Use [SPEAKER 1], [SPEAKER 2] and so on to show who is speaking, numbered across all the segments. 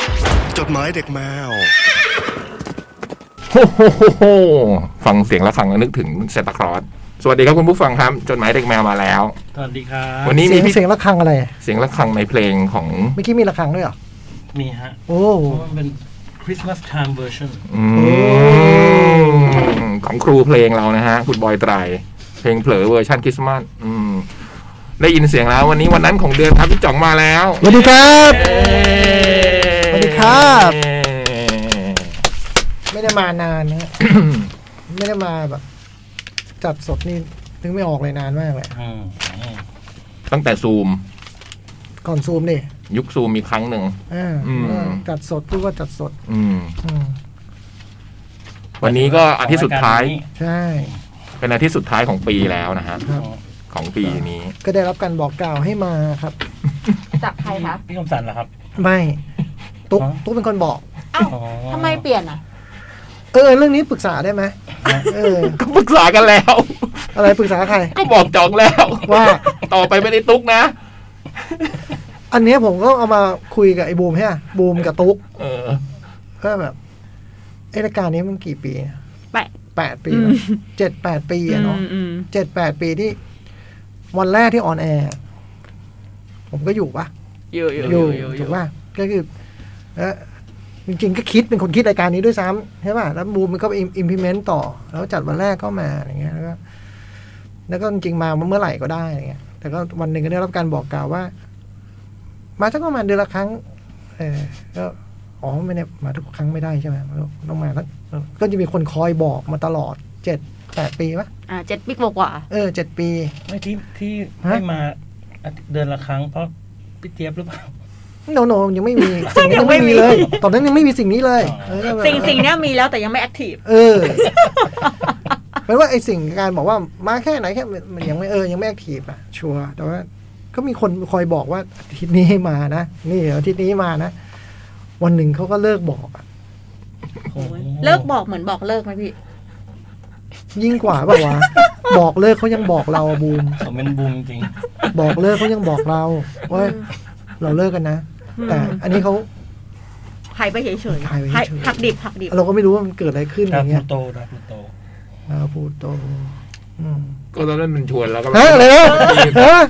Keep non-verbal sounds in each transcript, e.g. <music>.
[SPEAKER 1] ายเด็กแมว
[SPEAKER 2] โฮโฮโฮโฮฟังเสียงแล้วฟังแล้วนึกถึงเซนตาคลอสสวัสดีครับคุณผู้ฟังครับ จดหมายเด็กแมวมาแล้ว
[SPEAKER 3] สวัสดีครับ
[SPEAKER 2] วันนี้
[SPEAKER 4] เสี
[SPEAKER 2] มี
[SPEAKER 4] ยง
[SPEAKER 2] พี่
[SPEAKER 4] เสียงระฆังอะไร
[SPEAKER 2] เสียงระฆังในเพลงของ
[SPEAKER 4] เมื่อกี้มีระฆังด้วยเหรอ
[SPEAKER 3] มีฮะ
[SPEAKER 4] โอ้
[SPEAKER 3] เพราะมันเป็น Christmas time version
[SPEAKER 2] อืมของครูเพลงเรานะฮะ คุณบอยไตร เพลงเผลอเวอร์ชันคริสต์มาสอืมได้ยินเสียงแล้ว วันนี้วันนั้นของเดือนครับพี่จ่องมาแล้ว
[SPEAKER 4] สวัสดีครับ สวัสดีครับ
[SPEAKER 2] เย้
[SPEAKER 4] ไม่ได้มานานนะ ไม่ได้มาแบบ จัดสดนี่นึกไม่ออกเลยนานมากเลย
[SPEAKER 3] อืม
[SPEAKER 2] ตั้งแต่ซูม
[SPEAKER 4] ก่อนซูมดิ
[SPEAKER 2] ยุคซูมมีครั้งหนึ่ง
[SPEAKER 4] อ่า
[SPEAKER 2] อืม
[SPEAKER 4] จัดสดพูดว่าจัดสด
[SPEAKER 2] อืม
[SPEAKER 4] อืม
[SPEAKER 2] วันนี้ก็อาทิตย์สุดท้าย
[SPEAKER 4] ใช่
[SPEAKER 2] เป็นอาทิตย์สุดท้ายของปีแล้วนะฮะ
[SPEAKER 4] ครับ
[SPEAKER 2] ของปีนี้
[SPEAKER 4] ก็ได้รับการบอกกล่าวให้มาครับ
[SPEAKER 5] จากใครคะ
[SPEAKER 3] พี่คมสันเหรอครับ
[SPEAKER 4] ไม่ตุ๊ก
[SPEAKER 3] อ๋อ
[SPEAKER 4] ตุ๊กเป็นคนบอก
[SPEAKER 5] เอ้า
[SPEAKER 3] อ๋อ
[SPEAKER 5] ทำไมเปลี่ยนอ่ะ
[SPEAKER 4] เออ เรื่องนี้ปรึกษาได้ไหมเออ
[SPEAKER 2] ก็ปรึกษากันแล้ว <laughs>
[SPEAKER 4] อะไรปรึกษาใคร
[SPEAKER 2] ก็บอกจองแล้ว
[SPEAKER 4] ว่า
[SPEAKER 2] ต่อไปไม่ได้ตุ๊กนะ
[SPEAKER 4] อันเนี้ยผมก็เอามาคุยกับไอ้บูมใช่ไหมบูมกับตุ๊ก
[SPEAKER 2] เออ
[SPEAKER 4] ก็แบบไอ้รายการนี้มันกี่ปีนะ
[SPEAKER 5] แปด
[SPEAKER 4] แปดปีนะเจ็ดแปดปีอะเนาะ
[SPEAKER 5] อืม
[SPEAKER 4] เจ็ดแปดปีที่ วันแรกที่ออนแอร์ผมก็อยู่ปะ
[SPEAKER 5] ๆอยู่อยู่
[SPEAKER 4] ถูกปะก็คือเออจริงๆก็คิดเป็นคนคิดรายการนี้ด้วยซ้ำใช่ป่ะแล้วบูมมันก็ไป implement ต่อ แล้วจัดวันแรกก็มาอย่างเงี้ยแล้วก็แล้วก็จริงๆมาเมื่อไหร่ก็ได้อย่างเงี้ยแต่ก็วันหนึ่งก็ได้รับการบอกกล่าวว่า มาสักประมาณเดือนละครั้ง เออก็อ๋อไม่ได้มาทุกครั้งไม่ได้ใช่ไหมต้องมาแล้วก็จะมีคนคอยบอกมาตลอดเจ็ดแปดปีปะ
[SPEAKER 5] อ่าเจ็ดปีกว่า
[SPEAKER 4] เออเจ็ดปี
[SPEAKER 3] ไม่ที่ที่
[SPEAKER 4] ฮะ
[SPEAKER 3] ให้มาอาทิตย์เดือนละครั้งเพราะพี่เจี๊ยบหรือเปล่า
[SPEAKER 4] โนโนยังไม่มี สิ่งนี้ยังไม่มีเลย ตอนนั้นยังไม่มีสิ่งนี้เลยเออ
[SPEAKER 5] ๆสิ่งสิ่งเนี้ยมีแล้วแต่ยังไม่แอคทีฟ
[SPEAKER 4] เออแปลว่าไอ้สิ่งการบอกว่ามาแค่ไหนแค่มันยังไม่เออยังไม่แอคทีฟอ่ะ ชัวร์แต่ว่าก็มีคนคอยบอกว่าอาทิตย์นี้ให้มานะนี่อาทิตย์นี้มานะวันหนึ่งเขาก็เลิกบอกอะ
[SPEAKER 5] เลิกบอกเหมือนบอกเลิกไหมพี่
[SPEAKER 4] ยิ่งกว่าเปล่าวะบอกเลิกเขายังบอกเราบูม
[SPEAKER 3] สมเป็นบูมจริง
[SPEAKER 4] บอกเลิกเขายังบอกเราว่า
[SPEAKER 5] อืม
[SPEAKER 4] เราเลิกกันนะแต่อันนี้เขา
[SPEAKER 5] หายไปเฉยๆเฉย
[SPEAKER 4] หายไปเฉยๆ
[SPEAKER 5] ผักดิบผักดิบ
[SPEAKER 4] เราก็ไม่รู้ว่ามันเกิดอะไรขึ้นอ
[SPEAKER 3] ดาวพลู
[SPEAKER 4] ย่างเงี้ย
[SPEAKER 3] โตดาวพลูโต
[SPEAKER 4] อาพูโตอืม
[SPEAKER 2] ก็ตอนนั้นมันชวนแล้วก็
[SPEAKER 4] ฮะอะไรนะฮะ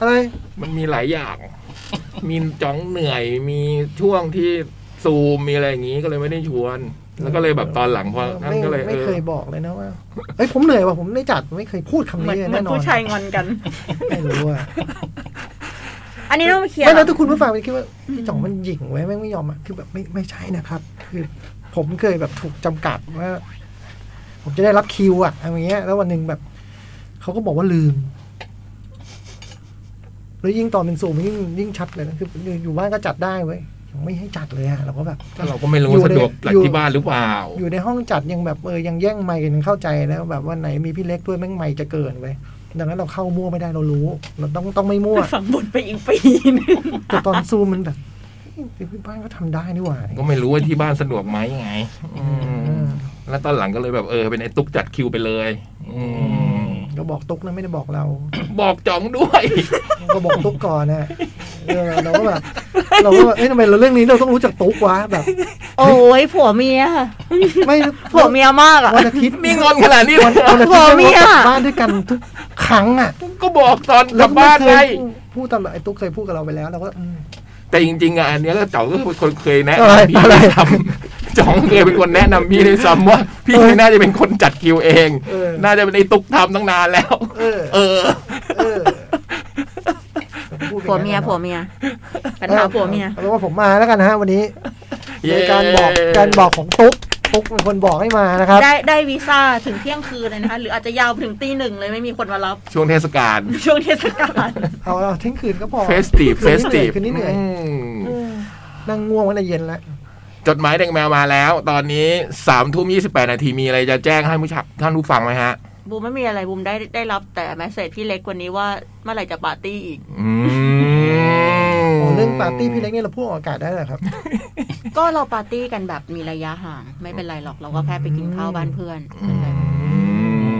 [SPEAKER 4] อะไร
[SPEAKER 2] มันมีหลายอย่าง มีจ้องเหนื่อย มีช่วงที่ซูมมีอะไรอย่างนี้ก็เลยไม่ได้ชวน แล้วก็เลยแบบตอนหลังพอนั่น
[SPEAKER 4] ไม่
[SPEAKER 2] ก็เลยเอ
[SPEAKER 4] ไม่
[SPEAKER 2] อ
[SPEAKER 4] เคยบอกเลยนะว่าเอ้ยผมเหนื่อยว่ะผมไม่จัดไม่เคยพูดคำ
[SPEAKER 5] เหมือ
[SPEAKER 4] นี้
[SPEAKER 5] น
[SPEAKER 4] เลย
[SPEAKER 5] เหมือ
[SPEAKER 4] แน่
[SPEAKER 5] น
[SPEAKER 4] นอน
[SPEAKER 5] ผู้ชายงอนกัน <laughs>
[SPEAKER 4] ไม่รู้อ่ะ
[SPEAKER 5] อันนี้ต้องมาเคลียร์
[SPEAKER 4] ไม่นะทุกคุณผู้ฟังมันคิดว่าพี่จ่องมันหยิ่งไว้ยแม่งไม่ยอมอ่ะคือแบบไม่ไม่ใช่นะครับ คือผมเคยแบบถูกจำกัดว่า ผมจะได้รับคิวอ่ะอะไรเงี้ย แล้ววันหนึ่งแบบเขาก็บอกว่าลืมแล้วยิ่งตอนเป็นซูมยิ่งยิ่งชัดเลยนะคืออยู่บ้านก็จัดได้เว้ยยังไม่ให้จัดเลยอ่ะเราก็แบบ
[SPEAKER 2] ก็เราก็ไม่รู้
[SPEAKER 4] อยู่
[SPEAKER 2] สะ
[SPEAKER 4] ใน
[SPEAKER 2] ดวกหลัก
[SPEAKER 4] อยู่
[SPEAKER 2] ที่บ้านหรือเปล่า
[SPEAKER 4] อยู่ในห้องจัดยังแบบเออยังแย่งไมค์กันเข้าใจแล้วแบบว่าไหนมีพี่เล็กด้วยแม่งไมค์จะเกินไปดังนั้นเราเข้ามั่วไม่ได้เรารู้ เราต้องต้องไม่มั่ว
[SPEAKER 5] ฝังบนไปอีกปีหนึง
[SPEAKER 4] แต่ตอนซูมมันแบบพี่บ้านก็ทำได้นี่หว่า
[SPEAKER 2] ก็ไม่รู้ว่าที่บ้านสะดวกไหมไงอื
[SPEAKER 4] อื
[SPEAKER 2] ม
[SPEAKER 4] ม
[SPEAKER 2] แล้วตอนหลังก็เลยแบบเออเป็นไอ้ตุ๊กจัดคิวไปเลย อืม
[SPEAKER 4] ก็บอกตุ๊กนะไม่ได้บอกเรา
[SPEAKER 2] บอกจ๋องด้วย
[SPEAKER 4] ก็บอกตุ๊กก่อนนะเออเราก็แบบเราก็แบบเอ้ยทำไมเราเรื่องนี้เราต้องรู้จักตุ๊กวะแบบ
[SPEAKER 5] โอ้ยผัวเมีย
[SPEAKER 4] ไม่
[SPEAKER 5] ผัวเมียมากอ่ะ
[SPEAKER 4] วันอาทิตย์
[SPEAKER 2] มีงอนขนาดนี้
[SPEAKER 4] วันวันอาทิตย์
[SPEAKER 5] ผัวเมีย
[SPEAKER 4] เรากลับบ้านด้วยกันทุกครั้งอ่ะ
[SPEAKER 2] ก็บอกตอนกลับบ้าน
[SPEAKER 4] เค
[SPEAKER 2] ไง
[SPEAKER 4] ยพูดตลอดไอ้ตุ๊กเคยพูดกับเราไปแล้วเราก็อืม
[SPEAKER 2] แต่จริงๆอ่ะอันเนี้ยก็เจ๋อก็คือคนเคยแนะ
[SPEAKER 4] อะไร
[SPEAKER 2] นำพี่
[SPEAKER 4] อะไร
[SPEAKER 2] ด้วยซ้ำจ๋องเคยเป็นคนแนะนำพี่ด้วยซ้ำว่า พี่
[SPEAKER 4] เออ
[SPEAKER 2] น่าจะเป็นคนจัดคิวเอง
[SPEAKER 4] เออ
[SPEAKER 2] น่าจะเป็นไอ้ตุ๊กทำตั้งนานแล้ว
[SPEAKER 4] เออ
[SPEAKER 2] เออ
[SPEAKER 4] เออ
[SPEAKER 5] ผัวเมียผัวเมียปัญหาผัวเมีย
[SPEAKER 4] เอาเป็นว่าผมมาแล้วกันนะฮะวันนี้
[SPEAKER 2] เย้
[SPEAKER 4] โดยการบอกการบอกของตุ๊กตุ๊กเป็นคนบอกให้มานะครับ
[SPEAKER 5] ได้ได้วีซ่าถึงเที่ยงคืนเลยนะคะ หรืออาจจะยาวไปถึงตีหนึ่งเลยไม่มีคนมารับ <laughs>
[SPEAKER 2] ช่วงเทศกาล
[SPEAKER 5] ช่วงเทศกาล
[SPEAKER 4] เอาเอาเทิ้งคืนก็พอ
[SPEAKER 2] เฟสติฟเฟสติฟ
[SPEAKER 4] คืนนี้เหนื่อย นั่งง่วงไว้ในเย็นแล้ว
[SPEAKER 2] จดหมายแดงแมวมาแล้ว ตอนนี้สามทุ่มยี่สิบแปดนาทีมีอะไรจะแจ้งให้ผู้ชมท่านผู้ฟังไหมฮะ
[SPEAKER 5] บูมไม่มีอะไรบูมได้ได้รับแต่แมสเซจพี่เล็กวันนี้ว่าเมื่อไหร่จะปาร์ตี้อีก
[SPEAKER 2] อืม
[SPEAKER 4] อ๋อเรื่องปาร์ตี้พี่เล็กเนี่ยเราพูดออกอากาศได้เหรอครับ
[SPEAKER 5] <laughs> ก็เราปาร์ตี้กันแบบมีระยะห่าง ไม่เป็นไรหรอกเราก็แค่ไปกินข้าวบ้านเพื่อน
[SPEAKER 2] อื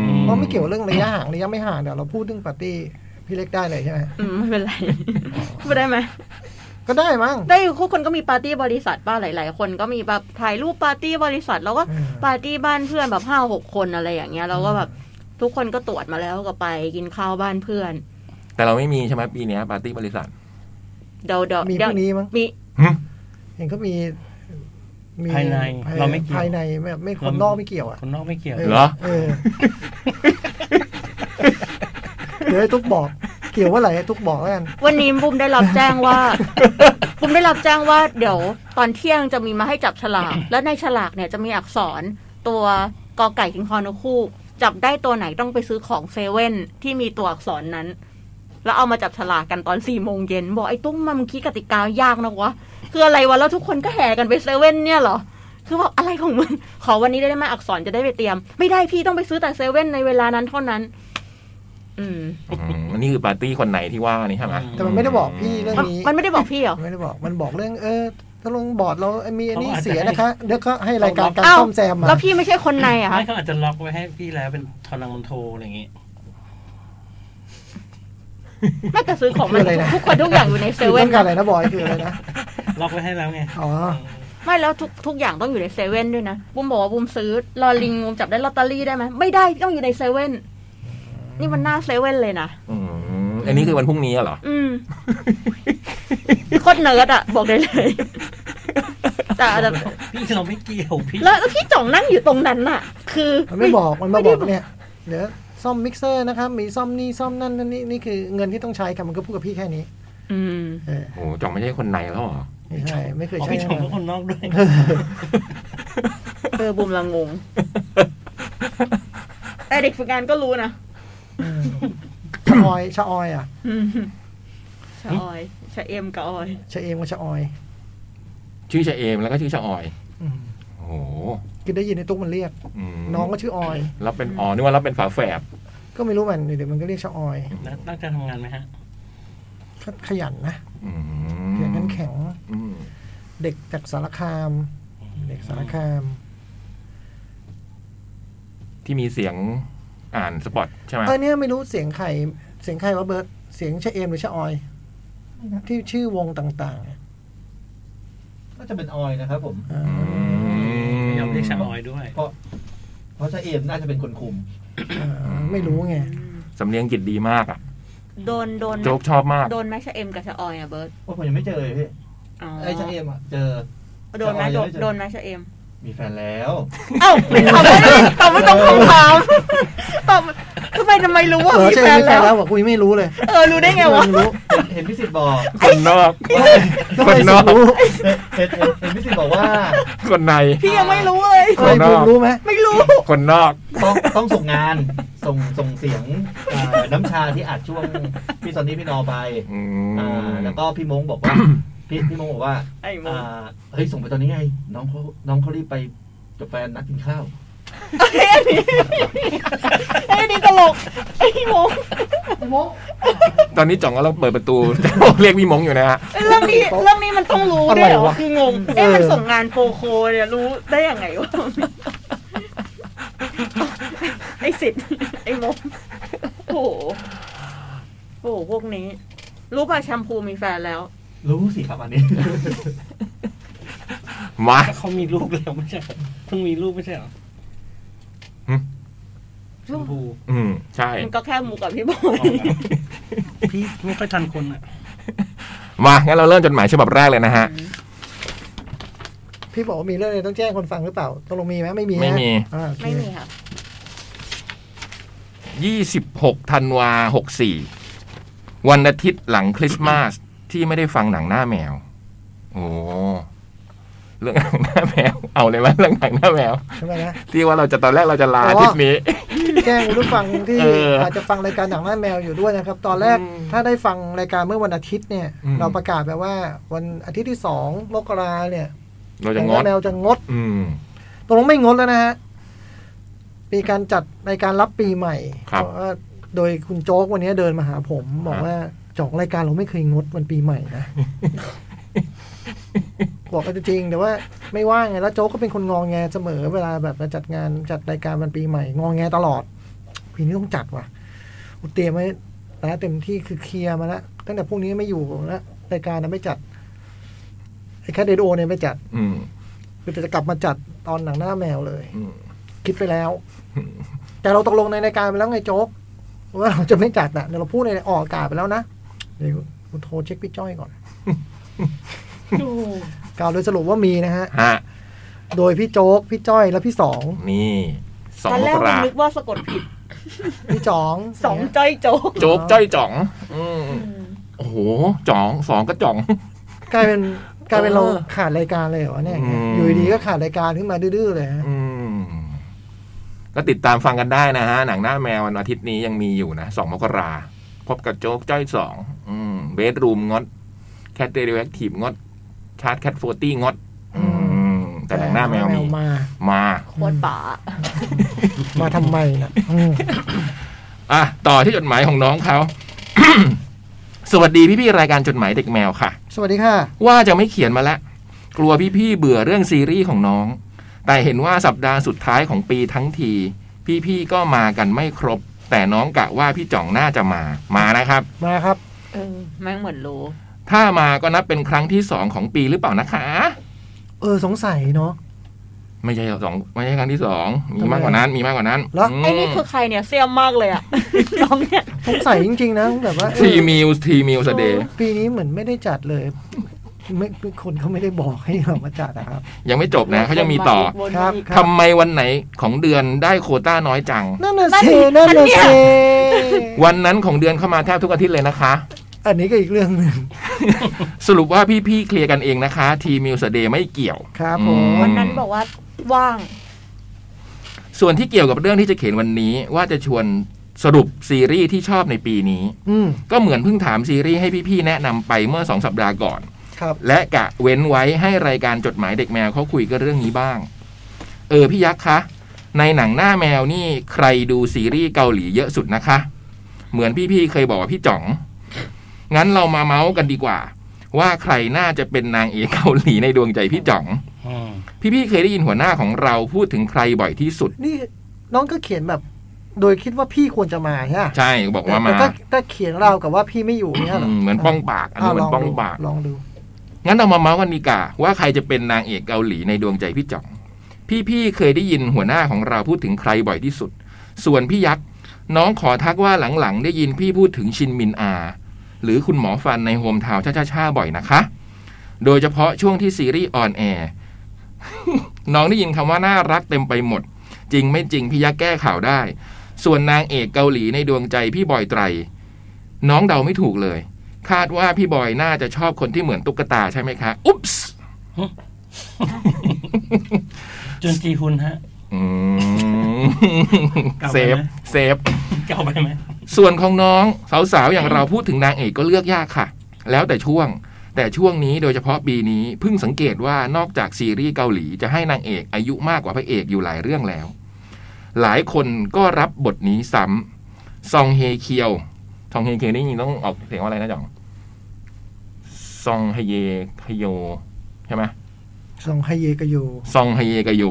[SPEAKER 2] ม
[SPEAKER 4] เพราะไม่เกี่ยวเรื่องระยะห่างระยะไม่
[SPEAKER 5] <laughs>
[SPEAKER 4] ห่างเดี๋ยวเราพูดเรื่องปาร์ตี้พี่เล็กได้เลยใช่ไหม
[SPEAKER 5] อืมไม่เป็นไร ไม่ได้ไหม
[SPEAKER 4] ก็ได้มั้ง
[SPEAKER 5] ได้อยู่ทุกคนก็มีปาร์ตี้บริษัทบ้างหลาย ๆ คนก็มีแบบถ่ายรูปปาร์ตี้บริษัท แล้วก็
[SPEAKER 4] อืม
[SPEAKER 5] ปาร์ตี้บ้านเพื่อนแบบห้าหกคนอะไรอย่างเงี้ยเราก็แบบทุกคนก็ตรวจมาแล้วก็ไปกินข้าวบ้านเพื่อน
[SPEAKER 2] แต่เราไม่มีใช่ไหมปีเนี้ยปาร์ตี้บริษัท
[SPEAKER 5] เดาเดา
[SPEAKER 4] มีพวกนี้มั้ง
[SPEAKER 5] มี
[SPEAKER 4] เห็นก็มีมี
[SPEAKER 3] ภายในเราไม่เกี่ยว
[SPEAKER 4] ภายในไม่ไม่คนนอกไม่เกี่ยวอ่ะ
[SPEAKER 3] คนนอกไม่เกี่ยว
[SPEAKER 2] เหรอ
[SPEAKER 4] เออเดี๋ยวให้ทุกบอก เกี่ยวว่าอะไรให้ทุกบอกแล้วกัน
[SPEAKER 5] วันนี้บุมได้รับแจ้งว่า <laughs> บุมได้รับแจ้งว่าเดี๋ยวตอนเที่ยงจะมีมาให้จับฉลาก แล้วในฉลากเนี่ยจะมีอักษรตัวกอไก่ถึงคอนกคู่ จับได้ตัวไหนต้องไปซื้อของเซเว่นที่มีตัวอักษรนั้น แล้วเอามาจับฉลากกันตอนสี่โมงเย็นบอกไอ้ตุ้มมันคิดกติกายากนะวะคืออะไรวะแล้วทุกคนก็แห่กันไปเซเว่นเนี่ยเหรอคือแบบอะไรของมึงขอวันนี้ได้ไหมอักษรจะได้ไปเตรียม ไม่ได้พี่ต้องไปซื้อแต่เซเว่นในเวลานั้นเท่านั้น อืม
[SPEAKER 2] อืมอันนี้คือปาร์ตี้คนไหนที่ว่านี่ใช่ไหม
[SPEAKER 4] แต่มันไม่ได้บอกพี่เรื่อง
[SPEAKER 5] มันมันไม่ได้บอกพี่เหรอ
[SPEAKER 4] ไม่ได้บอกมันบอกเรื่อง เออถ้าลงบอร์ดเรามีอันนี้
[SPEAKER 3] เขาอาจจะ
[SPEAKER 4] เสียนะคะเดี๋ยวก็ให้รายการการ
[SPEAKER 5] อ้าว
[SPEAKER 4] ซ่อมแซมมา
[SPEAKER 5] แล้วพี่ไม่ใช่คนในเหรอะคะ
[SPEAKER 3] ไม่เขาอาจจะล็อกไว้ให้พี่แล้วเป็นทอนังมันโทอะไรอย่างงี้
[SPEAKER 5] แม่แต่ซื้อของมันทุกคนทุกอย่างอยู่ในเซ
[SPEAKER 4] คือ
[SPEAKER 5] เว่น
[SPEAKER 4] ต้องการอะไรนะบอยคืออะไรนะ
[SPEAKER 3] ล็อกไว้ให้แล้วไง
[SPEAKER 4] อ๋อ
[SPEAKER 5] ไม่แล้วทุกทุกอย่างต้องอยู่ในเซเว่นด้วยนะบุ้มบอกว่าบุ้มซื้อลอลิงบุ้มจับได้ลอตเตอรี่ได้ไหมไม่ได้ต้องอยู่ในเซเว่นนี่มันหน้าเซเว่นเลยนะ
[SPEAKER 2] อืมอันนี้คือวันพรุ่งนี้เหรอ
[SPEAKER 5] อืมโคตรเนิร์ดอะบอกได้เลยแต่แต่
[SPEAKER 3] พี่เราไม่เกี่ยวพี่
[SPEAKER 5] แล้วแล้วพี่จ่องนั่งอยู่ตรงนั้นน่ะ คือ
[SPEAKER 4] มันไม่บอกมันมาบอก
[SPEAKER 5] ไได้
[SPEAKER 4] เนี่ยเดี๋ยวซ่อมมิกเซอร์นะครับมีซ่อมนี่ซ่อมนั่นนั่นนี่นี่คือเงินที่ต้องใช้ค่ะมันก็พูดกับพี่แค่นี้
[SPEAKER 5] อืม
[SPEAKER 4] เออ
[SPEAKER 2] โอ้โหจ่องไม่ใช่คนในแล้วเหรอ
[SPEAKER 4] ไม่ใช่ไม่เคย
[SPEAKER 3] อ๋อ
[SPEAKER 4] ใช้
[SPEAKER 3] พี่ชม
[SPEAKER 4] นะ
[SPEAKER 3] ก็คนนอกด้วย
[SPEAKER 5] เออบุ้มละงง แต่เด็กฝึกงานก็รู้นะ
[SPEAKER 4] เออชะออยชะออยอ่ะ
[SPEAKER 5] อืมชะออยชะเอ็มกับออย
[SPEAKER 4] ชะเอมกับชะออย
[SPEAKER 2] ชื่อชะเอมแล้วก็ชื่อชะออย
[SPEAKER 4] อืม
[SPEAKER 2] โอ้โห
[SPEAKER 4] คือได้ยินในตุ๊กมันเรียก
[SPEAKER 2] ม
[SPEAKER 4] น้องก็ชื่อออย
[SPEAKER 2] รับเป็นอ๋อนึกว่ารับเป็นฝาแฝด
[SPEAKER 4] ก็ไม่รู้มันเดี๋ยวมันก็เรียกชะออย
[SPEAKER 3] แล้วตั้งใจทำงานไหมฮะ
[SPEAKER 4] ก็ขยันนะ
[SPEAKER 2] อื
[SPEAKER 4] ขยัน
[SPEAKER 2] ม
[SPEAKER 4] ขันแข็ง
[SPEAKER 2] อืม
[SPEAKER 4] เด็กจากสารคาม เด็กสารคาม
[SPEAKER 2] ที่มีเสียงอ่านสปอตใช่ไหม
[SPEAKER 4] เออเนี่ยไม่รู้เสียงใครเสียงใครว่าเบิร์ตเสียงชะเอมหรือชะออย ที่ชื่อวงต่างๆอ่ะ
[SPEAKER 1] ก็จะเป็นออยนะครับผม
[SPEAKER 4] เออ
[SPEAKER 2] ม
[SPEAKER 3] ยอมเรียกชาออยด้วย
[SPEAKER 1] เพราะชาเอมน่าจะเป็นคนคุม
[SPEAKER 4] เออไม่รู้ไง
[SPEAKER 2] สำเนียงจิตดีมากอ่ะ
[SPEAKER 5] โดนโดน
[SPEAKER 2] โจ๊กชอบมาก
[SPEAKER 5] โดนไหมชะเอ็มกับชะออยอะเบิร์ต
[SPEAKER 1] ว่าผมยังไม่เจอเลยพี่
[SPEAKER 5] อ๋อ
[SPEAKER 1] ไอ้ชาเอมอ่ะ เจอ
[SPEAKER 5] โดนไหม
[SPEAKER 1] ชะออย
[SPEAKER 5] โดน
[SPEAKER 1] ยังไม่เจอ
[SPEAKER 5] โดนไหมชะเอ็ม
[SPEAKER 1] มีแฟนแล้ว
[SPEAKER 5] เอ้าตอบไม่ได้ตอบไม่ตรงคำถาม <laughs> ตอบทำไมทำไมรู้ว่า
[SPEAKER 4] เออ
[SPEAKER 5] มี
[SPEAKER 4] ใช่
[SPEAKER 5] แฟน
[SPEAKER 4] มีแฟ
[SPEAKER 5] แล้
[SPEAKER 4] น
[SPEAKER 5] ว
[SPEAKER 4] แล้วบอกกูยังไม่รู้เลย
[SPEAKER 5] เออ รู้ได้ไงวะ
[SPEAKER 4] ม่รู้
[SPEAKER 1] เห็นพิสิทธิ์บอก
[SPEAKER 2] คนน
[SPEAKER 4] <laughs>
[SPEAKER 2] อก
[SPEAKER 4] ทำไม
[SPEAKER 2] คนน
[SPEAKER 4] ถึ
[SPEAKER 2] อง ก
[SPEAKER 4] รู้
[SPEAKER 1] เห็นเห็นเห็นเห็นพิสิทธิ์บอกว่า
[SPEAKER 2] คนใน
[SPEAKER 5] พี่ยังไม่รู้เลย
[SPEAKER 4] เฮ้ย
[SPEAKER 2] คนน
[SPEAKER 4] บู
[SPEAKER 2] อก
[SPEAKER 4] มรู้ไหม
[SPEAKER 5] ไม่รู้
[SPEAKER 2] คนนอก
[SPEAKER 1] ต้องต้องส่งงานส่งส่งเสียงอ่าน้ำชาที่อัดช่วงพี่ซอนนี่พี่นอไป
[SPEAKER 2] อื
[SPEAKER 1] อ่ามแล้วก็พี่มงบอกว่า <coughs> พี่พี่มงบอกว่า
[SPEAKER 5] ไอ้โม
[SPEAKER 1] อ่าเฮ้ยส่งไปตอนนี้ไง น้องเขาน้องเขารีบไปกับแฟนนัดกินข้าว
[SPEAKER 5] เฮ้ยอันนี้เฮ้ยอันนี้ตลกไอ้โม
[SPEAKER 2] ตอนนี้จ่องก็เราเปิดประตู <laughs> เรียกพี่มงอยู่นะฮะ
[SPEAKER 5] เรื่องนี้เรื่องนี้มันต้องรู้ด้วยเหรอคืองงเอ๊ะมันส่งงานโปรโคเนี่ยรู้ได้ยังไงวะไอ้สิทธิ์ <laughs> ไอ้โมโอ้โหโอ้โหพวกนี้ รู้ป่ะแชมพูมีแฟนแล้ว
[SPEAKER 1] รู้สิครับอันนี้
[SPEAKER 2] มา
[SPEAKER 3] ก็เขามีลูกแล้วไม่ใช่เหรอเพิ่งมีลูกไม่ใช่เหรอ
[SPEAKER 2] หึ
[SPEAKER 3] ชมพู
[SPEAKER 2] อืมใช่
[SPEAKER 5] มันก็แค่มูกับพี่บอ
[SPEAKER 3] อ๋อย พี่ไม่ค่อยทันคนอ่ะ
[SPEAKER 2] มางั้นเราเริ่มจดหมายฉบับแรกเลยนะฮะ
[SPEAKER 4] พี่บอกว่ามีเรื่องอะไรต้องแจ้งคนฟังหรือเปล่าตกลงมีไหมไม่มีนะ
[SPEAKER 2] ไม่มี
[SPEAKER 4] อ่าโอเค
[SPEAKER 5] ไม่มีค่ะ
[SPEAKER 2] 26ธันวา64 วันอาทิตย์หลังคริสต์มาสที่ไม่ได้ฟังหนังหน้าแมว โอ้เรื่องหนังหน้าแมว เอาเลยไหมเรื่องหนังหน้าแมว
[SPEAKER 4] ใช่ไหมนะ
[SPEAKER 2] ที่ว่าเราจะตอนแรกเราจะลา
[SPEAKER 4] อ๋ออ
[SPEAKER 2] อาทิตย์นี้
[SPEAKER 4] แจ้งคุณผู้ฟังที่
[SPEAKER 2] เอออ
[SPEAKER 4] อาจจะฟังรายการหนังหน้าแมวอยู่ด้วยนะครับ ตอนแรก
[SPEAKER 2] อืม
[SPEAKER 4] ถ้าได้ฟังรายการเมื่อวันอาทิตย์เนี่ย
[SPEAKER 2] อืม
[SPEAKER 4] เราประกาศไปว่าวันอาทิตย์ที่สองมกราเนี่ย
[SPEAKER 2] เราจะง
[SPEAKER 4] หนั
[SPEAKER 2] ด
[SPEAKER 4] หน้าแมวจะงด
[SPEAKER 2] อืม
[SPEAKER 4] ตกลงไม่งดแล้วนะฮะ มีการจัดรายการรับปีใหม่
[SPEAKER 2] ครับ
[SPEAKER 4] เพาะว่าโดยคุณโจ๊กวันนี้เดินมาหาผม บอก
[SPEAKER 2] ฮะ
[SPEAKER 4] ว่าจอกรายการเราไม่เคยงดวันปีใหม่นะ <laughs> บอกกันจริงๆแต่ว่าไม่ว่างไงแล้วโจ๊กก็เป็นคนงองแงเสมอเวลาแบบมาจัดงานจัดรายการวันปีใหม่ งองแงตลอดปีนี้ต้องจัดว่ะอุยเตรียมไว้แล้วเต็มที่คือเคลียร์มาแล้วตั้งแต่พวกนี้ไม่อยู่แล้วรายการนะไม่จัด ไอ้แคทเดโอเนี่ยไม่จัด
[SPEAKER 2] อืม
[SPEAKER 4] คือจะกลับมาจัดตอนหนังหน้าแมวเลย
[SPEAKER 2] อืม
[SPEAKER 4] คิดไปแล้ว แต่เราตกลงในรายการไปแล้วไงโจ๊กว่าเราจะไม่จัดนะเดี๋ยวเราพูดในออกอากาศไปแล้วนะเดี๋ยวกูโทรเช็คพี่จ้อยก่อนกล่าวโดยสรุปว่ามีนะฮะ
[SPEAKER 2] ฮะ
[SPEAKER 4] โดยพี่โจ๊กพี่จ้อยและพี่สอง
[SPEAKER 2] นี่สอง
[SPEAKER 5] ตอน
[SPEAKER 2] ม
[SPEAKER 5] แรก
[SPEAKER 2] ก
[SPEAKER 5] ผม
[SPEAKER 2] รา
[SPEAKER 5] นึกว่าสะกดผิด
[SPEAKER 4] พี่จ๋อง
[SPEAKER 5] สองจ้อยโจ๊ก
[SPEAKER 2] โจ๊กจ้อยจ่อง อืมโอ้โหจ่องสองก็จ่อง
[SPEAKER 4] กลายเป็นกลายเป็นเรา
[SPEAKER 2] เออ
[SPEAKER 4] ขาดรายการเลยเหรอเนี่ย
[SPEAKER 2] อืม
[SPEAKER 4] อยู่ดีๆก็ขาดรายการขึ้นมาดื้อๆเลยฮะ
[SPEAKER 2] อืมก็ติดตามฟังกันได้นะฮะ หนังหน้าแมววันอาทิตย์นี้ยังมีอยู่นะสองมกราพบกับโจ๊กจ้อยสองอืมเบดรูมงดแคทเดเรกทีฟงด ชาร์ตแคทโฟตี้งด อืม แต่หนังหน้าแมวมี
[SPEAKER 4] มา
[SPEAKER 2] มา
[SPEAKER 5] โคตรป๋า
[SPEAKER 4] มาทำไมนะอืม
[SPEAKER 2] อ่ะ ต่อที่จดหมายของน้องเขา <coughs> สวัสดีพี่ๆรายการจดหมายเด็กแมวค่ะ
[SPEAKER 4] สวัสดีค่ะ
[SPEAKER 2] ว่าจะไม่เขียนมาละ กลัวพี่ๆเบื่อเรื่องซีรีส์ของน้อง แต่เห็นว่าสัปดาห์สุดท้ายของปีทั้งที พี่ๆก็มากันไม่ครบ แต่น้องกะว่าพี่จ่องน่าจะมา มานะครับ
[SPEAKER 4] มาครับ
[SPEAKER 5] เออแม่งเหมือนรู้
[SPEAKER 2] ถ้ามาก็นับเป็นครั้งที่สองของปีหรือเปล่านะคะ
[SPEAKER 4] เออสงสัยเนาะ
[SPEAKER 2] ไม่ใช่สองไม่ใช่ครั้งที่สองมี
[SPEAKER 4] ทำไม
[SPEAKER 2] มากกว่านั้น มีมากกว่านั้น
[SPEAKER 4] เหรออื
[SPEAKER 5] ไอ้นี่คือใครเนี่ยเสี่ยมมากเลยอ่ะ <laughs> น้องเนี่ย
[SPEAKER 4] สงสัยจริง ๆ นะแบบว่าเอ
[SPEAKER 2] ที
[SPEAKER 4] อ
[SPEAKER 2] มิวทีมิวสเดย์
[SPEAKER 4] ปีนี้เหมือนไม่ได้จัดเลย ไม่คนเขาไม่ได้บอกให้เรามาจัดนะครับ
[SPEAKER 2] ยังไม่จบนะเขายังมีต่อ
[SPEAKER 4] ครับ
[SPEAKER 2] ทำไมวันไหนของเดือนได้โควต้าน้อยจัง
[SPEAKER 4] นั่นน่ะ
[SPEAKER 5] นั่น
[SPEAKER 4] เซ
[SPEAKER 5] นี่
[SPEAKER 4] นั่นน่ะ
[SPEAKER 5] เนี่ย
[SPEAKER 4] เซ
[SPEAKER 2] วันนั้นของเดือนเข้ามาแทบทุกอาทิตย์เลยนะคะ
[SPEAKER 4] อันนี้ก็อีกเรื่องหนึ่ง
[SPEAKER 2] สรุปว่าพี่ๆเคลียร์กันเองนะคะ ทีมิวสเดย์ไม่เกี่ยว
[SPEAKER 4] ครับผ
[SPEAKER 2] อื
[SPEAKER 4] ม
[SPEAKER 2] ม
[SPEAKER 5] วันนั้นบอกว่าว่าง
[SPEAKER 2] ส่วนที่เกี่ยวกับเรื่องที่จะเขียนวันนี้ว่าจะชวนสรุปซีรีส์ที่ชอบในปีนี้
[SPEAKER 4] อืม
[SPEAKER 2] ก็เหมือนเพิ่งถามซีรีส์ให้พี่ๆแนะนำไปเมื่อ 2 สัปดาห์ก่อน
[SPEAKER 4] ครับ
[SPEAKER 2] และกะเว้นไว้ให้รายการจดหมายเด็กแมวเขาคุยกันเรื่องนี้บ้าง เออพี่ยักษ์คะ ในหนังหน้าแมวนี่ใครดูซีรีส์เกาหลีเยอะสุดนะคะ เหมือนพี่ๆเคยบอกว่าพี่จ๋อง งั้นเรามาเมาส์กันดีกว่า ว่าใครน่าจะเป็นนางเอกเกาหลีในดวงใจพี่จ๋อง
[SPEAKER 3] อืม
[SPEAKER 2] พี่ๆเคยได้ยินหัวหน้าของเราพูดถึงใครบ่อยที่สุด
[SPEAKER 4] นี่น้องก็เขียนแบบ โดยคิดว่าพี่ควรจะมาใช่ปะ
[SPEAKER 2] ใช่บอกว่า
[SPEAKER 4] แต่
[SPEAKER 2] มา
[SPEAKER 4] ถ้ถ้าเขียนเรากับว่าพี่ไม่อยู่เนี่ยหรอ
[SPEAKER 2] อืมเหมือนป้องปากอันนี้
[SPEAKER 4] าว
[SPEAKER 2] เหมือนป้อง
[SPEAKER 4] ดู
[SPEAKER 2] ปาก
[SPEAKER 4] ลองดู
[SPEAKER 2] งั้นเรามาเมาส์กันดีกว่าว่าใครจะเป็นนางเอกเกาหลีในดวงใจพี่จ่อง พี่ๆเคยได้ยินหัวหน้าของเราพูดถึงใครบ่อยที่สุด ส่วนพี่ยักษ์น้องขอทักว่าหลังๆ ได้ยินพี่พูดถึงชินมินอา หรือคุณหมอฟันในโฮมทาวน์ช่าๆๆบ่อยนะคะ โดยเฉพาะช่วงที่ซีรีส์ออนแอร์ <laughs> น้องได้ยินคำว่าน่ารักเต็มไปหมด จริงไม่จริงพี่ยักษ์แก้ข่าวได้ ส่วนนางเอกเกาหลีในดวงใจพี่บอยไตร น้องเดาไม่ถูกเลย คาดว่าพี่บอยน่าจะชอบคนที่เหมือนตุ๊กตาใช่ไหมคะ อุ๊ปส์
[SPEAKER 3] จุนจีฮุนฮะ
[SPEAKER 2] อืม
[SPEAKER 3] กลับไปไหม
[SPEAKER 2] เซฟ เซฟ
[SPEAKER 3] เก่าไปไหม
[SPEAKER 2] ส่วนของน้อง สาวๆ อย่างเราพูดถึงนางเอกก็เลือกยากค่ะ แล้วแต่ช่วง แต่ช่วงนี้โดยเฉพาะปีนี้เพิ่งสังเกตว่านอกจากซีรีส์เกาหลีจะให้นางเอกอายุมากกว่าพระเอกอยู่หลายเรื่องแล้ว หลายคนก็รับบทนี้ซ้ำซองเฮเคียวซองเฮเคียวนี่ต้องออกเสียงว่าอะไรนะจ่องซองเฮเยเฮโยใช่ไหม
[SPEAKER 4] สองไฮเยกบโย
[SPEAKER 2] ซองไฮเยกาโย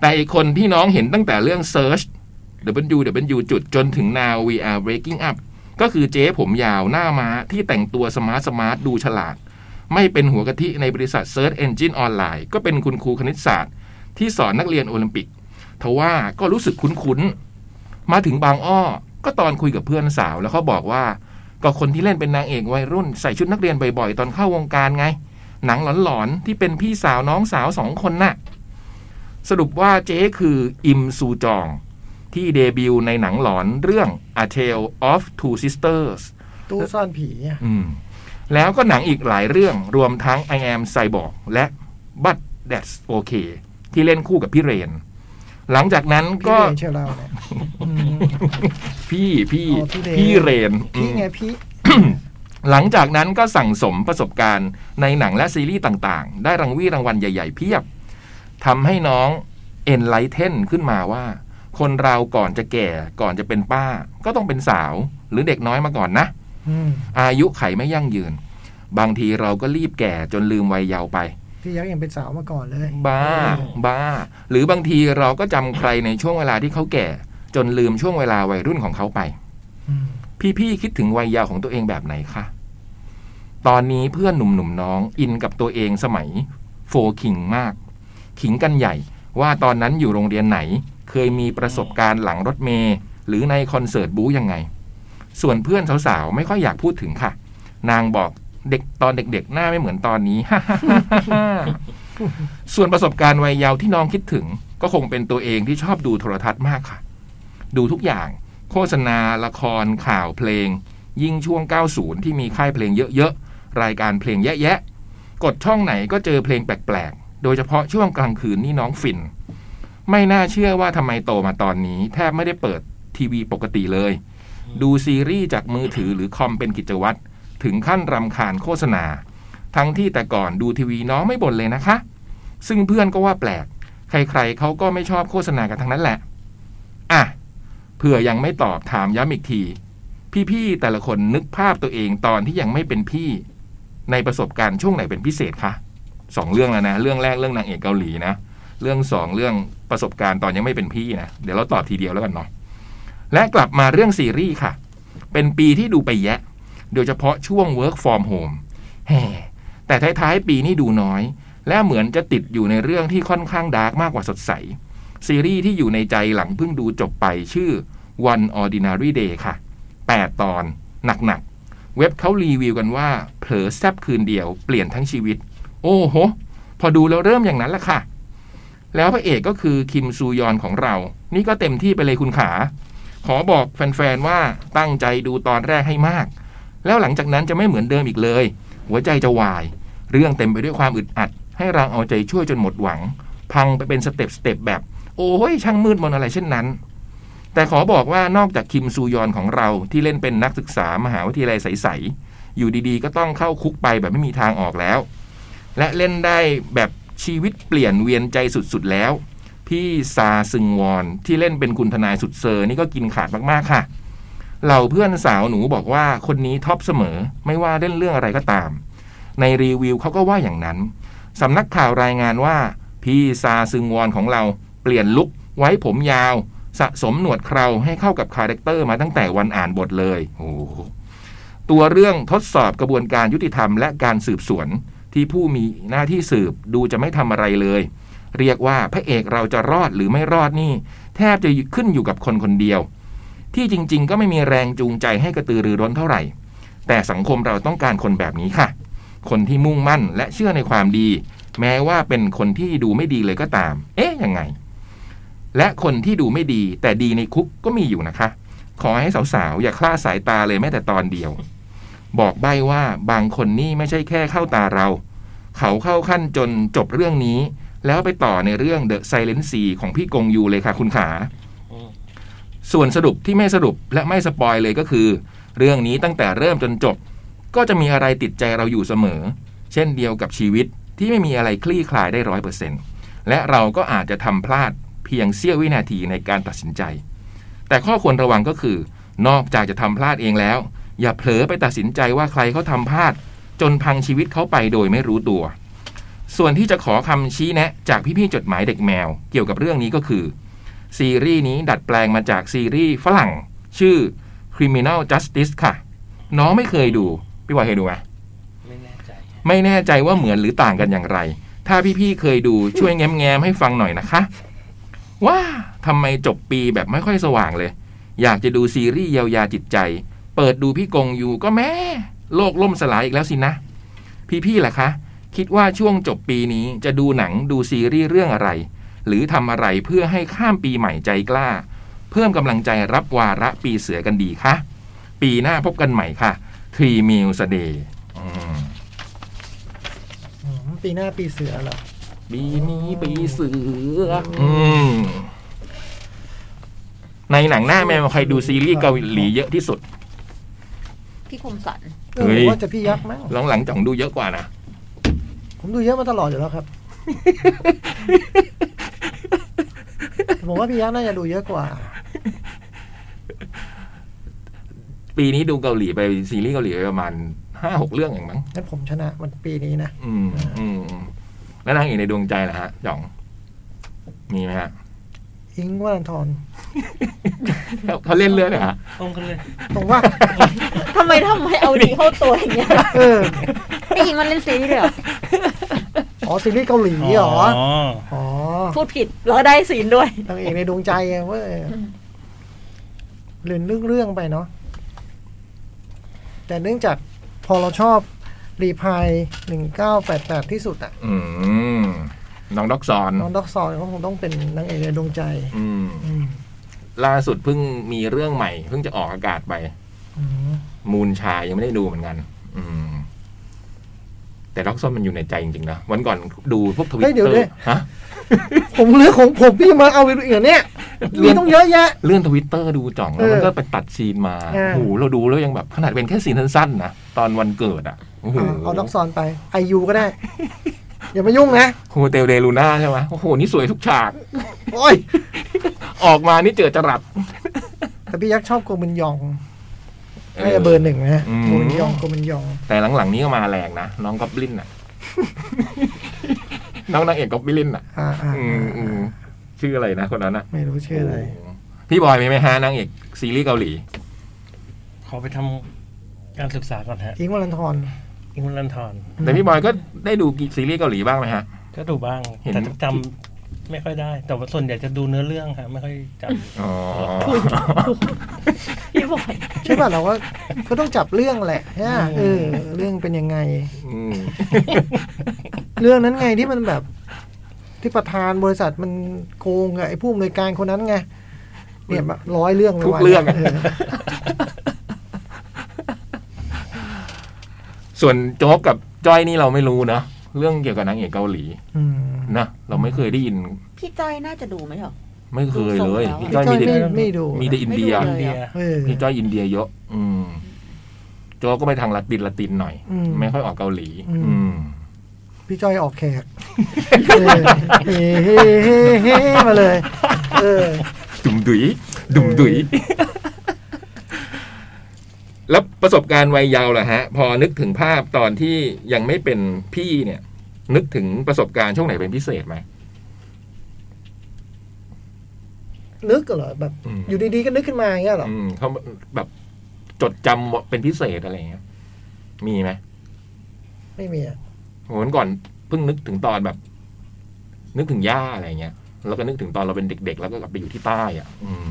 [SPEAKER 2] แต่อีกคนที่น้องเห็นตั้งแต่เรื่อง Search W W จุดจนถึง Now We Are Breaking Up ก็คือเจ๊ผมยาวหน้าม้าที่แต่งตัวสมาร์ทสมาร์ทดูฉลาด ไม่เป็นหัวกะทิในบริษัท Search Engine Online ก็เป็นคุณครูคณิตศาสตร์ ที่สอนนักเรียนโอลิมปิก ทว่าก็รู้สึกคุ้นๆ มาถึงบางอ้อ ก็ตอนคุยกับเพื่อนสาวแล้วเขาบอกว่า ก็คนที่เล่นเป็นนางเอกวัยรุ่นใส่ชุดนักเรียนบ่อยๆ ตอนเข้าวงการไง หนังหลอนๆ ที่เป็นพี่สาวน้องสาวสองคนน่ะ สรุปว่าเจ๊คืออิมซูจอง ที่เดบิวต์ในหนังหลอนเรื่อง A Tale of Two Sisters
[SPEAKER 4] ตู้ซ่อนผีอะ
[SPEAKER 2] อืมแล้วก็หนังอีกหลายเรื่องรวมทั้ง I am Cyborg และ But That's Okay ที่เล่นคู่กับพี่เรน หลังจากนั้น
[SPEAKER 4] พี่
[SPEAKER 2] ก็
[SPEAKER 4] เรนเชลเราเนี่ยอืม
[SPEAKER 2] พี่พี่
[SPEAKER 4] อ๋อพี่เรน
[SPEAKER 2] พี่เรนอื
[SPEAKER 4] พี่
[SPEAKER 2] ม
[SPEAKER 4] ไงพี่
[SPEAKER 2] หลังจากนั้นก็สั่งสมประสบการณ์ในหนังและซีรีส์ต่างๆ ได้รางวีรางวัลใหญ่ ๆ เพียบทำให้น้องเอ็นไลเทนขึ้นมาว่า คนเราก่อนจะแก่ก่อนจะเป็นป้า ก็ต้องเป็นสาวหรือเด็กน้อยมาก่อนนะ
[SPEAKER 4] อืม
[SPEAKER 2] อายุไขไม่ยั่งยืน บางทีเราก็รีบแก่จนลืมวัยเยาว์ไป
[SPEAKER 4] พี่ยักษ์ยังเป็นสาวมาก่อนเลย
[SPEAKER 2] บ้า บ้า หรือบางทีเราก็จำใครในช่วงเวลาที่เขาแก่ จนลืมช่วงเวลาวัยรุ่นของเขาไป
[SPEAKER 4] อืม
[SPEAKER 2] พี่ๆคิดถึงวัยเยาว์ของตัวเองแบบไหนคะ ตอนนี้เพื่อนหนุ่มหนุ่มๆน้องอินกับตัวเองสมัยโฟคิงมาก ขิงกันใหญ่ว่าตอนนั้นอยู่โรงเรียนไหน เคยมีประสบการณ์หลังรถเมล์หรือในคอนเสิร์ตบู๊ยังไง ส่วนเพื่อนสาวๆ ไม่ค่อยอยากพูดถึงค่ะ นางบอกเด็กตอนเด็กๆ หน้าไม่เหมือนตอนนี้ <laughs> ส่วนประสบการณ์วัยเยาว์ที่น้องคิดถึง ก็คงเป็นตัวเองที่ชอบดูโทรทัศน์มากค่ะ ดูทุกอย่าง โฆษณา ละคร ข่าวเพลง ยิ่งช่วง 90 ที่มีค่ายเพลงเยอะๆ รายการเพลงแยะๆ กดช่องไหนก็เจอเพลงแปลกๆ โดยเฉพาะช่วงกลางคืนนี่น้องฟิน ไม่น่าเชื่อว่าทำไมโตมาตอนนี้ แทบไม่ได้เปิดทีวีปกติเลย ดูซีรีส์จากมือถือหรือคอมเป็นกิจวัตร ถึงขั้นรำคาญโฆษณา ทั้งที่แต่ก่อนดูทีวีน้องไม่บ่นเลยนะคะ ซึ่งเพื่อนก็ว่าแปลก ใครๆเขาก็ไม่ชอบโฆษณากันทั้งนั้นแหละ อ่ะ เผื่อยังไม่ตอบถามย้ำอีกที พี่ๆแต่ละคนนึกภาพตัวเองตอนที่ยังไม่เป็นพี่ ในประสบการณ์ช่วงไหนเป็นพิเศษคะสองเรื่องแล้วนะ เรื่องแรกเรื่องนางเอกเกาหลีนะ เรื่องสองเรื่องประสบการณ์ตอนยังไม่เป็นพี่นะเดี๋ยวเราตอบทีเดียวแล้วกันเนาะและกลับมาเรื่องซีรีส์ค่ะ เป็นปีที่ดูไปแยะ โดยเฉพาะช่วง work from home แห่แต่ท้ายๆปีนี่ดูน้อย และเหมือนจะติดอยู่ในเรื่องที่ค่อนข้างดาร์กมากกว่าสดใส ซีรีส์ที่อยู่ในใจหลังเพิ่งดูจบไปชื่อ One Ordinary Day ค่ะ 8 ตอน หนักๆ เว็บเขารีวิวกันว่า เผลอแซบคืนเดียวเปลี่ยนทั้งชีวิต โอ้โห พอดูแล้วเริ่มอย่างนั้นละค่ะ แล้วพระเอกก็คือคิมซูยอนของเรา นี่ก็เต็มที่ไปเลยคุณขา ขอบอกแฟนๆ ว่าตั้งใจดูตอนแรกให้มาก แล้วหลังจากนั้นจะไม่เหมือนเดิมอีกเลย หัวใจจะวาย เรื่องเต็มไปด้วยความอึดอัด ให้เราเอาใจช่วยจนหมดหวัง พังไปเป็นสเต็ปสเต็ปแบบ โอ้ยช่างมืดมนอะไรเช่นนั้น แต่ขอบอกว่านอกจากคิมซูยอนของเราที่เล่นเป็นนักศึกษามหาวิทยาลัยใส ๆ อยู่ดีๆ ก็ต้องเข้าคุกไปแบบไม่มีทางออกแล้ว และเล่นได้แบบชีวิตเปลี่ยนเวียนใจสุด ๆ แล้ว พี่ซาซึงวอนที่เล่นเป็นคุณทนายสุดเซอร์นี่ก็กินขาดมากๆค่ะ เหล่าเพื่อนสาวหนูบอกว่าคนนี้ท็อปเสมอไม่ว่าเล่นเรื่องอะไรก็ตาม ในรีวิวเขาก็ว่าอย่างนั้น สำนักข่าวรายงานว่า พี่ซาซึงวอนของเราเปลี่ยนลุคไว้ผมยาว สะสมหนวดเคราให้เข้ากับคาแรคเตอร์มาตั้งแต่วันอ่านบทเลยโอ้โหตัวเรื่องทดสอบกระบวนการยุติธรรมและการสืบสวน ที่ผู้มีหน้าที่สืบดูจะไม่ทำอะไรเลย เรียกว่าพระเอกเราจะรอดหรือไม่รอดนี่ แทบจะขึ้นอยู่กับคนคนเดียว ที่จริงๆ ก็ไม่มีแรงจูงใจให้กระตือรือร้นเท่าไหร่ แต่สังคมเราต้องการคนแบบนี้ค่ะ คนที่มุ่งมั่นและเชื่อในความดี แม้ว่าเป็นคนที่ดูไม่ดีเลยก็ตาม เอ๊ะยังไง และคนที่ดูไม่ดีแต่ดีในคุกก็มีอยู่นะคะ ขอให้สาวๆ อย่าคลาดสายตาเลยแม้แต่ตอนเดียว บอกใบ้ว่าบางคนนี่ไม่ใช่แค่เข้าตาเรา เขาเข้าขั้นจนจบเรื่องนี้ แล้วไปต่อในเรื่อง The Silent Sea ของพี่กงยูเลยค่ะคุณขา
[SPEAKER 3] อืม
[SPEAKER 2] ส่วนสรุปที่ไม่สรุปและไม่สปอยเลยก็คือ เรื่องนี้ตั้งแต่เริ่มจนจบ ก็จะมีอะไรติดใจเราอยู่เสมอ เช่นเดียวกับชีวิตที่ไม่มีอะไรคลี่คลายได้ร้อยเปอร์เซ็นและเราก็อาจจะทำพลาดเพียงเสี้ยววินาทีในการตัดสินใจ แต่ข้อควรระวังก็คือ นอกจากจะทำพลาดเองแล้ว อย่าเผลอไปตัดสินใจว่าใครเขาทำพลาด จนพังชีวิตเขาไปโดยไม่รู้ตัว ส่วนที่จะขอคำชี้แนะ จากพี่ๆจดหมายเด็กแมว เกี่ยวกับเรื่องนี้ก็คือ ซีรีส์นี้ดัดแปลงมาจากซีรีส์ฝรั่ง ชื่อ Criminal Justice ค่ะ น้องไม่เคยดู พี่บอยเคยดูไหม
[SPEAKER 3] ไม่แน่ใจ
[SPEAKER 2] ไม่แน่ใจว่าเหมือนหรือต่างกันอย่างไร ถ้าพี่ๆเคยดูช่วยแง้มๆให้ฟังหน่อยนะคะ ว่าทำไมจบปีแบบไม่ค่อยสว่างเลย อยากจะดูซีรีส์เยียวยาจิตใจ เปิดดูพี่กงอยู่ก็แม่ โลกล่มสลายอีกแล้วสินะ พี่ๆล่ะคะ คิดว่าช่วงจบปีนี้จะดูหนังดูซีรีส์เรื่องอะไร หรือทำอะไรเพื่อให้ข้ามปีใหม่ใจกล้า เพิ่มกำลังใจรับวาระปีเสือกันดีคะปีหน้าพบกันใหม่ค่ะทรีมิลสเดย์
[SPEAKER 4] อืมปีหน้าปีเสือเหรอ
[SPEAKER 2] ปีนี้ปีเสืออืมในหนังหน้าแมวใครดูซีรีส์เกาหลีเยอะที่สุด
[SPEAKER 5] พี่คมสัน
[SPEAKER 4] เออ
[SPEAKER 2] เฮ้ย
[SPEAKER 4] ผมว่าจะพี่ยักษ์มั้ง
[SPEAKER 2] หลังหลังๆจ่องดูเยอะกว่านะ
[SPEAKER 4] ผมดูเยอะมาตลอดอยู่แล้วครับ ผมว่าพี่ยักษ์น่าจะดูเยอะกว่า
[SPEAKER 2] ปีนี้ดูเกาหลีไปซีรีส์เกาหลีไปประมาณห้าหกเรื่องเองมั้ง
[SPEAKER 4] งั้นผมชนะมันปีนี้นะ
[SPEAKER 2] อืมอืมแล้วนางเอกในดวงใจล่ะฮะจ่อง มีไหมฮะ
[SPEAKER 4] อิงค์วรันทร
[SPEAKER 2] เขาเล่นเรื่องเนี่ยฮะ
[SPEAKER 3] ตรงกันเลย
[SPEAKER 4] ผมว่า
[SPEAKER 5] ทำไมทำไมเอาดีเข้าตัวอย่าง
[SPEAKER 4] <laughs>
[SPEAKER 5] เงี้ย
[SPEAKER 4] เออ
[SPEAKER 5] พี่หญิงมันเล่นซีรีส์ด้วยเหรอ
[SPEAKER 4] อ๋อซีรีส์เกาหลีเหรออ๋อ
[SPEAKER 5] พูดผิดแล้วก็ได้ซีนด้วย
[SPEAKER 4] นางเอกในดวงใจไงเว้ยเรียนเรื่องเรื่องๆไปเนาะแต่เนื่องจากพอเราชอบรีพายหนึ่งเก้าแปดแปดที่สุดอะ
[SPEAKER 2] อืมน้องดอกซอน
[SPEAKER 4] น้องดอกซอนก็คงต้องเป็นนางเอกในดวงใจ
[SPEAKER 2] อืม
[SPEAKER 4] อืม
[SPEAKER 2] ล่าสุดเพิ่งมีเรื่องใหม่ เพิ่งจะออกอากาศไป
[SPEAKER 4] อืม
[SPEAKER 2] มูลชายยังไม่ได้ดูเหมือนกัน อืม แต่ล็อกซ่อนมันอยู่ในใจจริงๆนะวันก่อนดูพวกทวิต
[SPEAKER 4] เฮ้ย
[SPEAKER 2] เต
[SPEAKER 4] เดี๋ยว
[SPEAKER 2] อ
[SPEAKER 4] เดี๋ยว
[SPEAKER 2] ร์ฮะ
[SPEAKER 4] ผมเรื่องของผมพี่มาเอาไปดูอีกเหรอเนี่ยมีต้องเยอะแยะ
[SPEAKER 2] เลื่อนทวิตเตอร์ดูจ่องแล้วมัน
[SPEAKER 4] เออ
[SPEAKER 2] ก็ไปตัดซีนมา
[SPEAKER 4] เออ
[SPEAKER 2] โอ้โหเราดูแล้วยังแบบ ขนาดเป็นแค่ซีนสั้นๆนะตอนวันเกิดอ่ะโอ้โห
[SPEAKER 4] อ่ะเอาดอกซอนไปไอยูก็ได้ อย่ามายุ่งนะ
[SPEAKER 2] โฮเทลเดลูน่าใช่ไหมโอ้โห นี่สวยทุกฉาก
[SPEAKER 4] โอ้ย
[SPEAKER 2] ออกมานี่เจอจรัส
[SPEAKER 4] แต่พี่ยักษ์ชอบโกมินยองให้เบอร์หนึ่งนะโกมินยองโกมินยอง
[SPEAKER 2] แต่หลังๆนี้ก็มาแรงนะ น้องก๊อบลิน
[SPEAKER 4] <laughs>
[SPEAKER 2] อ่ะ น้องนางเอกก๊อบลินอ่ะ
[SPEAKER 4] อ่าอ่า
[SPEAKER 2] อืมอืมชื่ออะไรนะคนนั้นอ่ะ
[SPEAKER 4] ไม่รู้ชื่ออะไร
[SPEAKER 2] โโหพี่บอยมีไหมฮะนางเอกซีรีส์เกาหลี
[SPEAKER 3] ขอไปทำการศึกษาก่อนฮะ
[SPEAKER 4] อิงค์วรันทร
[SPEAKER 3] อิงวันลันทอน
[SPEAKER 2] แต่พี่บอยก็ได้ดูซีรีส์เกาหลีบ้างไหมฮะ
[SPEAKER 3] ก็ดูบ้าง
[SPEAKER 2] เห็น
[SPEAKER 3] แต่จำไม่ค่อยได้ แต่ว่าส่วนใหญ่จะดูเนื้อเรื่องฮะไม่ค่อยจ
[SPEAKER 2] อ๋อ
[SPEAKER 5] พี่บอย
[SPEAKER 4] ใช่ป่ะเราก็ก็ต้องจับเรื่องแหละฮะเออ เรื่องเป็นยังไง
[SPEAKER 2] อืม
[SPEAKER 4] เรื่องนั้นไงที่มันแบบที่ประธานบริษัทมันโกงกับไอ้ผู้อำนวยการคนนั้นไงเนี่ยแบบร้อยเรื่องเลย
[SPEAKER 2] ทุก
[SPEAKER 4] ว่ะ
[SPEAKER 2] เรื่องอะ
[SPEAKER 4] อ
[SPEAKER 2] ส่วนโจ๊กกับจ้อยนี่เราไม่รู้เนอะเรื่องเกี่ยวกับนางเอกเกาหลี
[SPEAKER 4] อืม
[SPEAKER 2] นะเราไม่เคยได้ยิน
[SPEAKER 5] พี่จ้อยน่าจะดูไหมเหรอ
[SPEAKER 2] ไม่เคยเลย
[SPEAKER 5] ดู
[SPEAKER 2] พี่
[SPEAKER 5] ท
[SPEAKER 2] จ้
[SPEAKER 5] ร
[SPEAKER 2] อย
[SPEAKER 5] ง
[SPEAKER 4] จ้
[SPEAKER 2] มี
[SPEAKER 4] อย
[SPEAKER 2] แต่
[SPEAKER 4] ไม่ไม่ดู
[SPEAKER 2] มีแต่อินเดีย
[SPEAKER 5] ไม่
[SPEAKER 3] ำอิ
[SPEAKER 5] ดู
[SPEAKER 3] น
[SPEAKER 5] ล
[SPEAKER 3] เดีย
[SPEAKER 4] เออ
[SPEAKER 2] พี่จ้อยอินเดียเยอะ อืมโจ๊กก็ไปทางละตินละตินหน่อย
[SPEAKER 4] อืม
[SPEAKER 2] ไม่ค่อยออกเกาหลี
[SPEAKER 4] อืม
[SPEAKER 2] อืม
[SPEAKER 4] พี่จ้อยออกแขกเออเฮ้เฮ้เฮ้เฮ้มาเลย เออ
[SPEAKER 2] ดุมดุยดุมดุยแล้วประสบการณ์วัยเยาว์ล่ะฮะ พอนึกถึงภาพตอนที่ยังไม่เป็นพี่เนี่ย นึกถึงประสบการณ์ช่วงไหนเป็นพิเศษไหม
[SPEAKER 4] นึกเหรอแบบ
[SPEAKER 2] อืม
[SPEAKER 4] อยู่ดีๆก็นึกขึ้นมาอย่างเงี้ยเหรอ
[SPEAKER 2] อืมเขาแบบจดจำเป็นพิเศษอะไรอย่างเงี้ยมีไหม
[SPEAKER 4] ไม่มีอะ
[SPEAKER 2] โหวันก่อนเพิ่งนึกถึงตอนแบบ นึกถึงย่าอะไรเงี้ยแล้วก็นึกถึงตอนเราเป็นเด็ก ๆ แล้วก็กลับไปอยู่ที่ใต้อ่ะ อืม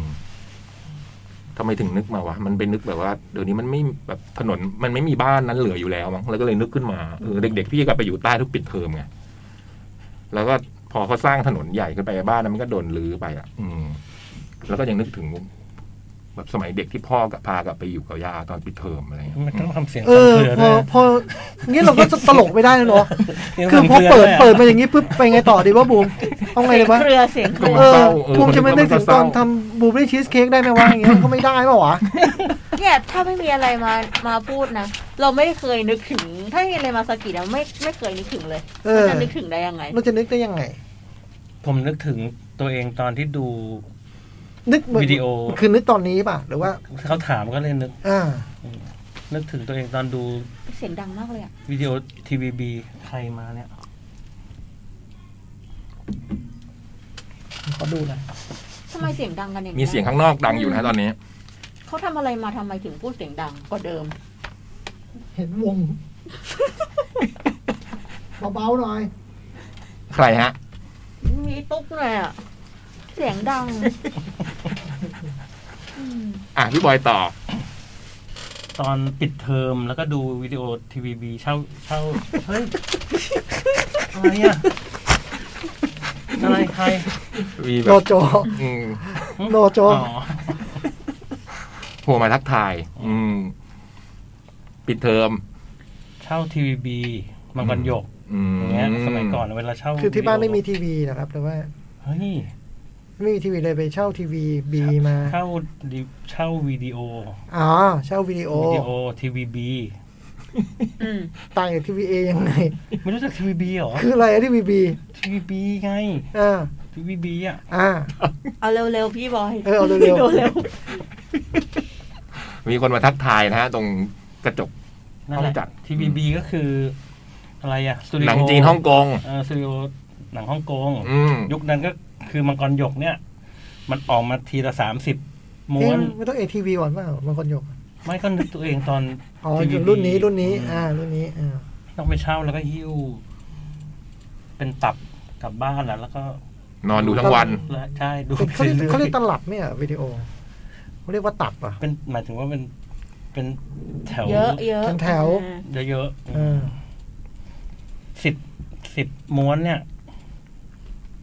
[SPEAKER 2] ทำไมถึงนึกมาวะมันเป็นนึกแบบว่าเดี๋ยวนี้มันไม่แบบถนนมันไม่มีบ้านนั้นเหลืออยู่แล้วมั้งแล้วก็เลยนึกขึ้นมาเออเด็ก ๆ พี่ก็กลับไปอยู่ใต้ทุกปิดเทอมไงแล้วก็พอเขาสร้างถนนใหญ่ขึ้นไปบ้านนั้นมันก็โดนรื้อไปอ่ะ อืม แล้วก็ยังนึกถึง แบบสมัยเด็กที่พ่อกับพากลับไปอยู่กับย่าตอนปิดเทอมอะไรเงี้ย
[SPEAKER 3] มันต้องทำเสียง
[SPEAKER 4] เออ
[SPEAKER 3] สั่น
[SPEAKER 4] พ
[SPEAKER 3] เค
[SPEAKER 4] อ
[SPEAKER 3] รือ
[SPEAKER 4] พอ งี้เราก็จะตลกไม่ได้นะเนาะ
[SPEAKER 3] ด้วย
[SPEAKER 4] คือพอ
[SPEAKER 3] สียงสั่น
[SPEAKER 4] เปิด
[SPEAKER 3] ค
[SPEAKER 4] เปิ
[SPEAKER 3] รือ
[SPEAKER 4] ดมาอย่างงี้ปุ๊บไปไงต่อดีวะบูมเอาไง
[SPEAKER 5] เสี
[SPEAKER 4] ดี
[SPEAKER 5] ยง
[SPEAKER 4] วะ
[SPEAKER 5] เครือเสียงเครือ
[SPEAKER 4] เออบูมจะไม่ได้ถึงตอนทำบูมได้ชีสเค้กได้ไหมวะอย่างเงี้ยก็ไม่ได้ป่าวะ
[SPEAKER 5] เนี่ยถ้าไม่มีอะไรมามาพูดนะ เราไม่เคยนึกถึง ถ้าไม่มีอะไรมาสะกิดเราไม่ไม่เคยนึกถึงเลย
[SPEAKER 4] เออ
[SPEAKER 5] จะนึกถึงได้ยังไง
[SPEAKER 4] เราจะนึกได้ยังไง
[SPEAKER 3] ผมนึกถึงตัวเองตอนที่ดู
[SPEAKER 4] นึกเหมืน
[SPEAKER 3] วิดีโอ
[SPEAKER 4] คือนึกตอนนี้ป่ะ หรือว่า
[SPEAKER 3] เขาถามก็เลยนึก
[SPEAKER 4] อ่า
[SPEAKER 3] นึกถึงตัวเองตอนดู
[SPEAKER 5] เสียงดังมากเลยอะ
[SPEAKER 3] วิดีโอทีวีบีใครมาเนี่ย
[SPEAKER 4] ขอดูหนะ
[SPEAKER 5] ทำไมเสียงดังกันอย่าง
[SPEAKER 2] มี
[SPEAKER 5] นี้
[SPEAKER 2] เสียงข้างนอกดังอยู่นะตอนนี้
[SPEAKER 5] เขาทำอะไรมาทำไมถึงพูดเสียงดังกว่าเดิม
[SPEAKER 4] เห็นวง <laughs> เบาๆหน่อย
[SPEAKER 2] ใครฮะ
[SPEAKER 5] มีตุ๊กเลยอะเสียงดังอืม
[SPEAKER 2] อ่ะพี่บอยต่อ
[SPEAKER 3] ตอนปิดเทอมแล้วก็ดูวิดีโอทีวีบีเช่าเช่าเฮ้ย อะไรอ่ะ อะไรใคร
[SPEAKER 2] มีแบ
[SPEAKER 4] โน
[SPEAKER 2] บ
[SPEAKER 4] โจ
[SPEAKER 2] อืม
[SPEAKER 4] โนโจ
[SPEAKER 3] อ๋อ
[SPEAKER 2] โทรมาทักทาย อืม ปิดเทอม
[SPEAKER 3] เช่าทีวีบีมังกรหยก
[SPEAKER 2] อืม
[SPEAKER 3] อย่างเงี้ยสมัยก่อนเวลาเช่า
[SPEAKER 4] คือที่บ้านไม่มี
[SPEAKER 3] วิดี
[SPEAKER 4] ทีวีนะครับหรือว่า
[SPEAKER 3] โอเฮ้ย
[SPEAKER 4] ไม่มีทีวีเลยไปเช่าทีวีบีมา
[SPEAKER 3] เช่าดิเช่าวิดีโอ
[SPEAKER 4] อ๋อ เช่าวิดีโอ
[SPEAKER 3] วิดีโอทีวีบี
[SPEAKER 5] <laughs> อืม
[SPEAKER 4] ต่างจากทีวีเอยังไง
[SPEAKER 3] ไม่รู้จักทีวีบีหรอ
[SPEAKER 4] คืออะไรทีวีบี
[SPEAKER 3] ทีวีบีไง
[SPEAKER 4] อ่า
[SPEAKER 3] ทีวีบีอ่ะ
[SPEAKER 4] อ่า
[SPEAKER 5] เอาเร็วๆพี่บอย
[SPEAKER 4] เออเอาเร็วๆ
[SPEAKER 5] เร็ว
[SPEAKER 2] มีคนมาทักทายนะฮะ ตรงกระจก
[SPEAKER 3] นั่นแหละ
[SPEAKER 2] ห้องจัด
[SPEAKER 3] ทีวีบีก็คืออะไรอะสตูดิโอ
[SPEAKER 2] หนังจีนฮ่องกง
[SPEAKER 3] เออสตูดิโอหนังฮ่องกง
[SPEAKER 2] อืม
[SPEAKER 3] ยุคนั้นก็คือมังกรหยกเนี่ย มันออกมาทีละสามสิบม้
[SPEAKER 4] เอ๊ะ
[SPEAKER 3] วน
[SPEAKER 4] ไม่ต้อง ATV ก่อนเปล่าบางคนโยก
[SPEAKER 3] ไม่ก็นึกตัวเองตอน
[SPEAKER 4] อ๋อ
[SPEAKER 3] TVB
[SPEAKER 4] รุ่นนี้รุ่นนี้ อ่า รุ่นนี้อ่า
[SPEAKER 3] ต้องไปเช่าแล้วก็หิ้ว เป็นตับกลับบ้านแล้วแล้วก็
[SPEAKER 2] นอนดูทั้งวัน
[SPEAKER 3] และใช่ดู
[SPEAKER 4] เป็นเขา
[SPEAKER 3] ไป
[SPEAKER 4] เรียก
[SPEAKER 3] รื่อ
[SPEAKER 4] เขาเรียกตลับไหมอ่ะวิดีโอเขาเรียกว่าตับอ่ะ
[SPEAKER 3] เป็นหมายถึงว่าเป็นเป็นแถว
[SPEAKER 5] เยอะเยอะ
[SPEAKER 4] เป็นแถว
[SPEAKER 5] อ่า
[SPEAKER 3] เยอะ
[SPEAKER 4] อ่า
[SPEAKER 3] ๆสิบสิบม้วนเนี่ย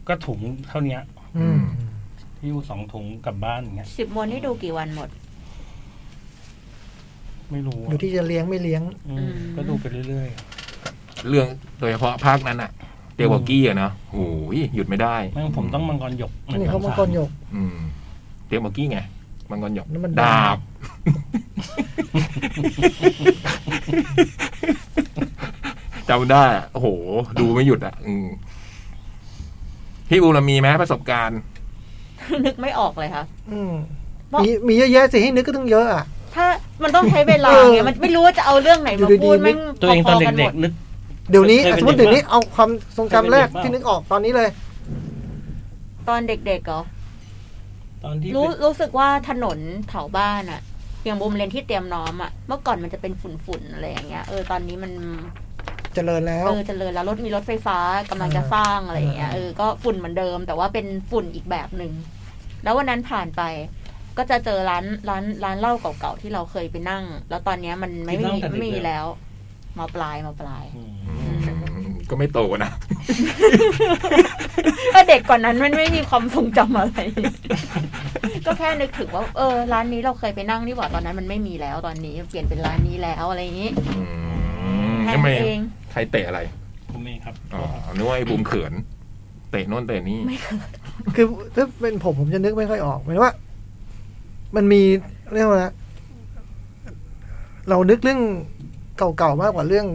[SPEAKER 3] ก็ถุงเท่าเนี้ย
[SPEAKER 4] อืม
[SPEAKER 3] หิ้วสองถุงกลับบ้านอย่างเงี้ย
[SPEAKER 5] สิบมวนนี่ดูกี่วันหมด <laughs>
[SPEAKER 3] ไม่รู้อะ
[SPEAKER 4] อยู่ที่จะเลี้ยงไม่เลี้ยง
[SPEAKER 3] อืมก็ดูไปเรื่อย
[SPEAKER 2] เรื่องโดยเฉพาะภาคนั้นอะเตียวกี้อะเนาะโอ้ยหยุดไม่ได้
[SPEAKER 3] ๆแม่งผมต้องมังกรหยกห
[SPEAKER 4] นี่
[SPEAKER 3] ง
[SPEAKER 4] เขา
[SPEAKER 3] ส
[SPEAKER 4] มัง
[SPEAKER 3] ม
[SPEAKER 4] กรหยก
[SPEAKER 2] อืมเตียวกี้ไงมังกรหยก
[SPEAKER 4] แล้วมัน
[SPEAKER 2] ดาบ จำได้อะโอ้โห ดูไม่หยุดอ่ะ อืมพี่บูรมีไหมประสบการณ์
[SPEAKER 5] นึกไม่ออกเลยค่ะ
[SPEAKER 4] อืม
[SPEAKER 5] เพราะ
[SPEAKER 4] มีมีเยอะแยะสิให้นึกก็ต้องเยอะอ่ะ
[SPEAKER 5] ถ้ามันต้องใช้เวลา
[SPEAKER 4] เออ
[SPEAKER 5] ไงมันไม่รู้ว่าจะเอาเรื่องไหนมา
[SPEAKER 4] อยู่ดีๆ
[SPEAKER 5] พูด
[SPEAKER 4] ไม่
[SPEAKER 5] แม่ง
[SPEAKER 3] ตัวเองตอนเด็ก
[SPEAKER 5] พๆหม
[SPEAKER 3] ๆนึก
[SPEAKER 4] เดี๋ยวนี้
[SPEAKER 3] เคยเป็น
[SPEAKER 4] สมมติเดี๋ยวนี้
[SPEAKER 3] เด็กปะ
[SPEAKER 4] เอาความทรงจำแรก
[SPEAKER 3] เคยเป็นเด็กปะ
[SPEAKER 4] ที่นึกออกตอนนี้เลย
[SPEAKER 5] ตอนเด็กๆเหรอ
[SPEAKER 3] ตอนที่
[SPEAKER 5] รู้รู้สึกว่าถนนแถวบ้านอะอย่างบุมเลนที่เตรียมน้อมอะเมื่อก่อนมันจะเป็นฝุ่นๆอะไรอย่างเงี้ยเออตอนนี้มัน
[SPEAKER 4] เจริญแล้ว
[SPEAKER 5] เออเจริญแล้วรถมีรถไฟฟ้ากำลังจะสร้างอะไรอย่างเงี้ยเออก็ฝุ่นเหมือนเดิม แต่ว่าเป็นฝุ่นอีกแบบหนึ่งแล้ววันนั้นผ่านไป ก็จะเจอร้านร้านร้านเหล้าเก่าๆที่เราเคยไปนั่ง แล้วตอนเนี้ยมันไม่มีไม่มีแล้วมาปลายมาปลาย
[SPEAKER 3] อืม
[SPEAKER 2] ก็ไม่โตนะ
[SPEAKER 5] ถ้าเด็กกว่านั้นมันไม่มีความทรงจำอะไร ก็แค่นึกถึงว่า เออ ร้านนี้เราเคยไปนั่งนี่หว่าตอนนั้นมันไม่มีแล้วตอนนี้ เปลี่ยนเป็นร้านนี้แล้วอะไรอย่างนี้
[SPEAKER 2] อืม
[SPEAKER 5] แค่
[SPEAKER 2] ทำไม
[SPEAKER 5] นั้นเอง
[SPEAKER 2] ใครเตะอะไร
[SPEAKER 3] ผมเองครับ
[SPEAKER 2] อ๋อนึกว่าไอ้บูมเขิน เตะโน่นเตะนี่
[SPEAKER 4] คือถ้าเป็นผมผมจะนึกไม่ค่อยออกหมายถึงว่า มันมีเรียกว่าอะไรเรานึกเรื่องเก่าๆมากกว่าเรื่อง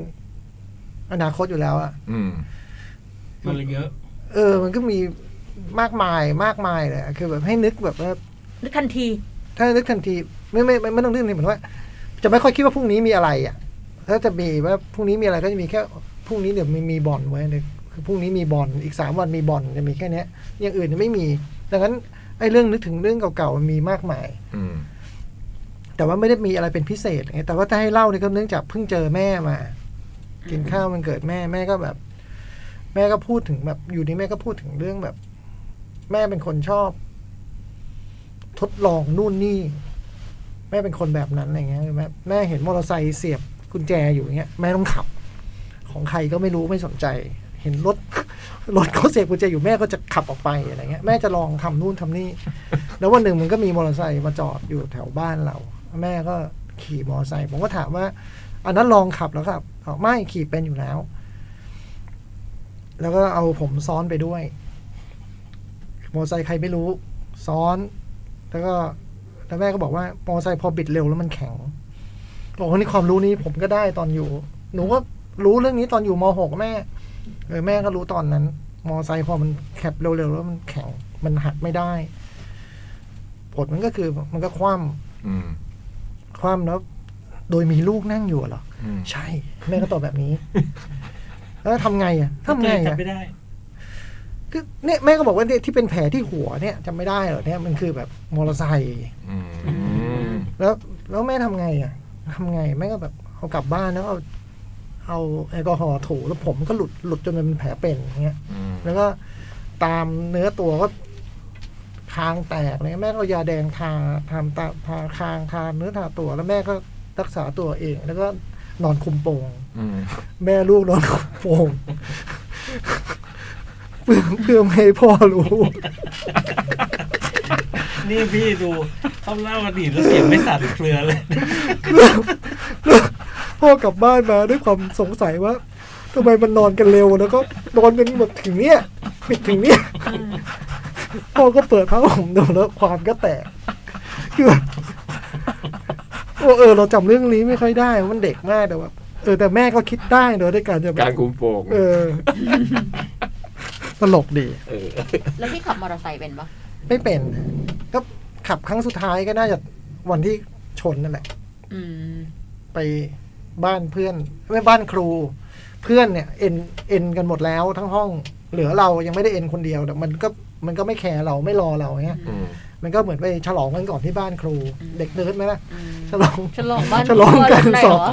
[SPEAKER 4] อนาคตอยู่แล้วอะ
[SPEAKER 2] อืม
[SPEAKER 3] มันเลยเยอะ
[SPEAKER 4] เออ มันก็มีมากมายมากมายเลยอะคือแบบให้นึกแบบว่า
[SPEAKER 5] นึกทันที
[SPEAKER 4] ถ้านึกทันทีไม่ไม่ไม่ไม่ต้องนึกทันทีเหมือนว่า จะไม่ค่อยคิดว่าพรุ่งนี้มีอะไรอ่ะถ้าจะมีว่าพรุ่งนี้มีอะไรก็จะมีแค่พรุ่งนี้เดี๋ยวมีมีบอลไว้เดี๋ยวคือพรุ่งนี้มีบอลอีกสามวันมีบอลจะมีแค่เนี้ยอย่างอื่นยังไม่มี ดังนั้นไอ้เรื่องนึกถึงเรื่องเก่าๆมันมีมากมาย
[SPEAKER 2] อืม
[SPEAKER 4] แต่ว่าไม่ได้มีอะไรเป็นพิเศษไงแต่ว่าถ้าให้เล่าเนี่ยก็เนื่องจากเพิ่งเจอแม่มา กินข้าวมันเกิดแม่แม่ก็แบบ แม่ก็พูดถึงแบบ อยู่นี่แม่ก็พูดถึงเรื่องแบบ แม่เป็นคนชอบ ทดลองนู่นนี่ แม่เป็นคนแบบนั้นอะไรเงี้ยแม่แม่เห็นมอเตอร์ไซค์เสียบกุญแจอยู่อย่างเงี้ยแม่ต้องขับ ของใครก็ไม่รู้ไม่สนใจ เห็นรถ <laughs> รถเขาเสียบกุญแจอยู่แม่ก็จะขับออกไปอะไรเงี้ยแม่จะลองทำนู่นทำนี่ แล้ววันหนึ่งมันก็มีมอเตอร์ไซค์มาจอดอยู่แถวบ้านเรา แม่ก็ขี่มอเตอร์ไซค์ผมก็ถามว่า อันนั้นลองขับแล้วครับอ๋อไม่ขี่เป็นอยู่แล้ว แล้วก็เอาผมซ้อนไปด้วย มอเตอร์ไซค์ใครไม่รู้ ซ้อน แล้วก็แล้วแม่ก็บอกว่ามอเตอร์ไซค์พอบิดเร็วแล้วมันแข็งบอกว่านี่ความรู้นี้ผมก็ได้ตอนอยู่ หนูก็รู้เรื่องนี้ตอนอยู่มหกแม่เออแม่ก็รู้ตอนนั้น มอเตอร์ไซค์พอมันแคบเร็วๆแล้วมันแข็งมันหักไม่ได้ ผลมันก็คือมันก็คว่
[SPEAKER 2] อืม
[SPEAKER 4] ำคว่ำแล้ว โดยมีลูกนั่งอยู่เหรอ
[SPEAKER 2] อืม
[SPEAKER 4] ใช่ แม่ก็ตอบแบบนี้ แล้วทำไงอ่ะทำไง
[SPEAKER 3] จั
[SPEAKER 4] อ่ะ
[SPEAKER 3] บไม่ได้
[SPEAKER 4] คือเนี่ยแม่ก็บอกว่าเนี่ยที่เป็นแผลที่หัวเนี่ยจำไม่ได้เหรอเนี่ยมันคือแบบมอเตอร์ไซค์
[SPEAKER 2] อืม
[SPEAKER 4] แล้วแล้วแม่ทำไงอ่ะทำไงแม่ก็แบบเอากลับบ้านแล้วเอาเอาแอลกอฮอล์ถูแล้วผมก็หลุดหลุดจนมันเป็นแผลเป็นอย่างเงี้ย
[SPEAKER 2] อืม
[SPEAKER 4] แล้วก็ตามเนื้อตัวก็คางแตกเลยแม่ก็เอายาแดงทาทำตาทาคางทาเนื้อทาตัว แล้วแม่ก็รักษาตัวเอง แล้วก็นอนคุมโปง
[SPEAKER 2] อืม
[SPEAKER 4] แม่ลูกนอนคุมโปง <laughs> เพื่อเพื่อไม่ให้พ่อรู้
[SPEAKER 3] นี่พี่ดูเขาเล่าอดีตแล้วเสียงไม่สั่นเครือเลย
[SPEAKER 4] <laughs> พ่อกลับบ้านมาด้วยความสงสัยว่าทำไมมันนอนกันเร็วแล้วก็นอนกันแบบถึงเนี้ยปิดถึงเนี้ยพ่อก็เปิดผ้าห่มดูแล้วความก็แตก <laughs> คือแบบโอ้เออ เราจำเรื่องนี้ไม่ค่อยได้มันเด็กมากแต่ว่าเออแต่แม่ก็คิดได้เนอะด้วยการจะแบ
[SPEAKER 2] กา
[SPEAKER 4] บ
[SPEAKER 2] รคุมโปง
[SPEAKER 4] เออ <laughs> ตลกดี
[SPEAKER 2] เออ
[SPEAKER 5] แล้วที่ขับมอเตอร์ไซค์เป็นปะ
[SPEAKER 4] ไม่เป็นก็ขับครั้งสุดท้ายก็น่าจะวันที่ชนนั่นแหละ
[SPEAKER 5] อืม
[SPEAKER 4] ไปบ้านเพื่อนไม่บ้านครู เพื่อนเนี่ยเอ็นเอ็นกันหมดแล้วทั้งห้อง เหลือเรายังไม่ได้เอ็นคนเดียวแต่มันก็ มันก็ไม่แคร์เราไม่รอเราเงี้ย
[SPEAKER 2] อืม
[SPEAKER 4] มันก็เหมือนไปฉลองกันก่อนที่บ้านครู เด็กเนิร์ดไหมล่ะฉลอง
[SPEAKER 5] ฉลองบ้าน
[SPEAKER 4] ฉลองการ
[SPEAKER 5] ไหน
[SPEAKER 4] สอบ
[SPEAKER 5] เหรอ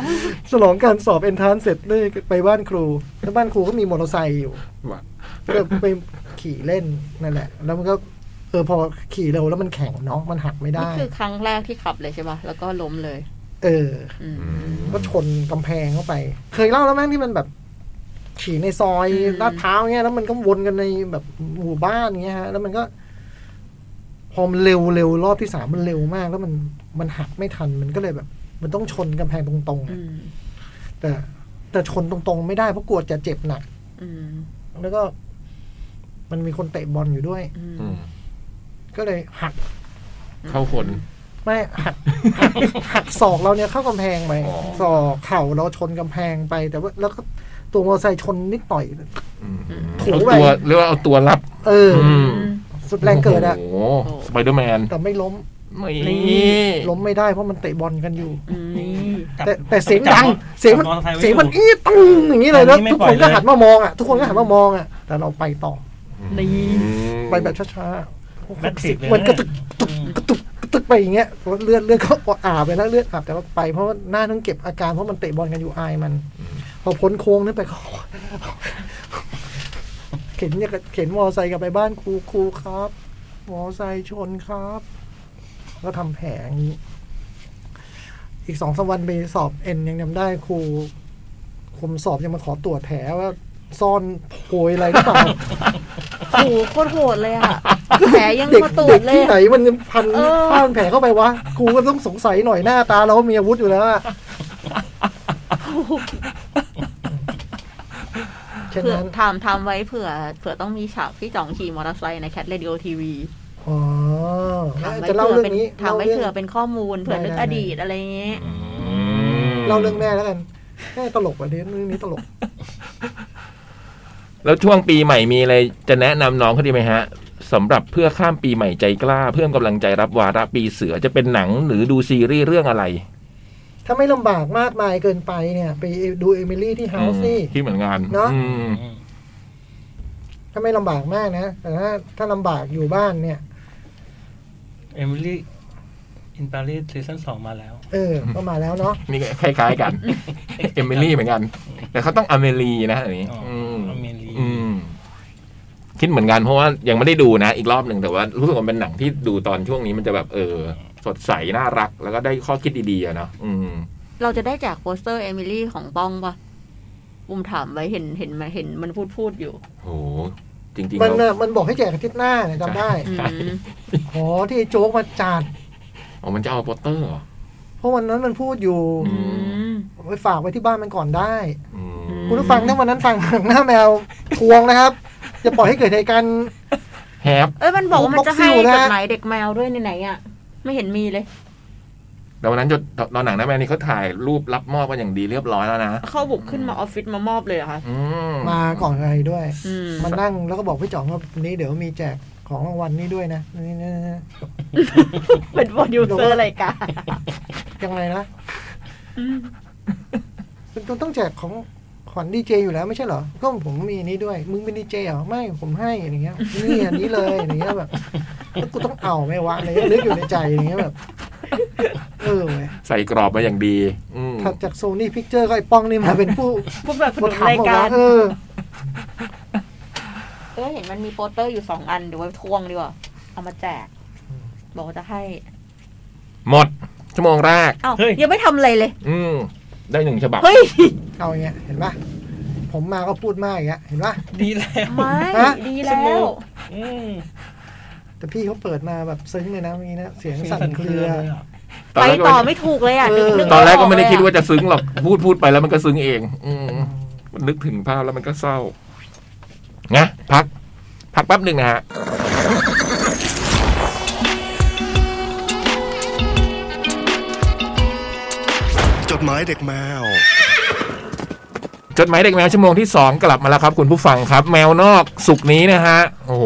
[SPEAKER 4] ฉลองการสอบเอนทรานเสร็จได้ไปบ้านครู แล้วบ้านครูก็มีมอเตอร์ไซค์อยู่
[SPEAKER 2] ว่ะ
[SPEAKER 4] ก็ไปขี่เล่นนั่นแหละ แล้วมันก็เออพอขี่เร็วแล้วมันแข็งเน้องมันหักไม่
[SPEAKER 5] นี่
[SPEAKER 4] ได้
[SPEAKER 5] คือครั้งแรกที่ขับเลยใช่ป่ะแล้วก็ล้มเลย
[SPEAKER 4] เออ
[SPEAKER 5] อืม
[SPEAKER 2] อืม
[SPEAKER 4] ก็ชนกำแพงเข้าไป เคยเล่าแล้วมั้งที่มันแบบ ขี่ในซอย
[SPEAKER 5] อืม
[SPEAKER 4] ลาดพร้าวเงี้ยแล้วมันก็วนกันในแบบหมู่บ้านเงี้ยฮะ แล้วมันก็ พอมันเร็วเร็วรอบที่สามมันเร็วมาก แล้วมันมันหักไม่ทันมันก็เลยแบบ มันต้องชนกำแพงตรงๆอะ
[SPEAKER 5] อืม
[SPEAKER 4] แต่แต่ชนตรงๆ ไม่ได้เพราะกลัวจะเจ็บหนัก
[SPEAKER 5] อืม
[SPEAKER 4] แล้วก็ มันมีคนเตะบอลอยู่ด้วย
[SPEAKER 5] อืม
[SPEAKER 2] อืม
[SPEAKER 4] ก็เลยหัก
[SPEAKER 2] เข้าคน
[SPEAKER 4] ไม่หักหักหักศอกเราเนี่ยเข้ากำแพงไป
[SPEAKER 2] อ๋อ
[SPEAKER 4] ศอกเข่าเราชนกำแพงไป แต่ว่าแล้วก็ตัวมอเตอร์ไซค์ชนนิดหน่อย
[SPEAKER 2] อืม
[SPEAKER 4] โถ
[SPEAKER 2] เอา
[SPEAKER 4] ไป
[SPEAKER 2] ตัวเรียกว่าเอาตัวรับ
[SPEAKER 4] เอออ
[SPEAKER 2] อืม
[SPEAKER 4] สุดแรงเกิดอะ
[SPEAKER 2] โอ้โหสไปเดอร์แมน
[SPEAKER 4] แต่ไม่ล้ม
[SPEAKER 2] ไม่
[SPEAKER 4] ล้มไม่ได้เพราะมันเตะบอลกันอยู่
[SPEAKER 5] อืมนี่
[SPEAKER 3] จับ
[SPEAKER 4] แต่แต่เสียงดัง
[SPEAKER 3] จับ
[SPEAKER 4] เสียงมัน
[SPEAKER 3] จับมอตอร์ไซค์ไว้
[SPEAKER 4] เสียงมัน
[SPEAKER 3] อยู่
[SPEAKER 4] อี้ตึ้งอย่างนี้เลยแล้ว
[SPEAKER 3] อันนี้ไม่
[SPEAKER 4] ทุก
[SPEAKER 3] ปล่
[SPEAKER 4] ค
[SPEAKER 3] อย
[SPEAKER 4] นก็
[SPEAKER 3] เลย
[SPEAKER 4] หันมามองอ่ะทุกคนก็หันมามองอ่ะ แต่เราไปต่อ
[SPEAKER 5] นี่
[SPEAKER 4] อไปแบบช้าๆ
[SPEAKER 3] แมทริกซ์เลย
[SPEAKER 4] มันกระตุก
[SPEAKER 3] ตุก
[SPEAKER 4] กระตุกกระตุกไปอย่างเงี้ยเลือดเลือดก็อาบไปแล้วเลือดอาบแต่ว่าไปเพราะว่าหน้าต้องเก็บอาการเพราะมันเตะบอลกันอยู่อายมัน พอพ้นโค้งนั้นไปก็ <laughs> เข็นเนี่ยก็เข็นมอไซค์กลับไปบ้านครูครูครับ มอไซค์ชนครับ ก็ทำแผลอย่างนี้ อีกสองสามวันไปสอบเอ็นยังจำได้ครูคุมสอบยังมาขอตรวจแผลว่าซ่อนโพยอะไรหรือเปล่า
[SPEAKER 5] โอ้โหโคตรโหดเลยอ่ะแผลยัง
[SPEAKER 4] เด็ก
[SPEAKER 5] มาตู
[SPEAKER 4] เด็
[SPEAKER 5] ด
[SPEAKER 4] ก
[SPEAKER 5] เลย
[SPEAKER 4] ที่ไหนมันยังพัน
[SPEAKER 5] เออ
[SPEAKER 4] พันแผลเข้าไปวะครูก็ต้องสงสัยหน่อยหน้าตาเรามีอาวุธอยู่แล้วอะเช่น
[SPEAKER 5] เผื่อ
[SPEAKER 4] นั้น
[SPEAKER 5] ทำทำไว้เผื่อ เผื่อต้องมีฉากพี่จ่องขี่มอเตอร์ไซค์ในแคทเรดิโอทีวี
[SPEAKER 4] อ๋อ
[SPEAKER 5] ทำไว้
[SPEAKER 4] จะเล่า
[SPEAKER 5] เผื่อ
[SPEAKER 4] เรื่อ
[SPEAKER 5] เป็น
[SPEAKER 4] งนี้
[SPEAKER 5] ทำไว้
[SPEAKER 4] เล่า
[SPEAKER 5] เผื่
[SPEAKER 4] เรื่
[SPEAKER 5] อ
[SPEAKER 4] อง
[SPEAKER 5] เป็นข้อมูลเผื่อนึก
[SPEAKER 4] ได้
[SPEAKER 5] อ
[SPEAKER 4] ได้
[SPEAKER 5] ดีตอะไรอย่างเงี้ย
[SPEAKER 4] เล่าเรื่องแม่แล้วกันแม่ตลกกว่านี้เรื่องนี้ตลก
[SPEAKER 2] แล้วช่วงปีใหม่มีอะไรจะแนะนำน้องเขาดีไหมฮะสำหรับเพื่อข้ามปีใหม่ใจกล้า เพิ่มกำลังใจรับวาระปีเสือจะเป็นหนังหรือดูซีรีส์เรื่องอะไร
[SPEAKER 4] ถ้าไม่ลำบากมากมายเกินไปเนี่ย ไปดูเอมิลี่ที่เฮาส์สิ
[SPEAKER 2] อืมที่เหมือนงาน
[SPEAKER 4] เนอะ
[SPEAKER 2] อืม
[SPEAKER 4] ถ้าไม่ลำบากมากนะ แต่ถ้าถ้าลำบากอยู่บ้านเนี่ย
[SPEAKER 3] เอมิลี่อินปารีสซีซั่นสองมาแล้ว
[SPEAKER 4] เออ ก็มาแล้วเนาะ
[SPEAKER 2] นี่ก็คล้าย ๆ กัน <laughs> เอมิลี่เหมือนกัน แต่เขาต้องอเมรีนะอันนี้
[SPEAKER 3] อ๋ออื
[SPEAKER 2] อืม
[SPEAKER 3] อเมรี
[SPEAKER 2] อืมคิดเหมือนกันเพราะว่ายังไม่ได้ดูนะ อีกรอบหนึ่งแต่ว่ารู้สึกว่าเป็นหนังที่ดูตอนช่วงนี้มันจะแบบเออ สดใสน่ารัก แล้วก็ได้ข้อคิดดีๆอะเนาะอืม
[SPEAKER 5] เราจะได้แจกโปสเตอร์เอมิลี่ของป้องปะบุมถามไว้เห็นเห็นมาเห็นมันพูดพูดอยู่
[SPEAKER 2] โอ้โหจริงๆ
[SPEAKER 4] มัน
[SPEAKER 2] แล้
[SPEAKER 4] น่ะ
[SPEAKER 2] ว
[SPEAKER 4] มันบอกให้แจกอาทิตย์หน้าเนี่ยจำได้
[SPEAKER 5] อืม
[SPEAKER 4] อ๋อที่ไอ้โจ๊กมาจัด
[SPEAKER 2] อ๋อมันจะเอาโปสเตอร์เหรอ
[SPEAKER 4] เพราะวันนั้นมันพูดอยู่
[SPEAKER 2] อื
[SPEAKER 5] อืม
[SPEAKER 4] ไปฝากไว้ที่บ้านมันก่อนได้
[SPEAKER 2] อืม
[SPEAKER 5] อืม
[SPEAKER 4] คุณผู้ฟังถ้าวันนั้นฟังหน้าแมว <laughs> ทวงนะครับอย่าปล่อยให้เกิดเหตุการณ์
[SPEAKER 2] แฮป
[SPEAKER 5] เอ้ยมันบอกว่ามันจะให้
[SPEAKER 4] บล็อกซิลนะ
[SPEAKER 5] จดหมายเด็กแมวด้วยในไหนอ่ะ ไม่เห็นมีเลย
[SPEAKER 2] แต่วันนั้นจดตอนหนังนะแม่นี่เขาถ่ายรูปรับมอบกันอย่างดีเรียบร้อยแล้วนะ
[SPEAKER 5] เข้าบุกขึ้นมาออฟฟิศมามอบเลยเหรอคะ
[SPEAKER 2] อื
[SPEAKER 4] มาก่อนอะไรด้วย
[SPEAKER 5] อืม
[SPEAKER 4] มันนั่งแล้วก็บอกพี่จ๋องว่าวันนี้เดี๋ยวมีแจกของรางวัลนี้ด้วยนะนี่นะนะ
[SPEAKER 5] เป็นโปรดิวเซอร์รายการ
[SPEAKER 4] ยังไงนะ
[SPEAKER 5] อืม
[SPEAKER 4] มันต้องแจกของขวัญดีเจอยู่แล้วไม่ใช่เหรอ ก็ผมมีอันนี้ด้วย มึงเป็นดีเจเหรอไม่ผมให้อะไรเงี้ยนี่อันนี้เลยอะไรเงี้ยแบบแล้วกูต้องเอาไหมวะอะไรเงี้ยนึกอยู่ในใจอะไรเงี้ยแบบ เออเว้ย
[SPEAKER 2] ใส่กรอบมาอย่างดี อืม
[SPEAKER 4] ถัดจากโซนี่พิกเจอร์ก็ไอ้ป้องนี่มาเป็นผู้
[SPEAKER 5] ผู้แบบส
[SPEAKER 4] มา
[SPEAKER 5] นุน
[SPEAKER 4] ถาม
[SPEAKER 5] ราย
[SPEAKER 4] บอก
[SPEAKER 5] การ
[SPEAKER 4] ว่าเออ
[SPEAKER 5] เออเห็นมันมีโปสเตอร์อยู่สองอันเดี๋ยวไว้ทวงดีกว่า เอามาแจก บอกว่าจะให้
[SPEAKER 2] หมด ชั่วโมงแรก
[SPEAKER 5] อ้าว
[SPEAKER 3] เฮ้ย
[SPEAKER 5] ยังไม่ทำอะไรเลย
[SPEAKER 2] อืมได้หนึ่งฉบับ
[SPEAKER 5] เฮ้ย
[SPEAKER 4] เอาอย่างเงี้ยเห็นปะผมมาก็พูดมากอย่างเงี้ยเห็นปะ
[SPEAKER 3] ดีแล้ว
[SPEAKER 5] ไม่
[SPEAKER 4] ฮะ
[SPEAKER 5] ดี
[SPEAKER 3] ส
[SPEAKER 5] แล้
[SPEAKER 3] นุ
[SPEAKER 5] ว
[SPEAKER 3] กอืม
[SPEAKER 4] แต่พี่เขาเปิดมาแบบซึ้งเลยนะเมื่อกี้นะเสียงสั่นเครื
[SPEAKER 3] ล
[SPEAKER 4] อ
[SPEAKER 3] ยะ
[SPEAKER 2] ต
[SPEAKER 5] ไป
[SPEAKER 2] อนแรก
[SPEAKER 5] ต่อ
[SPEAKER 2] ก็
[SPEAKER 5] ไม่ถูกเลยอ่ะ
[SPEAKER 4] เออ
[SPEAKER 5] นึ
[SPEAKER 2] ตอนแรกก็ไม่ได้
[SPEAKER 5] ออ
[SPEAKER 2] คิดว่า
[SPEAKER 5] เลยอะ
[SPEAKER 2] จะซึ้งหรอกพูดพูดไปแล้วมันก็ซึ้งเอง อืมมันนึกถึงภาพแล้วมันก็เศร้านะพัก พักแป๊บหนึ่งนะฮะ
[SPEAKER 6] จดหมายเด็กแมว
[SPEAKER 2] จดหมายเด็กแมวชั่วโมงที่ 2 กลับมาแล้วครับ คุณผู้ฟังครับ แมวนอกสุกร์นี้นะฮะ โอ้โห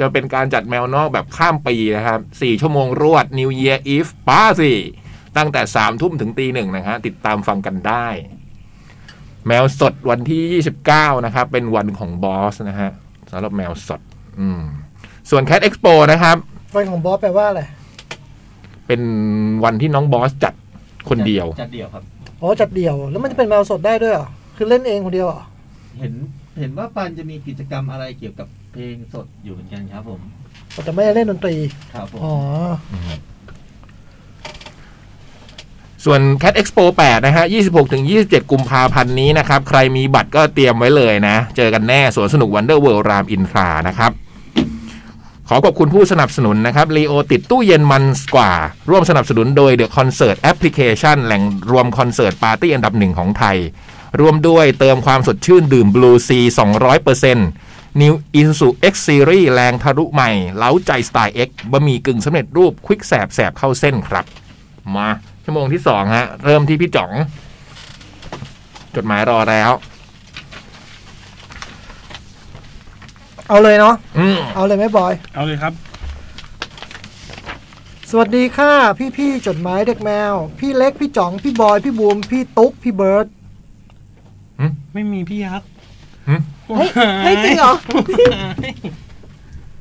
[SPEAKER 2] จะเป็นการจัดแมวนอกแบบข้ามปีนะครับ 4 ชั่วโมงรวด New Year Eve ป้าสิตั้งแต่ 3 ทุ่มถึงตีหนึ่งนะฮะ ติดตามฟังกันได้ แมวสดวันที่ 29 นะครับ เป็นวันของบอสนะฮะสำหรับแมวสด อืม ส่วน Cat Expo นะครับ
[SPEAKER 4] วันของบอสแปลว่าอะไร
[SPEAKER 2] เป็นวันที่น้องบอสจัดคนเดียว
[SPEAKER 1] <laughs> จัดเดียวครับ
[SPEAKER 4] อ๋อจัดเดี่ยวแล้วมันจะเป็นแมวสดได้ด้วยเหรอคือเล่นเองคนเดียวเหรอ
[SPEAKER 1] เห็นเห็นว่าปานจะมีกิจกรรมอะไรเกี่ยวกับเพลงสดอยู่เหมือนกันครับผม
[SPEAKER 4] แต่ไม่ได้เล่นดนตรี
[SPEAKER 1] ครับผม
[SPEAKER 4] อ๋อ
[SPEAKER 2] ส่วน Cat Expo 8 นะฮะ 26-27 กุมภาพันธ์นี้นะครับ ใครมีบัตรก็เตรียมไว้เลยนะ เจอกันแน่สวนสนุกวันเดอร์เวิลด์รามอินทรานะครับ ขอขอบคุณผู้สนับสนุนนะครับลีโอติดตู้เย็นมันกว่า ร่วมสนับสนุนโดย The Concert Application แหล่งรวมคอนเสิร์ตปาร์ตี้อันดับหนึ่งของไทย ร่วมด้วยเติมความสดชื่นดื่ม Blue C 200% New i n s u X Series แรงทะลุใหม่ เล้าใจสไตล์ X บะหมี่กึ่งสำเร็จรูปควิกแสบแสบเข้าเส้นครับ มา ชั่วโมงที่สองฮะ เริ่มที่พี่จ๋อง จดหมายรอแล้ว
[SPEAKER 4] เอาเลยเนาะ
[SPEAKER 2] อืม
[SPEAKER 4] เอาเลยไหมบอย
[SPEAKER 3] เอาเลยครับ
[SPEAKER 4] สวัสดีค่ะ พี่พี่ๆจดหมายเด็กแมว พี่เล็กพี่จ๋องพี่บอยพี่บูมพี่ตุ๊กพี่เบิร์ต
[SPEAKER 3] ไม่มีพี่ยักษ์
[SPEAKER 2] หึ
[SPEAKER 5] เฮ้ยเฮ้ยจริงเหรอ
[SPEAKER 3] โ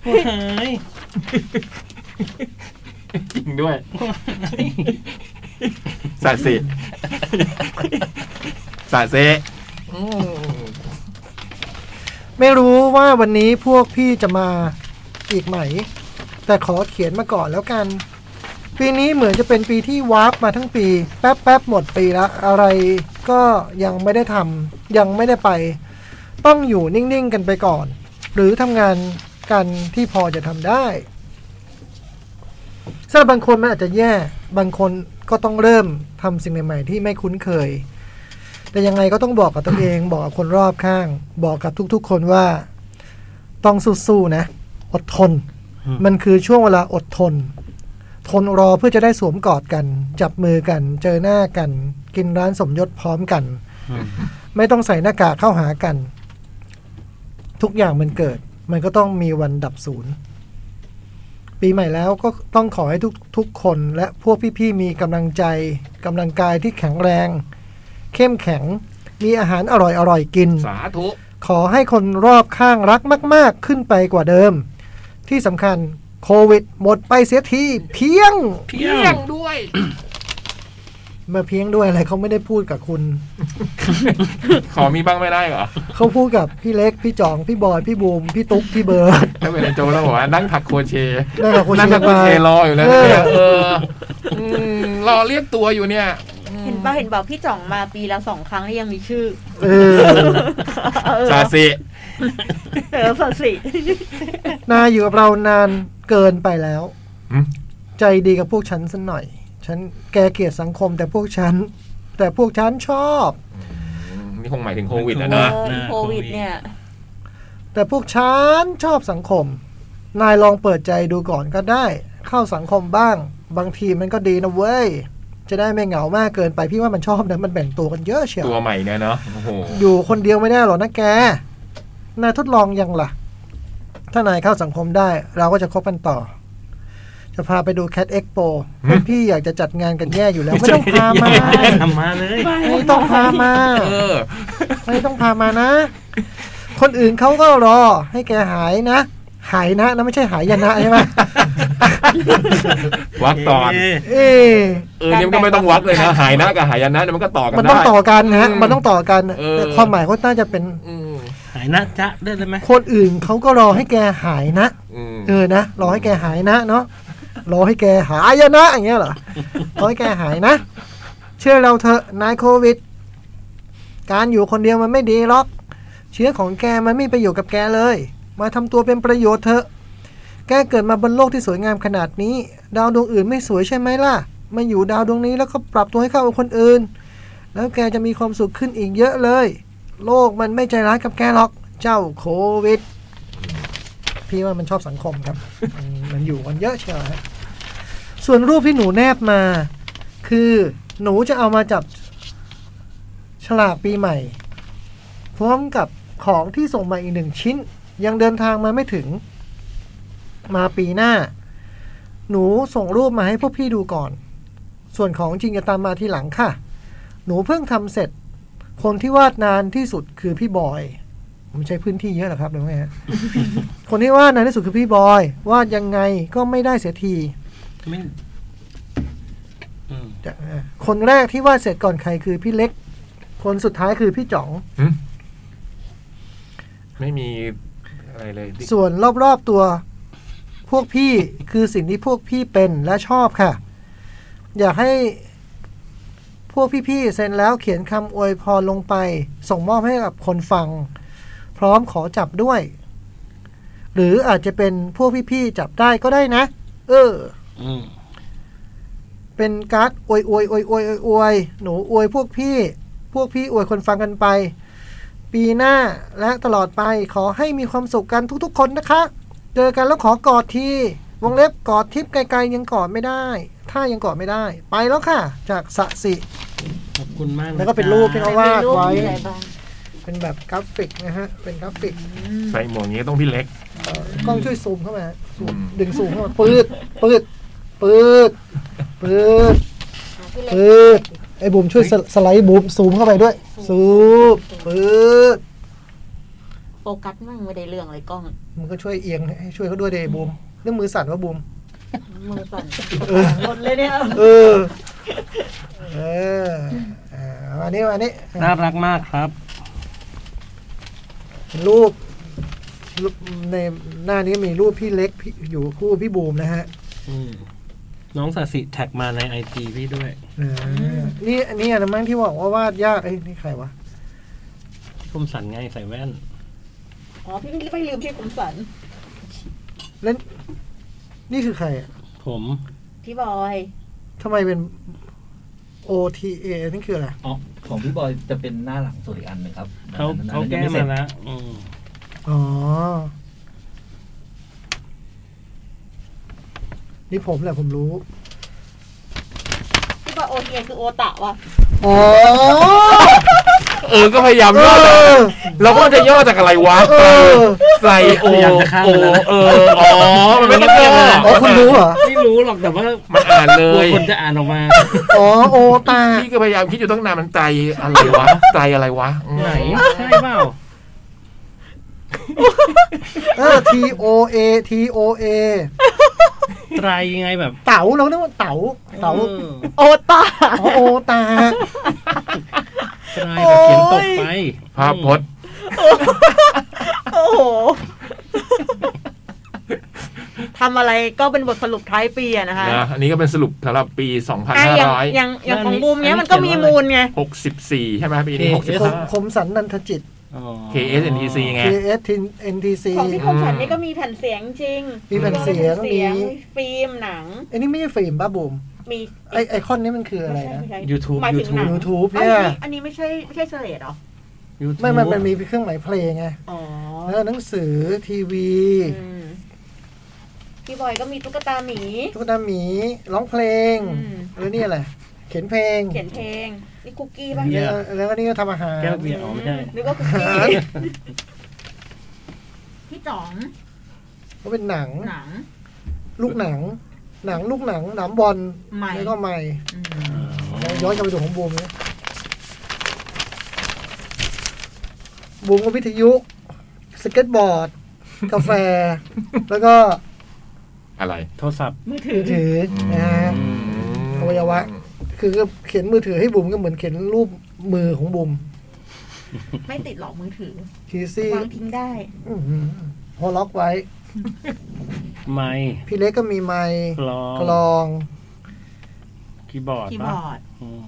[SPEAKER 3] อ้ยหาย
[SPEAKER 2] จริงด้วยสาเซสาเซ
[SPEAKER 4] ไม่รู้ว่าวันนี้พวกพี่จะมาอีกไหม แต่ขอเขียนมาก่อนแล้วกัน ปีนี้เหมือนจะเป็นปีที่วาร์ปมาทั้งปี แป๊บแป๊บๆหมดปีละอะไรก็ยังไม่ได้ทำยังไม่ได้ไป ต้องอยู่นิ่ง ๆ กันไปก่อน หรือทำงานกันที่พอจะทำได้สำหรับบางคนมันอาจจะแย่บางคนก็ต้องเริ่มทำสิ่งใหม่ ๆ ที่ไม่คุ้นเคย แต่ยังไงก็ต้องบอกกับตัวเอง บอกกับคนรอบข้าง บอกกับทุกๆ คนว่า ต้องสู้ๆนะ อดทน มันคือช่วงเวลาอดทน ทนรอเพื่อจะได้สวมกอดกัน จับมือกัน เจอหน้ากัน กินร้านสมยศพร้อมกัน
[SPEAKER 3] อืม
[SPEAKER 4] ไม่ต้องใส่หน้ากากเข้าหากัน ทุกอย่างมันเกิด มันก็ต้องมีวันดับศูนย์ ปีใหม่แล้วก็ต้องขอให้ทุกทุกคนและพวกพี่ๆมีกำลังใจกำลังกายที่แข็งแรง เข้มแข็ง มีอาหารอร่อยอร่อยๆกิน
[SPEAKER 2] สาธุ
[SPEAKER 4] ขอให้คนรอบข้างรักมาก ๆ ขึ้นไปกว่าเดิม ที่สำคัญโควิดหมดไปเสียทีเพียง
[SPEAKER 3] เพียง
[SPEAKER 4] มาเพียงด้วยอะไรเขาไม่ได้พูดกับคุณ
[SPEAKER 2] ขอมีบ้างไม่ได้เหรอ
[SPEAKER 4] เขาพูดกับพี่เล็ก พี่จ่อง พี่บอย พี่บูม พี่ตุ๊ก พี่เบิร์ด
[SPEAKER 2] แล้วเวลาโจแล้วบอกว่านั่งถักโครเชต์
[SPEAKER 4] นั่งถักโครเชต์
[SPEAKER 2] นั่งถักโครเชต์
[SPEAKER 4] ไป
[SPEAKER 2] รออยู่แล้ว
[SPEAKER 4] เออ
[SPEAKER 2] เนี่ยเอออืมรอเรียกตัวอยู่เนี่ย
[SPEAKER 5] เห็นป่ะเห็นบอกพี่จ่องมาปีละสองครั้งแล้วยังมีชื่อ
[SPEAKER 4] เออ
[SPEAKER 2] สาเซ
[SPEAKER 5] เออสัสิ
[SPEAKER 4] นายอยู่กับเรานานเกินไปแล้ว
[SPEAKER 2] หึ
[SPEAKER 4] ใจดีกับพวกฉันสักหน่อย ฉันแกเกลียดสังคมแต่พวกฉัน แต่พวกฉันชอบ
[SPEAKER 2] นี่คงหมายถึงโควิดอะนะ
[SPEAKER 5] เออโควิดเนี่ย
[SPEAKER 4] แต่พวกฉันชอบสังคม นายลองเปิดใจดูก่อนก็ได้ เข้าสังคมบ้าง บางทีมันก็ดีนะเว้ย จะได้ไม่เหงามากเกินไปพี่ว่ามันชอบนะมันแบ่งตัวกันเยอะเชียว
[SPEAKER 2] ตัวใหม่เนี่ยเนาะโอ้โห
[SPEAKER 4] อยู่คนเดียวไม่ได้หรอกนะแก นายทดลองยังล่ะ ถ้านายเข้าสังคมได้ เราก็จะคบกันต่อ จะพาไปดู Cat Expo พวกพี่อยากจะจัดงานกันแย่อยู่แล้ว ไม่ต้องพามา
[SPEAKER 3] ทำมาเลย
[SPEAKER 4] ไม่ต้องพามา
[SPEAKER 2] เออ
[SPEAKER 4] ไม่ต้องพามานะ คนอื่นเขาก็รอให้แกหายนะ หายนะนะไม่ใช่หายยนะใช่ไหม <laughs>
[SPEAKER 2] วักตอน
[SPEAKER 4] เอะ
[SPEAKER 2] เออเนี่ยมันก็ไม่ต้องวักเลยนะ หายนะกับหายนะเนี่ยมันก็ต่อกัน
[SPEAKER 4] มัน
[SPEAKER 2] ได้
[SPEAKER 4] ต้องต่อกันฮะ
[SPEAKER 2] อืม
[SPEAKER 4] มันต้องต่อกัน
[SPEAKER 2] เออ
[SPEAKER 4] แต่ความหมายเขาน่าจะเป็น
[SPEAKER 2] อืม
[SPEAKER 3] หายนะจ๊ะได้เลยไหม
[SPEAKER 4] คนอื่นเขาก็รอให้แกหายนะ
[SPEAKER 2] อืม
[SPEAKER 4] เออนะรอให้แกหายนะเนาะรอให้แกหายอะนะอย่างเงี้
[SPEAKER 2] <laughs>
[SPEAKER 4] ยเหรอรอให้แกหายนะ เชื่อเราเถอะนายโควิด การอยู่คนเดียวมันไม่ดีหรอก เชื้อของแกมันไม่ไปอยู่กับแกเลย มาทำตัวเป็นประโยชน์เถอะ แกเกิดมาบนโลกที่สวยงามขนาดนี้ ดาวดวงอื่นไม่สวยใช่ไหมล่ะมาอยู่ดาวดวงนี้แล้วก็ปรับตัวให้เข้ากับคนอื่น แล้วแกจะมีความสุขขึ้นอีกเยอะเลย โลกมันไม่ใจร้ายกับแกหรอก เจ้าโควิด พี่ว่ามันชอบสังคมครับอืมมันอยู่กันเยอะเชียวฮะส่วนรูปที่หนูแนบมา คือหนูจะเอามาจับฉลากปีใหม่ พร้อมกับของที่ส่งมาอีกหนึ่งชิ้น ยังเดินทางมาไม่ถึง มาปีหน้า หนูส่งรูปมาให้พวกพี่ดูก่อน ส่วนของจริงจะตามมาทีหลังค่ะ หนูเพิ่งทำเสร็จ คนที่วาดนานที่สุดคือพี่บอย มันใช้พื้นที่เยอะเหรอครับหรือไงฮะ คนที่วาดนานที่สุดคือพี่บอย วาดยังไงก็ไม่ได้เสียที
[SPEAKER 3] ไม่อืม
[SPEAKER 4] จะอ่ะคนแรกที่วาดเสร็จก่อนใครคือพี่เล็ก คนสุดท้ายคือพี่จ๋อง
[SPEAKER 2] อืมไม่มีอะไรเลยที่
[SPEAKER 4] ส่วนรอบๆตัวพวกพี่คือสิ่งที่พวกพี่เป็นและชอบค่ะ อยากให้พวกพี่ๆเซ็นแล้วเขียนคำอวยพรลงไป ส่งมอบให้กับคนฟัง พร้อมขอจับด้วย หรืออาจจะเป็นพวกพี่ๆจับได้ก็ได้นะ เออ
[SPEAKER 3] อืม
[SPEAKER 4] เป็นการ์ดอวยอวยอวยอวยอวยอวยหนูอวยพวกพี่ พวกพี่อวยคนฟังกันไป ปีหน้าและตลอดไปขอให้มีความสุขกันทุกๆ คนนะคะ เจอกันแล้วขอกอดทีวงเล็บกอดทิปไกลๆยังกอดไม่ได้ ถ้ายังกอดไม่ได้ ไปแล้วค่ะ จากสะสิ
[SPEAKER 3] ขอบคุณมากะ
[SPEAKER 4] แล้วก็เป็นรูปที่
[SPEAKER 3] จ๊ะ
[SPEAKER 4] เขา
[SPEAKER 5] เป็นรูป
[SPEAKER 4] วาดไว้
[SPEAKER 5] มีอะไรบ้าง
[SPEAKER 4] เป็นแบบกราฟิกนะฮะ เป็นกราฟิก
[SPEAKER 2] ใส่หมวกอย่างนี้ต้องพี่เล็ก
[SPEAKER 4] เอ่อกล้องช่วยซูมเข้ามาซูม
[SPEAKER 2] อืม
[SPEAKER 4] ดึงซูมเข้ามาปืดปืดปืดปืด
[SPEAKER 5] พี่เล็ก
[SPEAKER 4] ปืดไอ้บูมช่วยสสไลด์บูมซูมเข้าไปด้วย ซูมปืด
[SPEAKER 5] โฟกัสมั่งไม่ได้เรื่องอะไรกล้อง
[SPEAKER 4] มันก็ช่วยเอียงให้ช่วยเขาด้วยเดบูมเรื่องมือสั่นว่าบูม
[SPEAKER 5] มือสั่น
[SPEAKER 4] เออ
[SPEAKER 5] หมดเลยเนี่ย
[SPEAKER 4] เออ เอออ่าอันนี้อันนี้
[SPEAKER 3] น่ารักมากครับ
[SPEAKER 4] รูปรูปในหน้านี้มีรูปพี่เล็กพี่อยู่คู่พี่บูมนะฮะ
[SPEAKER 3] อืมน้องสาสิแท็กมาในไอจีพี่ด้วย
[SPEAKER 4] อ่านี่อันนี้อันนั้นมั้งที่บอกว่าวาดยากเอ้ยนี่ใครวะ
[SPEAKER 3] คมสันไงใส่แว่น
[SPEAKER 5] อ๋อ พี่ไม่ลืมพี่คมสัน
[SPEAKER 4] แล้วนี่คือใครอะ
[SPEAKER 3] ผม
[SPEAKER 5] พี่บอย
[SPEAKER 4] ทำไมเป็น OTA นี่คืออะไร
[SPEAKER 1] อ๋อของพี่บอยจะเป็นหน้าหลังสุดอีกอันหนึ่งครับ
[SPEAKER 3] เขา
[SPEAKER 1] อันนั้น
[SPEAKER 3] เขา
[SPEAKER 1] อันนั้น
[SPEAKER 3] แก้
[SPEAKER 1] ยังไเสร็
[SPEAKER 3] มา
[SPEAKER 1] จ
[SPEAKER 3] แล้วอืม
[SPEAKER 4] อ๋อ นี่ผมแหละผมรู้
[SPEAKER 5] พี่บอยโอเคคือโอตะว่ะ
[SPEAKER 4] อ๋อ
[SPEAKER 2] เออก็พยายามย่อ
[SPEAKER 4] เออ
[SPEAKER 2] เราก็จะย่อจากอะไรวะ
[SPEAKER 4] เออ
[SPEAKER 2] ใส่โอโอเอออ๋อมันไม่ต้องย่อ
[SPEAKER 4] อ๋อคุณรู้เหรอ
[SPEAKER 3] ไม่รู้หรอกแต่ว่า
[SPEAKER 2] มันอ่านเล
[SPEAKER 3] กลัวย คนจะอ่านออกมา
[SPEAKER 4] อ๋อ โอตา
[SPEAKER 2] พี่ก็พยายามคิดอยู่ตั้งนานมันไตรอะไรวะไตรอะไรวะอืม
[SPEAKER 3] ไหน ใช่เปล่า
[SPEAKER 4] เออ T O A T O A
[SPEAKER 3] ไตรยังไงแบบ
[SPEAKER 4] เต๋าเราเรียกว่าเต๋า เต๋า
[SPEAKER 3] ออ
[SPEAKER 5] โอตะ
[SPEAKER 4] อ๋อ โอตา
[SPEAKER 3] ไตรแบบเขียนตกไป
[SPEAKER 2] ภาพพจน์
[SPEAKER 5] โอ้โหทำอะไรก็เป็นบทสรุปท้ายปีอะนะคะ
[SPEAKER 2] นะอันนี้ก็เป็นสรุปสำหรับปี
[SPEAKER 5] อ่ะอย่างอย่างอย่างของบูมเนี้ยมันก็มีมูลไง
[SPEAKER 2] 2564 ใช่ไหมปีนี้
[SPEAKER 4] ผมผมสันนันทจิต
[SPEAKER 3] อ๋อ
[SPEAKER 2] KSNTC ไง
[SPEAKER 4] K S T N T C
[SPEAKER 5] ของพี่คมสันนี่ก็มีแผ่นเสียงจริง
[SPEAKER 4] มีแผ่นเสียง
[SPEAKER 5] มี
[SPEAKER 4] มี
[SPEAKER 5] ฟิล์มหนัง
[SPEAKER 4] อันนี้ไม่ใช่ฟิล์มป่ะบูม
[SPEAKER 5] มี
[SPEAKER 4] ไอไอคอนนี้มันคืออะไรนะ
[SPEAKER 5] ม่ใช่
[SPEAKER 3] YouTube
[SPEAKER 5] หมายถึงหนัง
[SPEAKER 4] YouTube
[SPEAKER 5] อัน
[SPEAKER 4] เนี่ย
[SPEAKER 5] นี้อันนี้ไม่ใช่ไม่ใช่เสเลดเหรอ
[SPEAKER 3] YouTube
[SPEAKER 4] ไม่มันมันมีเครื่องหมายเพลงไง
[SPEAKER 5] อ๋อ
[SPEAKER 4] แล้วหนังสือทีวี
[SPEAKER 5] อืมพี่บอยก็มีตุ๊กตาหมี
[SPEAKER 4] ตุ๊กตาหมีร้องเพลง
[SPEAKER 5] อืม
[SPEAKER 4] แล้วนี่อะไรเขียนเพลง
[SPEAKER 5] เขียนเพลงนี่คุกกี้ป่ะ
[SPEAKER 3] เขีย
[SPEAKER 4] แล้วแล้วก็นี่ก็ทำอาหาร
[SPEAKER 3] แก้วเบียร์อ๋อไม่ใช่
[SPEAKER 5] หรือว่าคุก
[SPEAKER 4] อา
[SPEAKER 5] กี้
[SPEAKER 4] หาร
[SPEAKER 5] พี่จ๋อง
[SPEAKER 4] ก็เป็นหนัง
[SPEAKER 5] หนัง
[SPEAKER 4] ลูกหนัง หนังลูกหนังหนังบอล
[SPEAKER 5] ไมค์
[SPEAKER 4] แล้วก็ไม่
[SPEAKER 5] อืม
[SPEAKER 4] ย้อนกลับไปดูของบูมนะบูมก็วิทยุ สเก็ตบอร์ด กาแฟ <laughs> แล้วก็
[SPEAKER 2] อะไร
[SPEAKER 3] โทรศัพท์
[SPEAKER 5] มือถื
[SPEAKER 4] มื
[SPEAKER 5] อ
[SPEAKER 4] อถือนะฮะ อวัยวะ คือก็เขียนมือถือให้บุมก็เหมือนเขียนรูปมือของบุม
[SPEAKER 5] ไม่ติดหรอกมือถือ
[SPEAKER 4] ทีซี่
[SPEAKER 5] วางทิ้งได้
[SPEAKER 4] อื้อหือพอล็อกไว้
[SPEAKER 3] ไมค์
[SPEAKER 4] พี่เล็กก็มีไมค์
[SPEAKER 3] กลอง
[SPEAKER 4] กลอง
[SPEAKER 3] คีย์บอร์ด
[SPEAKER 5] คีย์บ
[SPEAKER 3] ป่ะ
[SPEAKER 5] อร์ด
[SPEAKER 3] อืม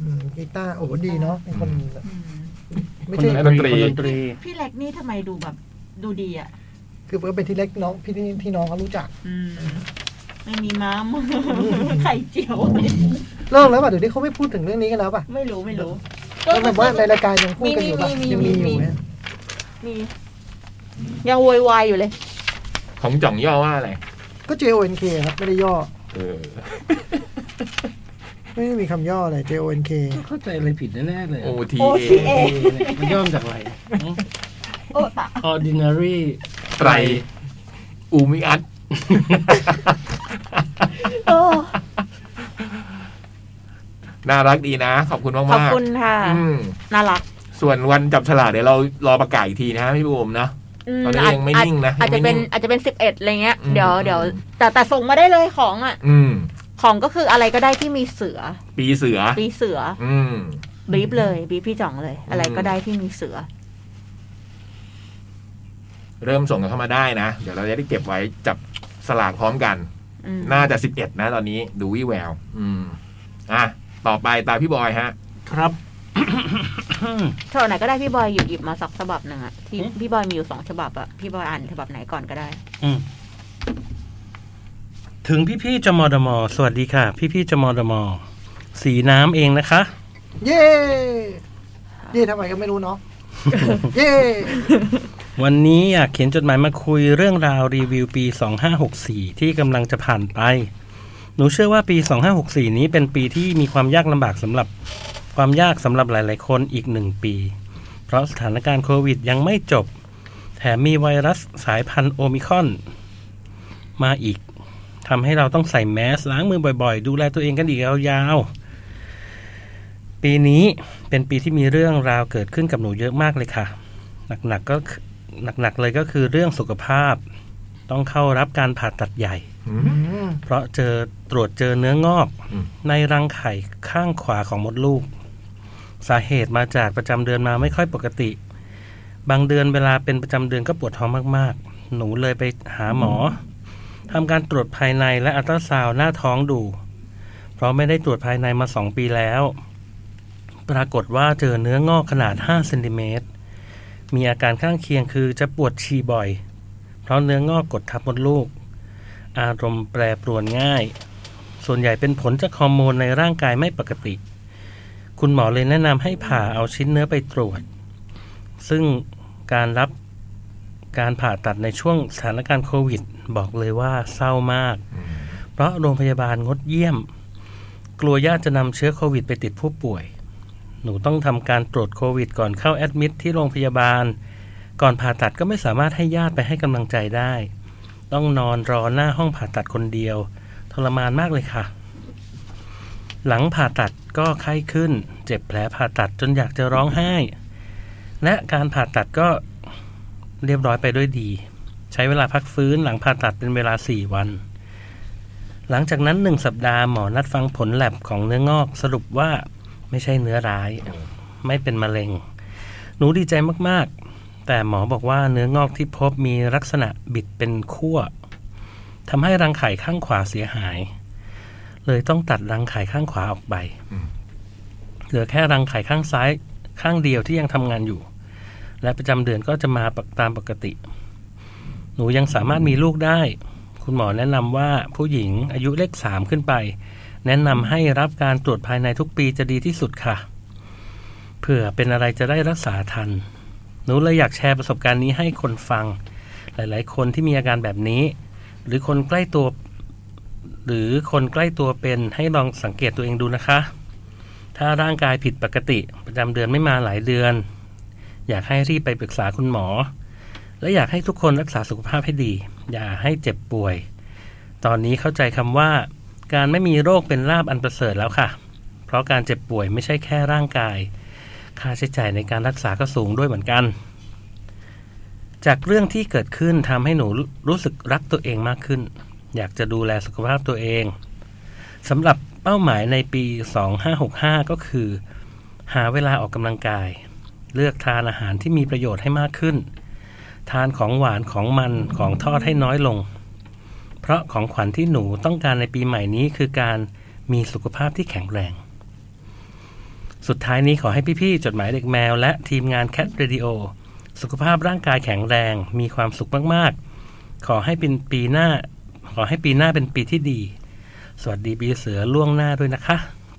[SPEAKER 4] อืมกีตาร์โอ้โหดีเนาะเป็นคนแบบ
[SPEAKER 5] อืม
[SPEAKER 4] ไม่ใช่
[SPEAKER 2] ะ ดนตรี
[SPEAKER 3] คนดนตรี
[SPEAKER 5] พี่เล็กนี่ทำไมดูแบบดูดีอ่ะ
[SPEAKER 4] คือก็เป็นที่เล็กน้องพี่ที่ที่น้องเขารู้จัก
[SPEAKER 5] อืม ไม่มีม้าม ไข่เจียว
[SPEAKER 4] เลิกแล้วป่ะเดี๋ยวนี้เขาไม่พูดถึงเรื่องนี้กันแล้วป่ะ
[SPEAKER 5] ไม่รู้ไม่รู้
[SPEAKER 4] แล้วแบบว่าในรายการยังพูดกันอยู่ป่ะ
[SPEAKER 5] มีมี
[SPEAKER 4] ยังมีอ
[SPEAKER 5] มีมี
[SPEAKER 4] ยู่ไหม
[SPEAKER 5] มี ยังโวยวายอยู่เลย
[SPEAKER 2] ของจ่องย่อว่าอะไร
[SPEAKER 4] ก็ J O N K ครับไม่ได้ย่อ
[SPEAKER 2] เออ
[SPEAKER 4] ไม่ได้มีคำย่ออะไร J O N K
[SPEAKER 3] เข้าใจอะไรผิดแน่ๆเลย
[SPEAKER 2] โอ
[SPEAKER 3] อะ
[SPEAKER 2] ที
[SPEAKER 5] โอ
[SPEAKER 2] เอ
[SPEAKER 5] ทีเอ
[SPEAKER 3] มันย่อมจากอะไร
[SPEAKER 5] โอตะ
[SPEAKER 3] ordinary
[SPEAKER 2] ไตรอูมิ
[SPEAKER 5] <laughs>
[SPEAKER 2] อัต
[SPEAKER 5] เออ
[SPEAKER 2] น่ารักดีนะ ขอบคุณมาก
[SPEAKER 5] ขอบ
[SPEAKER 2] มาก
[SPEAKER 5] คุณค่ะ
[SPEAKER 2] อืม
[SPEAKER 5] น่ารัก
[SPEAKER 2] ส่วนวันจับฉลากเดี๋ยวเรารอประกาศอีกทีนะฮะพี่บูมนะ
[SPEAKER 5] ม
[SPEAKER 2] ตอนนี้ยังไม่
[SPEAKER 5] อาจ
[SPEAKER 2] นิ่งนะ
[SPEAKER 5] อาจ
[SPEAKER 2] ยั
[SPEAKER 5] จะ
[SPEAKER 2] งไม่
[SPEAKER 5] เป็น
[SPEAKER 2] นิ่ง
[SPEAKER 5] อาจจะเป็นสิบเอ็ดอะไรเงี้ย
[SPEAKER 2] อืม
[SPEAKER 5] เดี๋ยวเดี๋ยวแต่แต่ส่งมาได้เลยของอ่ะ
[SPEAKER 2] อืม
[SPEAKER 5] ของก็คืออะไรก็ได้ที่มีเสือ
[SPEAKER 2] ปีเสือ
[SPEAKER 5] ปีเสือ
[SPEAKER 2] อืม
[SPEAKER 5] บรีฟเลยบรีฟพี่จ่องเลย อะไรก็
[SPEAKER 2] อืม
[SPEAKER 5] ได้ที่มีเสือ
[SPEAKER 2] เริ่มส่งกันเข้ามาได้นะ เดี๋ยวเราจะได้เก็บไว้จับสลากพร้อมกัน
[SPEAKER 5] อืม
[SPEAKER 2] น่าจะสิบเอ็ดนะตอนนี้ดูวิแวว อืม อ่ะ ต่อไปตาพี่บอยฮะ
[SPEAKER 3] ครับ <coughs>
[SPEAKER 5] ฉบับไหนก็ได้พี่บอยหยิบหยิบมาสักฉบับหนึ่งอะที่
[SPEAKER 3] อืม
[SPEAKER 5] พี่บอยมีอยู่สองฉบับอะพี่บอยอ่านฉบับไหนก่อนก็ได้
[SPEAKER 3] อืมถึงพี่ๆจมอดมอ สวัสดีค่ะ พี่ๆจมอดมอ สีน้ำเองนะคะ
[SPEAKER 4] เย่เย่ทำไมก็ไม่รู้เนาะเย่
[SPEAKER 3] วันนี้อยากเขียนจดหมายมาคุยเรื่องราวรีวิวปี 2564 ที่กำลังจะผ่านไป หนูเชื่อว่าปี 2564 นี้เป็นปีที่มีความยากลำบากสำหรับความยากสำหรับหลาย ๆ คนอีกหนึ่งปี เพราะสถานการณ์โควิดยังไม่จบ แถมมีไวรัสสายพันธุ์โอมิครอน มาอีกทำให้เราต้องใส่แมสล้างมือบ่อย ๆ ดูแลตัวเองกันอีกยาวๆ ปีนี้เป็นปีที่มีเรื่องราวเกิดขึ้นกับหนูเยอะมากเลยค่ะ หนักๆก็คือ หนักๆเลยก็คือเรื่องสุขภาพ ต้องเข้ารับการผ่าตัดใหญ่ เพราะเจอตรวจเจอเนื้องอก
[SPEAKER 2] อืม
[SPEAKER 3] ในรังไข่ข้างขวาของมดลูก สาเหตุมาจากประจำเดือนมาไม่ค่อยปกติ บางเดือนเวลาเป็นประจำเดือนก็ปวดท้องมากๆ หนูเลยไปหาหมอทำการตรวจภายในและอัลตราซาวน์หน้าท้องดู เพราะไม่ได้ตรวจภายในมาสองปีแล้ว ปรากฏว่าเจอเนื้องอกขนาด5เซนติเมตร มีอาการข้างเคียงคือจะปวดฉี่บ่อย เพราะเนื้องอกกดทับมดลูก อารมณ์แปรปรวนง่าย ส่วนใหญ่เป็นผลจากฮอร์โมนในร่างกายไม่ปกติ คุณหมอเลยแนะนำให้ผ่าเอาชิ้นเนื้อไปตรวจ ซึ่งการรับการผ่าตัดในช่วงสถานการณ์โควิด บอกเลยว่าเศร้ามาก เพราะโรงพยาบาลงดเยี่ยม กลัวญาติจะนำเชื้อโควิดไปติดผู้ป่วย หนูต้องทำการตรวจโควิดก่อนเข้าแอดมิดที่โรงพยาบาล ก่อนผ่าตัดก็ไม่สามารถให้ญาติไปให้กำลังใจได้ ต้องนอนรอหน้าห้องผ่าตัดคนเดียว ทรมานมากเลยค่ะ หลังผ่าตัดก็ไข้ขึ้น เจ็บแผลผ่าตัดจนอยากจะร้องไห้ และการผ่าตัดก็เรียบร้อยไปด้วยดี ใช้เวลาพักฟื้นหลังผ่าตัดเป็นเวลา 4 วัน หลังจากนั้นหนึ่งสัปดาห์หมอนัดฟังผลแลบของเนื้องอกสรุปว่าไม่ใช่เนื้อร้าย ไม่เป็นมะเร็ง หนูดีใจมากๆ แต่หมอบอกว่าเนื้องอกที่พบมีลักษณะบิดเป็นขั้วทำให้รังไข่ข้างขวาเสียหาย เลยต้องตัดรังไข่ข้างขวาออกไป
[SPEAKER 2] อืม
[SPEAKER 3] เหลือแค่รังไข่ข้างซ้ายข้างเดียวที่ยังทำงานอยู่ และประจำเดือนก็จะมาปกตามปกติ หนูยังสามารถมีลูกได้ คุณหมอแนะนำว่าผู้หญิงอายุเลขสามขึ้นไป แนะนำให้รับการตรวจภายในทุกปีจะดีที่สุดค่ะ เผื่อเป็นอะไรจะได้รักษาทัน หนูเลยอยากแชร์ประสบการณ์นี้ให้คนฟัง หลาย ๆ คนที่มีอาการแบบนี้ หรือคนใกล้ตัว หรือคนใกล้ตัวเป็นให้ลองสังเกตตัวเองดูนะคะ ถ้าร่างกายผิดปกติ ประจำเดือนไม่มาหลายเดือน อยากให้รีบไปปรึกษาคุณหมอ และอยากให้ทุกคนรักษาสุขภาพให้ดี อย่าให้เจ็บป่วย ตอนนี้เข้าใจคำว่า การไม่มีโรคเป็นลาบอันประเสริฐแล้วค่ะ เพราะการเจ็บป่วยไม่ใช่แค่ร่างกาย ค่าใช้จ่ายในการรักษาก็สูงด้วยเหมือนกัน จากเรื่องที่เกิดขึ้นทำให้หนูรู้สึกรักตัวเองมากขึ้น อยากจะดูแลสุขภาพตัวเองสำหรับเป้าหมายในปี 2565 ก็คือ หาเวลาออกกำลังกาย เลือกทานอาหารที่มีประโยชน์ให้มากขึ้น ทานของหวานของมันของทอดให้น้อยลง เพราะของขวัญที่หนูต้องการในปีใหม่นี้คือการมีสุขภาพที่แข็งแรง สุดท้ายนี้ขอให้พี่ๆ จดหมายเด็กแมว และทีมงาน Cat Radio สุขภาพร่างกายแข็งแรง มีความสุขมากๆ ขอให้เป็นปีหน้า ขอให้ปีหน้าเป็นปีที่ดี สวัสดีปีเสือล่วงหน้าด้วยนะคะ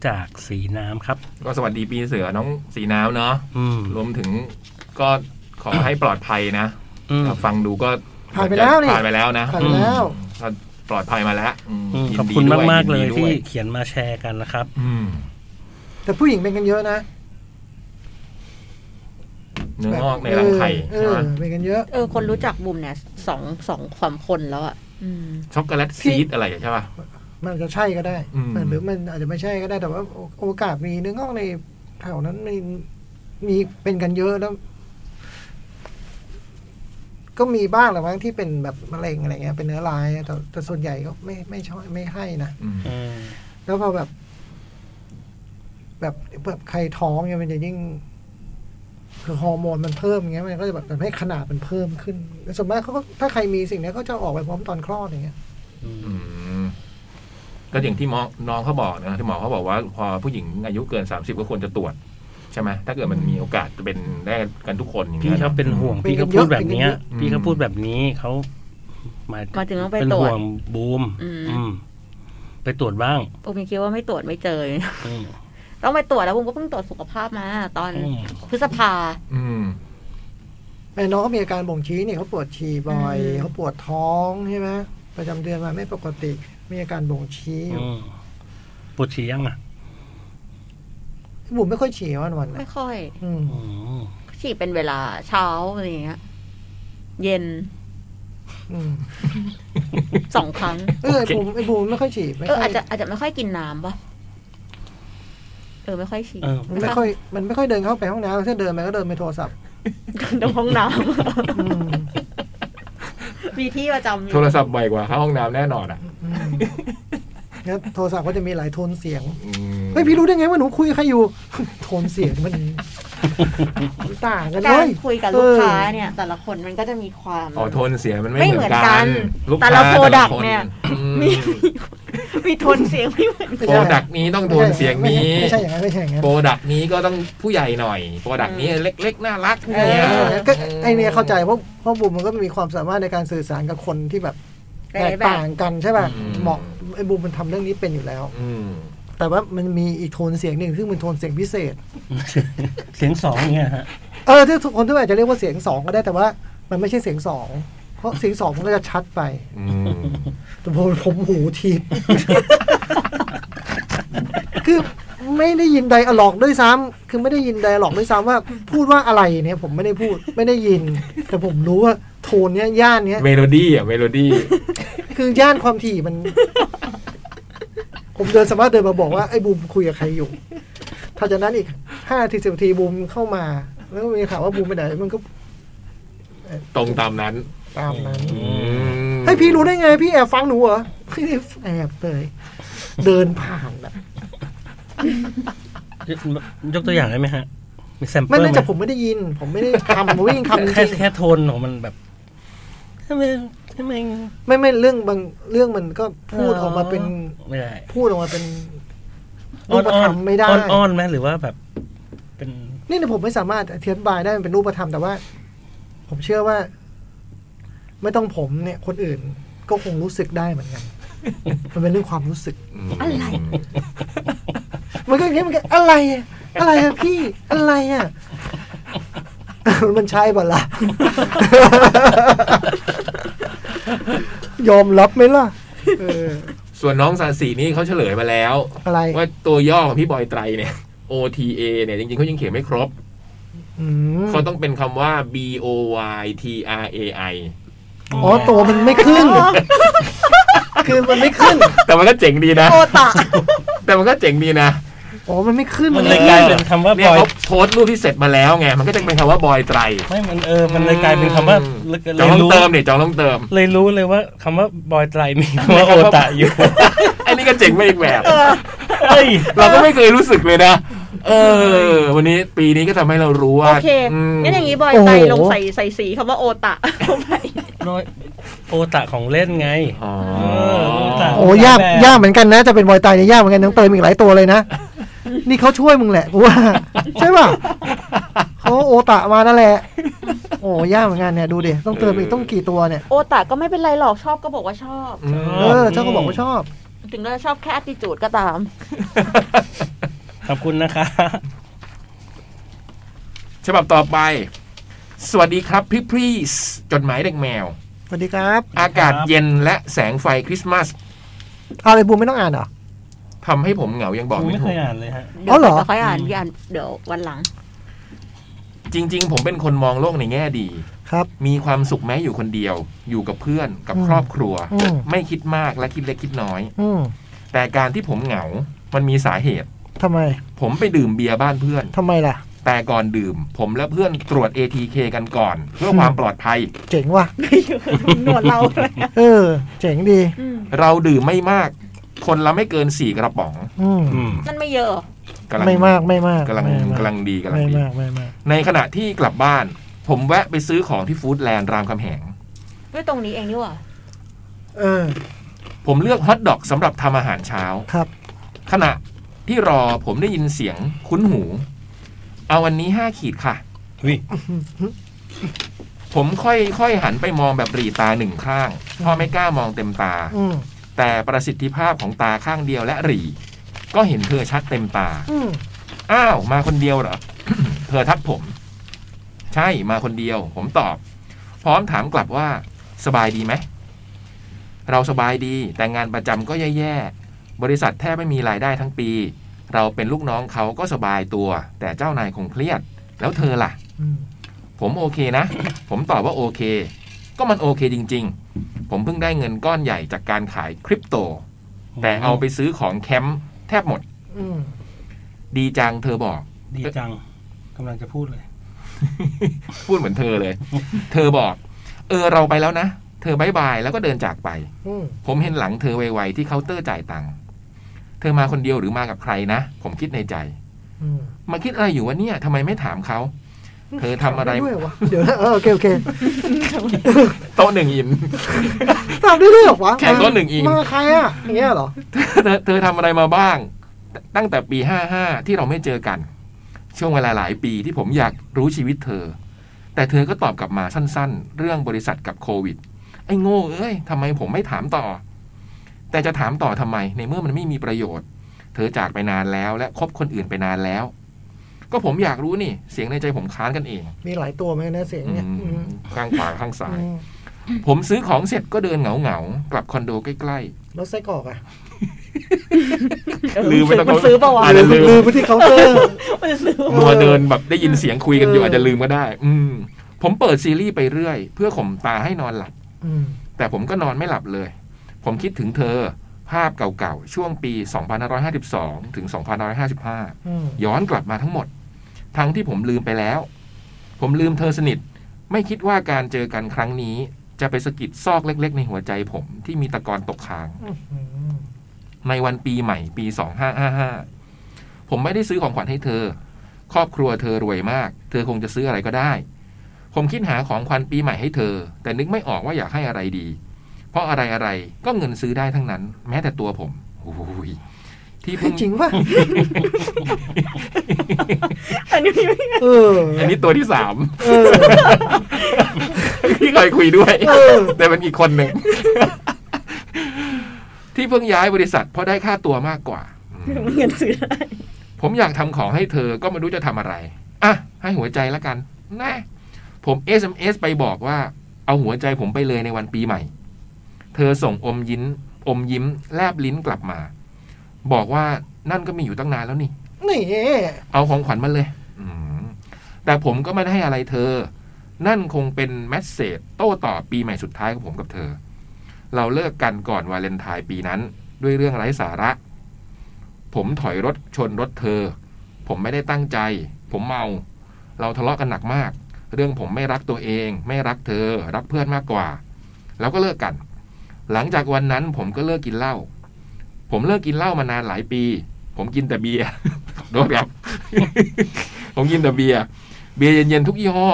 [SPEAKER 3] จากสีน้ำครับ
[SPEAKER 2] ก็สวัสดีปีเสือน้องสีน้ำเนาะ
[SPEAKER 3] อืม
[SPEAKER 2] รวมถึงก็ขอให้ปลอดภัยนะ
[SPEAKER 3] อืม
[SPEAKER 2] ฟังดูก็
[SPEAKER 4] ผ่านไปแล้วนี่
[SPEAKER 2] ผ่านไปแล้วนะ
[SPEAKER 4] ผ่านไปแล้ว
[SPEAKER 2] ก็ปลอดภัยมาแล้วม
[SPEAKER 3] อืม
[SPEAKER 2] ยินดี
[SPEAKER 3] ขอบคุณ
[SPEAKER 2] ด้วย
[SPEAKER 3] มาก ๆ เล
[SPEAKER 2] น
[SPEAKER 3] ย
[SPEAKER 2] ดีด้ว
[SPEAKER 3] ที่เขียนมาแชร์กันนะครับ
[SPEAKER 2] อืม
[SPEAKER 4] แต่ผู้หญิงเป็นกันเยอะนะ
[SPEAKER 2] เนื้องอกในรังไข่
[SPEAKER 4] เอ
[SPEAKER 2] ใช่
[SPEAKER 4] อ
[SPEAKER 2] ไหม
[SPEAKER 4] เออเป็นกันเยอะ
[SPEAKER 5] เออ คนรู้จักบุมเนี่ยสองสองความคนแล้วอะอืม
[SPEAKER 2] ช็อกโกแลตซีดอะไรใช่ป่ะ
[SPEAKER 4] มันอาจจะใช่ก็ได้
[SPEAKER 2] อืม
[SPEAKER 4] หรือมันอาจจะไม่ใช่ก็ได้แต่ว่าโอโอกาสมีเนื้องอกในแถวนั้นมี มีเป็นกันเยอะแล้ว ก็มีบ้างแหละมั้งที่เป็นแบบมะเร็งอะไรเงี้ยเป็นเนื้อร้ายอะแต่แต่ส่วนใหญ่ก็ไม่ไม่ชอบไม่ให้นะ
[SPEAKER 2] อืม
[SPEAKER 3] อืม
[SPEAKER 4] แล้วพอแบบ แบบแบบใครท้องเนี่ยมันจะยิ่ง คือฮอร์โมนมันเพิ่มอย่างเงี้ยมันก็จะแบบทำให้ขนาดมันเพิ่มขึ้นแล้วส่วนมากเขาก็ถ้าใครมีสิ่งเนี้ยก็จะออกไปพร้อมตอนคลอดอย่างเงี้ย
[SPEAKER 2] อืมก็อย่างที่หมอน้องเขาบอกนะที่หมอเขาบอกว่า พอผู้หญิงอายุเกิน 30 ก็ควรจะตรวจ ใช่ไหมถ้าเกิดมันมีโอกาสจะเป็นได้กันทุกคนอย่าง
[SPEAKER 3] พี่
[SPEAKER 2] เงี้ย
[SPEAKER 3] เขาเป็นห่วง
[SPEAKER 4] เป็น
[SPEAKER 3] พี่
[SPEAKER 4] กั
[SPEAKER 3] เขา
[SPEAKER 4] นเย
[SPEAKER 3] พู
[SPEAKER 4] อะ
[SPEAKER 3] ดแบบเนี้ย
[SPEAKER 4] เป็นกันเยอะ
[SPEAKER 3] พี่เขาพูดแบบนี้เขาหมาย
[SPEAKER 5] หมายถึงต้องไป
[SPEAKER 3] เป็น
[SPEAKER 5] ตรว
[SPEAKER 3] ห่
[SPEAKER 5] จ
[SPEAKER 3] วงบูม
[SPEAKER 5] อืม
[SPEAKER 3] อืม ไปตรวจบ้าง
[SPEAKER 5] ปุ้มยังคิดว่าไม่ตรวจไม่เจอ
[SPEAKER 3] อืม
[SPEAKER 5] <laughs> ต้องไปตรวจแล้วปุ้มก็เพิ่งตรวจสุขภาพมา ตอน
[SPEAKER 3] อืม
[SPEAKER 5] พฤษภา
[SPEAKER 2] อืม
[SPEAKER 4] ไอ้น้องก็มีอาการบ่งชี้นี่เขาปวดฉี่บ่อย
[SPEAKER 5] อืม
[SPEAKER 4] เขาปวดท้องใช่ไหมประจำเดือนมาไม่ปกติ มีอาการบ่งชี้
[SPEAKER 3] อืมปวดฉี่ยังอ่ะ
[SPEAKER 4] บุ๋มไม่ค่อยฉี่วันวันๆ
[SPEAKER 5] ไม่
[SPEAKER 4] นะ
[SPEAKER 5] ค่อย
[SPEAKER 4] อืม
[SPEAKER 3] อืม
[SPEAKER 5] ฉีดเป็นเวลาเช้าอะไรอย่างเงี้ย เย็น
[SPEAKER 4] อืม
[SPEAKER 5] สองครั้ง
[SPEAKER 4] เออไอ้บุ๋มไอ้บุ๋มไม่ค่อยฉี่ไม่
[SPEAKER 5] เออ
[SPEAKER 4] ค่อ
[SPEAKER 5] อาย จจะอาจจะไม่ค่อยกินน้ำปะเออไม่ค่อยฉีด
[SPEAKER 3] เออ
[SPEAKER 4] มันไม่ค่อย มันไม่ค่อยเดินเข้าไปห้องน้ำถ้าเดินไปก็เดินไปโทรศัพท์
[SPEAKER 5] ตรงห้องน้
[SPEAKER 4] อืม
[SPEAKER 5] ำ <laughs> มีที่ประจำอยู่
[SPEAKER 2] โทรศัพท์บ่อยกว่าเข้าห้องน้ำแน่นอนอ่ะ
[SPEAKER 4] อืมแล้วโทรศัพท์ก็จะมีหลายโทนเสียง
[SPEAKER 2] อืม
[SPEAKER 4] เฮ้ยพี่รู้ได้ไงว่าหนูคุยกับใครอยู่ <laughs> โทนเสียงมัน ต่างกันเล
[SPEAKER 5] การ
[SPEAKER 4] ย
[SPEAKER 5] คุยกับลูกค้าเนี่ย แต่ละคนมันก็จะมีความ
[SPEAKER 2] อ๋อโทนเสียงมัน
[SPEAKER 5] ไม่
[SPEAKER 2] ไม่
[SPEAKER 5] เห
[SPEAKER 2] เห
[SPEAKER 5] มื
[SPEAKER 2] มื
[SPEAKER 5] อ
[SPEAKER 2] อน น
[SPEAKER 5] กั
[SPEAKER 2] กัน นลูก
[SPEAKER 5] แต่
[SPEAKER 2] ค้า
[SPEAKER 5] ละ
[SPEAKER 2] แต่ละ
[SPEAKER 5] product
[SPEAKER 2] คน
[SPEAKER 5] เนี่ย
[SPEAKER 2] อืม
[SPEAKER 5] มีมีโทนเสียงไม่เหมือน
[SPEAKER 4] ไม่
[SPEAKER 2] โป
[SPEAKER 4] ใช่
[SPEAKER 2] รดักต์นี้ต้องโทนเสียงนี้
[SPEAKER 4] ไม่ใช่อย่างนั้นไม่ใช่อย่างนั้น
[SPEAKER 2] โปรดักต์นี้ก็ต้องผู้ใหญ่หน่อยโปรดักต์นี้เล็กๆน่ารักเนี่ย
[SPEAKER 4] ก็ไอเนี่ยเข้าใจเพราะเพราะบุมมันก็มีความสามารถในการสื่อสารกับคนที่แบบ
[SPEAKER 5] แ
[SPEAKER 4] แตก
[SPEAKER 5] บบ
[SPEAKER 4] ต่างกันใช่ป่ะเหมาะไอบุมมันทำเรื่องนี้เป็นอยู่แล้ว
[SPEAKER 2] อืม
[SPEAKER 4] แต่ว่ามันมีอีกโทนเสียงหนึ่งซึ่งเป็นโทนเสียงพิเศษ
[SPEAKER 3] <laughs> เสียงสองเนี่ยฮะ
[SPEAKER 4] เออที่ทุกคนทั่วไปจะเรียกว่าเสียงสองก็ได้แต่ว่ามันไม่ใช่เสียงสองเพราะเสียงสองมันก็จะชัดไป
[SPEAKER 2] อืม
[SPEAKER 4] แต่ผมผมหูทิพย์ <laughs> คือไม่ได้ยินไดอะล็อกด้วยซ้ำคือไม่ได้ยินไดอะล็อกด้วยซ้ำว่า พูดว่าอะไรเนี่ย ผมไม่ได้พูด ไม่ได้ยิน แต่ผมรู้ว่าโทนเนี้ยย่านเนี้ย
[SPEAKER 2] เมโลดี้อ่ะเมโลดี้
[SPEAKER 4] คือย่านความถี่มัน ผมเดินสามารถเดินมาบอกว่าไอ้บูมคุยกับใครอยู่ ถ้าจากนั้นอีกห้าทีสิบทีบูมเข้ามา แล้วก็มีข่าวว่าบูมไปไหนมันก็
[SPEAKER 2] ตรงตามนั้น
[SPEAKER 4] ตามนั้น
[SPEAKER 2] อืม
[SPEAKER 4] ให้ยพี่รู้ได้ไง พี่แอบฟังหนูเหรอพี่แอบเลย เดินผ่านอะ
[SPEAKER 3] ยกยกตัวอย่างได้ไหมฮะ มีแซมเปิล
[SPEAKER 4] ไม่เนื่อง
[SPEAKER 3] ไหม
[SPEAKER 4] จากผมไม่ได้ยิน ผมไม่ได้ <laughs> ทำผมไม่ได้ยินคำจ
[SPEAKER 3] แค่
[SPEAKER 4] ริ <laughs> ง
[SPEAKER 3] แค่โทนของมันแบบทำไมทำไม
[SPEAKER 4] ๆไม่ไม่เรื่องบางเรื่องมันก็พูดออกมาเป็น
[SPEAKER 3] ไม่ได้
[SPEAKER 4] พูดออกมาเป็นรูปธรรมไม่ได้
[SPEAKER 3] อ่อนๆอ่อนๆไหมหรือว่าแบบ
[SPEAKER 4] <laughs>
[SPEAKER 3] เป็น
[SPEAKER 4] นี่นะผมไม่สามารถอธิบายได้มันเป็นรูปธรรมแต่ว่า ผมเชื่อว่า ไม่ต้องผมเนี่ย คนอื่นก็คงรู้สึกได้เหมือนกัน <laughs> มันเป็นเรื่องความรู้สึก
[SPEAKER 2] อะไร
[SPEAKER 4] มันก็อย่างนี้ยมันก็อะไรอะอะไรอะพี่อะไรอะ <laughs> มันใช่บ่ล่ะ <laughs> ยอมรับไหมล่ะเออ
[SPEAKER 2] ส่วนน้องสาสีนี่เขาเฉลยมาแล้ว
[SPEAKER 4] อะไร
[SPEAKER 2] ว่าตัวย่อของพี่บอยไตรเนี่ย OTA เนี่ยจริงๆเขายังเขียนไม่ครบ
[SPEAKER 4] อืม
[SPEAKER 2] เขาต้องเป็นคำว่า B O Y T R A I
[SPEAKER 4] อ๋อตัวมันไม่ขึ้น คือมันไม่ขึ้น
[SPEAKER 2] แต่มันก็เจ๋งดีนะ
[SPEAKER 5] โอตะ
[SPEAKER 2] แต่มันก็เจ๋งดีนะ
[SPEAKER 4] อ๋อมันไม่ขึ้น
[SPEAKER 3] มัน
[SPEAKER 4] น
[SPEAKER 3] เลย
[SPEAKER 4] ไม่
[SPEAKER 3] กลา
[SPEAKER 4] ขึ้น
[SPEAKER 3] ยเป็นคำว่า
[SPEAKER 2] เนี่
[SPEAKER 3] บ
[SPEAKER 2] ย
[SPEAKER 3] อย
[SPEAKER 2] เขาโพสต์รูปที่เสร็จมาแล้วไง มันก็จะเป็นคำว่าบอยไตร
[SPEAKER 3] ไม่มันเออ มันเลยกลายเป็นคำว่าเลย
[SPEAKER 2] จองต้
[SPEAKER 3] เลย
[SPEAKER 2] อง
[SPEAKER 3] รู้
[SPEAKER 2] เติมเนี่ยจองต้องเติม
[SPEAKER 3] เลยรู้เลยว่าคำว่าบอยไตร
[SPEAKER 4] <laughs>
[SPEAKER 3] มีคำว่าโอตะอยู่
[SPEAKER 2] อันนี้ก็เจ๋งไปอีกแบบ
[SPEAKER 3] เอ้ย
[SPEAKER 2] เราก็ไม่เคยรู้สึกเลยนะ เออ วันนี้ปีนี้ก็ทำให้เรารู้ว่า
[SPEAKER 5] โอเค
[SPEAKER 2] ม
[SPEAKER 5] งั้นอย่างนี้บอยไตลงใส่ใส่สีคำว่าโอตะลงไป
[SPEAKER 3] โอตะของเล่นไง
[SPEAKER 2] อ๋อ
[SPEAKER 4] โอ้ยากยากเหมือนกันนะ จะเป็นบอยตายเนี่ยยากเหมือนกันต้องเติมอีกหลายตัวเลยนะ นี่เขาช่วยมึงแหละกูว่า ใช่ป่ะเขาโอตะมานั่นแหละ โอ้ยากเหมือนกันเนี่ยดูดิต้องเติมอีกต้องกี่ตัวเนี่ย
[SPEAKER 5] โอตะก็ไม่เป็นไรหรอกชอบก็บอกว่าชอบ
[SPEAKER 2] อืม
[SPEAKER 4] เออเจ้าก็บอกว่าชอบ
[SPEAKER 5] ถึงเราจะชอบแค่ attitude ก็ตาม
[SPEAKER 3] ขอบคุณนะคะ
[SPEAKER 2] ฉบับต่อไป สวัสดีครับพี่พรีสจดหมายเด็กแมว
[SPEAKER 4] สวัสดีครับ
[SPEAKER 2] อากาศเย็นและแสงไฟคริสต์มาส
[SPEAKER 4] เอาอะไรบูมไม่ต้องอ่านเหรอ
[SPEAKER 2] ทำให้ผมเหงายังบอก
[SPEAKER 3] ไม่
[SPEAKER 2] ไม่
[SPEAKER 3] เค
[SPEAKER 2] ถูก
[SPEAKER 3] ยอ่านเลยฮะ
[SPEAKER 5] เดี๋ย
[SPEAKER 4] อ๋
[SPEAKER 5] ว
[SPEAKER 4] อเหรอ
[SPEAKER 5] จะค่อยอ่านพี่อ่านเดี๋ยววันหลัง
[SPEAKER 2] จริง ๆ ผมเป็นคนมองโลกในแง่ดี
[SPEAKER 4] ครับ
[SPEAKER 2] มีความสุขแม้อยู่คนเดียว อยู่กับเพื่อนกับ
[SPEAKER 4] อืม
[SPEAKER 2] ครอบครัว
[SPEAKER 4] อืม
[SPEAKER 2] ไม่คิดมากและคิดเล็กคิดน้อย
[SPEAKER 4] อืม
[SPEAKER 2] แต่การที่ผมเหงา มันมีสาเหตุ
[SPEAKER 4] ทำไม
[SPEAKER 2] ผมไปดื่มเบียร์บ้านเพื่อน
[SPEAKER 4] ทำไมล่ะ
[SPEAKER 2] แต แต่ก่อนดื่ม ผมและเพื่อนตรวจ ATK กันก่อน เพื่อความปลอดภัย
[SPEAKER 4] เจ๋งว่ะ
[SPEAKER 5] <laughs> หนวดเราเลย
[SPEAKER 4] เออ เจ๋งดี
[SPEAKER 5] อืม
[SPEAKER 2] เราดื่มไม่มาก คนละไม่เกินสี่กระป๋อง
[SPEAKER 4] อืม
[SPEAKER 3] อืม
[SPEAKER 5] นั่นไม่เยอะเหรอ
[SPEAKER 2] กำลัง
[SPEAKER 4] ไม่มากไม่มาก
[SPEAKER 2] กำลัง
[SPEAKER 4] ไม่มาก
[SPEAKER 2] ำลังดีกำลัง
[SPEAKER 4] ไม่
[SPEAKER 2] ดี
[SPEAKER 4] มากไม่มาก
[SPEAKER 2] ในขณะที่กลับบ้าน ผมแวะไปซื้อของที่ฟู้ดแลนด์รามคำแหง
[SPEAKER 5] ด้วยตรงนี้เองนี่หว่า
[SPEAKER 4] เออ
[SPEAKER 2] ผมเลือกฮอทดอกสำหรับทำอาหารเช้า
[SPEAKER 4] ครับ
[SPEAKER 2] ขณะที่รอผมได้ยินเสียงคุ้นหู เอาวันนี้ห้าขีดค่ะ
[SPEAKER 3] วิ
[SPEAKER 2] ผมค่อยค่อยหันไปมองแบบหรีตาหนึ่งข้างเพ่อไม่กล้ามองเต็มตา
[SPEAKER 4] อืม
[SPEAKER 2] แต่ประสิทธิภาพของตาข้างเดียวและหรี ก็เห็นเธอชัดเต็มตา
[SPEAKER 4] อืม
[SPEAKER 2] อ้าว มาคนเดียวเหรอ <coughs> เธอทักผม ใช่มาคนเดียว ผมตอบ พร้อมถามกลับว่า สบายดีไหม เราสบายดีแต่งานประจำก็แย่ๆ บริษัทแทบไม่มีรายได้ทั้งปี เราเป็นลูกน้องเขาก็สบายตัว แต่เจ้านายคงเครียด แล้วเธอล่ะ
[SPEAKER 4] อืม
[SPEAKER 2] ผมโอเคนะ ผมตอบว่าโอเค ก็มันโอเคจริงๆ ผมเพิ่งได้เงินก้อนใหญ่จากการขายคริปโต แต่เอาไปซื้อของแคมป์แทบหมด
[SPEAKER 4] อืม
[SPEAKER 2] ดีจังเธอบอก
[SPEAKER 3] ดีจังกำลังจะพูดเลย
[SPEAKER 2] พูดเหมือนเธอเลย เธอบอก เออเราไปแล้วนะ เธอบายบายแล้วก็เดินจากไป
[SPEAKER 4] อืม
[SPEAKER 2] ผมเห็นหลังเธอไวๆที่เคาน์เตอร์จ่ายตังค์ เธอมาคนเดียวหรือมากับใครนะ ผมคิดในใจ
[SPEAKER 4] อืม
[SPEAKER 2] มาคิดอะไรอยู่วะเนี่ยทำไมไม่ถามเขา เธอทำอะไร
[SPEAKER 4] ด้ด้วยเหวะเดี๋ยวนะเออโอเคโอเค
[SPEAKER 2] โต๊ะหนึ่งอิน
[SPEAKER 4] ทำได้ด้วยเหรอวะ
[SPEAKER 2] แขกโต๊ะหนึ่งอีก
[SPEAKER 4] มาใครอ่ะอย่างเงี้ยเหรอ
[SPEAKER 2] เธอเธอทำอะไรมาบ้าง ตั้งแต่ปี 55 ที่เราไม่เจอกัน ช่วงเวลาหลายปีที่ผมอยากรู้ชีวิตเธอ แต่เธอก็ตอบกลับมาสั้นๆ เรื่องบริษัทกับโควิด ไอ้โง่เอ้ยทำไมผมไม่ถามต่อ แต่จะถามต่อทำไม ในเมื่อมันไม่มีประโยชน์ เธอจากไปนานแล้วและคบคนอื่นไปนานแล้ว ก็ผมอยากรู้นี่ เสียงในใจผมค้านกันเอง
[SPEAKER 4] มีหลายตัวเหมือนกันนะเสียงเนี่ย
[SPEAKER 2] อืมข้างขวาข้างซ้าย
[SPEAKER 4] อืม
[SPEAKER 2] ผมซื้อของเสร็จก็เดินเหงาๆกลับคอนโดใกล้
[SPEAKER 4] รถไส้กรอกอ่ะ
[SPEAKER 2] ๆลืมไปตะโก
[SPEAKER 5] มัน
[SPEAKER 2] น
[SPEAKER 5] ซื้อเปล่าวะ
[SPEAKER 2] อาจจะลืม
[SPEAKER 4] มไปที่เคาน์เตอร์
[SPEAKER 5] มันซื้อ
[SPEAKER 2] มัวเดินแบบได้ยินเสียงคุยกันอยู่
[SPEAKER 4] เอออ
[SPEAKER 2] อาจจะลืมก็ได้ อืม ผมเปิดซีรีส์ไปเรื่อย เพื่อข่มตาให้นอนหลับ
[SPEAKER 4] อืม
[SPEAKER 2] แต่ผมก็นอนไม่หลับเลย ผมคิดถึงเธอ ภาพเก่าๆ ช่วงปี 2552 ถึง 2555
[SPEAKER 4] อืม
[SPEAKER 2] ย้อนกลับมาทั้งหมด ทั้งที่ผมลืมไปแล้ว ผมลืมเธอสนิท ไม่คิดว่าการเจอกันครั้งนี้ จะไปสะกิดซอกเล็ก ๆ ในหัวใจผมที่มีตะกอนตกค้าง
[SPEAKER 4] อืม
[SPEAKER 2] ในวันปีใหม่ปี 2555 ผมไม่ได้ซื้อของขวัญให้เธอ ครอบครัวเธอรวยมาก เธอคงจะซื้ออะไรก็ได้ ผมคิดหาของขวัญปีใหม่ให้เธอ แต่นึกไม่ออกว่าอยากให้อะไรดี เพราะอะไรอะไรๆก็เงินซื้อได้ทั้งนั้น แม้แต่ตัวผมโอ้ยที่เพิ่ง
[SPEAKER 4] จริงป่ะ
[SPEAKER 5] อันนี้ไม่
[SPEAKER 4] เออ
[SPEAKER 2] อันนี้ตัวที่สาม
[SPEAKER 4] เออ
[SPEAKER 2] ที่เคยคุยด้วย
[SPEAKER 4] เออ
[SPEAKER 2] แต่เป็นอีกคนหนึ่ง <laughs> ที่เพิ่งย้ายบริษัท เพราะได้ค่าตัวมากกว่า
[SPEAKER 5] มีเงินซื้อได้
[SPEAKER 2] ผมอยากทำของให้เธอก็ไม่รู้จะทำอะไร อ่ะ ให้หัวใจละกัน นะ ผม SMS ไปบอกว่า เอาหัวใจผมไปเลยในวันปีใหม่ เธอส่งอมยิ้ม อมยิ้ม แลบลิ้นกลับมา บอกว่านั่นก็มีอยู่ตั้งนานแล้วนี่
[SPEAKER 4] นี่
[SPEAKER 2] เอาของขวัญมาเลย อืมแต่ผมก็ไม่ได้ให้อะไรเธอ นั่นคงเป็นแมสเซจโต้ตอบปีใหม่สุดท้ายของผมกับเธอ เราเลิกกันก่อนวาเลนไทน์ปีนั้น ด้วยเรื่องไร้สาระ ผมถอยรถชนรถเธอ ผมไม่ได้ตั้งใจ ผมเมา เราทะเลาะกันหนักมาก เรื่องผมไม่รักตัวเอง ไม่รักเธอ รักเพื่อนมากกว่า แล้วก็เลิกกัน หลังจากวันนั้นผมก็เลิกกินเหล้า ผมเลิกกินเหล้ามานานหลายปี ผมกินแต่เบียร์ <laughs> โดนครับ ผมกินแต่เบียร์ เบียร์เย็นๆทุกยี่ห้อ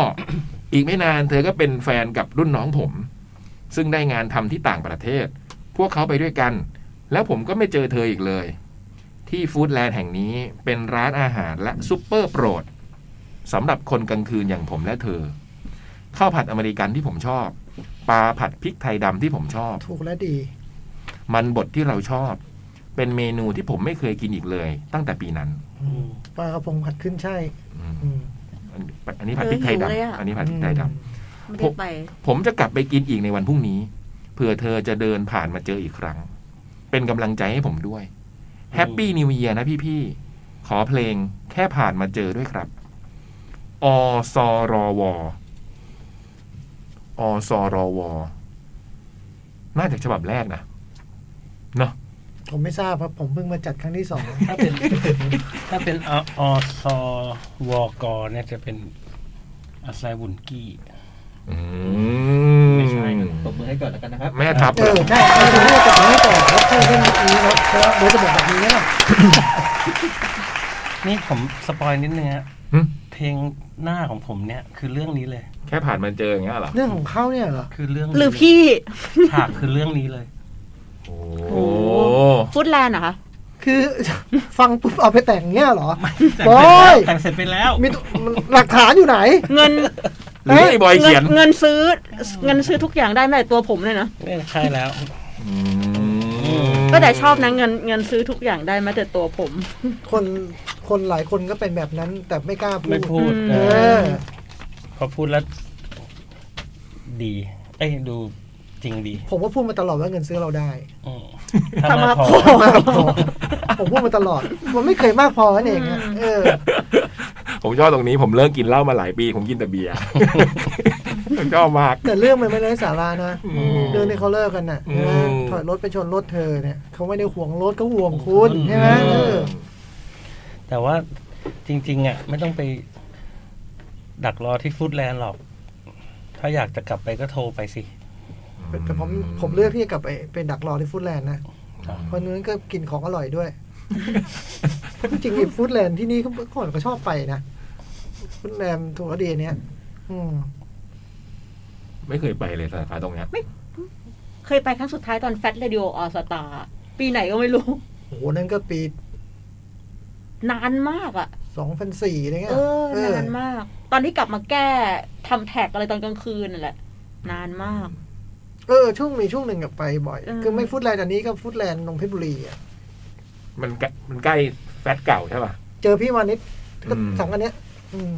[SPEAKER 2] อีกไม่นานเธอก็เป็นแฟนกับรุ่นน้องผม ซึ่งได้งานทำที่ต่างประเทศ พวกเขาไปด้วยกัน แล้วผมก็ไม่เจอเธออีกเลย ที่ฟู้ดแลนด์แห่งนี้เป็นร้านอาหารและซุปเปอร์โปรดสำหรับคนกลางคืนอย่างผมและเธอ ข้าวผัดอเมริกันที่ผมชอบ ปลาผัดพริกไทยดำที่ผมชอบ
[SPEAKER 4] ถูกและดี
[SPEAKER 2] มันบดที่เราชอบ เป็นเมนูที่ผมไม่เคยกินอีกเลย ตั้งแต่ปีนั้น
[SPEAKER 4] ปลากระพงผัดขึ้นใช่
[SPEAKER 2] อืม
[SPEAKER 4] อืม
[SPEAKER 2] อันนี้อันนี้ผัดพริกไทยดำอันนี้ผัดพริกไทยด
[SPEAKER 5] ไม่ได้ไป
[SPEAKER 2] ำผมจะกลับไปกินอีกในวันพรุ่งนี้ เผื่อเธอจะเดินผ่านมาเจออีกครั้ง เป็นกำลังใจให้ผมด้วย แฮปปี้นิว e ย r นะพี่ๆ ขอเพลงแค่ผ่านมาเจอด้วยครับ อสรว อสรว น่าจะฉบับแรกนะ เนาะ
[SPEAKER 4] ผมไม่ทราบครับผมเพิ่งมาจัดครั้งที่สอง
[SPEAKER 3] ถ้าเป็น ถ้าเป็นออซอวอกอเนี่ยจะเป็นอาไซบุนกี้
[SPEAKER 2] อื
[SPEAKER 3] ไม่ใช่นะ
[SPEAKER 1] ตบมือให้ก่อนแล้วกันนะครับ
[SPEAKER 2] แม่ทับ
[SPEAKER 4] เออใช่เราถึงให้จัดให้ก่อนครับชื่อเรื่องนี้ครับเพราะว่าโดยจะบอกแบบนี้นะ
[SPEAKER 3] นี่ผมสปอยนิดนึงฮะ
[SPEAKER 2] หึ
[SPEAKER 3] เพลงหน้าของผมเนี่ยคือเรื่องนี้เลย
[SPEAKER 2] แค่ผ่านมาเจออย่างเงี้ยเหรอ
[SPEAKER 4] เรื่องของเขาเนี่ยเหรอ
[SPEAKER 3] คือเรื่องนี้
[SPEAKER 5] หรือพี่
[SPEAKER 3] ฉากคือเรื่องนี้เลย
[SPEAKER 2] โอ้โห
[SPEAKER 5] ฟุตแลนด์เหรอคะ
[SPEAKER 4] คือ <laughs> ฟังปุ๊บเอาไปแต่งเนี่ยเหรอ
[SPEAKER 3] แต่งเสร็จแล้ว
[SPEAKER 4] โอ้ย
[SPEAKER 3] แต่งเสร็จไปแล้ว
[SPEAKER 4] มีตัวมันหลักฐานอยู่ไหน
[SPEAKER 5] เงิน
[SPEAKER 2] หรือไอ้บอยเขียน
[SPEAKER 5] เงินเงินซื้อ เงินซื้อทุกอย่างได้แม้แต่ตัวผมเลยนะ
[SPEAKER 3] ไม่ใช่แล้ว
[SPEAKER 2] อืม
[SPEAKER 5] ก็แต่ชอบนะเงินเงินซื้อทุกอย่างได้แม้แต่ตัวผม
[SPEAKER 4] คนคนหลายคนก็เป็นแบบนั้น แต่ไม่กล้าพู
[SPEAKER 3] ไม่
[SPEAKER 4] ด
[SPEAKER 3] พูด
[SPEAKER 5] อืม
[SPEAKER 3] เอ
[SPEAKER 4] เอ
[SPEAKER 3] อ
[SPEAKER 4] อ
[SPEAKER 3] พอพูดแล้ว ดี เอ้ยดูจริงดี
[SPEAKER 4] ผมก็พูดมาตลอดว่าเงินซื้อเราได้
[SPEAKER 3] อืมถ้ามากพอ
[SPEAKER 4] มากพอผมพูดมาตลอด มันไม่เคยมากพอนั่นเองอะเออ
[SPEAKER 2] ผมชอบตรงนี้ผมเลิกกินเหล้ามาหลายปี ผมกินแต่เบียร์ ผมชอบมาก
[SPEAKER 4] แต่เรื่องมันไม่ไร้สาระนะ
[SPEAKER 2] อืม
[SPEAKER 4] เรื่องที่เขาเลิกกันน่ะ
[SPEAKER 2] อืม
[SPEAKER 4] ถอยรถไปชนรถเธอเนี่ยเขาไม่ได้ห่วงรถเขาห่วงคุณใช่ไหมเออ
[SPEAKER 3] แต่ว่าจริง ๆ อ่ะ ไม่ต้องไป ดักรอที่ฟูดแลนด์หรอก ถ้าอยากจะกลับไปก็โทรไปสิ
[SPEAKER 4] แต่ผมผมเลือกที่จะกลับไปเป็นดักรอที่ฟูดแลนด์นะ
[SPEAKER 3] ครับ
[SPEAKER 4] เพราะนั้นก็กินของอร่อยด้วย จริงๆไอ้ฟูดแลนด์ที่นี่ก็เมื่อก่อนก็ชอบไปนะฟูดแลนด์ถูกดีเนี้ยอืม
[SPEAKER 2] ไม่เคยไปเลยสาขาตรงเนี้ย
[SPEAKER 5] เคยไปครั้งสุดท้ายตอนแฟตเรดิโอออสตาปีไหนก็ไม่รู้
[SPEAKER 4] โอ้โหนั่นก็ปี
[SPEAKER 5] นานมากอ่ะ
[SPEAKER 4] สองพันสี่อะไรเงี้ย
[SPEAKER 5] เออนานมาก ตอนที่กลับมาแก้ทำแท็กอะไรตอนกลางคืนนั่นแหละ นานมาก
[SPEAKER 4] เออช่วงมีช่วงหนึ่งกับไปบ่อย
[SPEAKER 5] เออ
[SPEAKER 4] คือไม่ฟูดแลนด์อันนี้ก็ฟูดแลนด์นงเพชรบุรีอะ
[SPEAKER 2] มันใกล้มันใกล้แฟตเก่าใช่ป่ะ
[SPEAKER 4] เจอพี่วานิชก็
[SPEAKER 2] อืม
[SPEAKER 4] สั่งอันเนี้ย อืม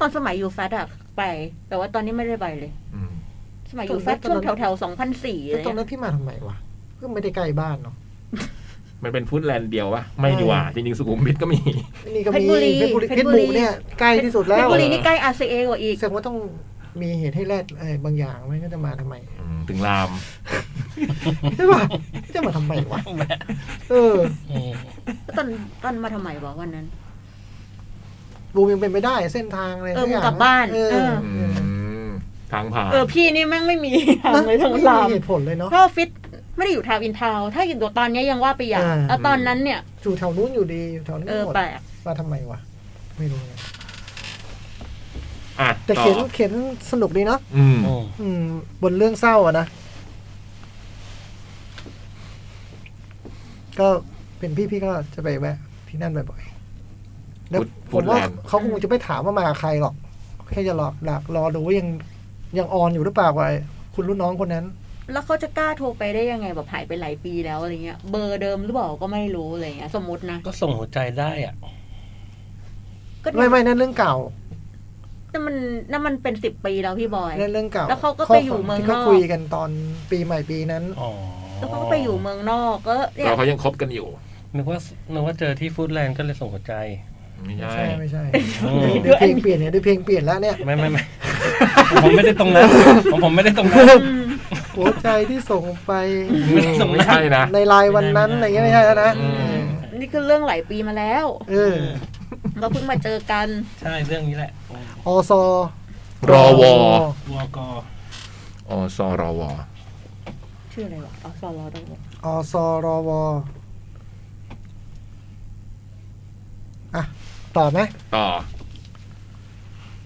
[SPEAKER 5] ตอนสมัยอยู่แฟตอะไป แต่ว่าตอนนี้ไม่ได้ไปเลย
[SPEAKER 2] อืม
[SPEAKER 5] สมัยอยู่แฟตช่วงแถวแถวสองพันสี่อะไร
[SPEAKER 4] ตรงนั้
[SPEAKER 5] เงี้ย
[SPEAKER 4] นพี่มาทำไมวะก็ไม่ได้ใกล้บ้านเนาะ
[SPEAKER 2] มันเป็นฟู้ดแลนด์เดียววะไม่ดีว่าจริงๆสุขุมวิทก็มี
[SPEAKER 4] นี่ก็มีเพชรบุรี
[SPEAKER 5] เพ
[SPEAKER 4] เพช
[SPEAKER 5] ช
[SPEAKER 4] ร
[SPEAKER 5] ร
[SPEAKER 4] บุรีเนี่ยใกล้ที่สุดแล้
[SPEAKER 5] เพช
[SPEAKER 4] ว
[SPEAKER 5] รบุรีนี่ใกล้ RCA กว่าอีก
[SPEAKER 4] แสดงว่าต้องมีเหตุให้แลดเอ่อบางอย่างไม่ก็จะมาทำไม
[SPEAKER 2] อืมถึงราม
[SPEAKER 4] ใช่ป่ะจะมาทำไมวะ เออ
[SPEAKER 3] อืม
[SPEAKER 5] แล้วตอนตอนมาทำไมวะวันนั้น
[SPEAKER 4] บูมยังเป็นไปได้เส้นทางอะไร
[SPEAKER 5] เออ
[SPEAKER 4] สัย่ง
[SPEAKER 5] บูมกลับบ้าน
[SPEAKER 4] เออ
[SPEAKER 5] เออ
[SPEAKER 2] อืมทางผ่าน
[SPEAKER 5] เออพี่นี่แม่งไม่มีทาง
[SPEAKER 4] นะ
[SPEAKER 5] เลยทั้ง
[SPEAKER 4] ไม่
[SPEAKER 5] ลา
[SPEAKER 4] มี
[SPEAKER 5] ม
[SPEAKER 4] เหตุผลเลยเนาะ
[SPEAKER 5] เพราะออฟฟิศไม่ได้อยู่ทาวน์อินทาวน์ถ้าอยู่ตอนเนี้ยยังว่าไปอย่าง
[SPEAKER 4] อ่า
[SPEAKER 5] แล้วตอนนั้นเนี่ย
[SPEAKER 4] อยู่แถวนู้นอยู่ดีอยู่แถวนี้
[SPEAKER 5] เออ
[SPEAKER 4] หมด
[SPEAKER 5] แปลก
[SPEAKER 4] มาทำไมวะไม่รู้เลย
[SPEAKER 2] อ่ะ
[SPEAKER 4] แต่
[SPEAKER 2] ต่อ
[SPEAKER 4] เขียนเขียนสนุกดีเนาะ
[SPEAKER 2] อืม
[SPEAKER 3] อืม
[SPEAKER 4] อืม บนเรื่องเศร้าอะนะก็เป็นพี่พี่ก็จะไปแวะที่นั่นบ่อยๆแล้วผ
[SPEAKER 2] ฟู้
[SPEAKER 4] ม
[SPEAKER 2] ดแล
[SPEAKER 4] ว่าน
[SPEAKER 2] ด์
[SPEAKER 4] เขาคงจะไม่ถามว่ามากับใครหรอก แค่จะรอดักรอดูว่ายังยังออนอยู่หรือเปล่ากับไอ้คุณรุ่นน้องคนนั้น
[SPEAKER 5] แล้วเขาจะกล้าโทรไปได้ยังไงแบบหายไปหลายปีแล้วอะไรเงี้ย เบอร์เดิมหรือเปล่าก็ไม่รู้อะไรเงี้ยสมมตินะ
[SPEAKER 3] ก็ส่งหัวใจได้อ่ะ
[SPEAKER 5] ก็
[SPEAKER 4] ไม่ไม่นั่นเรื่องเก่า
[SPEAKER 5] นั่นมันนั่นมันเป็นสิบปีแล้วพี่บอย
[SPEAKER 4] นั่นเรื่องเก่า
[SPEAKER 5] แล้วเขาก็
[SPEAKER 4] ข้
[SPEAKER 5] ไปอยู่เมือง
[SPEAKER 4] ที่เขา
[SPEAKER 5] นอก
[SPEAKER 4] คุยกันตอนปีใหม่ปีนั้น
[SPEAKER 3] อ๋อ
[SPEAKER 5] แล้วเขาก็ไปอยู่เมืองนอกก็เนี่ย
[SPEAKER 2] เราเขายังคบกันอยู่
[SPEAKER 3] นึกว่านึกว่าเจอที่ฟูดแลนด์ก็เลยส่งหัวใจ
[SPEAKER 2] ไม่
[SPEAKER 4] ไม่
[SPEAKER 2] ใช่
[SPEAKER 4] ใช่ไม่ใช่
[SPEAKER 3] อืม
[SPEAKER 4] เดี๋ยวเพลงเปลี่ยนเนี่ยเดี๋ยวเพลงเปลี่ยนแล้วเนี่ย
[SPEAKER 3] ไม่ไม่ไม่ ผมไม่ได้ตรงนั้นผมผมไม่ได้ตรงนั้น
[SPEAKER 4] หัวใจที่ส่งไป
[SPEAKER 3] ไม่ได้ส่ง
[SPEAKER 2] ไม่
[SPEAKER 3] นะ
[SPEAKER 2] ใช่นะ
[SPEAKER 4] ในไลน์วันนั้นอะไรเงี้ยไม่ใช่แล้วนะ
[SPEAKER 2] อืม
[SPEAKER 5] นี่คือเรื่องหลายปีมาแล้ว
[SPEAKER 4] เออ
[SPEAKER 5] เราเพิ่งมาเจอกัน
[SPEAKER 3] ใช่เรื่องนี้แหละ
[SPEAKER 4] ออซอ
[SPEAKER 2] รอวอ
[SPEAKER 3] วัวกอ
[SPEAKER 2] อสรว
[SPEAKER 5] ชื่ออะไรวะอ๋อสอรอดอก
[SPEAKER 4] ออซอรอวออ่ะต่อไหม
[SPEAKER 2] ต่อ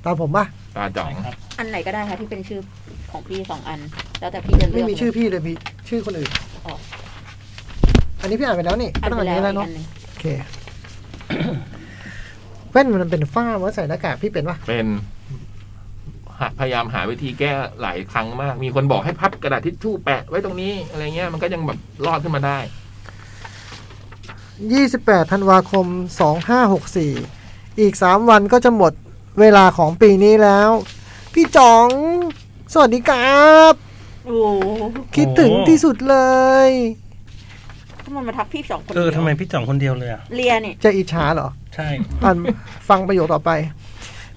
[SPEAKER 4] ตามผมป่ะ
[SPEAKER 2] ตาจ่อง
[SPEAKER 3] ใช่ครับ
[SPEAKER 5] อันไหนก็ได้ค่ะที่เป็นชื่อของพี่สองอัน แล้วแต่พี่จะเลือก
[SPEAKER 4] ไม่มีชื่อพี่เลยพี่ชื่อคนอื่น
[SPEAKER 5] อ๋อ
[SPEAKER 4] อันนี้พี่อ่านไปแล้วนี่
[SPEAKER 5] อั
[SPEAKER 4] ก็
[SPEAKER 5] น
[SPEAKER 4] ต้อง
[SPEAKER 5] ไป
[SPEAKER 4] อันนี้
[SPEAKER 5] แล้วอี
[SPEAKER 4] แล้ว
[SPEAKER 5] ก
[SPEAKER 4] เนาะ
[SPEAKER 5] อันหนึง
[SPEAKER 4] โอเค แว่นมันเป็นฝ้ามันใส่หน้ากากพี่เป็นป่ะ
[SPEAKER 2] เป็นหาพยายามหาวิธีแก้หลายครั้งมาก มีคนบอกให้พับกระดาษทิชชู่แปะไว้ตรงนี้ อะไรเงี้ย มันก็ยังแบบรอดขึ้นมาได้
[SPEAKER 4] 28ธันวาคม 2564 อีก 3 วันก็จะหมดเวลาของปีนี้แล้ว พี่จ๋อง สวัสดีครับ
[SPEAKER 5] โอ้โห
[SPEAKER 4] คิดถึงที่สุดเลย
[SPEAKER 5] ทำไมมาทักพี่สองคน
[SPEAKER 3] เออ
[SPEAKER 5] ดียว
[SPEAKER 3] ทำไมพี่จ่องคนเดียวเลยอ่ะ
[SPEAKER 5] เรียเนี่ย
[SPEAKER 4] จะอิจฉาเหรอ
[SPEAKER 3] ใช่
[SPEAKER 4] อ่านฟังประโยคต่อไป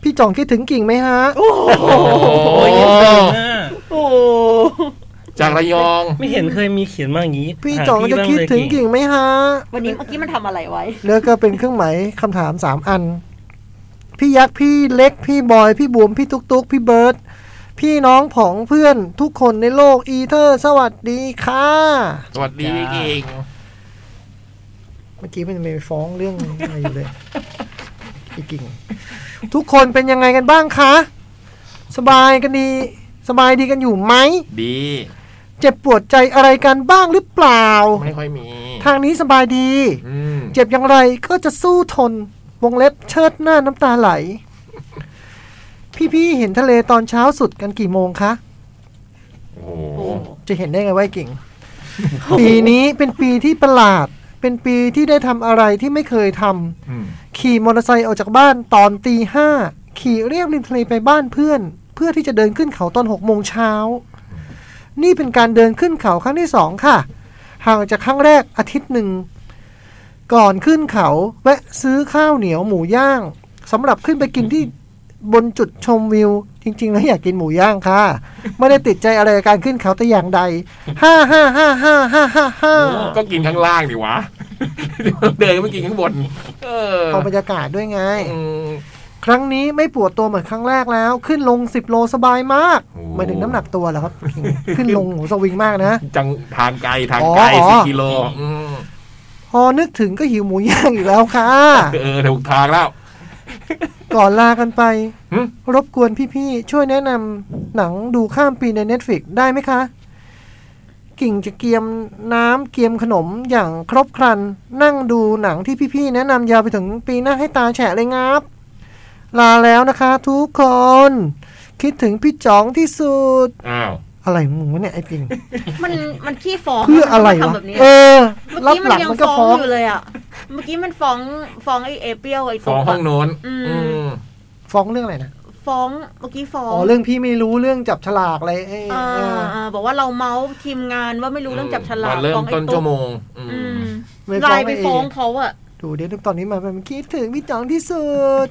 [SPEAKER 4] พี่จ๋องคิดถึงกิ่งไหมฮะ
[SPEAKER 2] โอ้โห
[SPEAKER 3] โอ้ยเก่งมาก
[SPEAKER 5] โอ้โห
[SPEAKER 2] จากระยอง
[SPEAKER 3] ไม่เห็นเคยมีเขียนมาอย่างนี้
[SPEAKER 4] พี่
[SPEAKER 3] หา
[SPEAKER 4] จ่องจะ
[SPEAKER 3] บ้า
[SPEAKER 4] คิด
[SPEAKER 3] เลย
[SPEAKER 4] ถึงกิ่งไหมฮะ
[SPEAKER 5] วันนี้เมื่อกี้มันทำอะไรไว้
[SPEAKER 4] แล้วก็เป็นเครื่องหมายคำถามสามอัน พี่ยักษ์พี่เล็กพี่บอย พี่บุ๋มพี่ตุ๊กตุ๊กพี่เบิร์ดพี่น้องผองเพื่อนทุกคนในโลกอีเทอร์ สวัสดีค่ะ
[SPEAKER 2] สวัสดีกิ่ง
[SPEAKER 4] เมื่อกี้มันไม่ฟ้องเรื่องอะไรอยู่เลยไอ้กิ่ง ทุกคนเป็นยังไงกันบ้างคะ สบายกันดี สบายดีกันอยู่ไหม
[SPEAKER 2] ดี
[SPEAKER 4] เจ็บปวดใจอะไรกันบ้างหรือเปล่า
[SPEAKER 2] ไม่ค่อยมี
[SPEAKER 4] ทางนี้สบายดี
[SPEAKER 2] อืม
[SPEAKER 4] เจ็บอย่างไรก็จะสู้ทน วงเล็บเชิดหน้าน้ำตาไหล พี่ๆเห็นทะเลตอนเช้าสุดกันกี่โมงคะ
[SPEAKER 2] โอ้โห
[SPEAKER 4] จะเห็นได้ไงว่าไอ้กิ่ง ปีนี้เป็นปีที่ประหลาด เป็นปีที่ได้ทำอะไรที่ไม่เคยท
[SPEAKER 2] อืม
[SPEAKER 4] ำขี่มอเตอร์ไซค์ออกจากบ้านตอนตีห้าขี่เรียบริมทะเลไปบ้านเพื่อน เพื่อที่จะเดินขึ้นเขาตอนหกโมงเช้า นี่เป็นการเดินขึ้นเขาครั้งที่สองค่ะ ห่างจากครั้งแรกอาทิตย์หนึ่ง ก่อนขึ้นเขาแวะซื้อข้าวเหนียวหมูย่างสำหรับขึ้นไปกินที่บนจุดชมวิว จริงๆแล้วอยากกินหมูย่างค่ะ ไม่ได้ติดใจอะไรกับการขึ้นเขาแต่อย่างใดห้าห้าห้าห้าห้าห้าห้า
[SPEAKER 2] ก็กินข้างล่างดิวะ เดินไปกินข้างบน เออ
[SPEAKER 4] เอาบรรยากาศด้วยไง
[SPEAKER 2] อืม
[SPEAKER 4] ครั้งนี้ไม่ปวดตัวเหมือนครั้งแรกแล้ว ขึ้นลงสิบโลสบายมาก
[SPEAKER 2] โอ้
[SPEAKER 4] หมายถึงน้ำหนักตัวเหรอครับ <laughs> ขึ้นลงโหสวิงมากนะ
[SPEAKER 2] จังทางไกลทางไกล
[SPEAKER 4] อ๋อ
[SPEAKER 2] สิบกิโลอืม
[SPEAKER 4] พอนึกถึงก็หิวหมูย่างอีกแล้วค่ะ
[SPEAKER 2] เออถูกทางแล้ว
[SPEAKER 4] ก่อนลากันไป
[SPEAKER 2] หึ
[SPEAKER 4] รบกวนพี่ๆ ช่วยแนะนำหนังดูข้ามปีใน Netflix ได้ไหมคะ กิ่งจะเกียมน้ำเกียมขนมอย่างครบครัน นั่งดูหนังที่พี่ๆ แนะนำยาวไปถึงปีหน้าให้ตาแฉะเลยงับ ลาแล้วนะคะทุกคน คิดถึงพี่จ๋องที่สุด
[SPEAKER 2] อ้าว
[SPEAKER 4] อะไรของมึงวะเนี่ย ไอ้ปิง
[SPEAKER 5] มันมันขี้ฟ้อง
[SPEAKER 4] เพื่ออะไร
[SPEAKER 5] มัน
[SPEAKER 4] วะ
[SPEAKER 5] ทำแบบนี้
[SPEAKER 4] เออ
[SPEAKER 5] เมื่อ
[SPEAKER 4] รับ
[SPEAKER 5] กี้
[SPEAKER 4] ห
[SPEAKER 5] มั
[SPEAKER 4] ลั
[SPEAKER 5] น
[SPEAKER 4] ง
[SPEAKER 5] ยัง
[SPEAKER 4] มันก็
[SPEAKER 5] ฟ้
[SPEAKER 4] ฟ้
[SPEAKER 5] อ
[SPEAKER 4] อง ง
[SPEAKER 5] อยู่เลยอ่ะ เมื่อกี้มันฟ้องฟ้องไอเอเปียวไอ
[SPEAKER 2] ฟ้องห้องโน้น
[SPEAKER 5] อื
[SPEAKER 2] อื
[SPEAKER 5] ม
[SPEAKER 2] ม
[SPEAKER 4] ฟ้องเรื่องอะไรนะ
[SPEAKER 5] ฟ้องเมื่อกี้ฟ้อง
[SPEAKER 4] อ๋อ เรื่องพี่ไม่รู้เรื่องจับฉลากอะไรเอ้ย
[SPEAKER 5] อ่า
[SPEAKER 4] เออ
[SPEAKER 5] อ่าบอกว่าเราเมาส์ทีมงานว่าไม่รู้เรื่องจับฉลาก
[SPEAKER 2] ตอนเริ่
[SPEAKER 5] ฟ้อ
[SPEAKER 2] ม
[SPEAKER 5] งไอ้
[SPEAKER 2] ต้นชั่วโมงอืม
[SPEAKER 5] อืม
[SPEAKER 4] ไม่ฟ้
[SPEAKER 5] ไล
[SPEAKER 4] อง
[SPEAKER 5] น์ไป
[SPEAKER 4] ไอ้เอ
[SPEAKER 5] ฟ้องเขาอะ
[SPEAKER 4] ดูเดี๋ยวตอนนี้มาเป็นคิดถึงพี่จ๋องที่สุด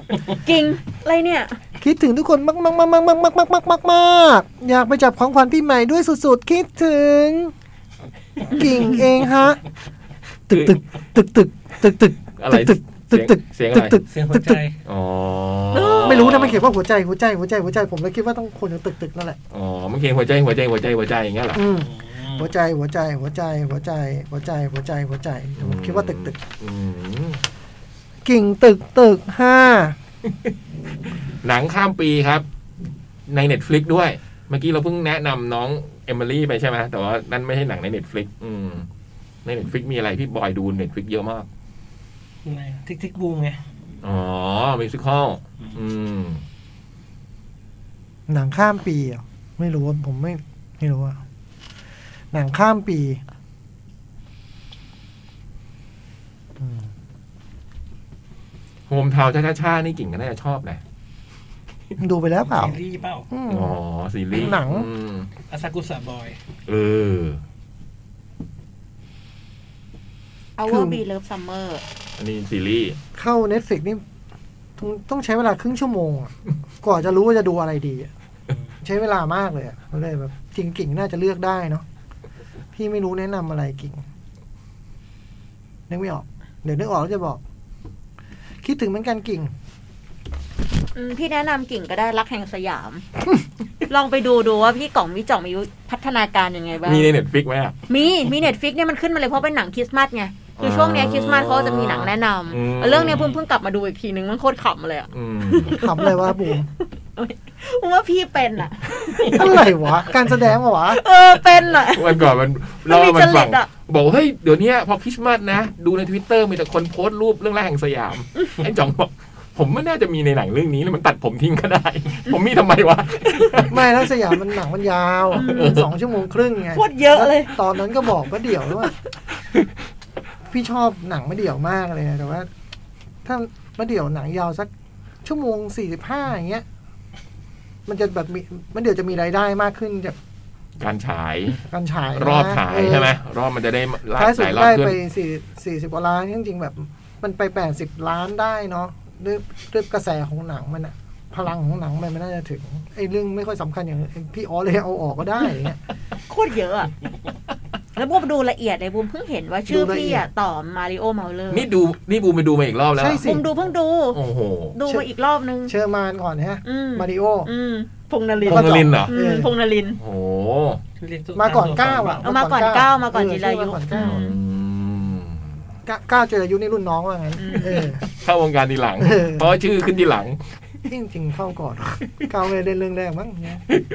[SPEAKER 5] จริงอะไรเนี่ย
[SPEAKER 4] คิดถึงทุกคนมากมากมากมากมากมากมากมากมากอยากไปจับของขวัญปีใหม่ด้วยสุดๆ คิดถึง กิ่งเองฮะ ตึกตึกตึกตึกตึกตึก
[SPEAKER 2] อะไร
[SPEAKER 4] ตึกตึกตึก
[SPEAKER 2] เสียง
[SPEAKER 4] ตึ
[SPEAKER 2] อะ
[SPEAKER 4] ก
[SPEAKER 2] ไร
[SPEAKER 4] ตึก
[SPEAKER 3] เสียงหั
[SPEAKER 4] ตึ
[SPEAKER 3] ว
[SPEAKER 4] ก
[SPEAKER 3] ใจ
[SPEAKER 4] ตึก
[SPEAKER 2] อ๋อ
[SPEAKER 4] ไม่รู้นะมันเขียนว่าหัวใจหัวใจหัวใจหัวใจผมเลยคิดว่าต้องคนตึกตึกนั่นแหละ
[SPEAKER 2] อ๋อมันเขียนหัวใจหัวใจหัวใจหัวใจอย่างเงี้ยเหรอ
[SPEAKER 4] อืมหัวใจหัวใจหัวใจหัวใจหัวใจหัวใจหัวใจผมคิดว่าตึกตึก
[SPEAKER 2] อืม
[SPEAKER 4] กิ่งตึกตึกห้า
[SPEAKER 2] หนังข้ามปีครับ ในเน็ตฟลิกด้วย เมื่อกี้เราเพิ่งแนะนำน้องเอมิลี่ไปใช่ไหมแต่ว่านั่นไม่ใช่หนังในเน็ตฟลิกอืมในเน็ตฟลิกมีอะไรพี่บอยดูเน็ตฟลิกเยอะมาก
[SPEAKER 3] ทิกทิกบูมไง
[SPEAKER 2] อ๋อมิวสิคอลอืม
[SPEAKER 4] หนังข้ามปีเหรอไม่รู้ว่าผมไม่ไม่รู้ว่าหนังข้ามปี
[SPEAKER 2] โฮมทาวช้าช้าๆนี่กิ่งก็น่าจะชอบนะ
[SPEAKER 4] ดูไปแล้วเปล่า
[SPEAKER 3] ซีรีส์เปล่า
[SPEAKER 4] อืม
[SPEAKER 2] อ๋อซีรีส์
[SPEAKER 4] หนัง
[SPEAKER 2] อืม
[SPEAKER 3] อาซากุสะบอย
[SPEAKER 2] เออ
[SPEAKER 5] Our Be Love Summer
[SPEAKER 2] อันนี้ซีรีส์
[SPEAKER 4] เข้า Netflix นี่ต้องต้องใช้เวลาครึ่งชั่วโมงอะกว่าจะรู้ว่าจะดูอะไรดีอะใช้เวลามากเลยอะมันเลยแบบจริงกิ่งน่าจะเลือกได้เนาะพี่ไม่รู้แนะนำอะไรกิ่งนึกไม่ออก เดี๋ยวนึกออกแล้วจะบอก คิดถึงเหมือนกันกิ่ง
[SPEAKER 5] อืมพี่แนะนำกิ่งก็ได้รักแห่งสยาม <laughs> ลองไปดูดูว่าพี่กล่องมีจ่องมีพัฒนาการยังไงบ้าง
[SPEAKER 2] มีในเน็ตฟิกไหมอ่ะ
[SPEAKER 5] มีมีเน็ตฟิกเนี่ยมันขึ้นมาเลยเพราะเป็นหนังคริสต์มาสไงคือช่วงเนี้ยคริสต์มาสเขาจะมีหนังแนะน
[SPEAKER 2] อืม
[SPEAKER 5] ำเรื่องเนี้ยเพิ่งเพิ่งกลับมาดูอีกทีนึงมันโคตรขำเลยอะ
[SPEAKER 2] อืม
[SPEAKER 4] ขำเลยว่าบูม
[SPEAKER 5] ว่าพี่เป็นอะ
[SPEAKER 4] อะไรวะ การแสดงเหรอวะ
[SPEAKER 5] เออเป็นอะ
[SPEAKER 2] วันก่อนมัน
[SPEAKER 5] มัน
[SPEAKER 2] เล่า
[SPEAKER 5] มี
[SPEAKER 2] ให้มันฟัง
[SPEAKER 5] จริตอะ
[SPEAKER 2] บอกเฮ้ยเดี๋ยวเนี้ยพอคริสต์มาสนะ ดูในทวิตเตอร์มีแต่คนโพสต์รูปเรื่องแรกแห่งสยาม ไอ้จ่องบอกผมไม่น่าจะมีในหนังเรื่องนี้แล้วมันตัดผมทิ้งก็ได้ <laughs> ผมมีทำไมวะ
[SPEAKER 4] ไม่แล้วสยามมันหนังมันยาวมันสองชั่วโมงครึ่งไง
[SPEAKER 5] โคตรเยอะเลย
[SPEAKER 4] แวตอนนั้นก็บอกว่าเดี่ยวแล้วว่า พี่ชอบหนังไม่เดี่ยวมากเลยนะแต่ว่า ถ้ามาเดี่ยวหนังยาวสักชั่วโมงสี่สิบห้าอย่างเงี้ย มันจะแบบมีมันเดี๋ยวจะมีรายได้มากขึ้นจาก
[SPEAKER 2] การฉาย
[SPEAKER 4] การฉายนะ
[SPEAKER 2] รอบฉาย
[SPEAKER 4] เออ
[SPEAKER 2] ใช่ไหมรอบมันจะได้ลา
[SPEAKER 4] ท้ายสุด
[SPEAKER 2] ฉายรอบ
[SPEAKER 4] ได้
[SPEAKER 2] ขึ้น
[SPEAKER 4] ไปสี่สี่สิบกว่าล้านจริงๆแบบ มันไปแปดสิบล้านได้เนาะด้วยด้วยกระแสของหนังมันอะ <laughs> พลังของหนังมันมันน่าจะถึงไอ้เรื่องไม่ค่อยสำคัญอย่างพี่อ๋อเลยเอาออกก็ได้อย่างเงี้ย
[SPEAKER 5] โค ตรเยอะอะแล้วบูมดูละเอียดเลยบูมเพิ่งเห็นว่าชื่อพี่อะต่อมาริโอเมาเลอร์
[SPEAKER 2] นี่ดูนี่บูมไปดูมาอีกรอบแล้ว
[SPEAKER 4] ใช่สิ
[SPEAKER 5] บูมดูเพิ่งดู
[SPEAKER 2] โอ้โห
[SPEAKER 5] ดูมาอีกรอบนึง
[SPEAKER 4] เชอร์มานก่อนฮะ
[SPEAKER 5] อืม
[SPEAKER 4] มาริโอ
[SPEAKER 5] อืมพงนลิน
[SPEAKER 2] พงษ์นลินเหรอ
[SPEAKER 5] อืมพงนลิน
[SPEAKER 2] โอ้โห
[SPEAKER 4] มาก่อนเก้าอ่ะ
[SPEAKER 5] เอามาก่อนเก้ามาก่อนจิรายุ
[SPEAKER 4] เมก่อนเก้า
[SPEAKER 2] อืม
[SPEAKER 4] เก้าเก้าจิรายุนี่รุ่นน้องว่างั้นเออ
[SPEAKER 2] เข้าวงการทีหลัง
[SPEAKER 4] เออ
[SPEAKER 2] เพราะชื่อขึ้นทีหลัง
[SPEAKER 4] จริงๆเข้าก่อนเก้าเลยเล่นเรื่องแรกมั้ง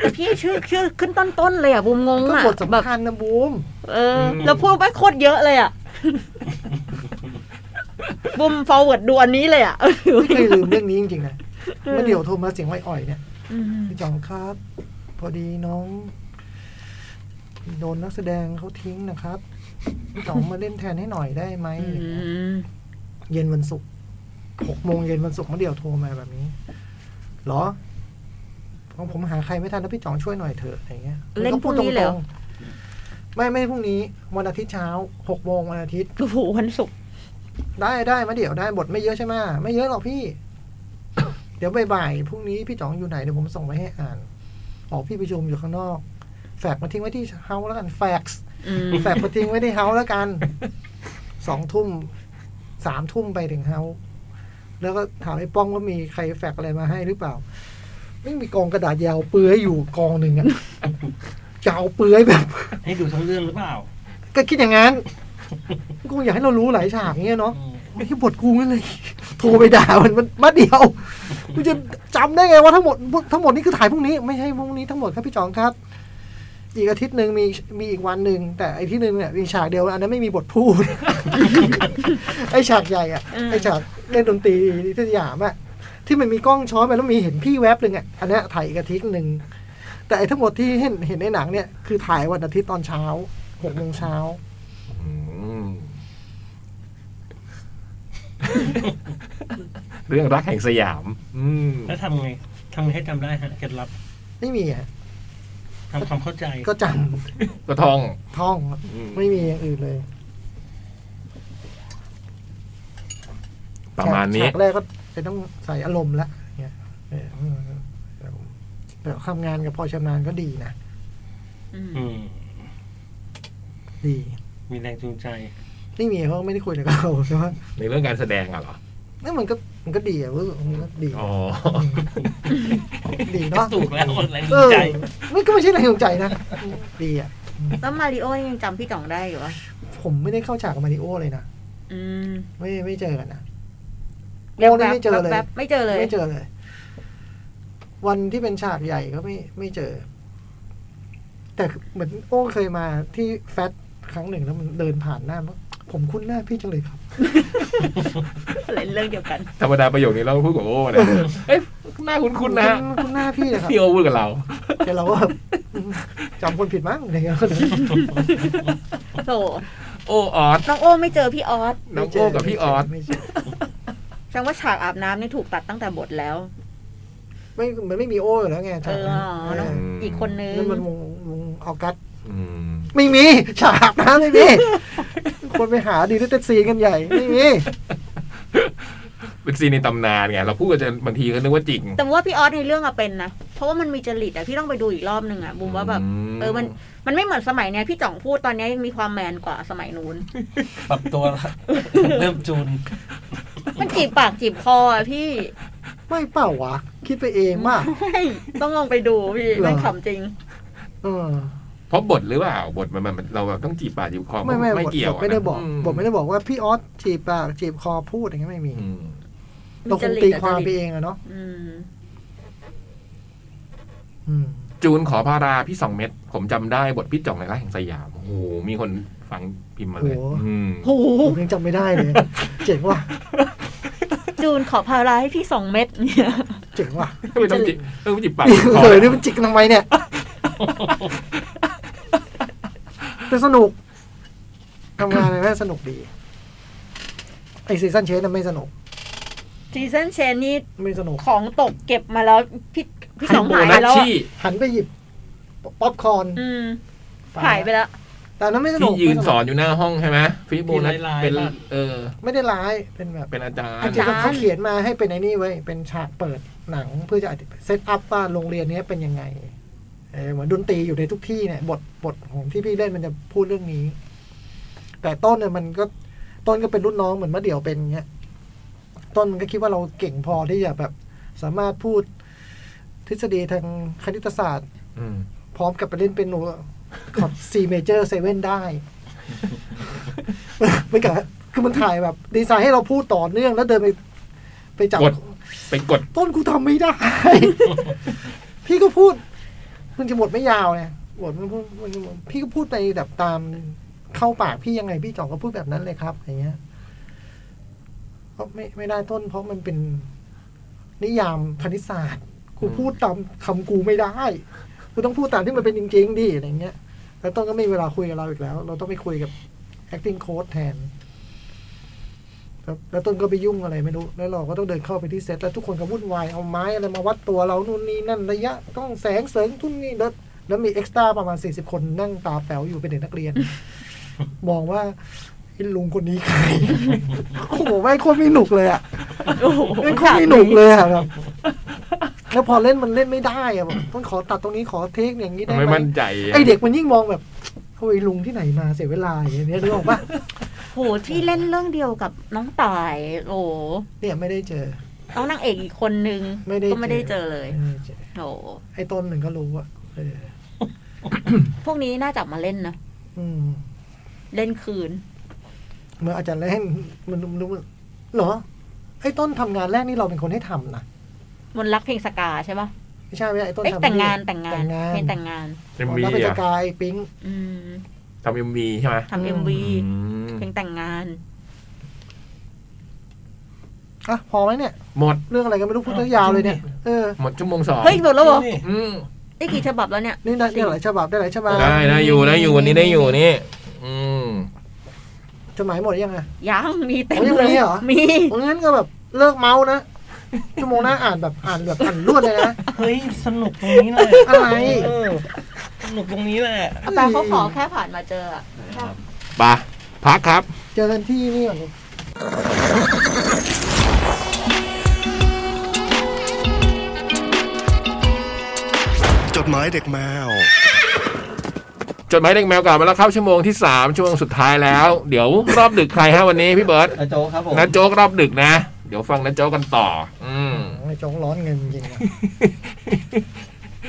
[SPEAKER 5] แต่พี่ชื่อชื่อขึ้นต้นๆเลยอ่ะบูมงง
[SPEAKER 4] ก็
[SPEAKER 5] อ่ะ
[SPEAKER 4] บท
[SPEAKER 5] แบบ
[SPEAKER 4] สำคัญนะบูม
[SPEAKER 5] เออ แล้วพวกไม่โคตรเยอะเลยอ่ะบูมฟอร์เวิร์ดดูอันนี้เลยอ่ะ
[SPEAKER 4] ไม่เคยลืมเรื่องนี้จริงๆนะเมื่ <laughs> อเดี๋ยวโทรมาเสียงอ่อยๆเนี่ย
[SPEAKER 5] อืม
[SPEAKER 4] พี่จ่องครับ พอดีน้อง โดนนักแสดงเขาทิ้งนะครับพี่จ่องมาเล่นแทนให้หน่อยได้ไหม
[SPEAKER 5] อืม
[SPEAKER 4] เย็นวันศุกร์หกโมงเย็นวันศุกร์มาเดี๋ยวโทรมาแบบนี้เหรอผมผมหาใครไม่ทันแล้วพี่จ่องช่วยหน่อยเถอะอะไรเงี้ย
[SPEAKER 5] เล่นพรุ่งนี้เลยเหรอ
[SPEAKER 4] ๆไม่ไม่พรุ่งนี้ วันอาทิตย์เช้าหกโมงวันอาทิตย์
[SPEAKER 5] โอ้โหวันศุกร์
[SPEAKER 4] ได้ได้มาเดี๋ยวได้บทไม่เยอะใช่ไหมไม่เยอะหรอกพี่ <coughs> เดี๋ยวบ่ายๆพรุ่งนี้พี่จ๋องอยู่ไหนเดี๋ยวผมส่งไปให้อ่านออกพี่ประชุมอยู่ข้างนอก แฝกมาทิ้งไว้ที่เฮาแล้วกันแฝกซ์
[SPEAKER 5] อืม
[SPEAKER 4] แฝกมาทิ้งไว้ที่เฮาแล้วกันสองทุ่มสามทุ่มไปถึงเฮาแล้วก็ถามไอ้ป้องว่ามีใครแฝกอะไรมาให้หรือเปล่า ไม่มีกองกระดาษยาวเปลื้อยอยู่กองหนึ่งอะ <laughs> ยาวเปลื้อยแบบ <laughs>
[SPEAKER 7] ให้ดูทั้งเรื่องหรือเปล่า
[SPEAKER 4] ก็คิดอย่างนั้นกูอยากให้เรารู้หลายฉากอย่างเงี้ยเนาะ
[SPEAKER 7] อืม
[SPEAKER 4] ไม่ใช่บทกูนั่นเลย โทรไปด่ามันมันมาเดียวกูจะจำได้ไงว่าทั้งหมดทั้งหมดนี่คือถ่ายพรุ่งนี้ไม่ใช่พรุ่งนี้ทั้งหมดครับพี่จองครับ อีกอาทิตย์หนึ่งมีมีอีกวันหนึ่งแต่ไอ้ที่หนึ่งเนี่ยมีฉากเดียวอันนั้นไม่มีบทพูด <laughs> ไอ้ฉากใหญ่อะไอ้ฉากเล่นดนตรีที่สยามอะที่มันมีกล้องช้อนไปแล้วมีเห็นพี่แวบหนึ่งอะอันเนี้ยถ่ายอีกอาทิตย์หนึ่งแต่ไอ้ทั้งหมดที่เห็นเห็นในหนังเนี่ยคือถ่ายวันอาทิตย์ตอนเช้าหกโมงเช้า
[SPEAKER 2] อืม <laughs> เรื่องรักแห่งสยาม อืม
[SPEAKER 7] แล้วทำไงทำไงให้จำได้ฮะเคล็ดลับ
[SPEAKER 4] ไม่มีอะ
[SPEAKER 7] ทำความเข้าใจ
[SPEAKER 4] ก็จำ
[SPEAKER 2] ก็ทอง
[SPEAKER 4] ท่องครับ
[SPEAKER 2] อืม
[SPEAKER 4] ไม่มีอย่างอื่นเลย
[SPEAKER 2] ประมาณนี้
[SPEAKER 4] ฉากแรกก็จะต้องใส่อารมณ์ละเนี่ยเออแต่แต่ทำงานกับพอชำนาญก็ดีนะ
[SPEAKER 5] อืม
[SPEAKER 7] อืม
[SPEAKER 4] ดี
[SPEAKER 7] มีแรงจูงใจ
[SPEAKER 4] นี่มีเขาไม่ได้คุยเลยกับเราใช่ไหม
[SPEAKER 2] ในเรื่องการแสดงอะเหรอ
[SPEAKER 4] นี่นมันก็มันก็ดีอะรู้สึกว่ามันก็ดี
[SPEAKER 2] อ๋อ
[SPEAKER 4] ดีเนาะ
[SPEAKER 7] ถูกแล้วแรง
[SPEAKER 4] เอ
[SPEAKER 7] จูง
[SPEAKER 4] อ
[SPEAKER 7] ใจ
[SPEAKER 4] ไม่ก็ไม่ใช่แรงจูงใจนะดีอะ
[SPEAKER 5] แล้วมาริโอยังจำพี่จ่องได้อยู่วะ
[SPEAKER 4] ผมไม่ได้เข้าฉากกับมาริโอเลยนะ
[SPEAKER 5] อืม
[SPEAKER 4] ไม่ไม่เจอกันนะโอ
[SPEAKER 5] แบบ
[SPEAKER 4] นี่ไม่เจอเลย
[SPEAKER 5] แบบไม่เจอเลย
[SPEAKER 4] ไม่เจอเลย วันที่เป็นฉากใหญ่ก็ไม่ไม่เจอ แต่เหมือนโอ้เคยมาที่แฟตครั้งหนึ่งแล้วมันเดินผ่านหน้ามันผมคุ้นหน้าพี่จังเลยครับ
[SPEAKER 5] อะไร <laughs> เรื่องเดียวกัน
[SPEAKER 2] ธรรมดาประโยคนี้เราพูดกับโอ้นะเอ้ยหน้าคุ้นๆนะ
[SPEAKER 4] คุ้คุ้นหน้าพี่เลยครับ
[SPEAKER 2] พี่โอ้พูดกับเรา
[SPEAKER 4] แต่เราก็แบบอืมจำคนผิดมั้งอะไรเงี้ยก็เลย
[SPEAKER 5] โถ
[SPEAKER 2] โอ้ออส
[SPEAKER 5] น้องโอ้ไม่เจอพี่ออส
[SPEAKER 2] น้องโอ้กับพี่ออส
[SPEAKER 4] ไม่เจอ
[SPEAKER 5] แสดงว่าฉากอาบน้ำนี่ถูกตัดตั้งแต่บทแล้ว
[SPEAKER 4] ไม่มันไม่มีโอ้อยู่แล้วไง
[SPEAKER 5] เอ
[SPEAKER 4] ฉาก
[SPEAKER 5] อ
[SPEAKER 4] นั้น
[SPEAKER 5] อ๋อน้องอีกคนนึง
[SPEAKER 4] นั่นมันวงวงออกัส
[SPEAKER 2] อืม
[SPEAKER 4] ไม่มี ฉากนะไม่มีคนไปหาดีลิเตซีกันใหญ่ไม่มี
[SPEAKER 2] เป็นซีนในตำนานไงเราพูดกันจนบางทีก็นึกว่าจริง
[SPEAKER 5] แต่ว่าพี่ออสในเรื่องอะเป็นนะ เพราะว่ามันมีจริตอะพี่ต้องไปดูอีกรอบหนึ่งอะบูมว่าแบบ
[SPEAKER 2] อืม
[SPEAKER 5] เออมันมันไม่เหมือนสมัยเนี้ยพี่จ่องพูดตอนเนี้ยมีความแมนกว่าสมัยนู้น <laughs>
[SPEAKER 7] ปรับตัว
[SPEAKER 1] <laughs>
[SPEAKER 7] ละเริ่มจูน
[SPEAKER 5] มันจีบปากจีบคออะพี่ <laughs>
[SPEAKER 4] ไม่เปล่าวะคิดไปเองมาก
[SPEAKER 5] เฮ้ยต้องลองไปดูพี่
[SPEAKER 4] เหรอ
[SPEAKER 5] มันขำจริง
[SPEAKER 4] เออ
[SPEAKER 2] เพราะบทหรือเปล่าบทมันมันเราแบบต้องจีบปากจีบคอ
[SPEAKER 4] ไม่ไม่บท
[SPEAKER 2] เกี่ยวะ
[SPEAKER 4] ไม่ได้บอก
[SPEAKER 2] นะม
[SPEAKER 4] บทไม่ได้บอกว่าพี่ออสจีบปากจีบคอพูดอย่างเงี้ยไม่มี
[SPEAKER 2] อืม
[SPEAKER 4] เราคงตีความไปเองอะเนาะ
[SPEAKER 5] อืม
[SPEAKER 4] อืม
[SPEAKER 2] จูนขอพาราพี่สองเม็ดผมจำได้บทพี่จ่องในร่างแห่งสยามโอ้โหมีคนฟังพิมพ์มาเลยอืม
[SPEAKER 5] โห
[SPEAKER 4] ผมยังจำไม่ได้
[SPEAKER 2] <laughs>
[SPEAKER 4] เลย เจ๋งว่ะ
[SPEAKER 5] จูนขอพาราให้พี่สองเม็ดเนี่ย <laughs>
[SPEAKER 4] เจ๋งว่ะ
[SPEAKER 2] ไม่ต้องจีบเออไม่จีบปากจีบคอ
[SPEAKER 4] <laughs> เออนี่มันจิกทำไม
[SPEAKER 2] <laughs>
[SPEAKER 4] เนี่ยแต่สนุกทำงานอะไรแม่สนุกดี ไอซีซันเชนน่ะไม่สนุก
[SPEAKER 5] ซีซันเชนนี่
[SPEAKER 4] ไม่สนุก
[SPEAKER 5] ของตกเก็บมาแล้วพี่พี่สอง
[SPEAKER 2] ไฮ
[SPEAKER 5] หาย
[SPEAKER 2] โบ
[SPEAKER 5] ไป
[SPEAKER 2] นัช
[SPEAKER 5] แล้วอะ
[SPEAKER 2] ชี่
[SPEAKER 4] หันไปหยิบป๊อปคอร์น
[SPEAKER 5] อืมหายไปแล้ว
[SPEAKER 4] แต่อันนั้นไม่สนุ
[SPEAKER 2] ที่
[SPEAKER 4] ก
[SPEAKER 2] ยืนสอนอยู่หน้าห้องใช่ไหมฟิโบนัช
[SPEAKER 7] ที่ลายๆ
[SPEAKER 2] เป็น
[SPEAKER 7] บ้าง
[SPEAKER 2] เออ
[SPEAKER 4] ไม่ได้ร้ายเป็นแบบ
[SPEAKER 2] เป็นอาจาร
[SPEAKER 4] อา
[SPEAKER 2] ย์
[SPEAKER 4] จารย์เขาเขียนมาให้เป็นไอ้นี่ไว้ยเป็นฉากเปิดหนังเพื่อจะเซตอัพว่าโรงเรียนเนี้ยเป็นยังไง เอ เออเหมือนดนตรีอยู่ในทุกที่เนี่ยบทบทของที่พี่เล่นมันจะพูดเรื่องนี้ แต่ต้นเนี่ยมันก็ต้นก็เป็นรุ่นน้องเหมือนมะเดี่ยวเป็นเงี้ยต้นมันก็คิดว่าเราเก่งพอที่จะแบบสามารถพูดทฤษฎีทางคณิตศาสตร์
[SPEAKER 2] อืม
[SPEAKER 4] พร้อมกับไปเล่นเป็นโนขอบ C major 7 ได้
[SPEAKER 2] <laughs>
[SPEAKER 4] ไม่กะคือมันถ่ายแบบ ดีไซน์ให้เราพูดต่อเนื่องแล้วเดินไป ไปจับ
[SPEAKER 2] กด ไปกด
[SPEAKER 4] ต้นกูทำไม่ได้ <laughs> พี่ก็พูด มันจะบทไม่ยาวไงบทมันพูดมันพี่ก็พูดไปแบบตามเข้าปากพี่ยังไง พี่จ่องก็พูดแบบนั้นเลยครับอย่างเงี้ยก็ไม่ไม่ได้ต้น เพราะมันเป็นนิยามคณิตศาสตร์ กู
[SPEAKER 2] อืม
[SPEAKER 4] พูดตามคำกูไม่ได้กูต้องพูดตามที่มันเป็นจริง ๆดิอะไรเงี้ย แล้วต้นก็ไม่มีเวลาคุยกับเราอีกแล้ว เราต้องไปคุยกับ acting coach แทน ครับแล้วต้นก็ไปยุ่งอะไรไม่รู้ แล้วเราก็ต้องเดินเข้าไปที่เซตแล้วทุกคนก็วุ่นวายเอาไม้อะไรมาวัดตัวเรานู่นนี่นั่นระยะกล้องแสงเสริงทุนนี่แล้วแล้วมีเอ็กซ์ตร้าประมาณสี่สิบคนนั่งตาแป๋วอยู่เป็นเด็กนักเรียน มองว่าไอ้ลุงคนนี้ใคร <laughs> โอ้โหแม่งโคตรไม่หนุกเลยอ่ะ
[SPEAKER 5] โอ้โห
[SPEAKER 4] แม่งโคตรไม่หนุกเลยอ่ะแบบแล้วพอเล่นมันเล่นไม่ได้อ่ะแบบต้องขอตัดตรงนี้ขอเทคอย่างนี้ได้
[SPEAKER 2] ไม่
[SPEAKER 4] ไหม
[SPEAKER 2] มั่นใจ
[SPEAKER 4] ไอเด็กมันยิ่งมองแบบเฮ้ยลุงที่ไหนมาเสียเวลาอย่างเงี้ยนึกออกปะ
[SPEAKER 5] โหที่เล่นเรื่องเดียวกับน้องต่ายโอ้โห
[SPEAKER 4] เนี่ยไม่ได้เจอ
[SPEAKER 5] น้องนางเอกอีกคนนึง
[SPEAKER 4] ไม่ได้เจอ
[SPEAKER 5] ก็ไม่ได้เจอเลย
[SPEAKER 4] ไม่ได้เจอ
[SPEAKER 5] โอ้โห
[SPEAKER 4] ไอ้ต้นมันก็รู้อะเออ
[SPEAKER 5] พวกนี้น่าจับมาเล่นนะ
[SPEAKER 4] อืม
[SPEAKER 5] เล่นคืน
[SPEAKER 4] มันอาจจะเล่นมันรู้มันเหรอ ไอ้ต้นทำงานแรกนี่เราเป็นคนให้ทำนะ
[SPEAKER 5] มนต์รักเพลงสกาใช่ปะ
[SPEAKER 4] ไม่ใช่ไม่ใช่ไอ้ต้น
[SPEAKER 5] เอ๊ะ
[SPEAKER 4] ทำ
[SPEAKER 5] แต่งงาน
[SPEAKER 4] ให้
[SPEAKER 5] แต่งงาน
[SPEAKER 4] แต่งงาน
[SPEAKER 5] เพลงแต่
[SPEAKER 2] เอ็ม
[SPEAKER 4] ก่อน
[SPEAKER 5] งงาน
[SPEAKER 2] วี
[SPEAKER 4] แล้วไปจะ
[SPEAKER 2] อ่ะ
[SPEAKER 4] กายปิ๊ง
[SPEAKER 5] อืม
[SPEAKER 2] ทำเอ็มวีใช่ไหม
[SPEAKER 5] ทำเอ็ม
[SPEAKER 4] อื
[SPEAKER 5] วี
[SPEAKER 2] อืม
[SPEAKER 5] เพลงแต่งงาน
[SPEAKER 4] อ่ะพอไหมเนี่ย
[SPEAKER 2] หมด
[SPEAKER 4] เรื่องอะไรก็ไม่รู้พูดยาวเลยเนี่ย เออ
[SPEAKER 2] หมดชั่วโมงสอง
[SPEAKER 5] เฮ้ยหมดแล้วเหรอ
[SPEAKER 7] นี่
[SPEAKER 2] อืม
[SPEAKER 5] ได้กี่ฉบับแล้วเนี่ย
[SPEAKER 4] นี่ได้ได้หลายฉบับได้หลายฉบับ
[SPEAKER 2] ได้ได้อยู่ได้อยู่วันนี้ได้อยู่นี่ อืม
[SPEAKER 4] จดหมายหมดยังไง
[SPEAKER 5] ยังมีเต็ม
[SPEAKER 4] โอ้ยยัง
[SPEAKER 5] เลย
[SPEAKER 4] มีเหรอ
[SPEAKER 5] มี
[SPEAKER 4] เพราะงั้นก็แบบเลิกเมาส์นะ ชั่วโมงหน้าอ่านแบบอ่านแบบอ่านรวดเลยนะ
[SPEAKER 7] เฮ้ย สนุกตรงนี้แหละ
[SPEAKER 4] อะไร
[SPEAKER 7] เออสนุกตรงนี้แหละ
[SPEAKER 5] แต่เขาขอแค่ผ่านมาเจออะ
[SPEAKER 2] ไปะพักครับ
[SPEAKER 4] เจอกันที่นี่ก่อน
[SPEAKER 6] จดหมายเด็กแมว
[SPEAKER 2] จดหมายเด็กแมวกลับมาแล้วครับชั่วโมงที่ 3 ชั่วโมงสุดท้ายแล้ว เดี๋ยวรอบดึกใครฮะวันนี้พี่เบิร์ต
[SPEAKER 1] นะโจกครับผม
[SPEAKER 2] นะโจ๊กรอบดึกนะ เดี๋ยวฟังนะโจ๊กกันต่อ อืม
[SPEAKER 4] ไอ้จงร้อนเงินจริงๆนะ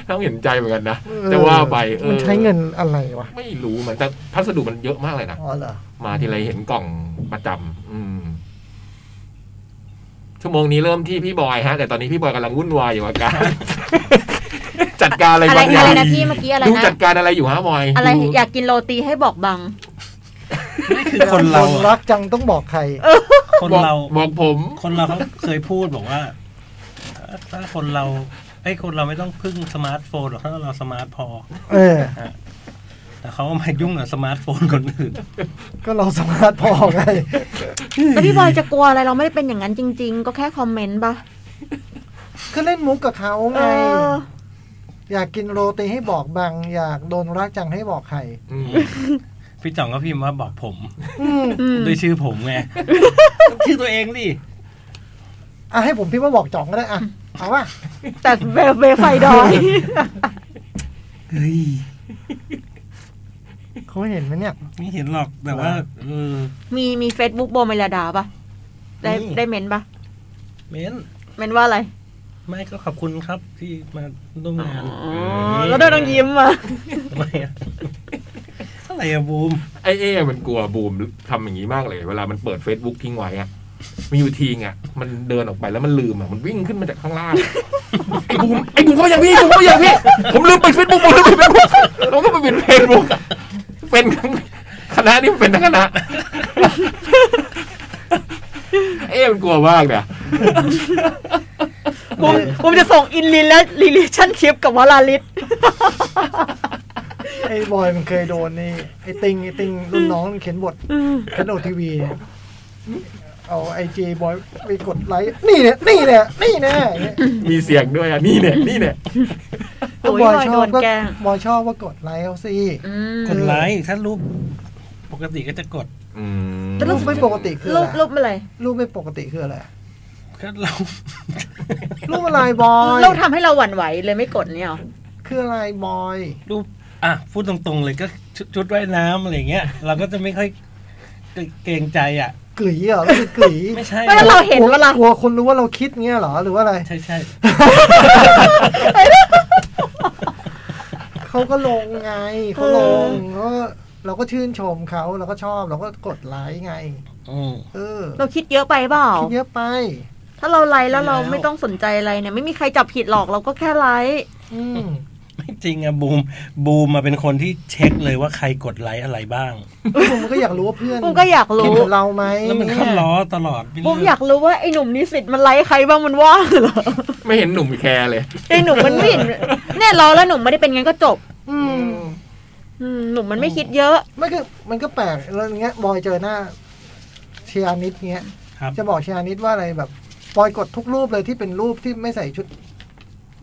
[SPEAKER 2] ต้องเห็นใจเหมือนกันนะ จะว่าไปเออ
[SPEAKER 4] มันใช้เงินอะไรวะ
[SPEAKER 2] ไม่รู้เหมือนแต่พัสดุมันเยอะมากเลยนะ
[SPEAKER 4] อ๋อเหรอ
[SPEAKER 2] มาทีไรเห็นกล่องประจำอืม ชั่วโมงนี้เริ่มที่พี่บอยฮะ แต่ตอนนี้พี่บอยกำลังวุ่นวายอยู่กับการ <laughs> จัดการอะไร
[SPEAKER 5] อะไร
[SPEAKER 2] บางอ
[SPEAKER 5] อะ
[SPEAKER 2] ย่า
[SPEAKER 5] ไรง นะพี่เมื่อกี้อะไร
[SPEAKER 2] ดู
[SPEAKER 5] นะ
[SPEAKER 2] จัดการอะไรอยู่ฮะบอย
[SPEAKER 5] อะไร
[SPEAKER 2] ดู
[SPEAKER 5] อยากกินโรตีให้บอกบัง
[SPEAKER 7] คือคนเรา
[SPEAKER 4] คนรักจังต้องบอกใคร
[SPEAKER 7] คน
[SPEAKER 2] บอก
[SPEAKER 7] เรา
[SPEAKER 2] บอกผม
[SPEAKER 7] คนเราเขาเคยพูดบอกว่าถ้าคนเราไอ้ยคนเราไม่ต้องพึ่งสมาร์ทโฟนหรอกถ้าเราสมาร์ทพอ
[SPEAKER 4] เออ
[SPEAKER 7] แต่เขาเอามายุ่งกับสมาร์ทโฟนคนอื่น
[SPEAKER 4] ก็เราสมาร์ทพอไง
[SPEAKER 5] <laughs> แล้วพี่บอยจะกลัวอะไรเราไม่ได้เป็นอย่างนั้นจริง ๆ ก็แค่คอมเมนต์ปะ
[SPEAKER 4] <laughs> ก็เล่นมุกกับเขา
[SPEAKER 5] เอ
[SPEAKER 4] ไง
[SPEAKER 5] อ
[SPEAKER 4] อยากกินโรตีให้บอกบัง อยากโดนรักจังให้บอกใคร
[SPEAKER 2] อืม
[SPEAKER 7] พี่จ่องก็พิมพ์ว่าบอกผม
[SPEAKER 4] อืม
[SPEAKER 5] อืม
[SPEAKER 7] ด้วยชื่อผม
[SPEAKER 5] <laughs>
[SPEAKER 7] ไง ชื่อตัวเองดิ
[SPEAKER 4] อ่ะให้ผมพี่ว่าบอกจ่องก็ได้อ่ะเอาว่า
[SPEAKER 5] แต่เวเวไฟดอย <laughs>
[SPEAKER 7] เฮ้ย
[SPEAKER 4] เขาเห็นไหมเนี่ย
[SPEAKER 7] ไม่เห็นหรอกแต่ว่าเออ
[SPEAKER 5] มีมีเฟซบุ๊กโบเมลดาปะได้
[SPEAKER 7] มี
[SPEAKER 5] ได้เมนปะ
[SPEAKER 7] เมน
[SPEAKER 5] เมนว่าอะไร
[SPEAKER 7] ไม่ก็ขอบคุณครับที่มาร่วมงาน
[SPEAKER 5] อ๋อแล้วได้น้องยิ้มอ่ะ
[SPEAKER 7] ทำไม
[SPEAKER 5] <laughs>
[SPEAKER 7] อะอะไรอะบูม
[SPEAKER 2] ไอ้เอ้มันกลัวบูมทำอย่างนี้มากเลย เวลามันเปิด Facebook ทิ้งไว้อะมีอยู่ทีไงมันเดินออกไปแล้วมันลืมอะมันวิ่งขึ้นมาจากข้างล่าง ไอ้บูมไอ้บูมเขาอย่างพี่บูมเขาอย่างพี่ผมลืมไปเฟซบุ๊กผมลืมไปเฟซบุ๊กแล้วก็ไปเป็นเฟซบุ๊กเป็นทั้งคณะนี่เป็นทั้งคณะเอ้มันกลัวมากเนี่ย
[SPEAKER 5] ผมผมจะส่งอินลินและรีเลชั่นชิพกับวราลิศ
[SPEAKER 4] ไอ้บอยมันเคยโดนนี่ไอ้ติงไอ้ติงรุ่นน้องมันเขียนบทเขียนโอทีวีเนี่ยเอาไอจีบอยไปกดไลค์นี่เนี่ยนี่เนี่ยนี่เนี่ยอย่างเงี้ย
[SPEAKER 2] มีเสียงด้วยอะนี่เนี่ยนี่เนี่ย
[SPEAKER 5] โอ้ยบอยโดน
[SPEAKER 4] ก็
[SPEAKER 5] แกล้ง
[SPEAKER 4] บอยชอบว่ากดไลค์เอาสิ
[SPEAKER 5] อืม
[SPEAKER 7] กดไลค์ถ้ารูปปกติก็จะกด <laughs>
[SPEAKER 2] อืม
[SPEAKER 4] รูปไม่ปกติคือ
[SPEAKER 5] รู
[SPEAKER 4] อะไร
[SPEAKER 5] ปรูปอะไร
[SPEAKER 4] รูปไม่ปกติคืออะไร
[SPEAKER 7] ก็เรา
[SPEAKER 4] รูปอะไรบอย
[SPEAKER 5] เราทำให้เราหวั่นไหวเลยไม่กดเนี่ยหรอ
[SPEAKER 4] คืออะไรบอย
[SPEAKER 3] รูปอ่ะพูดตรงๆเลยก็ชุดชุดว่ายน้ำอะไรเงี้ย เราก็จะไม่ค่อยเกรงใจอ่ะ
[SPEAKER 4] กึ๋ยเหรอก็คือกึ๋ย
[SPEAKER 3] ไม่ใช่
[SPEAKER 5] ไม่แล้วเราเห็น
[SPEAKER 4] กลั
[SPEAKER 5] ว่าเรา
[SPEAKER 4] กลัวคนรู้ว่าเราคิดเงี้ยเหรอหรือว่าอะไร
[SPEAKER 3] ใช่ใช่
[SPEAKER 4] เขาก็ลงไงเขาลงก็เราก็ชื่นชมเขาเราก็ชอบเราก็กดไลค์ไง
[SPEAKER 3] อืม
[SPEAKER 4] เออ
[SPEAKER 5] เราคิดเยอะไปเปล่า
[SPEAKER 4] คิดเยอะไป
[SPEAKER 5] ถ้าเราไลค์แล้วเรา
[SPEAKER 3] แล้ว
[SPEAKER 5] ไม่ต้องสนใจอะไรเนี่ย ไม่มีใครจับผิดหรอกเราก็แค่ไลค์
[SPEAKER 4] อืม
[SPEAKER 3] ไม่จริงอ่ะบูมบูมมาเป็นคนที่เช็คเลยว่าใครกดไลค์อะไรบ้าง
[SPEAKER 4] ผมก็อยากรู้ว่าเพื่อน
[SPEAKER 5] ปุ้มก็อยาก
[SPEAKER 4] คิด
[SPEAKER 5] รู้
[SPEAKER 4] เหมือนเราไหม
[SPEAKER 3] แล้วมันก็
[SPEAKER 4] เนี่ย
[SPEAKER 3] ล้อตลอดไเลื
[SPEAKER 5] ปุ้มอยากรู้ว่าไอ้หนุ่มนิสิตมันไลค์ใครบ้างมันว่างเหรอ
[SPEAKER 2] ไม่เห็นหนุ่มแคร์เลย
[SPEAKER 5] ไอ้หนุ่มมันไม่เห็น <laughs> เนี่ยรอแล้วหนุ่มไม่ได้เป็นงั้นก็จบ
[SPEAKER 4] อืม
[SPEAKER 5] อืมหนุ่มมันไม่คิดเยอะ
[SPEAKER 4] ไม่คือมันก็แปลกแล้วอย่างเงี้ยบอยเจอหน้าเชียร์นิดเงี้ย
[SPEAKER 3] ครับ
[SPEAKER 4] จะบอกชยานิดว่าอะไรแบบบอยกดทุกรูปเลยที่เป็นรูปที่ไม่ใส่ชุด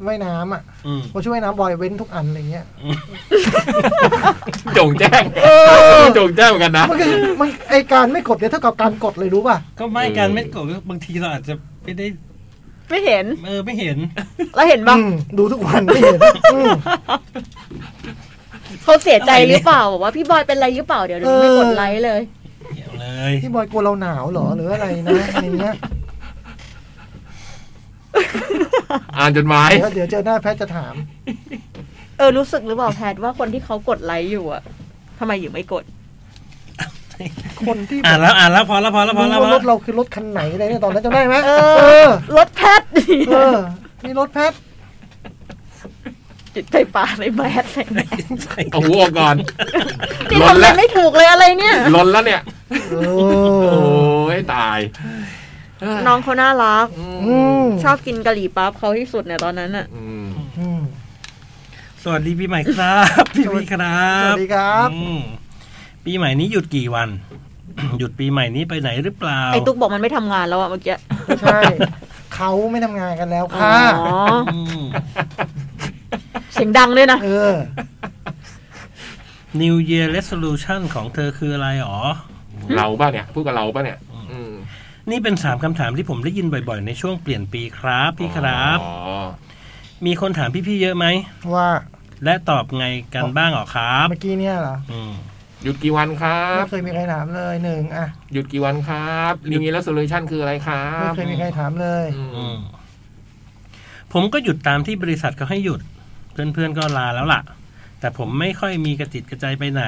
[SPEAKER 4] ว่ายน้ำอ่ะ
[SPEAKER 3] อืม
[SPEAKER 4] พอชุดว่ายน้ำบอยเว้นทุกอันอะไรเงี้ย
[SPEAKER 2] จงแจ้งจงแจ้งเหมือนกันนะ
[SPEAKER 4] มันคือมันไอการไม่กดเนี่ยเท่ากับการกดเลยรู้ป่ะ
[SPEAKER 3] ก็ไม่การไม่กดก็บางทีเราอาจจะไม่ได้
[SPEAKER 5] ไม่เห็น
[SPEAKER 3] เออไม่เห็น
[SPEAKER 5] แล้วเห็นบ้าง
[SPEAKER 4] อืมดูทุกวันไม่เห็นอืม
[SPEAKER 5] เขาเสียใจหรือเปล่าบอกว่าพี่บอยเป็นไรหรือเปล่าเดี๋ยวหนูไม่กดไลค์เลย
[SPEAKER 3] เกี่ยวเลย
[SPEAKER 4] ที่บอยกลัวเราหนาวเหรอหรืออะไรนะอะไรเงี้ย
[SPEAKER 2] อ่านจดหมาย
[SPEAKER 4] เดี๋ยวเดี๋ยวเจอหน้าแพทย์จะถาม
[SPEAKER 5] เออรู้สึกหรือเปล่าแพทว่าคนที่เขากดไลค์อยู่อะทำไมอยู่ไม่กด
[SPEAKER 4] คนที่
[SPEAKER 3] อ่านแล้วอ่านแล้วพอแล้วพอแล้วพอ
[SPEAKER 4] รู้
[SPEAKER 3] แล้วพอ
[SPEAKER 4] ว่า
[SPEAKER 3] แล้
[SPEAKER 4] ร
[SPEAKER 3] ว
[SPEAKER 4] ถเราคือรถคันไหนอะไรเนี่ยตอนนั้นจำได้ไหม
[SPEAKER 5] เอ
[SPEAKER 4] เอ
[SPEAKER 5] อ
[SPEAKER 4] อ
[SPEAKER 5] รถแพท
[SPEAKER 4] เออนี่รถแพทย์
[SPEAKER 5] จุดไฟป่าในแมสใส่แมส
[SPEAKER 2] เอาหัวออกก่อน
[SPEAKER 5] นี่
[SPEAKER 2] ลน
[SPEAKER 5] ทำอะไร
[SPEAKER 2] แล้ว
[SPEAKER 5] ไม่ถูกเลยอะไรเนี่ย
[SPEAKER 2] ลนแล้วเนี่ย
[SPEAKER 4] เอ
[SPEAKER 2] โอ้
[SPEAKER 4] อย
[SPEAKER 2] ตาย
[SPEAKER 5] น้องเขาน่ารัก
[SPEAKER 4] อืม
[SPEAKER 5] ชอบกินกะหรี่ปั๊บเขาที่สุดเนี่ยตอนนั้นอะ
[SPEAKER 2] อืม
[SPEAKER 4] อืม
[SPEAKER 3] สวัสดีปีใหม่ครับ พี่พี่ครั
[SPEAKER 4] สวั
[SPEAKER 3] บ
[SPEAKER 4] สดีครับ
[SPEAKER 3] อืมปีใหม่นี้หยุดกี่วัน <coughs> หยุดปีใหม่นี้ไปไหนหรือเปล่า
[SPEAKER 5] ไอ้ตุ๊กบอกมันไม่ทำงานแล้วอะเมื่อกี้
[SPEAKER 4] ไม่ใช่ เขาไม่ทำงานกันแล้ว
[SPEAKER 5] อ๋อ
[SPEAKER 4] ค่ะ
[SPEAKER 3] อืม
[SPEAKER 5] เสียงดังด้วยนะ
[SPEAKER 4] เออ
[SPEAKER 3] New Year Resolution ของเธอคืออะไรอ๋อ
[SPEAKER 2] เราป่ะเนี่ย พูดกับเราป่ะเนี่ย อืม
[SPEAKER 3] นี่เป็นสามคำถามที่ผมได้ยินบ่อยๆ ในช่วงเปลี่ยนปีครับพี่ครับ
[SPEAKER 2] อ๋อ
[SPEAKER 3] มีคนถามพี่ๆเยอะไหม
[SPEAKER 4] ว่า
[SPEAKER 3] และตอบไงกันบ้างอ๋อครับ
[SPEAKER 4] เมื่อกี้เนี่ยเหรอ
[SPEAKER 3] อืม
[SPEAKER 2] หยุดกี่วันครั
[SPEAKER 4] ไม่
[SPEAKER 2] บ
[SPEAKER 4] เคยมีใครถามเลยหนึ่งอ่ะ
[SPEAKER 2] หยุดกี่วันครับรีมีแล้วโซลูชันคืออะไรครั
[SPEAKER 4] ไม่
[SPEAKER 2] บ
[SPEAKER 4] เคยมีใครถามเลย
[SPEAKER 2] อื
[SPEAKER 3] อื
[SPEAKER 2] ม
[SPEAKER 3] มผมก็หยุดตามที่บริษัทเขาให้หยุด เพื่อนๆก็ลาแล้วล่ะ แต่ผมไม่ค่อยมีกระจิตกระใจไปไหน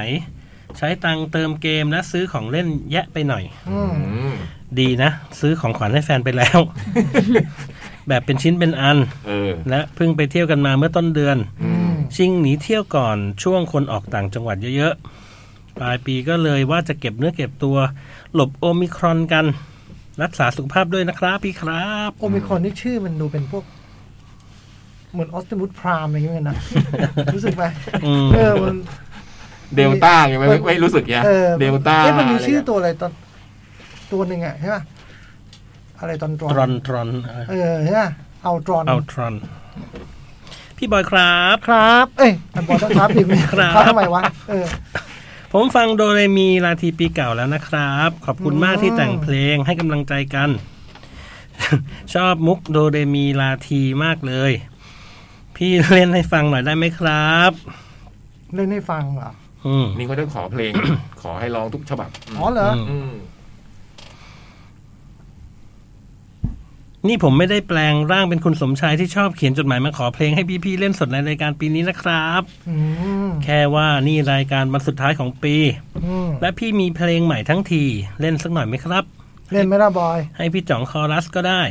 [SPEAKER 3] ใช้ตังค์เติมเกมและซื้อของเล่นแยะไปหน่อย
[SPEAKER 4] อืม
[SPEAKER 2] อืม
[SPEAKER 3] ดีนะ ซื้อของขวัญให้แฟนไปแล้ว <laughs> แบบเป็นชิ้นเป็นอัน
[SPEAKER 2] เออ
[SPEAKER 3] และเพิ่งไปเที่ยวกันมาเมื่อต้นเดือน
[SPEAKER 2] อืม
[SPEAKER 3] ชิงหนีเที่ยวก่อนช่วงคนออกต่างจังหวัดเยอะๆ ปลายปีก็เลยว่าจะเก็บเนื้อเก็บตัว หลบโอมิครอนกัน รักษาสุขภาพด้วยนะครับพี่ครับ
[SPEAKER 4] โอมิครอนนี่ชื่อมันดูเป็นพวก เหมือนออสติมุสพรามอะไรอย่างเงี้ยนะ รู้สึกไหม
[SPEAKER 3] อืม
[SPEAKER 4] เออมัน
[SPEAKER 2] เดลต้าไงไม่ไม่ไม่รู้สึกไง
[SPEAKER 4] เออ
[SPEAKER 2] เดลต้า
[SPEAKER 4] เอ๊ะมันมีชื่อ
[SPEAKER 2] อะไรเงี้ย
[SPEAKER 4] ตัวอะไรตอนตัวหนึ่งอ่ะใช่ป่ะอะไรตอนตรอน
[SPEAKER 3] ตรอนตรอน
[SPEAKER 4] เออใช่ป่ะเอาตรอน
[SPEAKER 3] เอาตรอน พี่บอยครับ
[SPEAKER 4] ครับ เอ้ยอันบอลต้องครับดิม
[SPEAKER 3] ครับ
[SPEAKER 4] เขาทำไมวะเออ
[SPEAKER 3] ผมฟังโดเรมีลาทีปีเก่าแล้วนะครับ ขอบคุณมากที่แต่งเพลงให้กำลังใจกัน <laughs> ชอบมุกโดเรมีลาทีมากเลย พี่เล่นให้ฟังหน่อยได้ไหมครับ
[SPEAKER 4] เล่นให้ฟังเหรอ
[SPEAKER 3] อืม
[SPEAKER 2] นี่เขาจะขอเพลง <coughs> ขอให้ร้องทุกฉบับ
[SPEAKER 4] อ๋อเหรอ
[SPEAKER 2] อืม
[SPEAKER 3] นี่ผมไม่ได้แปลงร่างเป็นคุณสมชายที่ชอบเขียนจดหมายมาขอเพลงให้พี่ๆเล่นสดในรายการปีนี้นะครับ
[SPEAKER 4] อืม
[SPEAKER 3] แค่ว่านี่รายการวันสุดท้ายของปี
[SPEAKER 4] อืม
[SPEAKER 3] และพี่มีเพลงใหม่ทั้งทีเล่นสักหน่อยไหมครับ
[SPEAKER 4] เล่นไหมล่ะบอย
[SPEAKER 3] ให้พี่จ่องคอรัสก็ได้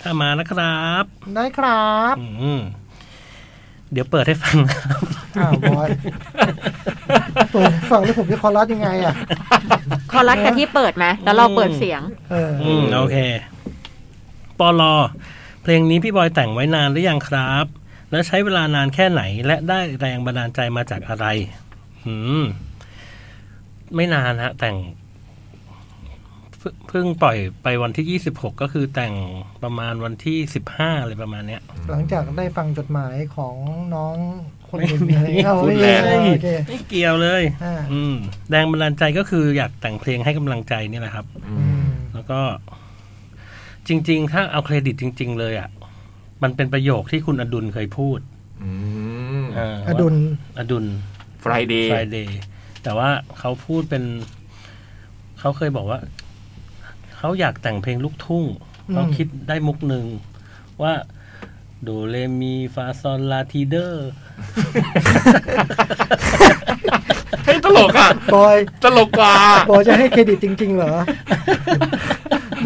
[SPEAKER 3] ถ้ามานะครับ
[SPEAKER 4] ได้ครับ
[SPEAKER 3] อืมเดี๋ยวเปิดให้ฟังนะครับ
[SPEAKER 4] อ้าวบอยเปิดฟังแล้วผมจะคอรัสยังไงอ่ะ
[SPEAKER 5] คอรัสกับที่เปิดไหมแล้วเราเปิดเสียง
[SPEAKER 4] เออ
[SPEAKER 3] อืมโอเคปอลอเพลงนี้พี่บอยแต่งไว้นานหรือยังครับ แล้วใช้เวลานานแค่ไหน และได้แรงบันดาลใจมาจากอะไร อืม ไม่นานฮะ แต่งเพิ่งเพิ่งปล่อยไปวันที่ยี่สิบหกก็คือแต่งประมาณวันที่สิบห้าอะไรประมาณเนี้ย
[SPEAKER 4] หลังจากได้ฟังจดหมายของน้องคนหนึ่ง
[SPEAKER 3] ไม่มี
[SPEAKER 4] อะไรเงี้ยเอา
[SPEAKER 3] พูด
[SPEAKER 4] ไม่
[SPEAKER 3] แล้
[SPEAKER 4] เล่
[SPEAKER 3] ว
[SPEAKER 4] นโอเค
[SPEAKER 3] ไม่เกี่ยวเลย
[SPEAKER 4] อ่า
[SPEAKER 3] อืม แรงบันดาลใจก็คืออยากแต่งเพลงให้กำลังใจนี่แหละครับ
[SPEAKER 2] อื
[SPEAKER 4] อื
[SPEAKER 2] ม
[SPEAKER 4] ม
[SPEAKER 3] แล้วก็จริง ๆ ถ้าเอาเครดิตจริง ๆ เลยอะ่ะ มันเป็นประโยคที่คุณอดุลเคยพูด
[SPEAKER 2] อืม
[SPEAKER 3] เ
[SPEAKER 4] อดุล
[SPEAKER 3] อดุล
[SPEAKER 2] ฟรายเดย์
[SPEAKER 3] Friday แต่ว่าเขาพูดเป็น เขาเคยบอกว่า เขาอยากแต่งเพลงลูกทุ่งเขาคิดได้มุกหนึ่ง ว่า โดเรมีฟาซอนลาทีเดอร์
[SPEAKER 2] <laughs> เฮ้ยตลกอ่ะ
[SPEAKER 4] บอย
[SPEAKER 2] ตลกกว่า
[SPEAKER 4] บอยจะให้เครดิตจริง ๆ เหรอ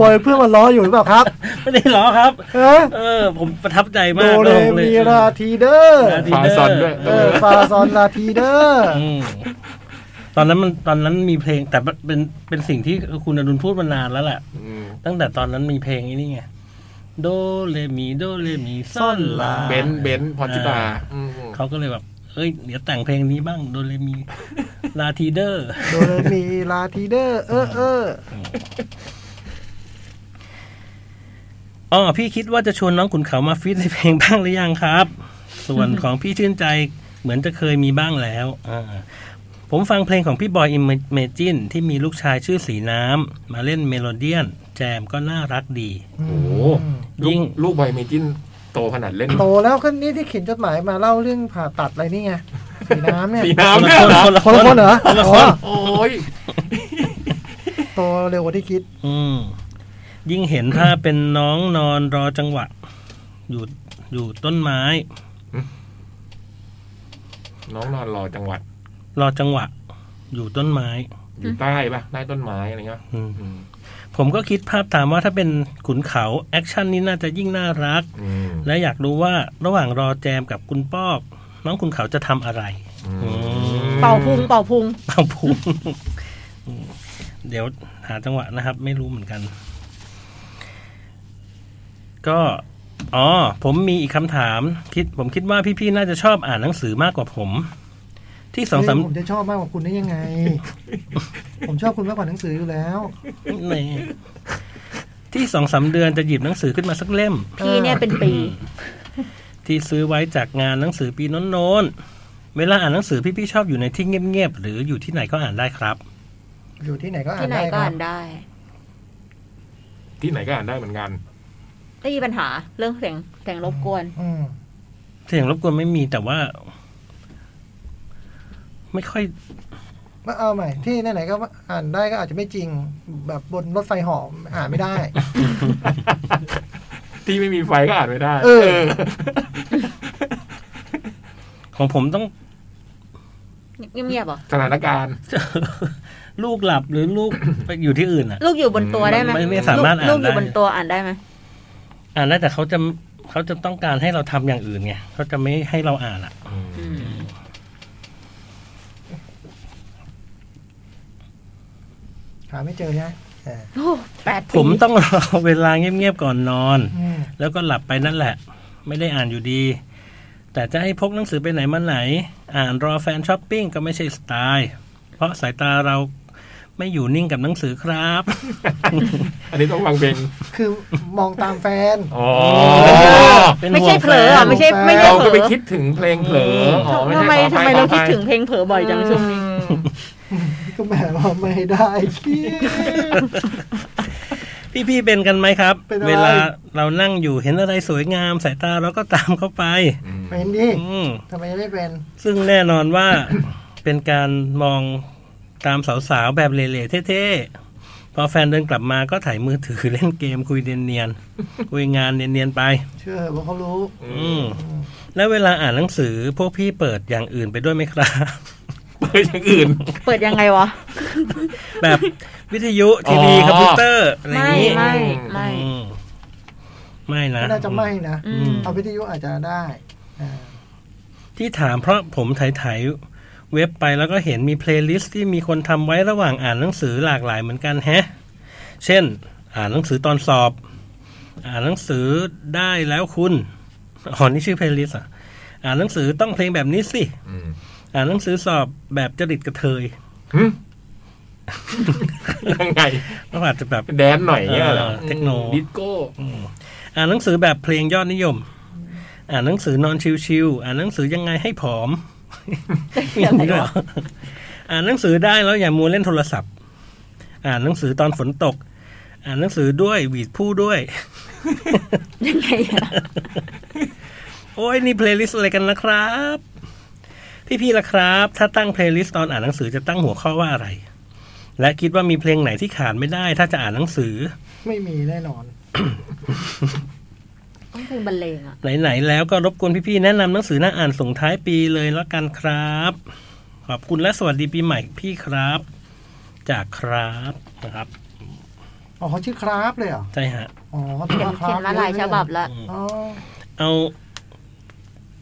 [SPEAKER 4] บอยเพื่อนมาล้ออยู่หรือเปล่าครับ
[SPEAKER 3] <laughs> ไม่ได้หรอครับ
[SPEAKER 4] เออ
[SPEAKER 3] เออ ผมประทับใจ
[SPEAKER 4] โด
[SPEAKER 3] มาก
[SPEAKER 4] เร
[SPEAKER 3] นะผมเลย
[SPEAKER 4] มีราทีเดอร์
[SPEAKER 3] ราที
[SPEAKER 2] ฟาซอนด้วย
[SPEAKER 4] เออฟาซอนราทีเดอร์
[SPEAKER 3] อืมตอนนั้นมันตอนนั้นมีเพลง แต่เป็นเป็นสิ่งที่คุณอดุลพูดมานานแล้วแหละ
[SPEAKER 2] ม
[SPEAKER 3] ตั้งแต่ตอนนั้นมีเพลงไอ้นี่ไง โดเรมีโดเรมีซ่อนลา
[SPEAKER 2] เบนซ์เบนซ์พอจิตาอืม
[SPEAKER 3] เขาก็เลยแบบ เอ้ย เดี๋ยวแต่งเพลงนี้บ้างโดเรมี ลาทีเดอร์
[SPEAKER 4] โดเรมีราทีเดอร์เออเออ
[SPEAKER 3] อ๋อ พี่คิดว่าจะชวนน้องขุนเขามาฟีดในเพลงบ้างหรือยังครับ ส่วนของพี่ชื่นใจเหมือนจะเคยมีบ้างแล้วอ่าผมฟังเพลงของพี่บอยอิมเมจินที่มีลูกชายชื่อสีน้ำ มาเล่นเมโลเดียน แจมก็น่ารักดี
[SPEAKER 2] โอ้โหลู
[SPEAKER 3] ยิ่ง
[SPEAKER 2] กลูกบอยเมจินโตขนาดเล่น
[SPEAKER 4] โตแล้วก็นี่ที่เขียนจดหมายมาเล่าเรื่องผ่าตัดอะไรนี่ไงสีน้ำเนี่ย
[SPEAKER 2] สีน้ำเนี่ย
[SPEAKER 3] คน
[SPEAKER 2] เหรอ
[SPEAKER 3] ละคนละ
[SPEAKER 4] คนละคนเหรออ๋อ
[SPEAKER 2] โอ้ย
[SPEAKER 4] โตเร็วกว่าที่คิด
[SPEAKER 3] อืมยิ่งเห็นถ้าเป็นน้องนอนรอจังหวะ อยู่อยู่ต้นไม้
[SPEAKER 2] น้องนอนรอจังหวัด
[SPEAKER 3] รอจังหวะ อยู่ต้นไม้
[SPEAKER 2] อยู่ใต้ปะใต้ต้นไม้อะไรเงี้ย
[SPEAKER 3] อืม
[SPEAKER 2] อืม
[SPEAKER 3] ผมก็คิดภาพตามว่าถ้าเป็นขุนเขาแอคชั่นนี้น่าจะยิ่งน่ารัก
[SPEAKER 2] อืม
[SPEAKER 3] และอยากรู้ว่าระหว่างรอแจมกับคุณป้อกน้องขุนเขาจะทำอะไร
[SPEAKER 2] อืม
[SPEAKER 5] เป่าพุงเป่าพุง
[SPEAKER 3] เป่าพุงอืมเดี๋ยวหาจังหวะนะครับ ไม่รู้เหมือนกัน ก็อ๋อผมมีอีกคำถามคิด ผมคิดว่าพี่ๆน่าจะชอบอ่านหนังสือมากกว่าผม ที่สองสาม
[SPEAKER 4] เฮ้ยผมจะชอบมากกว่าคุณได้ยั
[SPEAKER 3] <laughs>
[SPEAKER 4] งไง ผมชอบคุณมากกว่าหนังสืออยู่แล้ว
[SPEAKER 3] ในที่สองสามเดือนจะหยิบหนังสือขึ้นมาสักเล่ม
[SPEAKER 5] พี่เนี่ยเป็นปี
[SPEAKER 3] ที่ซื้อไว้จากงานหนังสือปีโน้นโน้นๆเวลาอ่านหนังสือพี่ๆชอบอยู่ในที่เงียบๆหรืออยู่ที่ไหนก็อ่านได้ครับ
[SPEAKER 4] อยู่ที่ไหนก็อ่าน
[SPEAKER 5] ที่ไหน
[SPEAKER 4] ได้ค
[SPEAKER 5] ก็
[SPEAKER 4] รั
[SPEAKER 5] อ่า
[SPEAKER 4] บ
[SPEAKER 5] นได้
[SPEAKER 2] ที่ไหนก็อ่านได้เหมือนกัน
[SPEAKER 5] ไม่มีปัญหาเรื่องเสียงเสียงรบกวน
[SPEAKER 4] อืม
[SPEAKER 3] เสียงรบกวนไม่มีแต่ว่า ไม่ค่อย
[SPEAKER 4] มาเอาใหม่ ที่ไหนๆก็อ่านได้ก็อาจจะไม่จริง แบบบนรถไฟเหอมอ่านไม่ได้
[SPEAKER 2] ที่ไม่มีไฟก็อ่านไม่ได้
[SPEAKER 4] เออ
[SPEAKER 3] ของผมต้อง <laughs>
[SPEAKER 5] เงียบๆเหรอ
[SPEAKER 2] สถานการณ์
[SPEAKER 3] ลูกหลับหรือลูก ไปอยู่ที่อื่นอ่ะ
[SPEAKER 5] ลูกอยู่บนตัวได้ไหม
[SPEAKER 3] ไม่ไม่สามารถอ่าน
[SPEAKER 5] ลูกอยู่
[SPEAKER 3] ได้
[SPEAKER 5] บนตัวอ่านได้ไหม
[SPEAKER 3] อ่านได้แต่เขาจะเขาจะต้องการให้เราทำอย่างอื่นไงเขาจะไม่ให้เราอ่านอ่ะ
[SPEAKER 5] อืม
[SPEAKER 4] หาไม่เจอใช่ไหมอ่า
[SPEAKER 5] โอ้แปดปี
[SPEAKER 3] ผมต้องรอเวลาเงียบๆก่อนนอน
[SPEAKER 4] อืม
[SPEAKER 3] แล้วก็หลับไปนั่นแหละ ไม่ได้อ่านอยู่ดี แต่จะให้พกหนังสือไปไหนมาไหน อ่านรอแฟนช้อปปิ้งก็ไม่ใช่สไตล์ เพราะสายตาเราไม่อยู่นิ่งกับหนังสือครับ
[SPEAKER 5] <laughs>
[SPEAKER 2] อันนี้ต้องฟังเพลง
[SPEAKER 4] คือมองตามแฟน
[SPEAKER 2] อ๋อ
[SPEAKER 3] เป็น
[SPEAKER 5] ไม่
[SPEAKER 3] ห่ว
[SPEAKER 5] ใช่
[SPEAKER 3] ง
[SPEAKER 5] เผลออ่ะไม่ใช่ไม่ใช่
[SPEAKER 2] เรา
[SPEAKER 5] เผล
[SPEAKER 2] ก็
[SPEAKER 5] อ
[SPEAKER 2] ไปคิดถึงเพลงเผลออ๋อใช่
[SPEAKER 5] ทำไม
[SPEAKER 2] ขออ
[SPEAKER 5] ทำ
[SPEAKER 2] ภัย
[SPEAKER 5] ไมเรา
[SPEAKER 2] ขออภัย
[SPEAKER 5] คิดถึงเพลงเผลอบ่อยจังช่วงนี้
[SPEAKER 4] ก็แหมว่าไม่ได้
[SPEAKER 3] <laughs>
[SPEAKER 4] คิด
[SPEAKER 3] พี่พี่ๆเป็นกันไหมครับ
[SPEAKER 4] เป็นอะไร
[SPEAKER 3] เวลาเรานั่งอยู่เห็นอะไรสวยงาม สายตาเราก็ตามเข้าไป
[SPEAKER 4] เป็นดิ
[SPEAKER 3] อืม
[SPEAKER 4] ทำไมยังไม่เป็น
[SPEAKER 3] ซึ่งแน่นอนว่า เป็นการมองตามสาวๆ แบบเหล่ๆเท่ๆ พอแฟนเดินกลับมาก็ถ่ายมือถือเล่นเกมคุยเนียนๆ คุยงานเนียนๆไป
[SPEAKER 4] เชื่อว่าเขารู้
[SPEAKER 3] อืม แล้วเวลาอ่านหนังสือพวกพี่เปิดอย่างอื่นไปด้วยไหมครับ <laughs>
[SPEAKER 2] เปิดอย่างอื่น
[SPEAKER 5] เปิดยังไงวะ
[SPEAKER 3] แบบวิทยุทีวี
[SPEAKER 2] อ๋อ
[SPEAKER 3] คอมพิวเตอร์อะไรอย่า
[SPEAKER 5] ไม่
[SPEAKER 3] งนี้
[SPEAKER 5] ไม่ไม่
[SPEAKER 3] อืมไม่นะ
[SPEAKER 4] ไม่น่าจะไม่นะ
[SPEAKER 5] อืม
[SPEAKER 4] เอาวิทยุอาจจะได้อ่า
[SPEAKER 3] ที่ถามเพราะผมไถายๆเว็บไปแล้วก็เห็นมีเพลย์ลิสต์ที่มีคนทำไว้ระหว่างอ่านหนังสือหลากหลายเหมือนกันแฮะ เช่น อ่านหนังสือตอนสอบ อ่านหนังสือได้แล้วคุณอ๋อนี่ชื่อเพลย์ลิสต์อ่ะ อ่านหนังสือต้องเพลงแบบนี้สิ อ่านหนังสือสอบแบบจริตกระเทย
[SPEAKER 2] หึยังไง
[SPEAKER 3] ก็อาจจะแบบ
[SPEAKER 2] แดนหน่อยเนี่ยเหรอ
[SPEAKER 3] เออเทคโน
[SPEAKER 2] ดิสโก้
[SPEAKER 3] อ่านหนังสือแบบเพลงยอดนิยม อ่านหนังสือนอนชิวๆอ่านหนังสือยังไงให้ผอมมีอย่างนี้ด้วยเหรออ่านหนังสือได้แล้วอย่ามัวเล่นโทรศัพท์ อ่านหนังสือตอนฝนตก อ่านหนังสือด้วยหวีดผู้ด้วย
[SPEAKER 5] ยังไงอะ
[SPEAKER 3] โอ้ยนี่เพลย์ลิสต์อะไรกันนะครับ พี่ๆล่ะครับ ถ้าตั้งเพลย์ลิสต์ตอนอ่านหนังสือจะตั้งหัวข้อว่าอะไร และคิดว่ามีเพลงไหนที่ขาดไม่ได้ ถ้าจะอ่านหนังสือ
[SPEAKER 4] ไม่มีแน่นอน
[SPEAKER 5] ต้องเพลงบรรเลงอะ
[SPEAKER 3] ไหนๆแล้วก็รบกวนพี่ๆแนะนำหนังสือหน้าอ่านส่งท้ายปีเลยละกันครับ ขอบคุณและสวัสดีปีใหม่พี่ครับ จากครับนะครับ
[SPEAKER 4] อ๋อเขาชื่อคราฟเลยเหรอ
[SPEAKER 3] ใช่ฮะ
[SPEAKER 4] อ๋อ
[SPEAKER 5] เขียนเขียนมาหลายฉบับละ
[SPEAKER 4] อ๋อ
[SPEAKER 3] เอา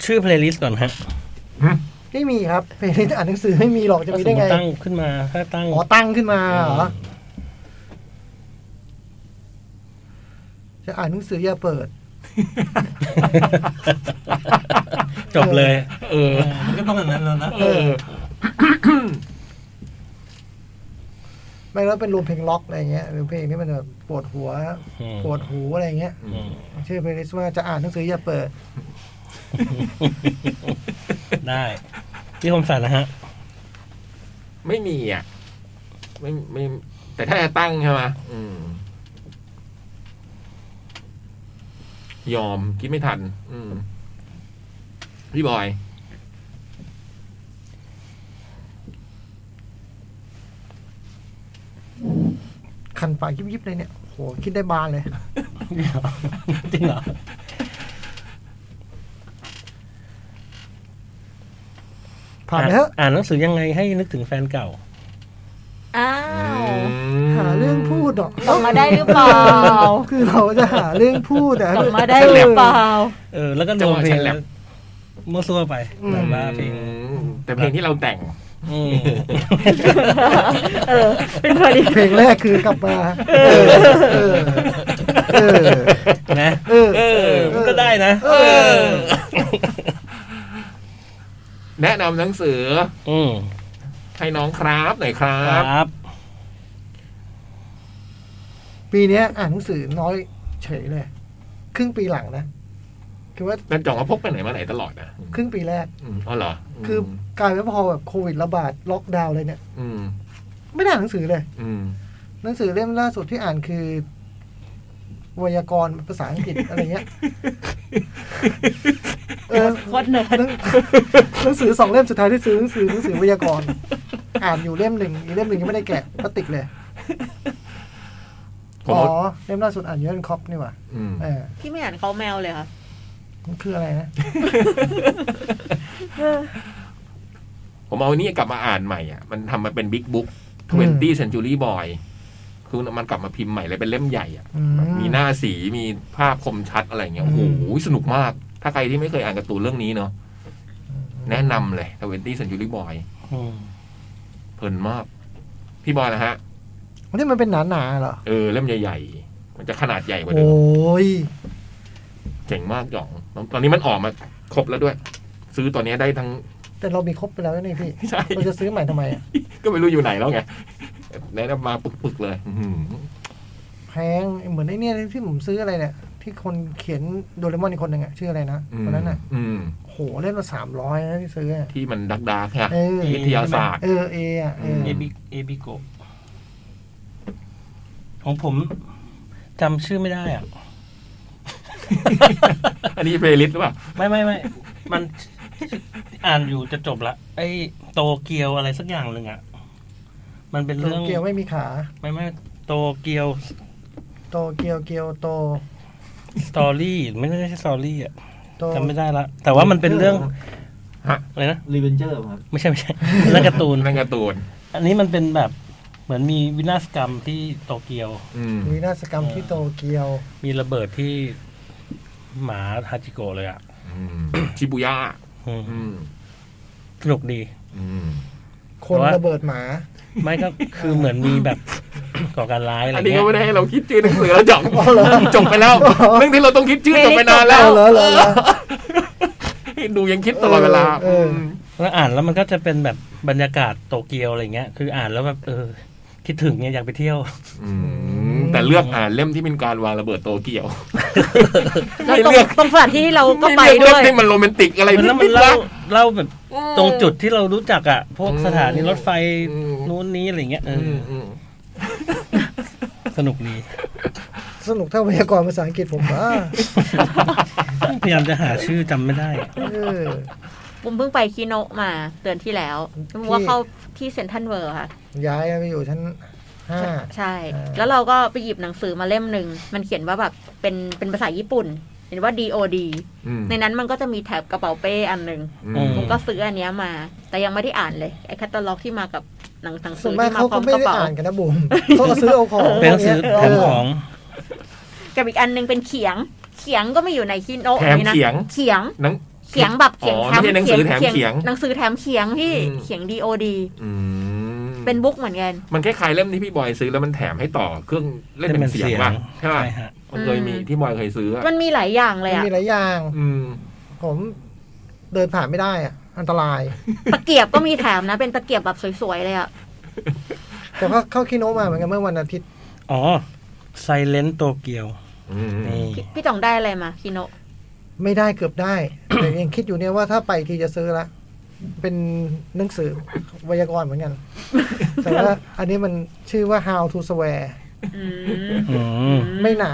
[SPEAKER 3] ชื่อเพลย์ลิสต์ก่อนฮะ
[SPEAKER 4] ไม่มีครับเพลงอ่านหนังสือไม่มีหรอกจะมีได้ไง
[SPEAKER 3] ตั้งขึ้นมาถ้าตั้ง
[SPEAKER 4] อ๋อตั้งขึ้นมาเหรอจะอ่านหนังสืออย่าเปิด
[SPEAKER 3] จบเลย เออ
[SPEAKER 1] มันก็ต้องอย่างนั้นแล้วนะ
[SPEAKER 4] เออ ไม่แล้วเป็นรวมเพลงล็อกอะไรเงี้ยหรือเพลงที่มันแบบปวดหัว
[SPEAKER 3] อืม
[SPEAKER 4] ปวดหูอะไรเงี้ยชื่อเพลงลิสต์ว่าจะอ่านหนังสืออย่าเปิด
[SPEAKER 3] ได้พี่คมสันนะฮะ
[SPEAKER 2] ไม่มีอ่ะ ไม่ไม่ แต่ถ้าจะตั้งใช่ไหมอืม ยอมคิดไม่ทัน อืม พี่บอย
[SPEAKER 4] คันปากยิบยิบๆเลยเนี่ยโหคิดได้บานเลย
[SPEAKER 3] จริงเหรอ
[SPEAKER 4] ผ่านไปเถอะ
[SPEAKER 3] อ่านหนังสือยังไงให้นึกถึงแฟนเก่า
[SPEAKER 5] อ้าว
[SPEAKER 4] หาเรื่องพูดหรอก
[SPEAKER 5] ส่งมาได้หรือเปล่า
[SPEAKER 4] คือเราจะหาเรื่องพูดอะ
[SPEAKER 5] ส่งมาได้หรือเปล่า
[SPEAKER 3] เออ แล้วก็ร
[SPEAKER 2] จัง
[SPEAKER 3] ว
[SPEAKER 2] ห
[SPEAKER 3] ม
[SPEAKER 2] วะ
[SPEAKER 3] เพลง
[SPEAKER 2] แฉลับ
[SPEAKER 3] มั่วซั่วไปแบบว่าเพลง
[SPEAKER 2] อืมแต่เพลงที่เราแต่ง
[SPEAKER 3] อืม
[SPEAKER 5] เออ เป็นคนดี
[SPEAKER 4] เพลงแรกคือกลับมา เออ เออ เออ
[SPEAKER 3] นะ
[SPEAKER 4] เออ
[SPEAKER 3] เออมันก็ได้นะ
[SPEAKER 4] เออ
[SPEAKER 2] แนะนำหนังสือ
[SPEAKER 3] อืม
[SPEAKER 2] ให้น้องครับหน่อยครั
[SPEAKER 3] คร
[SPEAKER 2] บ
[SPEAKER 3] ับ
[SPEAKER 4] ปีเนี้ยอ่านหนังสือน้อยเฉยเลย ครึ่งปีหลังนะ คือว่า
[SPEAKER 2] นั่นจ่องก็พกไปไหนมาไหนตลอดนะ
[SPEAKER 4] ครึ่งปีแรก
[SPEAKER 2] อืมอ๋อเหรอม
[SPEAKER 4] คือกลายเป็นพอแบบโควิดระบาดล็อกดาวน์เลยเนี่ย
[SPEAKER 2] อืม
[SPEAKER 4] ไม่ได้อ่านหนังสือเลย
[SPEAKER 2] อืม
[SPEAKER 4] หนังสือเล่มล่าสุดที่อ่านคือ ไวยากรณ์ภาษาอังกฤษ อะไรเงี้ยเออ
[SPEAKER 5] โคตรเนิร์ด
[SPEAKER 4] หนังหนังสือสองเล่มสุดท้ายที่ซื้อหนังสือหนังสือไวยากรณ์อ่านอยู่เล่มหนึ่งอีกเล่มหนึ่งยังไม่ได้แกะพลาสติกเลย
[SPEAKER 2] ผม
[SPEAKER 4] อ๋อ
[SPEAKER 2] ว่า
[SPEAKER 4] เล่มล่าสุดอ่านยูเอนคอปนี่หว่า
[SPEAKER 2] อืม
[SPEAKER 4] เออ
[SPEAKER 5] พี่ไม่อ่านเขาแมวเลยค่ะ
[SPEAKER 4] มันคืออะไรนะ
[SPEAKER 2] ผมเอาอันนี้กลับมาอ่านใหม่อ่ะ มันทำมาเป็นบิ๊กบุ๊ก20 century boy คือมันกลับมาพิมพ์ใหม่เลยเป็นเล่มใหญ่อ่ะ
[SPEAKER 4] อื
[SPEAKER 2] มีหน้าสีมีภาพคมชัดอะไรเงี้ยโอ้โห
[SPEAKER 4] อืม
[SPEAKER 2] สนุกมาก ถ้าใครที่ไม่เคยอ่านการ์ตูนเรื่องนี้เนาะแนะนำเลยทเวนตี้เซนจูรี่บอย
[SPEAKER 3] อืม
[SPEAKER 2] เพลินมาก พี่บอยนะฮะ
[SPEAKER 4] วันนี้มันเป็นหนาหนาๆเหรอ
[SPEAKER 2] เออ เล่มใหญ่ๆ มันจะขนาดใหญ่กว่าเดิ
[SPEAKER 4] โอ้
[SPEAKER 2] ม
[SPEAKER 4] ย
[SPEAKER 2] เจ๋งมากจ่อง ตอนนี้มันออกมาครบแล้วด้วย ซื้อตอนนี้ได้ทั้ง <laughs>
[SPEAKER 4] แต่เรามีครบไปแล้วนี่พี่
[SPEAKER 2] ใช่
[SPEAKER 4] เราจะซื้อใหม่ทำไมอ่ะ
[SPEAKER 2] ก็ไม่รู้อยู่ไหนแล้วไงแนะนำมาปึกๆเลย อื้อหือ
[SPEAKER 4] แพงเหมือนไอ้เนี่ยที่ผมซื้ออะไรเนี่ยที่คนเขียนโดเรมอนอีกคนหนึ่งอ่ะชื่ออะไรนะคนนั้นอ่ะ
[SPEAKER 2] อืม
[SPEAKER 4] โหเล่นมาสามร้อยนะที่ซื้ออะ
[SPEAKER 2] ที่มันดักดาร์กๆฮะ
[SPEAKER 4] เออ
[SPEAKER 2] วิทยาศาสตร์
[SPEAKER 4] เออเออะเออ
[SPEAKER 3] เอบิเอบิโกะของผมจำชื่อไม่ได้
[SPEAKER 4] <laughs>
[SPEAKER 3] อ่ะ
[SPEAKER 2] อันนี้เพลย์ลิสต์หรือเปล่า
[SPEAKER 3] ไม่ไม่ไม่ มันอ่านอยู่จะจบละ ไอโตเกียวอะไรสักอย่างหนึ่งอ่ะ มันเป็น
[SPEAKER 4] โต
[SPEAKER 3] เรื่อง
[SPEAKER 4] เกียวไม่มีขา
[SPEAKER 3] ไม่ไม่โตเกียว
[SPEAKER 4] โตเกียวเกียวโต
[SPEAKER 3] สตอรี่ไม่ใช่สตอรี่อ่ะ
[SPEAKER 4] โต
[SPEAKER 3] จำไม่ได้ละ แต่ว่ามันเป็นเรื่องอะไรนะ
[SPEAKER 8] รีเวนเจอร์ครับ
[SPEAKER 3] ไม่ใช่ไม่ใช่ เรื่องการ์ตูน
[SPEAKER 2] นั่นการ์ตูน
[SPEAKER 3] อันนี้มันเป็นแบบเหมือนมีวินาศกรรมที่โตเกียว
[SPEAKER 2] อืม
[SPEAKER 4] วินาศกรรมที่โตเกียว
[SPEAKER 3] มีระเบิดที่หมาฮาจิโกะเลยอ่ะ
[SPEAKER 2] อืมชิบุย่า
[SPEAKER 3] อืม
[SPEAKER 2] อืม
[SPEAKER 3] สนุกดี
[SPEAKER 2] อืม
[SPEAKER 4] คน
[SPEAKER 3] แต่ว่า
[SPEAKER 4] ระเบิดหมา
[SPEAKER 3] ไม่ก็คือเหมือนมีแบบ <coughs> ก่อการร้ายอะไร
[SPEAKER 2] อันนี้
[SPEAKER 3] เงี้
[SPEAKER 2] ก็
[SPEAKER 3] ย
[SPEAKER 2] ไม่ได้ให้เราคิดชื่อหนังสือแล้วจบ
[SPEAKER 4] เหรอ
[SPEAKER 2] จบไปแล้วเรื่องที่เราต้องคิดชื่อจบไปนานแล้ว
[SPEAKER 4] เอาเหรอเหรอเหรอ
[SPEAKER 2] ดูยังคิดตลอดเวลา
[SPEAKER 4] เออเออ
[SPEAKER 2] ม
[SPEAKER 3] แล้วอ่านแล้วมันก็จะเป็นแบบบรรยากาศโตเกียวอะไรเงี้ย คืออ่านแล้วแบบเออ คิดถึงเนี่ยอยากไปเที่ยว
[SPEAKER 2] มแต่เลือกอ่านเล่มที่เป็นการวางระเบิดโตเกียว
[SPEAKER 5] ไม่
[SPEAKER 2] ไม่
[SPEAKER 5] ตรง
[SPEAKER 2] เลือก
[SPEAKER 5] ตรงสถานที่ที่เราก็ไป
[SPEAKER 2] ม่เลื
[SPEAKER 5] ด้
[SPEAKER 2] อก
[SPEAKER 5] วย
[SPEAKER 2] เล่มที่มันโรแมนติกอะไร
[SPEAKER 3] มันแล้วมั
[SPEAKER 2] นิ
[SPEAKER 3] น
[SPEAKER 2] ดๆ
[SPEAKER 3] เล่า
[SPEAKER 2] ละ
[SPEAKER 3] เล่าแบบตรงจุดที่เรารู้จักอ่ะ พวก
[SPEAKER 2] อืม
[SPEAKER 3] สถานีรถไฟ
[SPEAKER 2] อืม
[SPEAKER 3] นู้นนี้อะไรเงี้ยเอ
[SPEAKER 2] อืม
[SPEAKER 3] ออ
[SPEAKER 2] อืม
[SPEAKER 3] สนุกดี
[SPEAKER 4] สนุกเท่าไวยากรณ์ภาษาอังกฤษผมว่า
[SPEAKER 7] <laughs>
[SPEAKER 3] พยายามจะหาชื่อจำไม่ได้
[SPEAKER 4] เออ
[SPEAKER 5] บุมเพิ่งไปคิโนะมาเดือนที่แล้วบุมว่าเข้าที่เซ็นทรัลเวิร์ค่ะ
[SPEAKER 4] ย้ายไปอยู่ชั้นห้า
[SPEAKER 5] ใช่
[SPEAKER 4] อ่า
[SPEAKER 5] แล้วเราก็ไปหยิบหนังสือมาเล่มหนึ่ง มันเขียนว่าแบบเป็นเป็นภาษาญี่ปุ่น เห็นว่า DOD
[SPEAKER 2] อืม
[SPEAKER 5] ในนั้นมันก็จะมีแถบกระเป๋าเป้อันหนึ่ง
[SPEAKER 2] อืม
[SPEAKER 5] ผมก็ซื้ออันเนี้ยมา แต่ยังไม่ได้อ่านเลย ไอ้แคตตาล็อกที่มากับหนังหนังสื
[SPEAKER 4] ส่วน
[SPEAKER 5] อ
[SPEAKER 4] มาก
[SPEAKER 5] ที่มา
[SPEAKER 4] เขา
[SPEAKER 5] พร้
[SPEAKER 4] ก็
[SPEAKER 5] อม
[SPEAKER 4] ไม่
[SPEAKER 5] กระ
[SPEAKER 4] ได้
[SPEAKER 5] เป๋า
[SPEAKER 4] อ่านกันนะบุ๋ม <laughs> เขาก็ซื้อเอาของ
[SPEAKER 7] เป็นหนังสือแถมของ
[SPEAKER 5] กับอีกอันหนึงเป็นเขียง เขียงก็ไม่อยู่ในคิโนะ
[SPEAKER 2] แถม
[SPEAKER 5] นี่นะ
[SPEAKER 2] เขียง
[SPEAKER 5] เขียง
[SPEAKER 2] หนัง
[SPEAKER 5] เขียงแบบเขียง
[SPEAKER 2] อ๋อไม่ใช่หนังสือแถมเขียง
[SPEAKER 5] หนังสือแถมเขียงพี่
[SPEAKER 2] อืม
[SPEAKER 5] เขียง DOD
[SPEAKER 2] อืม
[SPEAKER 5] เป็นบุ๊กเหมือนกัน
[SPEAKER 2] มันคล้ายๆเล่มที่พี่บอยซื้อแล้วมันแถมให้ต่อเครื่องเล่นเป็นเสียงป่ะใช่ป่ะ
[SPEAKER 7] ใช่ฮะ
[SPEAKER 2] มันเคยมี
[SPEAKER 5] อืม
[SPEAKER 2] ที่บอยเคยซื้ออะ
[SPEAKER 5] มันมีหลายอย่างเลย
[SPEAKER 4] มัน
[SPEAKER 5] อะ
[SPEAKER 4] มีหลายอย่าง
[SPEAKER 2] อืม
[SPEAKER 4] ผมเดินผ่านไม่ได้อะอันตราย
[SPEAKER 5] ตะเกียบก็มีแถมนะ เป็นตะเกียบแบบสวยๆเลยอะ
[SPEAKER 4] แต่ว่าเข้าคิโนะมาเหมือนกันเมื่อวันอาทิตย์
[SPEAKER 7] อ๋อไซเลนโตเกียว
[SPEAKER 2] อืม
[SPEAKER 7] นี่
[SPEAKER 5] พี่พี่จ่องได้อะไรมาคิโนะ
[SPEAKER 4] ไม่ได้เกือบได้ แต่ยังคิดอยู่เนี่ยว่าถ้าไปทีจะซื้อละ เป็นหนังสือไวยากรณ์เหมือนกัน แต่ว่าอันนี้มันชื่อว่า how to swear
[SPEAKER 5] อืม
[SPEAKER 7] อืม
[SPEAKER 4] ไม่หนา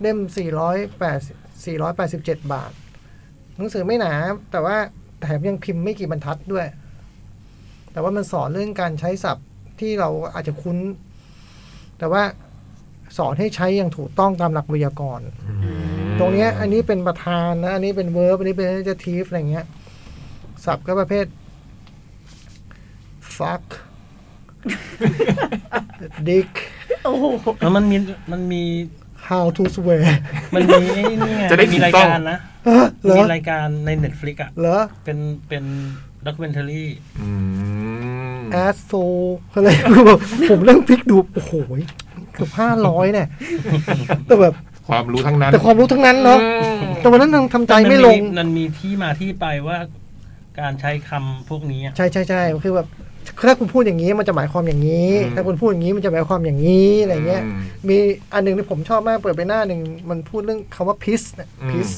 [SPEAKER 4] เล่ม408 487 บาท หนังสือไม่หนา แต่ว่าแถมยังพิมพ์ไม่กี่บรรทัดด้วย แต่ว่ามันสอนเรื่องการใช้ศัพท์ที่เราอาจจะคุ้น แต่ว่าสอนให้ใช้อย่างถูกต้องตามหลักไวยากรณ์ ตรงเนี้ยอันนี้เป็นประธานนะ อันนี้เป็นเวิร์บอันนี้เป็น adjective อะไรเงี้ย ศัพท์ก็ประเภท fuck
[SPEAKER 7] <laughs>
[SPEAKER 4] dick
[SPEAKER 5] โอ้โห
[SPEAKER 7] แล้วมันมีมันมี
[SPEAKER 4] how to swear
[SPEAKER 7] มันมีไอ้นี่ไง
[SPEAKER 2] จะได้
[SPEAKER 7] มี
[SPEAKER 2] ถูก
[SPEAKER 7] ราย
[SPEAKER 2] ต้อง
[SPEAKER 7] การนะ
[SPEAKER 4] เออเหรอ
[SPEAKER 7] มีรายการใน Netflix อ่ะ
[SPEAKER 4] เหรอ
[SPEAKER 7] เป็นเป็นด็อกเมนทารี่
[SPEAKER 2] อืม
[SPEAKER 4] แอสโซอะไร <laughs> ผมเริ่มพลิกดู โอ้โหเกือบห้าร้อยเนี่ย แต่แบบ
[SPEAKER 2] ความรู้ทั้งนั้น
[SPEAKER 4] แต่ความรู้ทั้งนั้นเนาะ
[SPEAKER 2] อืม
[SPEAKER 4] แต่วันนั้นทำทำใจไม่ลง
[SPEAKER 7] มันมีที่มาที่ไปว่าการใช้คำพวกนี้อะ
[SPEAKER 4] ใช่ใช่ใช่คือแบบถ้าคุณพูดอย่างนี้มันจะหมายความอย่างนี้ ถ้าคุณพูดอย่างนี้มันจะหมายความอย่างนี้อะไรเงี้ย
[SPEAKER 2] ม
[SPEAKER 4] มีอันหนึ่งที่ผมชอบมากเปิดไปหน้าหนึ่งมันพูดเรื่องคำว่าพิส
[SPEAKER 2] อืม
[SPEAKER 4] พิส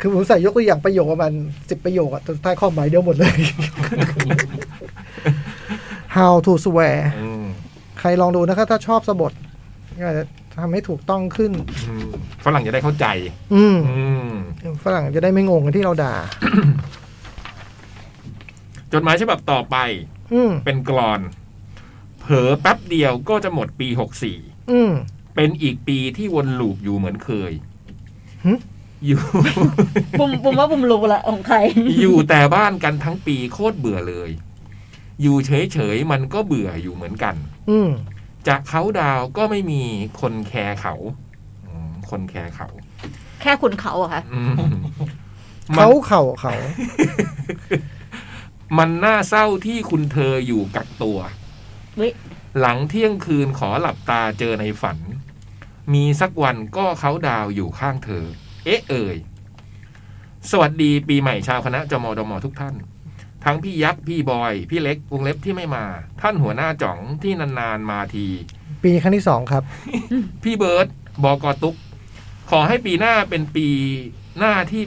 [SPEAKER 4] คือผมใส่ยกตัวอย่างประโยคประมาณสิบประโยคอะแต่สุดท้ายข้อหมายเดียวหมดเลย how to swear
[SPEAKER 2] อืม
[SPEAKER 4] ใครลองดูนะครับถ้าชอบสะบดก็จะทำให้ถูกต้องขึ้น
[SPEAKER 2] อืมฝรั่งจะได้เข้าใจ
[SPEAKER 4] อืม
[SPEAKER 2] อืม
[SPEAKER 4] ฝรั่งจะได้ไม่งงกันที่เราด่า
[SPEAKER 2] จดหมายฉบับต่อไป
[SPEAKER 4] อืม
[SPEAKER 2] เป็นกรอน เผลอแป๊บเดียวก็จะหมดปีหกสี่
[SPEAKER 4] อืม
[SPEAKER 2] เป็นอีกปีที่วนลูปอยู่เหมือนเคย
[SPEAKER 4] หึ
[SPEAKER 2] อยู่ <laughs>
[SPEAKER 5] บุมบุมว่าบุมรู้ละของใคร
[SPEAKER 2] อยู่แต่บ้านกันทั้งปีโคตรเบื่อเลย อยู่เฉยๆมันก็เบื่ออยู่เหมือนกัน
[SPEAKER 4] อืม
[SPEAKER 2] จากเขาดาวก็ไม่มีคนแคร์เขาอืมคนแคร์เขา
[SPEAKER 5] แค่ขุนเขาเหรอะคะ
[SPEAKER 2] อืม
[SPEAKER 4] เขาเข่าเขา
[SPEAKER 2] มันน่าเศร้าที่คุณเธออยู่กักตัว
[SPEAKER 5] วิ
[SPEAKER 2] หลังเที่ยงคืนขอหลับตาเจอในฝัน มีสักวันก็เขาดาวอยู่ข้างเธอ เอ๊ะเอ่ย สวัสดีปีใหม่ชาวคณะจมดมทุกท่าน ทั้งพี่ยักษ์ พี่บอย พี่เล็กวงเล็บที่ไม่มา ท่านหัวหน้าจ่องที่นานๆมาที
[SPEAKER 4] ปีครั้งที่สองครับ
[SPEAKER 2] พี่เบิร์ตบอกอตุก ขอให้ปีหน้าเป็นปีหน้าที่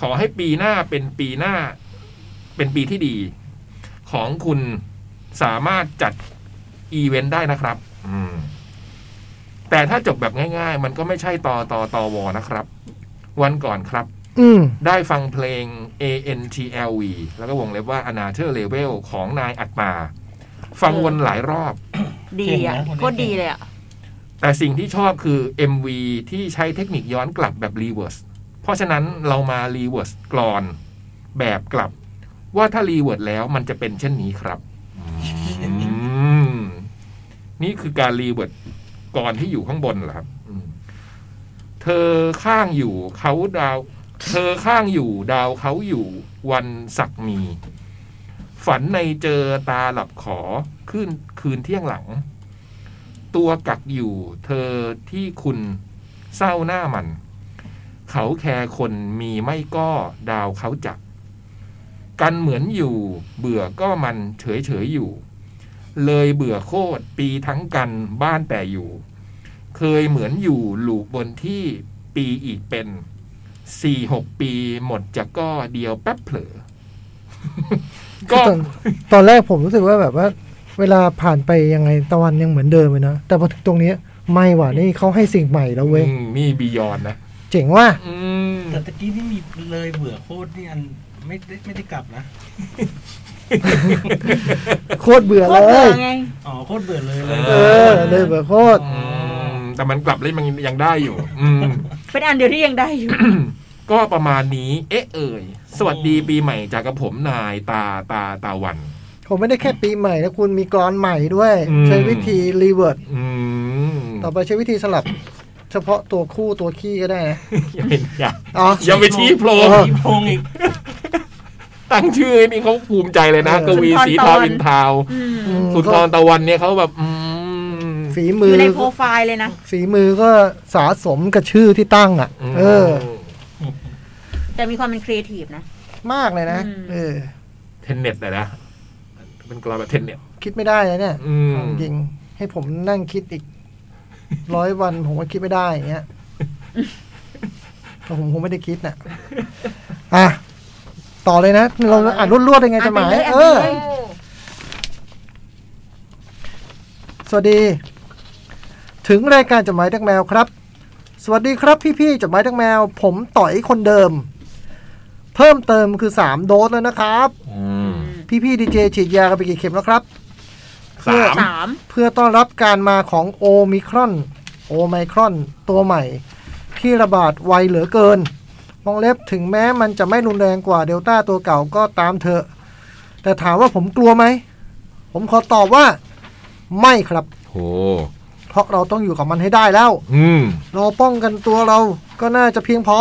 [SPEAKER 2] ขอให้ปีหน้าเป็นปีหน้า เป็นปีที่ดี ของคุณสามารถจัดอีเวนต์ได้นะครับ อืม แต่ถ้าจบแบบง่าย ๆ มันก็ไม่ใช่ตอตอตอวอนะครับ วันก่อนครับ
[SPEAKER 4] อืม
[SPEAKER 2] ได้ฟังเพลง ANTLV แล้วก็วงเล็บว่า a n a t h e r Level ของนายอัตมา ฟังวนหลายรอบ
[SPEAKER 5] ดีอะโคตรดีเลยอะ
[SPEAKER 2] แต่สิ่งที่ชอบคือ MV ที่ใช้เทคนิคย้อนกลับแบบรีเวิร์ส เพราะฉะนั้นเรามารีเวิร์สกรอนแบบกลับ ว่าถ้ารีเวิร์สแล้วมันจะเป็นเช่นนี้ครับอืมนี่คือการรีเวิร์สกรอนที่อยู่ข้างบนเหรอครับอืมเธอข้างอยู่เขาดาว เธอข้างอยู่ดาวเขาอยู่วันศักมี ฝันในเจอตาหลับขอขึ้นคืนเที่ยงหลัง ตัวกักอยู่เธอที่คุณเศร้าหน้ามัน เขาแคร์คนมีไม่ก็ดาวเขาจัก กันเหมือนอยู่ เบื่อก็มันเฉยเฉยๆอยู่ เลยเบื่อโคตรปีทั้งกันบ้านแต่อยู่ เคยเหมือนอยู่หลูกบนที่ปีอีกเป็นสี่หกปีหมดจะก็เดียวแป๊บเผลอ <laughs> ก็
[SPEAKER 4] ตอนตอนแรกผมรู้สึกว่าแบบว่า เวลาผ่านไปยังไงตะวันยังเหมือนเดิมเลยนะแต่พอถึงตรงเนี้ยไม่ว่ะนี่เขาให้สิ่งใหม่แล้วเว้ย
[SPEAKER 2] อืมนี่บียอนนะ
[SPEAKER 4] เจ๋งว่ะ
[SPEAKER 1] อืม
[SPEAKER 7] แต่ตะกี้นี่มีเลยเบื่อโคตรนี่อันไม่ได้ไม่ได้กลับนะ
[SPEAKER 4] โคตรเบื่อ
[SPEAKER 5] โค
[SPEAKER 4] เล
[SPEAKER 5] ตรเบื่
[SPEAKER 4] ย
[SPEAKER 5] อไง
[SPEAKER 7] อ๋อโคตรเบื่อเลยเล
[SPEAKER 4] เอย อเลยเบื่อโคตร
[SPEAKER 2] อืมแต่มันกลับเล่นมันยังได้อยู่ อืม
[SPEAKER 5] เป็นอันเดียวที่ยังได้อยู่
[SPEAKER 2] ก็ประมาณนี้ เอ๊ะเอ่ย สวัสดีปีใหม่จากกับผมนายตาตาตาวัน
[SPEAKER 4] ผมไม่ได้แค่ปีใหม่นะคุณมีกรอนใหม่ด้วย
[SPEAKER 2] อืม
[SPEAKER 4] ใช้วิธีรีเวิร์ด
[SPEAKER 2] อืม
[SPEAKER 4] ต่อไปใช้วิธีสลับ <coughs> เฉพาะตัวคู่ตัวขี้ก็ได้นะ
[SPEAKER 2] <laughs>
[SPEAKER 4] <coughs>
[SPEAKER 2] อย่าเป็นอย่า
[SPEAKER 4] อ๋อ
[SPEAKER 2] อย่าไปชี้โพรง
[SPEAKER 4] เออ
[SPEAKER 7] มีโพงอีก
[SPEAKER 2] ตั้งชื่อนี่เขาภูมิใจเลยนะ
[SPEAKER 4] เออ
[SPEAKER 2] กวี
[SPEAKER 5] สุนท
[SPEAKER 2] สี
[SPEAKER 5] ร
[SPEAKER 2] ทา
[SPEAKER 5] ตะวัน
[SPEAKER 2] วินทาว
[SPEAKER 5] อืม
[SPEAKER 4] อืม
[SPEAKER 2] สุนทรตะวันเนี่ยเขาแบบ อืม
[SPEAKER 4] ฝี
[SPEAKER 5] อ
[SPEAKER 4] มือยู่
[SPEAKER 5] ใน
[SPEAKER 4] อ
[SPEAKER 5] โปรไฟล์เลยนะ
[SPEAKER 4] ฝีมือก็สะสมกับชื่อที่ตั้งอ่ะ เออ
[SPEAKER 5] แต่มีความเป็นครีเอทีฟนะ
[SPEAKER 4] มากเลยนะ
[SPEAKER 5] อืม
[SPEAKER 4] เออ
[SPEAKER 2] เทนเน็ตอะนะ เป็นกลอนแบบเทนเน็ต
[SPEAKER 4] คิดไม่ได้นะเนี่ย
[SPEAKER 2] อืม
[SPEAKER 4] เอาจริงให้ผมนั่งคิดอีกร้อยวัน <laughs> ผมก็คิดไม่ได้อย่างเงี้ยแต่ผมคงไม่ได้คิดน่ะอ่ะต่อเลยนะ เราอ่านรวดๆยังไงจะหมาย
[SPEAKER 5] อ่ะไป
[SPEAKER 4] เอ
[SPEAKER 5] เล
[SPEAKER 4] อ
[SPEAKER 5] อ่ะไปเลย
[SPEAKER 4] สวัสดี ถึงรายการจดหมายดักแมวครับ สวัสดีครับพี่ๆจดหมายดักแมว ผมต่อยคนเดิม เพิ่มเติมคือสามโดสแล้วนะครับ
[SPEAKER 2] อืม
[SPEAKER 4] พี่ๆดีเจฉีดยากันไปกี่เข็มแล้วครับ
[SPEAKER 2] สาม
[SPEAKER 5] สาม
[SPEAKER 4] เพื่อต้อนรับการมาของโอมิครอน โอไมครอน ตัวใหม่ ที่ระบาดไวเหลือเกินวงเล็บถึงแม้มันจะไม่รุนแรงกว่าเดลต้าตัวเก่าก็ตามเถอะ แต่ถามว่าผมกลัวไหม ผมขอตอบว่า ไม่ครับ
[SPEAKER 2] โห
[SPEAKER 4] เพราะเราต้องอยู่กับมันให้ได้แล้ว
[SPEAKER 2] อืม
[SPEAKER 4] เราป้องกันตัวเราก็น่าจะเพียงพอ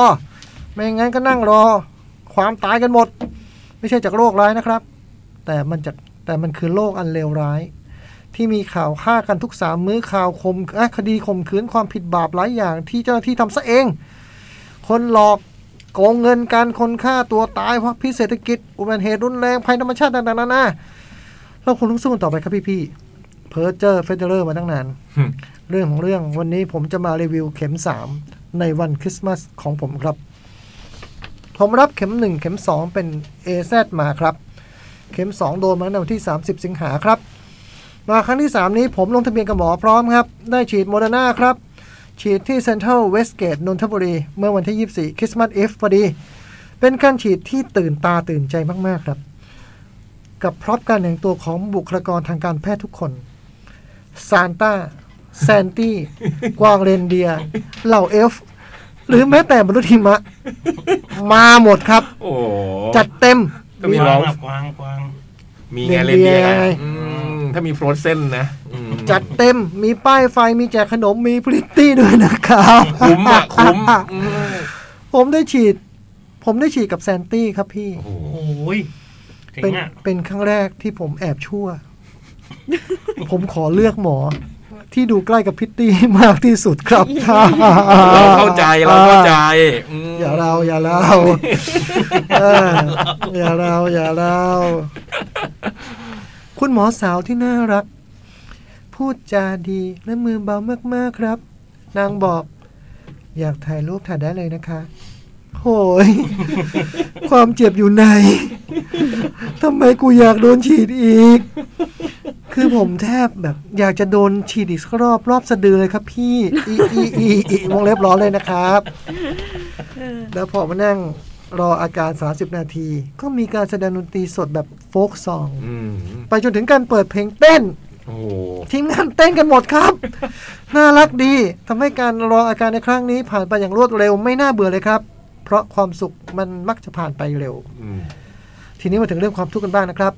[SPEAKER 4] ไม่งั้นก็นั่งรอ ความตายกันหมด ไม่ใช่จากโรคร้ายนะครับ แต่มันจะแต่มันคือโรคอันเลวร้าย ที่มีข่าวฆ่ากันทุกสามมื้อข่าวคมเอ่อคดีข่มขืนความผิดบาปหลายอย่างที่เจ้าหน้าที่ทำซะเอง คนหลอกโกงเงินการคนฆ่าตัวตายเพราะพิษเศรษฐกิจ อุบัติเหตุรุนแรงภัยธรรมชาติต่างๆนานาเราคงต้องสู้กันต่อไปครับพี่ๆเพอร์เจอร์เฟเดอร์มาตั้งนาน เรื่องของเรื่องวันนี้ผมจะมารีวิวเข็ม 3 ในวันคริสต์มาสของผมครับ ผมรับเข็ม 1 เข็ม 2 เป็น AZ มาครับ เข็ม 2 โดนมาตั้งแต่วันที่ 30 สิงหาครับ มาครั้งที่ 3 นี้ผมลงทะเบียนกับหมอพร้อมครับ ได้ฉีดโมเดอร์นาครับ ฉีดที่เซ็นทรัลเวสเกตนนทบุรี เมื่อวันที่ 24 คริสต์มาสเอฟพอดี เป็นการฉีดที่ตื่นตาตื่นใจมากๆครับ กับพร้อมการแต่งตัวของบุคลากรทางการแพทย์ทุกคนซานต้า แซนตี้ กวางเรนเดียร์เหล่าเอลฟ์หรือแม้แต่มนุษย์หิมะ มาหมดครับ
[SPEAKER 2] โอ้
[SPEAKER 4] จัดเต็ม
[SPEAKER 2] ก็มีร้อง
[SPEAKER 7] กวางกวาง
[SPEAKER 2] มีไง
[SPEAKER 4] เรี
[SPEAKER 2] เลย น
[SPEAKER 4] นเดี
[SPEAKER 2] เดี
[SPEAKER 4] ย
[SPEAKER 2] ย
[SPEAKER 4] ร์ไง
[SPEAKER 2] อืมถ้ามีโฟรเซนนะอืม
[SPEAKER 4] จัดเต็มมีป้ายไฟมีแจกขนมมีพริตตี้ด้วยนะครับ
[SPEAKER 2] คุ้มอ่ะ คุ้มอืม
[SPEAKER 4] ผมได้ฉีด ผมได้ฉีดกับแซนตี้ครับพี่
[SPEAKER 2] โอ้โห
[SPEAKER 7] โอ้ยเจ๋
[SPEAKER 4] เป็น
[SPEAKER 7] งอ่ะ
[SPEAKER 4] เป็นครั้งแรกที่ผมแอบชั่ว ผมขอเลือกหมอ ที่ดูใกล้กับพริตตี้มากที่สุดครับ
[SPEAKER 2] เราเข้าใจ เราเข้าใจอืม
[SPEAKER 4] อย่าเราอย่า
[SPEAKER 2] <laughs>
[SPEAKER 4] เราเอออย่าเราอย่าเราคุณหมอสาวที่น่ารัก พูดจาดีและมือเบามากๆครับ นางบอก อยากถ่ายรูปถ่ายได้เลยนะคะ โหย ความเจ็บอยู่ไหน <laughs> ทำไมกูอยากโดนฉีดอีก คือผมแทบแบบ อยากจะโดนฉีดอีกสักรอบรอบสะดือเลยครับพี่ อีอีอีอีวงเล็บร้อนเลยนะครับ แล้วพอมานั่งรออาการ 30 นาที ก็มีการแสดงดนตรีสดแบบโฟกซอง
[SPEAKER 2] อืม
[SPEAKER 4] ไปจนถึงการเปิดเพลงเต้น
[SPEAKER 2] โอ้โห
[SPEAKER 4] ทีมงานเต้นกันหมดครับ น่ารักดีทำให้การรออาการในครั้งนี้ผ่านไปอย่างรวดเร็วไม่น่าเบื่อเลยครับ เพราะความสุขมันมักจะผ่านไปเร็ว
[SPEAKER 2] อืม
[SPEAKER 4] ทีนี้มาถึงเรื่องความทุกข์กันบ้างนะครับ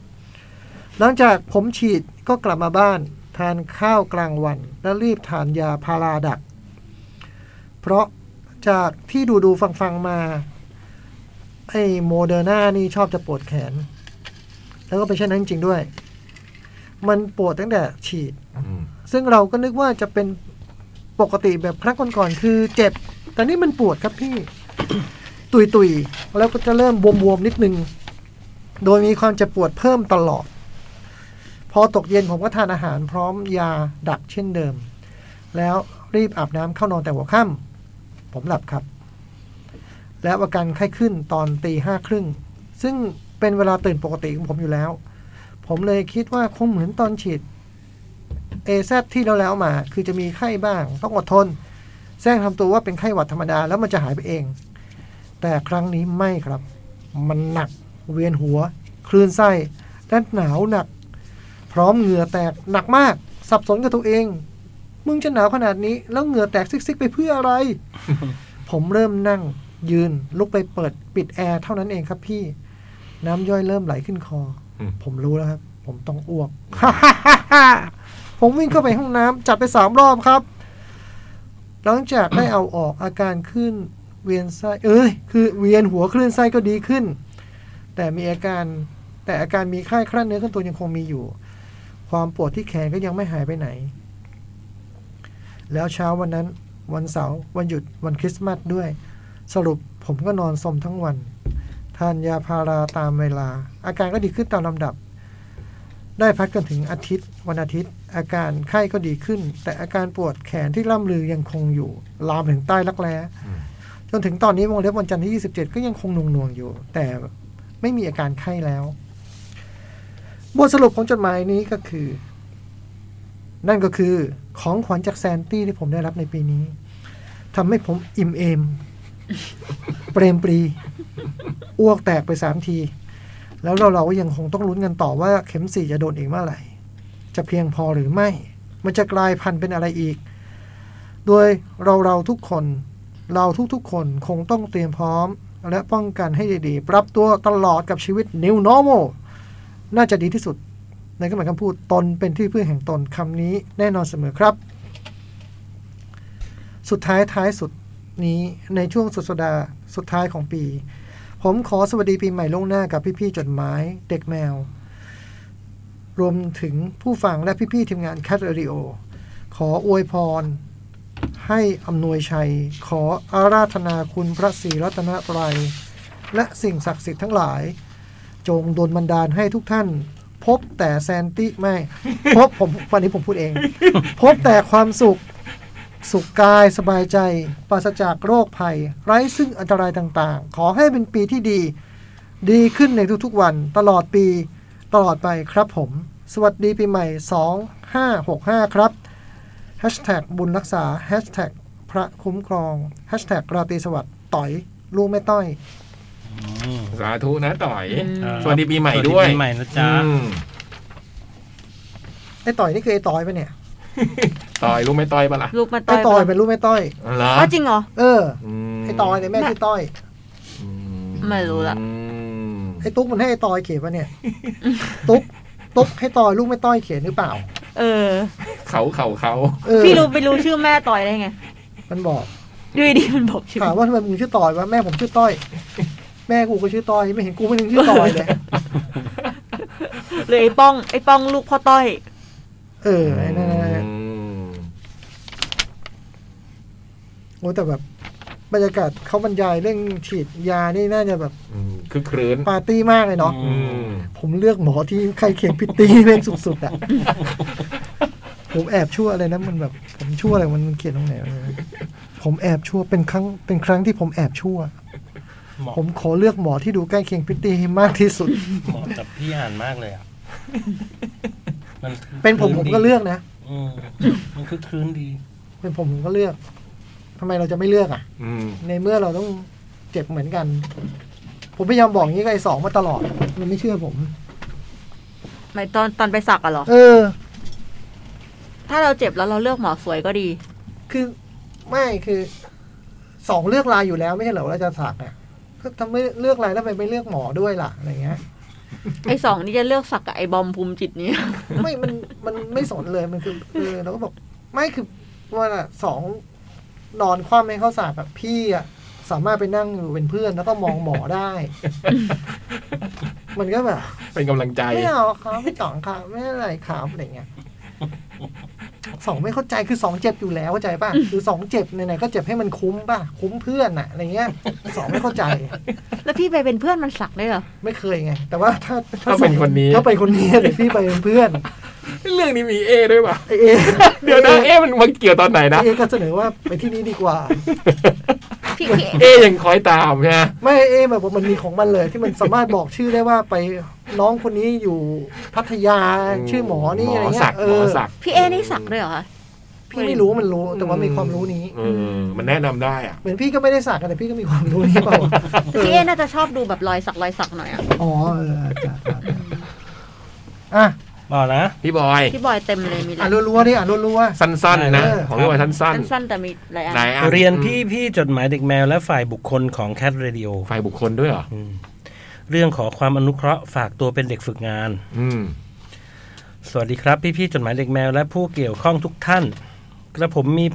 [SPEAKER 4] หลังจากผมฉีดก็กลับมาบ้าน ทานข้าวกลางวัน และรีบทานยาพาราดัก เพราะจากที่ดูดูฟังฟังๆมา ไอ้โมเดอร์นานี่ชอบจะปวดแขน แล้วก็เป็นเช่นนั้นจริงๆด้วย มันปวดตั้งแต่ฉีด
[SPEAKER 2] อืม
[SPEAKER 4] ซึ่งเราก็นึกว่าจะเป็นปกติแบบครั้งก่อนๆคือเจ็บ แต่นี่มันปวดครับพี่ <coughs> ตุยๆ แล้วก็จะเริ่มบวมๆ นิดนึง โดยมีความเจ็บปวดเพิ่มตลอด พอตกเย็นผมก็ทานอาหารพร้อมยาดักเช่นเดิม แล้วรีบอาบน้ำเข้านอนแต่หัวค่ำผมหลับครับ แล้วอาการไข้ขึ้นตอนตีห้าครึ่ง ซึ่งเป็นเวลาตื่นปกติของผมอยู่แล้ว ผมเลยคิดว่าคงเหมือนตอนฉีด เอซที่เราแล้วๆมา คือจะมีไข้บ้าง ต้องอดทน แซงทำตัวว่าเป็นไข้หวัดธรรมดาแล้วมันจะหายไปเอง แต่ครั้งนี้ไม่ครับ มันหนักเวียนหัว คลื่นไส้และหนาวหนัก พร้อมเหงื่อแตกหนักมาก สับสนกับตัวเอง มึงจะหนาวขนาดนี้ แล้วเหงื่อแตกซิกๆ ไปเพื่ออะไร <laughs> ผมเริ่มนั่ง ยืนลุกไปเปิดปิดแอร์เท่านั้นเองครับพี่ น้ำย่อยเริ่มไหลขึ้นคอ
[SPEAKER 2] อืม
[SPEAKER 4] ผมรู้แล้วครับ ผมต้องอ้วก <laughs> ผมวิ่งเข้าไปห้องน้ำจัดไปสามรอบครับ หลังจากได้เอาออกอาการขึ้นเวียนไส้เอ้ยคือเวียนหัวคลื่นไส้ก็ดีขึ้น แต่มีอาการแต่อาการมีไข้ครั่นเนื้อขั้นตัวยังคงมีอยู่ ความปวดที่แขนก็ยังไม่หายไปไหน แล้วเช้าวันนั้น วันเสาร์วันหยุดวันคริสต์มาสด้วย สรุปผมก็นอนสมทั้งวัน ทานยาพาราตามเวลา อาการก็ดีขึ้นตามลำดับ ได้พักจนถึงอาทิตย์ วันอาทิตย์ อาการไข้ก็ดีขึ้น แต่อาการปวดแขนที่ล่ำลือยังคงอยู่ ลามถึงใต้รักแร้จนถึงตอนนี้วงเล็บวันจันทร์ที่ 27 ก็ยังคงหน่วงๆอยู่ แต่ไม่มีอาการไข้แล้ว บทสรุปของจดหมายนี้ก็คือ นั่นก็คือของขวัญจากแซนตี้ที่ผมได้รับในปีนี้ทำให้ผมอิ่มเอม เปรมปรี อ้วกแตกไปสามที แล้วเราเราก็ยังคงต้องลุ้นกันต่อว่าเข็มสี่จะโดนอีกเมื่อไหร่ จะเพียงพอหรือไม่ มันจะกลายพันธุ์เป็นอะไรอีก โดยเราเราทุกคน เราทุกๆคนคงต้องเตรียมพร้อม และป้องกันให้ดีๆ ปรับตัวตลอดกับชีวิต new normal น่าจะดีที่สุด ในคำหมายคำพูดตนเป็นที่พึ่งแห่งตนคำนี้แน่นอนเสมอครับ สุดท้ายท้ายสุดนี้ในช่วงสุดสัปดาห์สุดท้ายของปี ผมขอสวัสดีปีใหม่ล่วงหน้ากับพี่ๆจดหมายเด็กแมว รวมถึงผู้ฟังและพี่ๆทีมงานแคทเรดิโอขออวยพร ให้อำนวยชัย ขออาราธนาคุณพระศรีรัตนตรัย และสิ่งศักดิ์สิทธิ์ทั้งหลาย จงดลบันดาลให้ทุกท่าน พบแต่แซนติไม่ <laughs> พบผมวันนี้ผมพูดเอง <laughs> พบแต่ความสุข สุขกายสบายใจปราศจากโรคภัย ไร้ซึ่งอันตรายต่างๆ ขอให้เป็นปีที่ดี ดีขึ้นในทุกๆวัน ตลอดปี ตลอดไปครับผม สวัสดีปีใหม่ 2565 ครับ Hashtag บุญรักษา Hashtag พระคุ้มครอง Hashtag ราตรีสวัสดิ์ต่อยลูกไม่ต้อย
[SPEAKER 2] สาธุนะต่อย
[SPEAKER 7] ครับ
[SPEAKER 2] สวัสดีปีใหม่ด้วย
[SPEAKER 7] สสปีใหม่นะจ๊ะ
[SPEAKER 2] อืม
[SPEAKER 4] ไอ้ต่อยนี่คือไอ้ต่อยปะเนี่ย
[SPEAKER 2] ต่อยรู้ไหมต่อยปะล่ะ
[SPEAKER 5] ลูกมาต่
[SPEAKER 4] ไอ้
[SPEAKER 5] อย
[SPEAKER 4] ต่อยเป็นลูกไม่ต้อย
[SPEAKER 2] เหรอ
[SPEAKER 5] อ๋อจริงเหรอ
[SPEAKER 4] เออ
[SPEAKER 2] ม
[SPEAKER 4] ไอ้ต่อยเนี่ยแม่ชื่อต้อย
[SPEAKER 2] อื
[SPEAKER 5] ไม่รู้ละ
[SPEAKER 2] อืม
[SPEAKER 4] ไอ้ตุ๊กมันให้ไอ้ต่อยเขียนปะเนี่ย ตุ๊ก ตุ๊กให้ต่อยลูกไม่ต้อยเขียนหรือเปล่า
[SPEAKER 5] เออ
[SPEAKER 2] เขาเขาเขา
[SPEAKER 4] เออ
[SPEAKER 5] พี่รู้ไปรู้ชื่อแม่ต่อยได้ไง
[SPEAKER 4] มันบอก
[SPEAKER 5] ดูดีๆมันบอกชื่อ
[SPEAKER 4] ถามว่าทำไมมึงชื่อต่อยวะแม่ผมชื่อต้
[SPEAKER 5] <laughs>
[SPEAKER 4] อย แม่กูก็ชื่อต้อยไม่เห็นกูไม่นึงชื่อต่อย <laughs> เลย
[SPEAKER 5] เลยไอ้ป้องไอ้ป้องลูกพ่อต้อย
[SPEAKER 4] เออไอ้นั่นนะ
[SPEAKER 2] อืม
[SPEAKER 4] โอ้แต่แบบบรรยากาศเขาบรรยายเรื่องฉีดยานี่น่าจะแบบ
[SPEAKER 2] อืมคือครื้น
[SPEAKER 4] ปาร์ตี้มากเลยเนาะ
[SPEAKER 2] อืม
[SPEAKER 4] ผมเลือกหมอที่ใครเขียงพิตตี้เป็นสุดๆอ่ะ <laughs> ผมแอบชั่วอะไรนะมันแบบ ผมชั่วอะไรมันมันเขียนตรงไหนวะเนี่ยผมแอบชั่วเป็นครั้งเป็นครั้งที่ผมแอบชั่ว
[SPEAKER 7] เหมาะ
[SPEAKER 4] ผมขอเลือกหมอที่ดูใกล้เคียงพิตตี้ให้มากที่สุด
[SPEAKER 7] เหมาะกับพี่อ่านมากเลยอ่ะมัน
[SPEAKER 4] เป็นผมผมก็เลือกนะ
[SPEAKER 7] อืมมันคือคลืนดี
[SPEAKER 4] เป็นผมผมก็เลือกทำไมเราจะไม่เลือกอ่ะ
[SPEAKER 2] อืม
[SPEAKER 4] ในเมื่อเราต้องเจ็บเหมือนกัน ผมพยายามบอกอย่างนี้กับไอ้สองมาตลอด มันไม่เชื่อผม
[SPEAKER 5] ไม่ตอนตอนไปสักอะเหรอ
[SPEAKER 4] เออ
[SPEAKER 5] ถ้าเราเจ็บแล้วเราเลือกหมอสวยก็ดี
[SPEAKER 4] คือไม่คือสองเลือกลายอยู่แล้วไม่ใช่เหรอว่าเราจะสักอ่ะก็ทำไมเลือกลายแล้วทำไมไม่เลือกหมอด้วยล่ะอะไรเงี้ย
[SPEAKER 5] ไอ้สองนี่จะเลือกสักกับไอ้บอมภูมิจิตนี่
[SPEAKER 4] ไม่มันมันไม่สนเลยมันคือเออเราก็บอก ไม่คือว่าสองนอนคว่ำให้เขาสักแบบพี่อ่ะสามารถไปนั่งอยู่เป็นเพื่อนแล้วก็มองหมอได้
[SPEAKER 5] <laughs>
[SPEAKER 4] มันก็แบบ
[SPEAKER 2] เป็นกำลังใจ
[SPEAKER 4] ไม่เอาครับไม่จ่องครับไม่อะไรครับอะไรเงี้ยสองไม่เข้าใจคือสองเจ็บอยู่แล้วเข้าใจป่ะคือสองเจ็บไหนๆก็เจ็บให้มันคุ้มป่ะคุ้มเพื่อนอะอะไรเงี้ยสองไม่เข้าใจ
[SPEAKER 5] <laughs> แล้วพี่ไปเป็นเพื่อนมันสักได้เหรอ
[SPEAKER 4] ไม่เคยไง แต่ว่าถ้า
[SPEAKER 2] ถ้าเป็นคนนี้
[SPEAKER 4] ถ้าไปนคนนี้เดี๋ยวพี่ไปเป็นเพื่อน
[SPEAKER 2] เรื่องนี้มีเอด้วยป่ะ
[SPEAKER 4] ไอเอ
[SPEAKER 2] <laughs> เดี๋ยวนะเอมันมาเกี่ยวตอนไหน
[SPEAKER 4] ไอ
[SPEAKER 2] นะ
[SPEAKER 4] เอก็เสนอว่าไปที่นี่ดีกว่า
[SPEAKER 5] พี่พี่
[SPEAKER 2] เอยังคอยตามใช่ไหม
[SPEAKER 4] ไม่ไอ้เอแบบว่ามันมีของมันเลย ที่มันสามารถบอกชื่อได้ว่าไปน้องคนนี้อยู่พัทยาชื่อหมอนี่อะ
[SPEAKER 2] ห
[SPEAKER 4] ไร
[SPEAKER 2] มอ
[SPEAKER 4] เงี้
[SPEAKER 2] สัก
[SPEAKER 4] ย
[SPEAKER 2] ดิ์
[SPEAKER 4] เอ
[SPEAKER 2] หมอ
[SPEAKER 4] อ
[SPEAKER 2] สักดิ์
[SPEAKER 5] พี่เอนี่สักด้วยเหรอคะ
[SPEAKER 4] พี่ไม่รู้ว่ามันรู้แต่ว่ามีความรู้นี้
[SPEAKER 9] เออมันแนะนำได้อ่ะ
[SPEAKER 4] เหมือนพี่ก็ไม่ได้สักอะแต่พี่ก็มีความรู้นี่เปล่า
[SPEAKER 5] พี่เอน่าจะชอบดูแบบรอยสักรอยสักหน่อยอะ
[SPEAKER 4] อ๋อเออจ้ะจ้ะอ่ะ
[SPEAKER 3] บอกนะ
[SPEAKER 2] พี่บอย
[SPEAKER 5] พี่บอยเต็มเลยมีหลา
[SPEAKER 4] อ่ะ
[SPEAKER 5] ย
[SPEAKER 4] รัวๆดิอ่ะรัว
[SPEAKER 2] สั้น ๆ นะ
[SPEAKER 3] เออ
[SPEAKER 2] ของพี่บอยสั้น
[SPEAKER 5] สั้นๆ แต่มีหลายอั
[SPEAKER 2] ๆ
[SPEAKER 5] น
[SPEAKER 2] หลายอัน
[SPEAKER 3] เรียนพี่พี่จดหมายเด็กแมวและฝ่ายบุคคลของแคทเรดิโอ
[SPEAKER 2] ฝ่ายบุคคลด้วยเหรอ
[SPEAKER 3] มเรื่องขอความอนุเคราะห์ฝากตัวเป็นเด็กฝึกงาน
[SPEAKER 2] อืม
[SPEAKER 3] สวัสดีครับ พี่พี่ๆจดหมายเด็กแมวและผู้เกี่ยวข้องทุกท่าน กระผมมี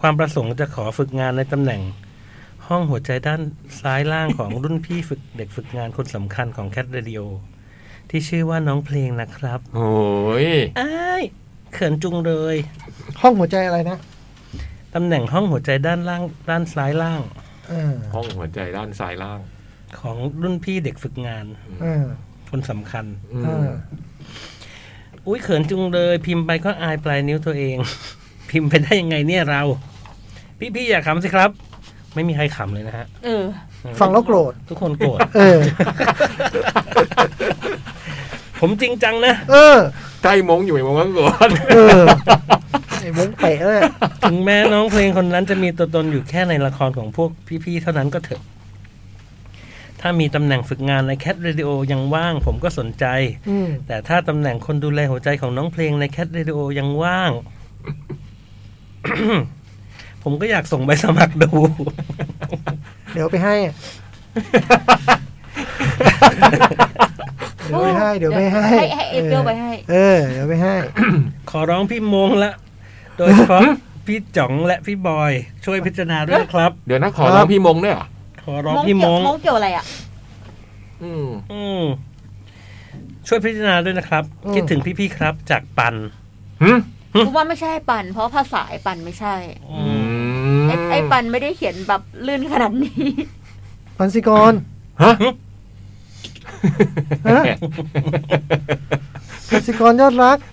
[SPEAKER 3] ความประสงค์จะขอฝึกงานในตำแหน่ง ห้องหัวใจด้านซ้ายล่างของ รุ่นพี่ฝึกเด็กฝึกงานคนสำคัญของแคทเรดิโอที่ชื่อว่าน้องเพลงนะครับ
[SPEAKER 2] โอ้ย
[SPEAKER 3] อ้ายเขินจุงเลย
[SPEAKER 4] ๆ ห้องหัวใจอะไรนะ
[SPEAKER 3] ตำแหน่งห้องหัวใจด้านล่างด้านซ้ายล่าง
[SPEAKER 4] เออ
[SPEAKER 2] ห้องหัวใจด้านซ้ายล่าง
[SPEAKER 3] ของรุ่นพี่เด็กฝึกงาน
[SPEAKER 4] เออ
[SPEAKER 3] คนสำคัญ
[SPEAKER 2] อืม
[SPEAKER 4] เออ
[SPEAKER 3] อุ้ยเขินจุงเลย พิมพ์ไปก็อายปลายนิ้วตัวเอง <laughs> พิมพ์ไปได้ยังไงเนี่ยเรา พี่ๆอย่าขำสิครับ ไม่มีใครขำเลยนะฮะ
[SPEAKER 5] เออ
[SPEAKER 4] ฟังแล้วโกรธ
[SPEAKER 3] ทุกคนโกรธ
[SPEAKER 4] เออ
[SPEAKER 3] ผมจริงจังนะ
[SPEAKER 4] เออ
[SPEAKER 2] ใกล้มงอยู่ไหมมงกันก่อน
[SPEAKER 4] เออไอ้มงเป๋เลย
[SPEAKER 3] ถึงแม้น้องเพลงคนนั้นจะมีตัวตนอยู่แค่ในละครของพวกพี่ๆเท่านั้นก็เถอะ ถ้ามีตำแหน่งฝึกงานในแคทเรดิโอยังว่าง ผมก็สนใจ
[SPEAKER 4] อืม
[SPEAKER 3] แต่ถ้าตำแหน่งคนดูแลหัวใจของน้องเพลงในแคทเรดิโอยังว่าง <coughs> ผมก็อยากส่งใบสมัครดู <coughs>
[SPEAKER 4] เดี๋ยวไปให้อะเดี๋ยวไปให้ เดี๋ยวไปให้
[SPEAKER 5] ให้ให้เอเปรียวไปให้
[SPEAKER 4] เออ เดี๋ยวไปให้
[SPEAKER 3] ขอร้องพี่มงละ โดยเฉพาะพี่จ๋องและพี่บอย ช่วยพิจารณาด้วยนะครับ
[SPEAKER 2] <laughs> เดี๋ยวนะขอ
[SPEAKER 4] ครับ
[SPEAKER 2] ร้องพี่มงด้วยเหรอ
[SPEAKER 3] ขอร้องพี่มง
[SPEAKER 5] มงเกี่ยวอะไรอ่ะ
[SPEAKER 2] อืม
[SPEAKER 3] อืมช่วยพิจารณาด้วยนะครับ
[SPEAKER 4] อืม
[SPEAKER 3] คิดถึงพี่ๆครับ จากปัน
[SPEAKER 2] หึ
[SPEAKER 5] กูว่าไม่ใช่ไอ้ปัน เพราะภาษาไอ้ปันไม่ใช่
[SPEAKER 2] อืม
[SPEAKER 5] ไอ้ไอ้ปันไม่ได้เขียนแบบลื่นขนาดนี้
[SPEAKER 4] ปันสิกร
[SPEAKER 2] ฮะ
[SPEAKER 4] ฮะ ปันสิกรยอดรัก
[SPEAKER 2] <laughs>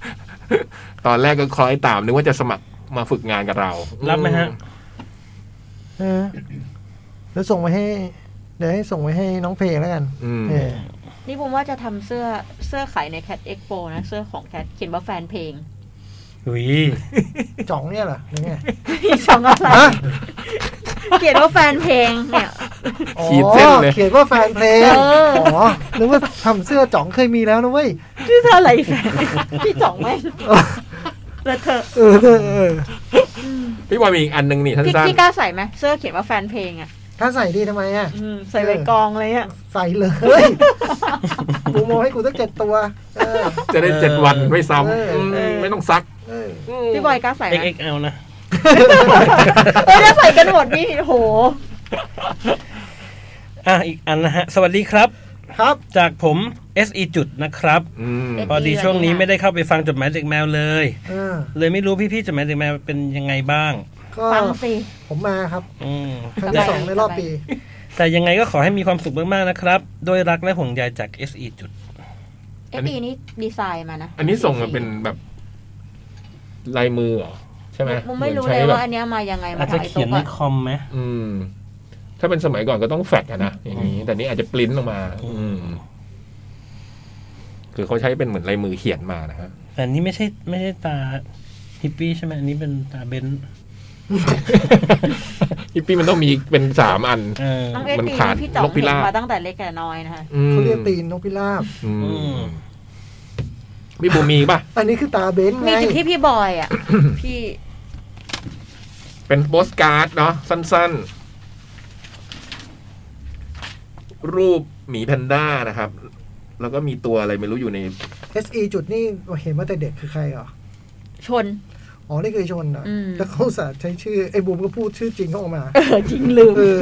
[SPEAKER 2] ตอนแรกก็คล้อยตามนึกว่าจะสมัครมาฝึกงานกับเรา
[SPEAKER 3] รั
[SPEAKER 2] รับ
[SPEAKER 3] ไหมฮะ
[SPEAKER 4] เออ แล้วส่งไปให้ เดี๋ยวให้ส่งไปให้น้องเพลงแล้วกัน
[SPEAKER 2] อืม
[SPEAKER 4] เออ
[SPEAKER 5] นี่ผมว่าจะทำเสื้อเสื้อขายในแคทเอ็กโปนะ เสื้อของแคทเขียนว่าแฟนเพลง
[SPEAKER 3] หุย
[SPEAKER 4] จ่องเนี่ยเหรอหรือไง
[SPEAKER 5] พี่ช่องอะไร
[SPEAKER 4] ฮะ
[SPEAKER 5] เขียนว่าแฟนเพลงเนี่ย
[SPEAKER 2] ขีดเส้นเลย
[SPEAKER 4] อ๋อเขียนว่าแฟนเพลง
[SPEAKER 5] เอออ๋
[SPEAKER 4] อนึกว่าทำเสื้อจ่องเคยมีแล้วนะเว้ย
[SPEAKER 5] ชื่อเธออะไรแฟนพี่จ่องไหมแล้วเธอ
[SPEAKER 4] เออเออเออ
[SPEAKER 2] พี่บอยมีอีกอันหนึ่งนี่
[SPEAKER 5] พี่
[SPEAKER 2] สั้น
[SPEAKER 5] พี่กล้าใส่ไหมเสื้อเขียนว่าแฟนเพลงอ่ะ
[SPEAKER 4] ถ้าใส่ดีทำไมอ่ะ
[SPEAKER 5] อืมใส่ใบกองเลยอ่ะ
[SPEAKER 4] ใส่เลยกูโมให้กูตั้งเจ็ดตัว เออ
[SPEAKER 2] ๆ จะได้เจ็ดวันไม่ซ้
[SPEAKER 4] เอออื
[SPEAKER 2] ำมไม่ต้องซัก
[SPEAKER 4] เออ
[SPEAKER 5] พี่บอยกล้าใส่ไห
[SPEAKER 3] เอ็ก
[SPEAKER 5] ม
[SPEAKER 3] เอ็กเอานะ
[SPEAKER 5] เออถ้าใส่กันหมดนี่โห
[SPEAKER 3] อ่ะอีกอันนะฮะ สวัสดีครับ
[SPEAKER 4] ครับ
[SPEAKER 3] จากผม SE จุดนะครับ
[SPEAKER 2] อืม
[SPEAKER 5] เอ็ก
[SPEAKER 3] พอดีช่วงนี้ไม่ได้เข้าไปฟังจดหมายเด็กแมวเลย
[SPEAKER 4] เออ
[SPEAKER 3] เลยไม่รู้พี่ๆจดหมายเด็กแมวเป็นยังไงบ้าง
[SPEAKER 4] ก็
[SPEAKER 5] ฟังสิ
[SPEAKER 4] ผมมาครับ
[SPEAKER 3] อืม
[SPEAKER 4] ครั้ง
[SPEAKER 5] สบา
[SPEAKER 4] ที่
[SPEAKER 5] ย
[SPEAKER 4] สองในรอบ
[SPEAKER 5] สบาย
[SPEAKER 4] ปี
[SPEAKER 3] แต่ยังไงก็ขอให้มีความสุขมากๆนะครับ ด้วยรักและห่วงใยจาก SE จุด
[SPEAKER 5] เอฟอีนี่ดีไซน์มานะ
[SPEAKER 2] อันนี้ส่งมาเป็นแบบลายมือเหรอใช่ไหม
[SPEAKER 5] ผมไม่รู้
[SPEAKER 2] หอน
[SPEAKER 5] เล
[SPEAKER 2] ใช้
[SPEAKER 5] ย
[SPEAKER 2] แบบ
[SPEAKER 5] ว่าอันเนี้ยมายังไง
[SPEAKER 3] อา
[SPEAKER 5] มา
[SPEAKER 3] จจะ
[SPEAKER 5] ถ่าย
[SPEAKER 3] เขี
[SPEAKER 5] ตั
[SPEAKER 3] ยน
[SPEAKER 5] ว
[SPEAKER 3] ในคอมไหม
[SPEAKER 2] อืม ถ้าเป็นสมัยก่อนก็ต้องแฟกซ์อะนะอย่างนี้แต่นี้อาจจะปริ้นออกมา อืม คือเขาใช้เป็นเหมือนลายมือเขียนมานะฮะ <laughs>
[SPEAKER 3] แต่นี่ไม่ใช่ไม่ใช่ตาฮิปปี้ใช่ไหมอันนี้เป็นตาเบนซ์
[SPEAKER 2] ฮิปปี้มันต้องมีเป็นสามอัน
[SPEAKER 3] เออ
[SPEAKER 5] น้องเอฟ
[SPEAKER 2] มัน
[SPEAKER 5] อี
[SPEAKER 2] ขาด
[SPEAKER 5] นี่พี่จ่อง
[SPEAKER 2] นกพิ
[SPEAKER 5] เห็
[SPEAKER 2] ราบ
[SPEAKER 5] นมาตั้งแต่เล็กแต่น้อยนะคะ
[SPEAKER 2] อืม
[SPEAKER 4] เขาเรียกตีนนกพิราบ
[SPEAKER 2] อืม
[SPEAKER 3] อืม
[SPEAKER 2] พี่บูมีป่ะ
[SPEAKER 4] อันนี้คือตาเบนซ์
[SPEAKER 5] มี
[SPEAKER 4] ไง
[SPEAKER 5] ถึงที่พี่บอย
[SPEAKER 2] <clears throat>
[SPEAKER 5] อ่ะ พี่
[SPEAKER 2] เป็นโปสการ์ดเนาะสั้นๆ รูปหมีแพนด้านะครับ แล้วก็มีตัวอะไรไม่รู้อยู่ใน
[SPEAKER 4] SE จุดนี่เห็นว่าแต่เด็กคือใครเหรอ
[SPEAKER 5] ชน
[SPEAKER 4] อ๋อ นี่คือชนเหรอ่ะ
[SPEAKER 5] อืม
[SPEAKER 4] แล้วเขาสาใช้ชื่อ ไอ้บูมก็พูดชื่อจริงเขาออกมา
[SPEAKER 5] เออจริงลืม
[SPEAKER 4] เออ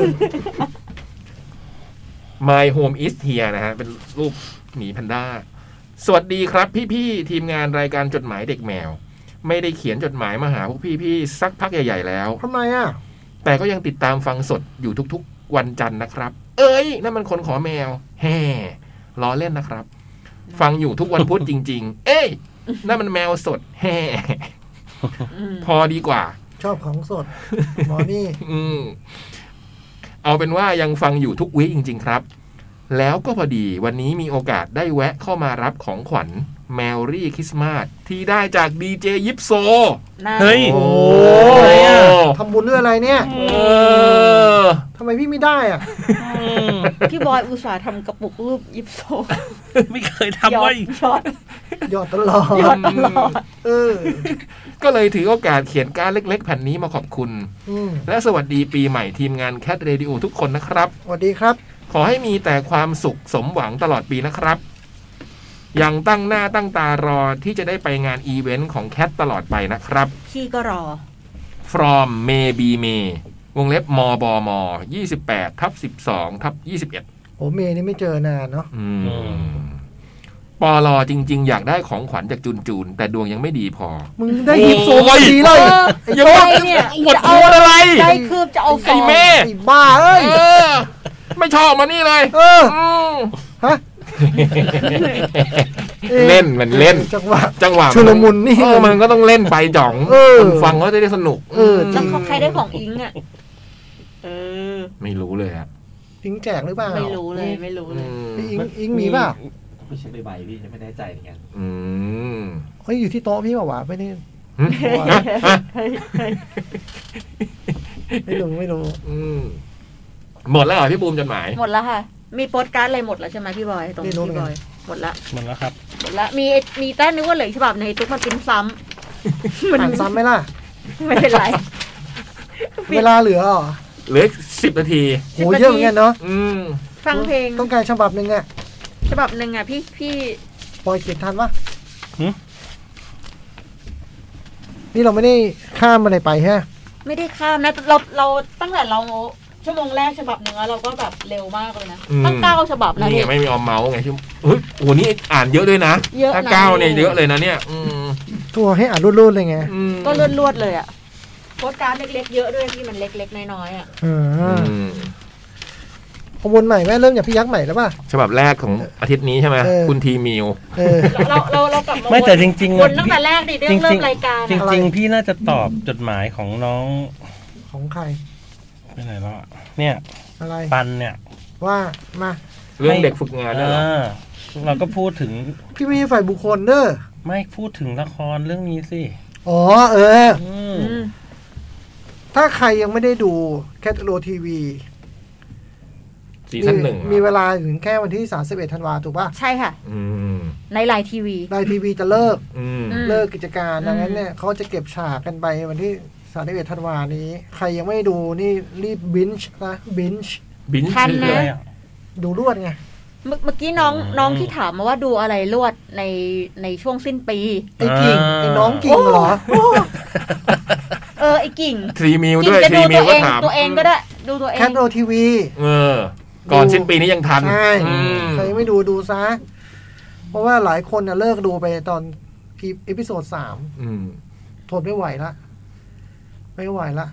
[SPEAKER 2] My Home is Here นะฮะ เป็นรูปหมีแพนด้า สวัสดีครับพี่ ๆ ทีมงานรายการจดหมายเด็กแมว ไม่ได้เขียนจดหมายมาหาพวกพี่ๆสักพักใหญ่ๆแล้ว
[SPEAKER 4] ทำไมอ่ะ
[SPEAKER 2] แต่ก็ยังติดตามฟังสดอยู่ทุกๆ วันจันทร์นะครับ เอ้ยนั่นมันคนขอแมว แฮ่ล้อเล่นนะครับ ฟังอยู่ทุกวันพุธจริง ๆ เอ้ยนั่นมันแมวสด แฮ่พอดีกว่า
[SPEAKER 4] ชอบของสด หมอนี่
[SPEAKER 2] อืม เอาเป็นว่ายังฟังอยู่ทุกวีคจริง ๆ ครับ แล้วก็พอดีวันนี้มีโอกาสได้แวะเข้ามารับของขวัญ แมรี่คริสต์มาสที่ได้จากดีเจยิปโซ
[SPEAKER 5] นะ
[SPEAKER 7] เฮ้ย
[SPEAKER 2] โอ้โห
[SPEAKER 7] อะไรอะ
[SPEAKER 4] ทำบุญด้วยอะไรเนี่ย
[SPEAKER 2] เออ
[SPEAKER 4] ทำไมพี่ไม่ได้อ่ะ
[SPEAKER 7] อืม
[SPEAKER 5] พี่บอยอุตส่าห์ทำกระปุกรูปยิปโซ
[SPEAKER 7] <laughs> ไม่เคยทำไว้ย
[SPEAKER 5] ช็อต
[SPEAKER 4] ยอดตลอดเออ
[SPEAKER 2] ก็เลยถือโอกาสเขียนการดเล็ก ๆ แผ่นนี้มาขอบคุณ
[SPEAKER 4] อืม
[SPEAKER 2] และสวัสดีปีใหม่ทีมงานแคทเรดิโอทุกคนนะครับ
[SPEAKER 4] สวัสดีครับ
[SPEAKER 2] ขอให้มีแต่ความสุขสมหวังตลอดปีนะครับ ยังตั้งหน้าตั้งตารอที่จะได้ไปงานอีเวนต์ของแคทตลอดไปนะครับ
[SPEAKER 5] พี่ก็รอ
[SPEAKER 2] from maybe may วงเล็บมบม28ทับ12ทับ21
[SPEAKER 4] โอ้เมย์นี่ไม่เจอนานเนาะ
[SPEAKER 2] อืมปอลอจริง ๆ อยากได้ของขวัญจากจูนจูนๆแต่ดวงยังไม่ดีพอ
[SPEAKER 4] มึงได้ยิบโซนดีเล
[SPEAKER 5] เอย อ
[SPEAKER 2] อ
[SPEAKER 4] ไอ้
[SPEAKER 2] ย่า
[SPEAKER 5] ใจ
[SPEAKER 2] มา
[SPEAKER 5] เนี่ย
[SPEAKER 2] อวด
[SPEAKER 5] จะ
[SPEAKER 2] อ
[SPEAKER 5] เอา
[SPEAKER 2] วดอะไร
[SPEAKER 5] ใจคืบจะเอาฟ
[SPEAKER 2] ไอ้
[SPEAKER 5] อง
[SPEAKER 2] แม่
[SPEAKER 4] ไอ้บ้าเอ้
[SPEAKER 2] เอย อ ไม่ชอบมานี่เลย
[SPEAKER 4] เออ
[SPEAKER 2] อืม
[SPEAKER 4] ฮะ อ๊ะ
[SPEAKER 2] เล่นมันเล่น
[SPEAKER 4] จังหวะ
[SPEAKER 2] จังหวะ
[SPEAKER 4] ชุลมุนนี่
[SPEAKER 2] เออมันก็ต้องเล่นไปจ่อง
[SPEAKER 4] เออ
[SPEAKER 2] คนฟังเขาจะได้สนุก
[SPEAKER 4] เออ
[SPEAKER 5] แล้วเขาใครได้ของอิงอ่ะ เออ
[SPEAKER 2] ไม่รู้เลยอะ
[SPEAKER 4] พิงแจกหรือเปล่า
[SPEAKER 5] ไม่รู้เลยไม่รู้เลย
[SPEAKER 4] พี่อิงอิงมีเปล่า
[SPEAKER 1] ไม่ใช่ใบใบพี่ไม่แน่ใจเหมือนกัน
[SPEAKER 2] อืม
[SPEAKER 4] เฮ้ยอยู่ที่โต๊ะพี่เปล่าวะไม่ได้
[SPEAKER 2] อืมฮะ
[SPEAKER 4] ไม่รู้ไม่รู้
[SPEAKER 2] อืมหมดแล้วเหรอพี่บูมจดหมาย
[SPEAKER 5] หมดแล้วค่ะ มีโปสการ์ดอะไรหมดแล้วใช่ไหมพี่บอย ตรงนี้พี่บอย หมดละ
[SPEAKER 7] หมดแล้วครับ
[SPEAKER 5] หมดละ มีมีแต้นึกว่าเหลืออกฉบับในตุ๊กมันเป็นซ้ำมัน
[SPEAKER 4] อ่านซ้ำไหมล่ะ
[SPEAKER 5] ไม่เป็นไร
[SPEAKER 4] เวลาเหลือเหรอ
[SPEAKER 2] เหลือสิบนาที
[SPEAKER 4] โหเยอะเหมือนกันเนาะ
[SPEAKER 2] อืม
[SPEAKER 5] ฟังเพลง
[SPEAKER 4] ต้องการฉบับหนึ่งอะ
[SPEAKER 5] ฉบับหนึ่งอ่ะพี่พี่
[SPEAKER 4] ปอยเก็บทันปะ
[SPEAKER 7] หืม
[SPEAKER 4] นี่เราไม่ได้ข้ามอะไรไปฮะ
[SPEAKER 5] ไม่ได้ข้ามนะ เราเราตั้งแต่เราชั่วโมงแรกฉบับหนึ่งแล้วเราก็แบบเร็วมากเลยนะ
[SPEAKER 2] อืม
[SPEAKER 5] ตั้งเก้าฉบับนะ
[SPEAKER 2] นี่
[SPEAKER 5] พี่
[SPEAKER 2] ไงไม่มีออมเมาส์ไงที่เฮ้ยโอ้โหนี่อ่านเยอะด้วยนะ
[SPEAKER 5] เยอะนะ
[SPEAKER 2] ถ้าเก้าเนี่ยเยอะเลยนะเนี่ย อืม
[SPEAKER 4] ตัวให้อ่านรุ่นๆเลยไง
[SPEAKER 2] อืม
[SPEAKER 5] ก็ลวดลวดๆเลยอะโพสต์การ์ดเล็กๆเยอะด้วยที่มันเล็กๆน้อยๆอะ
[SPEAKER 4] อ่
[SPEAKER 2] อื
[SPEAKER 4] าม ขบวนใหม่แม่เริ่มจากพี่ยักษ์ใหม่แล้วป่ะ
[SPEAKER 2] ฉบับแรกของอาทิตย์นี้ใช่ไหม
[SPEAKER 4] เออ
[SPEAKER 2] คุณทีมิว
[SPEAKER 4] เออ
[SPEAKER 5] เราเราเรากลับมา
[SPEAKER 7] ไม่แต่จริงๆ
[SPEAKER 5] ว
[SPEAKER 7] อะ
[SPEAKER 5] นตั้งแต่แรกดิเรื่องเริ่มรายการ
[SPEAKER 7] จริง
[SPEAKER 5] อะ
[SPEAKER 7] ๆจริงๆพี่น่าจะตอบจดหมายของน้อง
[SPEAKER 4] ของใคร
[SPEAKER 7] ไปไหนแล้วอะเนี่ย
[SPEAKER 4] อะไร
[SPEAKER 7] ปันเนี่ย
[SPEAKER 4] ว่ามา
[SPEAKER 2] เรื่องเด็กฝึกงาน
[SPEAKER 7] เอ
[SPEAKER 2] น่ะเหรอ
[SPEAKER 7] อเราก็พูดถึง
[SPEAKER 4] พี่ไม่ใช่ฝ่ายบุคคลเด้อ
[SPEAKER 7] ไม่พูดถึงละครเรื่องนี้สิ
[SPEAKER 4] อ๋อเออ
[SPEAKER 7] อืม
[SPEAKER 5] อืม
[SPEAKER 4] ถ้าใครยังไม่ได้ดูแคทโลทีวี
[SPEAKER 2] ซีซั่นหนึ่ง
[SPEAKER 4] มี
[SPEAKER 2] เหรอ
[SPEAKER 4] เวลาถึงแค่วันที่ 31ธันวาถูกป่ะ
[SPEAKER 5] ใช่ค่ะ
[SPEAKER 2] อืม
[SPEAKER 5] ในไลน์ทีวี
[SPEAKER 4] ไลน์ทีวีจะเลิก
[SPEAKER 2] อืม
[SPEAKER 5] อืม
[SPEAKER 4] เลิกกิจการดังนั้นเนี่ยเขาจะเก็บฉากกันไปวันที่ 31ธันวานี้ ใครยังไม่ดูนี่รีบบินช์นะบินช์
[SPEAKER 2] บิน
[SPEAKER 5] ทัน
[SPEAKER 2] เล
[SPEAKER 5] นะ
[SPEAKER 2] ย
[SPEAKER 7] อะ
[SPEAKER 4] ดูรวดไง
[SPEAKER 5] เมื่อเมื่อกี้น้องน้องที่ถามมาว่าดูอะไรลวดในในช่วงสิ้นปี
[SPEAKER 4] ไอ้กิ่งไอ้น้องกิ่งเหรอ
[SPEAKER 5] <laughs> เออไอ้กิ่ง
[SPEAKER 2] ทีมิว
[SPEAKER 5] กิ่
[SPEAKER 2] ด้วย
[SPEAKER 5] งจะ
[SPEAKER 2] ที
[SPEAKER 5] ดู
[SPEAKER 2] มิ
[SPEAKER 5] ตัว
[SPEAKER 2] ก็
[SPEAKER 5] วเอง
[SPEAKER 2] ถาม
[SPEAKER 5] ตัวเองก็ได้ดูตัวเอ
[SPEAKER 4] แค
[SPEAKER 5] ง
[SPEAKER 4] ทโลทีวี
[SPEAKER 2] เออ ก่อนสิ้นปีนี้ยังทัน
[SPEAKER 4] ใช่
[SPEAKER 2] อืม
[SPEAKER 4] ใครไม่ดูดูซะ เพราะว่าหลายคนน่ะเลิกดูไปตอนเอพิโซดสาม
[SPEAKER 2] อืม
[SPEAKER 4] ทนไม่ไหวละ ไม่ไหว
[SPEAKER 2] <laughs>
[SPEAKER 4] ละ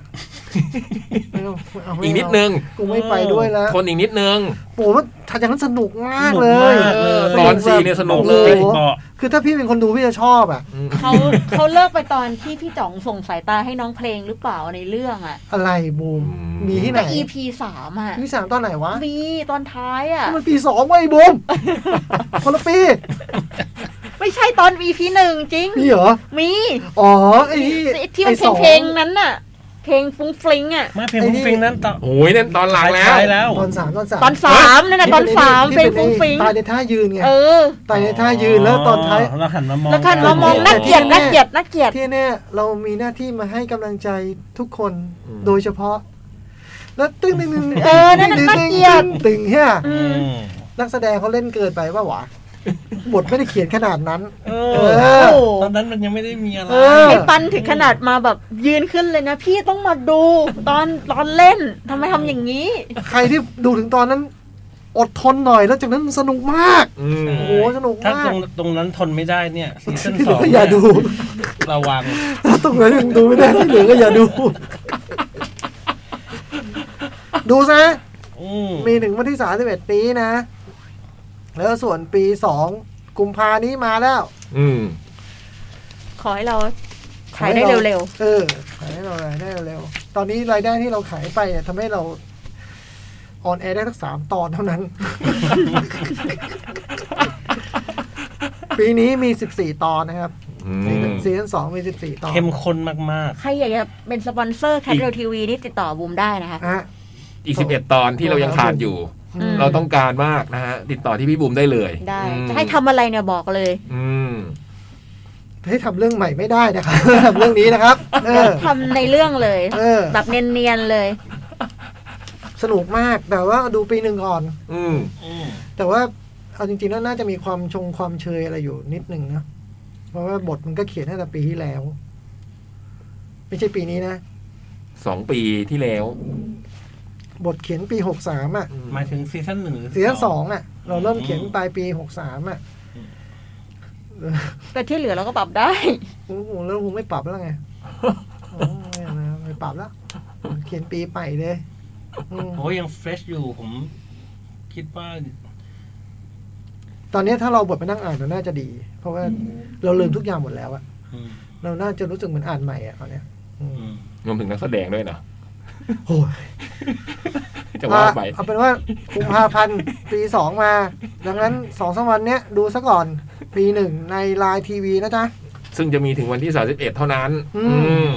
[SPEAKER 4] ไม่ต้องเาไม่เา
[SPEAKER 2] อีกนิดนึง
[SPEAKER 4] กูไม่ไปด้วยแล้ว
[SPEAKER 2] ทนอีกนิดนึง
[SPEAKER 4] โอ้โหมันทำอย่างนั้นสนุกมากเล
[SPEAKER 7] ส
[SPEAKER 4] ย
[SPEAKER 7] นุกมากเลย
[SPEAKER 2] เออตอนสี่เนี่ยสนุกเลย
[SPEAKER 7] ติดเบาะ
[SPEAKER 4] คือถ้าพี่เป็นคนดูพี่จะชอบอ่ะ
[SPEAKER 2] อืม
[SPEAKER 5] เขาเขาเลิกไปตอนที่พี่จ่องส่งสายตาให้น้องเพลงหรือเปล่าในเรื่องอะ
[SPEAKER 4] อะไรบูม มีที่ไหน
[SPEAKER 5] แต่ EP สามอะ
[SPEAKER 4] ที่สามตอนไหนวะ
[SPEAKER 5] มีตอนท้ายอะ
[SPEAKER 4] มันปีสองไว้ยบูม คนละปี
[SPEAKER 5] ไม่ใช่ตอน EP หนึ่งจริง
[SPEAKER 4] นี่เหรอ
[SPEAKER 5] มี
[SPEAKER 4] อ๋อไอ้
[SPEAKER 5] ที่
[SPEAKER 4] ไอ้
[SPEAKER 5] มัน
[SPEAKER 4] สอง
[SPEAKER 5] เพลงๆนั้นน่ะ เพลงฟุ้งฟลิงอ่ะ
[SPEAKER 7] ไม่เพียง
[SPEAKER 4] ไอ้นี่
[SPEAKER 7] ฟุ้งฟิงนั้นตอน
[SPEAKER 2] โอ้ยนั่นตอนหลังแล้ว
[SPEAKER 7] ท้ายๆแล้ว
[SPEAKER 4] ตอนสามตอนสาม
[SPEAKER 5] ตอนสามนั่นน่ะตอนสาม
[SPEAKER 4] ที่
[SPEAKER 5] เพลง
[SPEAKER 4] ไอ้
[SPEAKER 5] ฟุ้งฟลิง
[SPEAKER 4] ตายในท่ายืนไง
[SPEAKER 5] เออ
[SPEAKER 4] ตายในท่ายืนแล้วตอนท้าย
[SPEAKER 7] เราหันมามอง
[SPEAKER 5] แล้วคันเรามอง
[SPEAKER 4] กั
[SPEAKER 5] น่าน เกลียดน่าเกลียดน่าเกลียด
[SPEAKER 4] ที่เนี่ยเรามีหน้าที่มาให้กำลังใจทุกคน
[SPEAKER 2] อืม
[SPEAKER 4] โดยเฉพาะ แล้วตึ้งตึ้งตึ้ง
[SPEAKER 5] เออนั่นน่ะน่าเกลีย
[SPEAKER 4] ตึ้
[SPEAKER 5] ด
[SPEAKER 4] งตึ้งตึ้งเฮีย
[SPEAKER 5] อื
[SPEAKER 7] อื
[SPEAKER 5] ม
[SPEAKER 7] ม
[SPEAKER 4] นักแสดงเขาเล่นเกินไปป่าวะบทไม่ได้เขียนขนาดนั้น
[SPEAKER 7] เอ
[SPEAKER 4] เอ
[SPEAKER 7] อ
[SPEAKER 4] อ
[SPEAKER 5] โอ้โห
[SPEAKER 7] ตอนนั้นมันยังไม่ได้มีอะไร
[SPEAKER 4] เออ
[SPEAKER 5] ไอ้ปันถึงขนาดมาแบบยืนขึ้นเลยนะ พี่ต้องมาดูตอนตอนเล่นทำไมทำอย่างนี้
[SPEAKER 4] ใครที่ดูถึงตอนนั้น อดทนหน่อยแล้วจากนั้นสนุกมาก
[SPEAKER 2] อืม
[SPEAKER 4] โอ้โหสนุก
[SPEAKER 7] ถ้าม
[SPEAKER 4] าก
[SPEAKER 7] ตรงตรงนั้นทนไม่ได้เนี่ยซีซั่น
[SPEAKER 4] ที่เห
[SPEAKER 7] ส
[SPEAKER 4] ลื
[SPEAKER 7] อ
[SPEAKER 4] อง
[SPEAKER 5] <laughs>
[SPEAKER 4] ก็อย่าดู
[SPEAKER 7] ระวัง
[SPEAKER 4] ถ้าตรงนั้นยังดูไม่ได้ที่เหลือก็อย่า <laughs> ดู ดูซะ
[SPEAKER 7] อืม
[SPEAKER 4] มีถึงวันที่สามสิบเอ็ดนี้นะ แล้วส่วนปีสองกุมภานี้มาแล้ว
[SPEAKER 2] อืม
[SPEAKER 5] ขอให้เราถ่ายได้เร็ว
[SPEAKER 4] ๆเออขายได้เราได้เร็วๆตอนนี้รายได้ที่เราขายไปเนี่ยทำให้เราออนแอร์ได้ทั้งสามตอนเท่านั้น ปีนี้มี 14 ตอนนะครับ
[SPEAKER 2] อื
[SPEAKER 4] ซี
[SPEAKER 2] ม
[SPEAKER 4] ซั่นซีซั่นสองมี14 ตอน
[SPEAKER 7] เข้มข้นมาก
[SPEAKER 5] ใครอยากจะเป็นสปอนเซอร์แคทเรลทีวีนี่ติดต่อบูมได้นะคะ
[SPEAKER 4] ฮะ
[SPEAKER 2] อีก 11 ตอนที่เรายังขาดอยู่
[SPEAKER 5] อืม
[SPEAKER 2] เราต้องการมากนะฮะ ติดต่อที่พี่บุ๋มได้เลย
[SPEAKER 5] ได้
[SPEAKER 2] อืม
[SPEAKER 5] จะให้ทำอะไรเนี่ยบอกเลย
[SPEAKER 2] อืม
[SPEAKER 4] ให้ทำเรื่องใหม่ไม่ได้นะครับ <laughs> ทำเรื่องนี้นะครับ เออ
[SPEAKER 5] ทำในเรื่องเลย
[SPEAKER 4] เออ
[SPEAKER 5] แบบเนียนๆเลย
[SPEAKER 4] สนุกมากแต่ว่าดูปีหนึ่งก่อน
[SPEAKER 2] อืม
[SPEAKER 4] แต่ว่าเอาจริงๆแล้วน่าจะมีความชงความเชยอะไรอยู่นิดหนึ่งนะเพราะว่าบทมันก็เขียนตั้งแต่ปีที่แล้ว ไม่ใช่ปีนี้นะ
[SPEAKER 2] สองปีที่แล้ว
[SPEAKER 4] บทเขียนปีหกสามอ่ะ
[SPEAKER 7] ๆ มาถึงซีซั่นหนึ่งหรือ
[SPEAKER 4] ซีซั่นสองอ่ะ เราเริ่มเขียนปลายปีหกสามอ่ะ
[SPEAKER 5] แต่ที่เหลือเราก็ปรับได้
[SPEAKER 4] กูกูแล้วกูไม่ปรับแล้วไงอ๋อไม่เอานะไม่ปรับแล้ว เขียนปีใหม่เลยอืม
[SPEAKER 7] โอ้ยยังเฟรชอยู่ผม คิดว่า
[SPEAKER 4] ตอนนี้ถ้าเราบทมานั่งอ่านเราน่าจะดี เพราะว่าเราลืมทุกอย่างหมดแล้วอะ
[SPEAKER 7] อืม
[SPEAKER 4] เราน่าจะรู้สึกเหมือนอ่านใหม่อะตอนเนี้ยอืม
[SPEAKER 7] อืม
[SPEAKER 2] รวมถึงนักแสดงด้วยนะ
[SPEAKER 4] โอ้ย
[SPEAKER 2] จะว่าไป
[SPEAKER 4] เอาเป็นว่ากุมภาพันธ์ ปีสองมา ดังนั้นสองสามวันเนี้ยดูซะก่อน ปีหนึ่งในไลน์ทีวีนะจ๊ะ
[SPEAKER 2] ซึ่งจะมีถึงวันที่ 31 เท่านั้น
[SPEAKER 4] อืม
[SPEAKER 2] อืม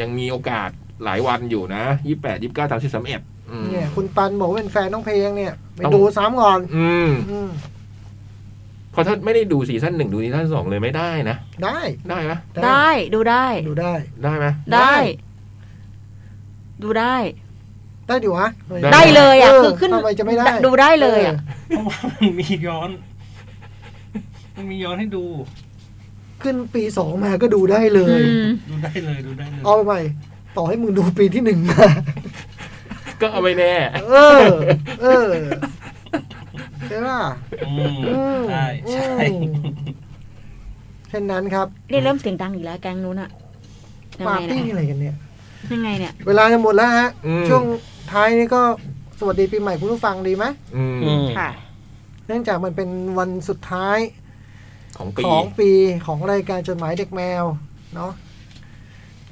[SPEAKER 2] ยังมีโอกาสหลายวันอยู่นะ 28 29 30 31อืม
[SPEAKER 4] เนี่ย คุณปันบอกว่าเป็นแฟนน้องเพลงเนี่ย ไป
[SPEAKER 2] ต้อง
[SPEAKER 4] ดูซ้ำก่อน
[SPEAKER 2] อืม
[SPEAKER 4] อืม
[SPEAKER 2] เพราะถ้าไม่ได้ดูซีซั่นหนึ่งดูซีซั่นสองเลยไม่ได้นะ
[SPEAKER 4] ได้
[SPEAKER 2] ได้ไหม
[SPEAKER 5] ได้ดูได้
[SPEAKER 4] ดูได้
[SPEAKER 2] ได้ไหม
[SPEAKER 5] ได้
[SPEAKER 4] ได้
[SPEAKER 5] ดูได้
[SPEAKER 4] ได้ดิวะ
[SPEAKER 2] ได้
[SPEAKER 5] ได้เลยอ่ะ
[SPEAKER 4] เ
[SPEAKER 5] คือขึ้น
[SPEAKER 4] ทำไมจะไม่ได้
[SPEAKER 5] ดูได้เลยอ่ะ
[SPEAKER 7] เพราะว่ามันมีย้อน มันมีย้อนให้ดู
[SPEAKER 4] ขึ้นปีสองมาก็ดูได้เล
[SPEAKER 5] อื
[SPEAKER 4] ย
[SPEAKER 5] ม
[SPEAKER 7] ดูได้เลยดูได้เลย
[SPEAKER 4] เอาไปใหม่ต่อให้มึงดูปีที่หนึ่งมา
[SPEAKER 2] ก็เอาไปแน่
[SPEAKER 4] เออ เออใช่ป่ะ
[SPEAKER 7] อืม
[SPEAKER 4] อืม
[SPEAKER 7] ใช่ใช่
[SPEAKER 4] อืมเช่นนั้นครับ
[SPEAKER 5] นี่เริ่มเสียงดังอีกแล้วแกงนู้นอ่ะ ยัง
[SPEAKER 4] ปา
[SPEAKER 5] ไง
[SPEAKER 4] ร์ตี้
[SPEAKER 5] เนี่ย
[SPEAKER 4] อะไรกันเนี่ย
[SPEAKER 5] ยังไงเนี่ย
[SPEAKER 4] เวลาจะหมดแล้วฮะ
[SPEAKER 2] อืม
[SPEAKER 4] ช่วงท้ายนี่ก็สวัสดีปีใหม่คุณผู้ฟังดีไหม
[SPEAKER 2] อืม
[SPEAKER 7] อืม
[SPEAKER 5] ค่ะ
[SPEAKER 4] เนื่องจากมันเป็นวันสุดท้าย
[SPEAKER 2] ของปี
[SPEAKER 4] ของปีของรายการจดหมายเด็กแมวเนาะ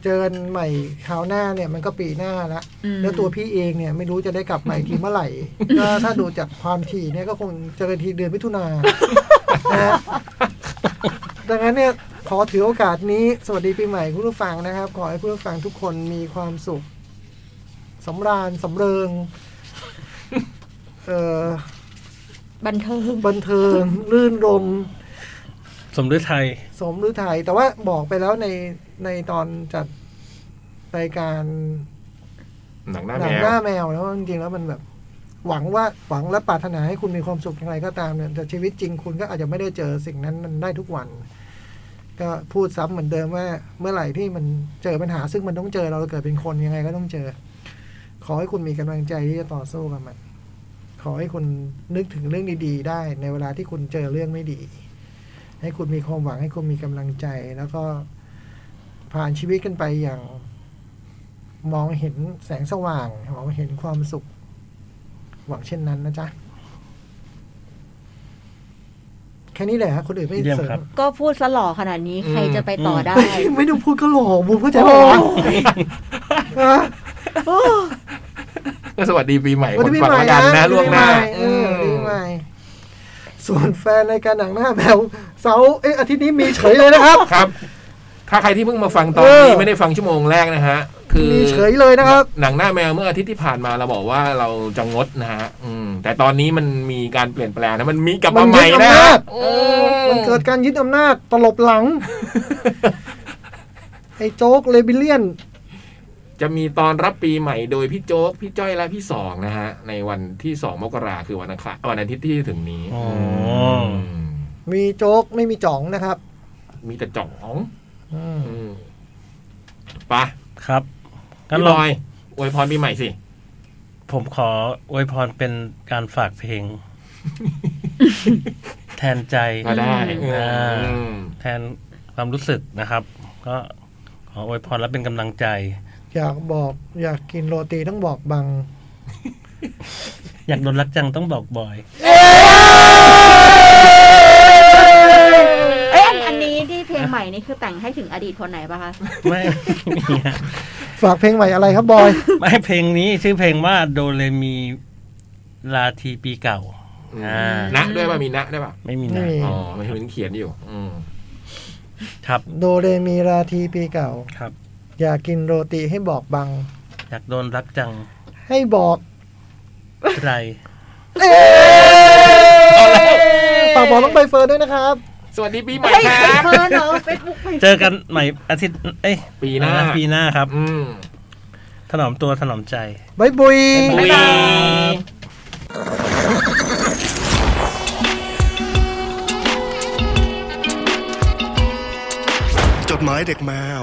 [SPEAKER 4] เจอกันใหม่คราวหน้าเนี่ยมันก็ปีหน้าละ
[SPEAKER 5] อืม
[SPEAKER 4] แล้วตัวพี่เองเนี่ยไม่รู้จะได้กลับมาอีกทีเมื่
[SPEAKER 5] <laughs>
[SPEAKER 4] อไหร่ ถ้าถ้าดูจากความถี่เนี่ยก็คงเจอกันทีเดือนมิถุ
[SPEAKER 5] <laughs>
[SPEAKER 4] นานะฮะดังนั้นเนี่ยขอถือโอกาสนี้ สวัสดีปีใหม่คุณผู้ฟังนะครับ ขอให้คุณผู้ฟังทุกคนมีความสุข สำราญสำเริง เอ่อ
[SPEAKER 5] บันเทิง
[SPEAKER 4] บันเทิง รื่นรมย์
[SPEAKER 7] สมฤทัย
[SPEAKER 4] สมฤทัยแต่ว่าบอกไปแล้วในในตอนจัดรายการ
[SPEAKER 2] หนังหน้า
[SPEAKER 4] ห
[SPEAKER 2] แม
[SPEAKER 4] นัง
[SPEAKER 2] ว
[SPEAKER 4] หน้าแมวแล้วาจริงๆแล้วมันแบบ หวังว่าหวังและปรารถนาให้คุณมีความสุขอย่างไรก็ตามเนี่ยแต่ชีวิตจริงคุณก็อาจจะไม่ได้เจอสิ่งนั้นมันได้ทุกวัน ก็พูดซ้ำเหมือนเดิมว่า เมื่อไหร่ที่มันเจอปัญหาซึ่งมันต้องเจอเราเกิดเป็นคนยังไงก็ต้องเจอ ขอให้คุณมีกำลังใจที่จะต่อสู้กับมัน ขอให้คุณนึกถึงเรื่องดี ๆ ได้ ในเวลาที่คุณเจอเรื่องไม่ดี ให้คุณมีความหวังให้คุณมีกำลังใจ แล้วก็ผ่านชีวิตกันไปอย่าง มองเห็นแสงสว่างมองเห็นความสุข หวังเช่นนั้นนะจ๊ะแค่นี้แหละครับคนอื่นไม่
[SPEAKER 7] เยี่ยม
[SPEAKER 4] เสริ
[SPEAKER 7] ครับ
[SPEAKER 4] ม
[SPEAKER 5] ก็พูดสล่อขนาดนี้ใครจะไปต่อได้
[SPEAKER 4] ไม่ต้องพูดก็หล่อบูมเข้าใจป่ะวะฮะโอ้
[SPEAKER 2] ก็สวัสดีปีใหม่ค
[SPEAKER 4] วัน
[SPEAKER 2] น
[SPEAKER 4] นี้ปี
[SPEAKER 2] ฟัง
[SPEAKER 4] ใหม่
[SPEAKER 2] แล้วกันนะล่วงหน้า
[SPEAKER 4] เออปีใหม่ส่วนแฟนรายการหนังหน้าแมวเสาร์เอ๊ะอาทิตย์นี้มีเฉยเลยนะครับ
[SPEAKER 2] ครับ ถ้าใครที่เพิ่งมาฟังตอน
[SPEAKER 4] เออ
[SPEAKER 2] นี้ไม่ได้ฟังชั่วโมงแรกนะฮะ คือ
[SPEAKER 4] มีเฉยเลยนะครับ
[SPEAKER 2] หนังหน้าแมวเมื่ออาทิตย์ที่ผ่านมาเราบอกว่าเราจะงดนะฮะ อืม แต่ตอนนี้มันมีการเปลี่ยนแปลงนะมันมีกลับ
[SPEAKER 4] มั
[SPEAKER 2] มาน ให
[SPEAKER 4] ยึ
[SPEAKER 2] ม่
[SPEAKER 4] ดอำ
[SPEAKER 2] นะ
[SPEAKER 4] นาจ
[SPEAKER 2] อื
[SPEAKER 4] มันเกิดการยึดอำนาจตลบหลั
[SPEAKER 2] <laughs>
[SPEAKER 4] ง ไอ้โจ๊กเลบิเลียน
[SPEAKER 2] จะมีตอนรับปีใหม่โดยพี่โจ๊ก พี่จ้อยและพี่สองนะฮะ ในวันที่สองมกราคือวันอังคารวันอาทิตย์ที่ถึงนี้
[SPEAKER 7] อ๋อ
[SPEAKER 2] ม
[SPEAKER 4] มีโจ๊กไม่มีจ๋องนะครับ
[SPEAKER 2] มีแต่จ่อง
[SPEAKER 4] อืม
[SPEAKER 2] อืมไปะ
[SPEAKER 7] ครับงั้น
[SPEAKER 2] พี่
[SPEAKER 7] เรา
[SPEAKER 2] ลอยอวยพรปีใหม่สิ
[SPEAKER 7] ผมขออวยพรเป็นการฝากเพ
[SPEAKER 5] <laughs>
[SPEAKER 7] ลง แทนใจ
[SPEAKER 2] ก็ได้
[SPEAKER 7] อืม
[SPEAKER 2] อืม
[SPEAKER 7] แทนความรู้สึกนะครับ ก็ขออวยพรและเป็นกำลังใจ
[SPEAKER 4] อยากบอก อยากกินโรตีต้องบอกบัง
[SPEAKER 7] อยากโดนรักจังต้องบอกบอย
[SPEAKER 5] เอ้ยอันอันนี้ที่เพลงใหม่นี่คือแต่งให้ถึงอดีตคนไหนปะคะ
[SPEAKER 7] ไม่
[SPEAKER 3] <laughs>
[SPEAKER 4] ฝากเพลงใหม่อะไรครับ
[SPEAKER 2] <laughs>
[SPEAKER 4] บอย
[SPEAKER 7] ไม่เพลงนี้ชื่อเพลงว่าโดเรมีลาทีปีเก่า
[SPEAKER 10] อ่า
[SPEAKER 2] นะด้วยป่ะมีนะด้วยป่ะ
[SPEAKER 3] ไม่มี
[SPEAKER 4] ไม่
[SPEAKER 3] นะ
[SPEAKER 4] มี
[SPEAKER 2] อ๋อมันเห็นเขียนอยู่ อืม
[SPEAKER 3] ครับ
[SPEAKER 4] โดเรมีราทีปีเก่า
[SPEAKER 3] ครับ
[SPEAKER 4] อยากกินโรตีให้บอกบัง
[SPEAKER 3] อยากโดนรักจัง <laughs>
[SPEAKER 4] ให้บอก
[SPEAKER 3] ไร
[SPEAKER 4] ฝากบอกต้องไปเฟิร์นด้วยนะครับ
[SPEAKER 2] สวัสดีปีใหม่
[SPEAKER 5] เฮ้ย
[SPEAKER 2] ค
[SPEAKER 5] ไป
[SPEAKER 2] รับ
[SPEAKER 5] เฟิร์นเหรอเฟซบุ๊กไป
[SPEAKER 3] เจอกันใหม่อาทิตย์เอ้ย
[SPEAKER 2] ปีหน้า
[SPEAKER 3] ปีหน้าครับ
[SPEAKER 2] อืม
[SPEAKER 3] ถนอมตัวถนอมใจ
[SPEAKER 4] บ๊ายบุย
[SPEAKER 2] บ๊ายบาย
[SPEAKER 6] จดหมายเด็กแมว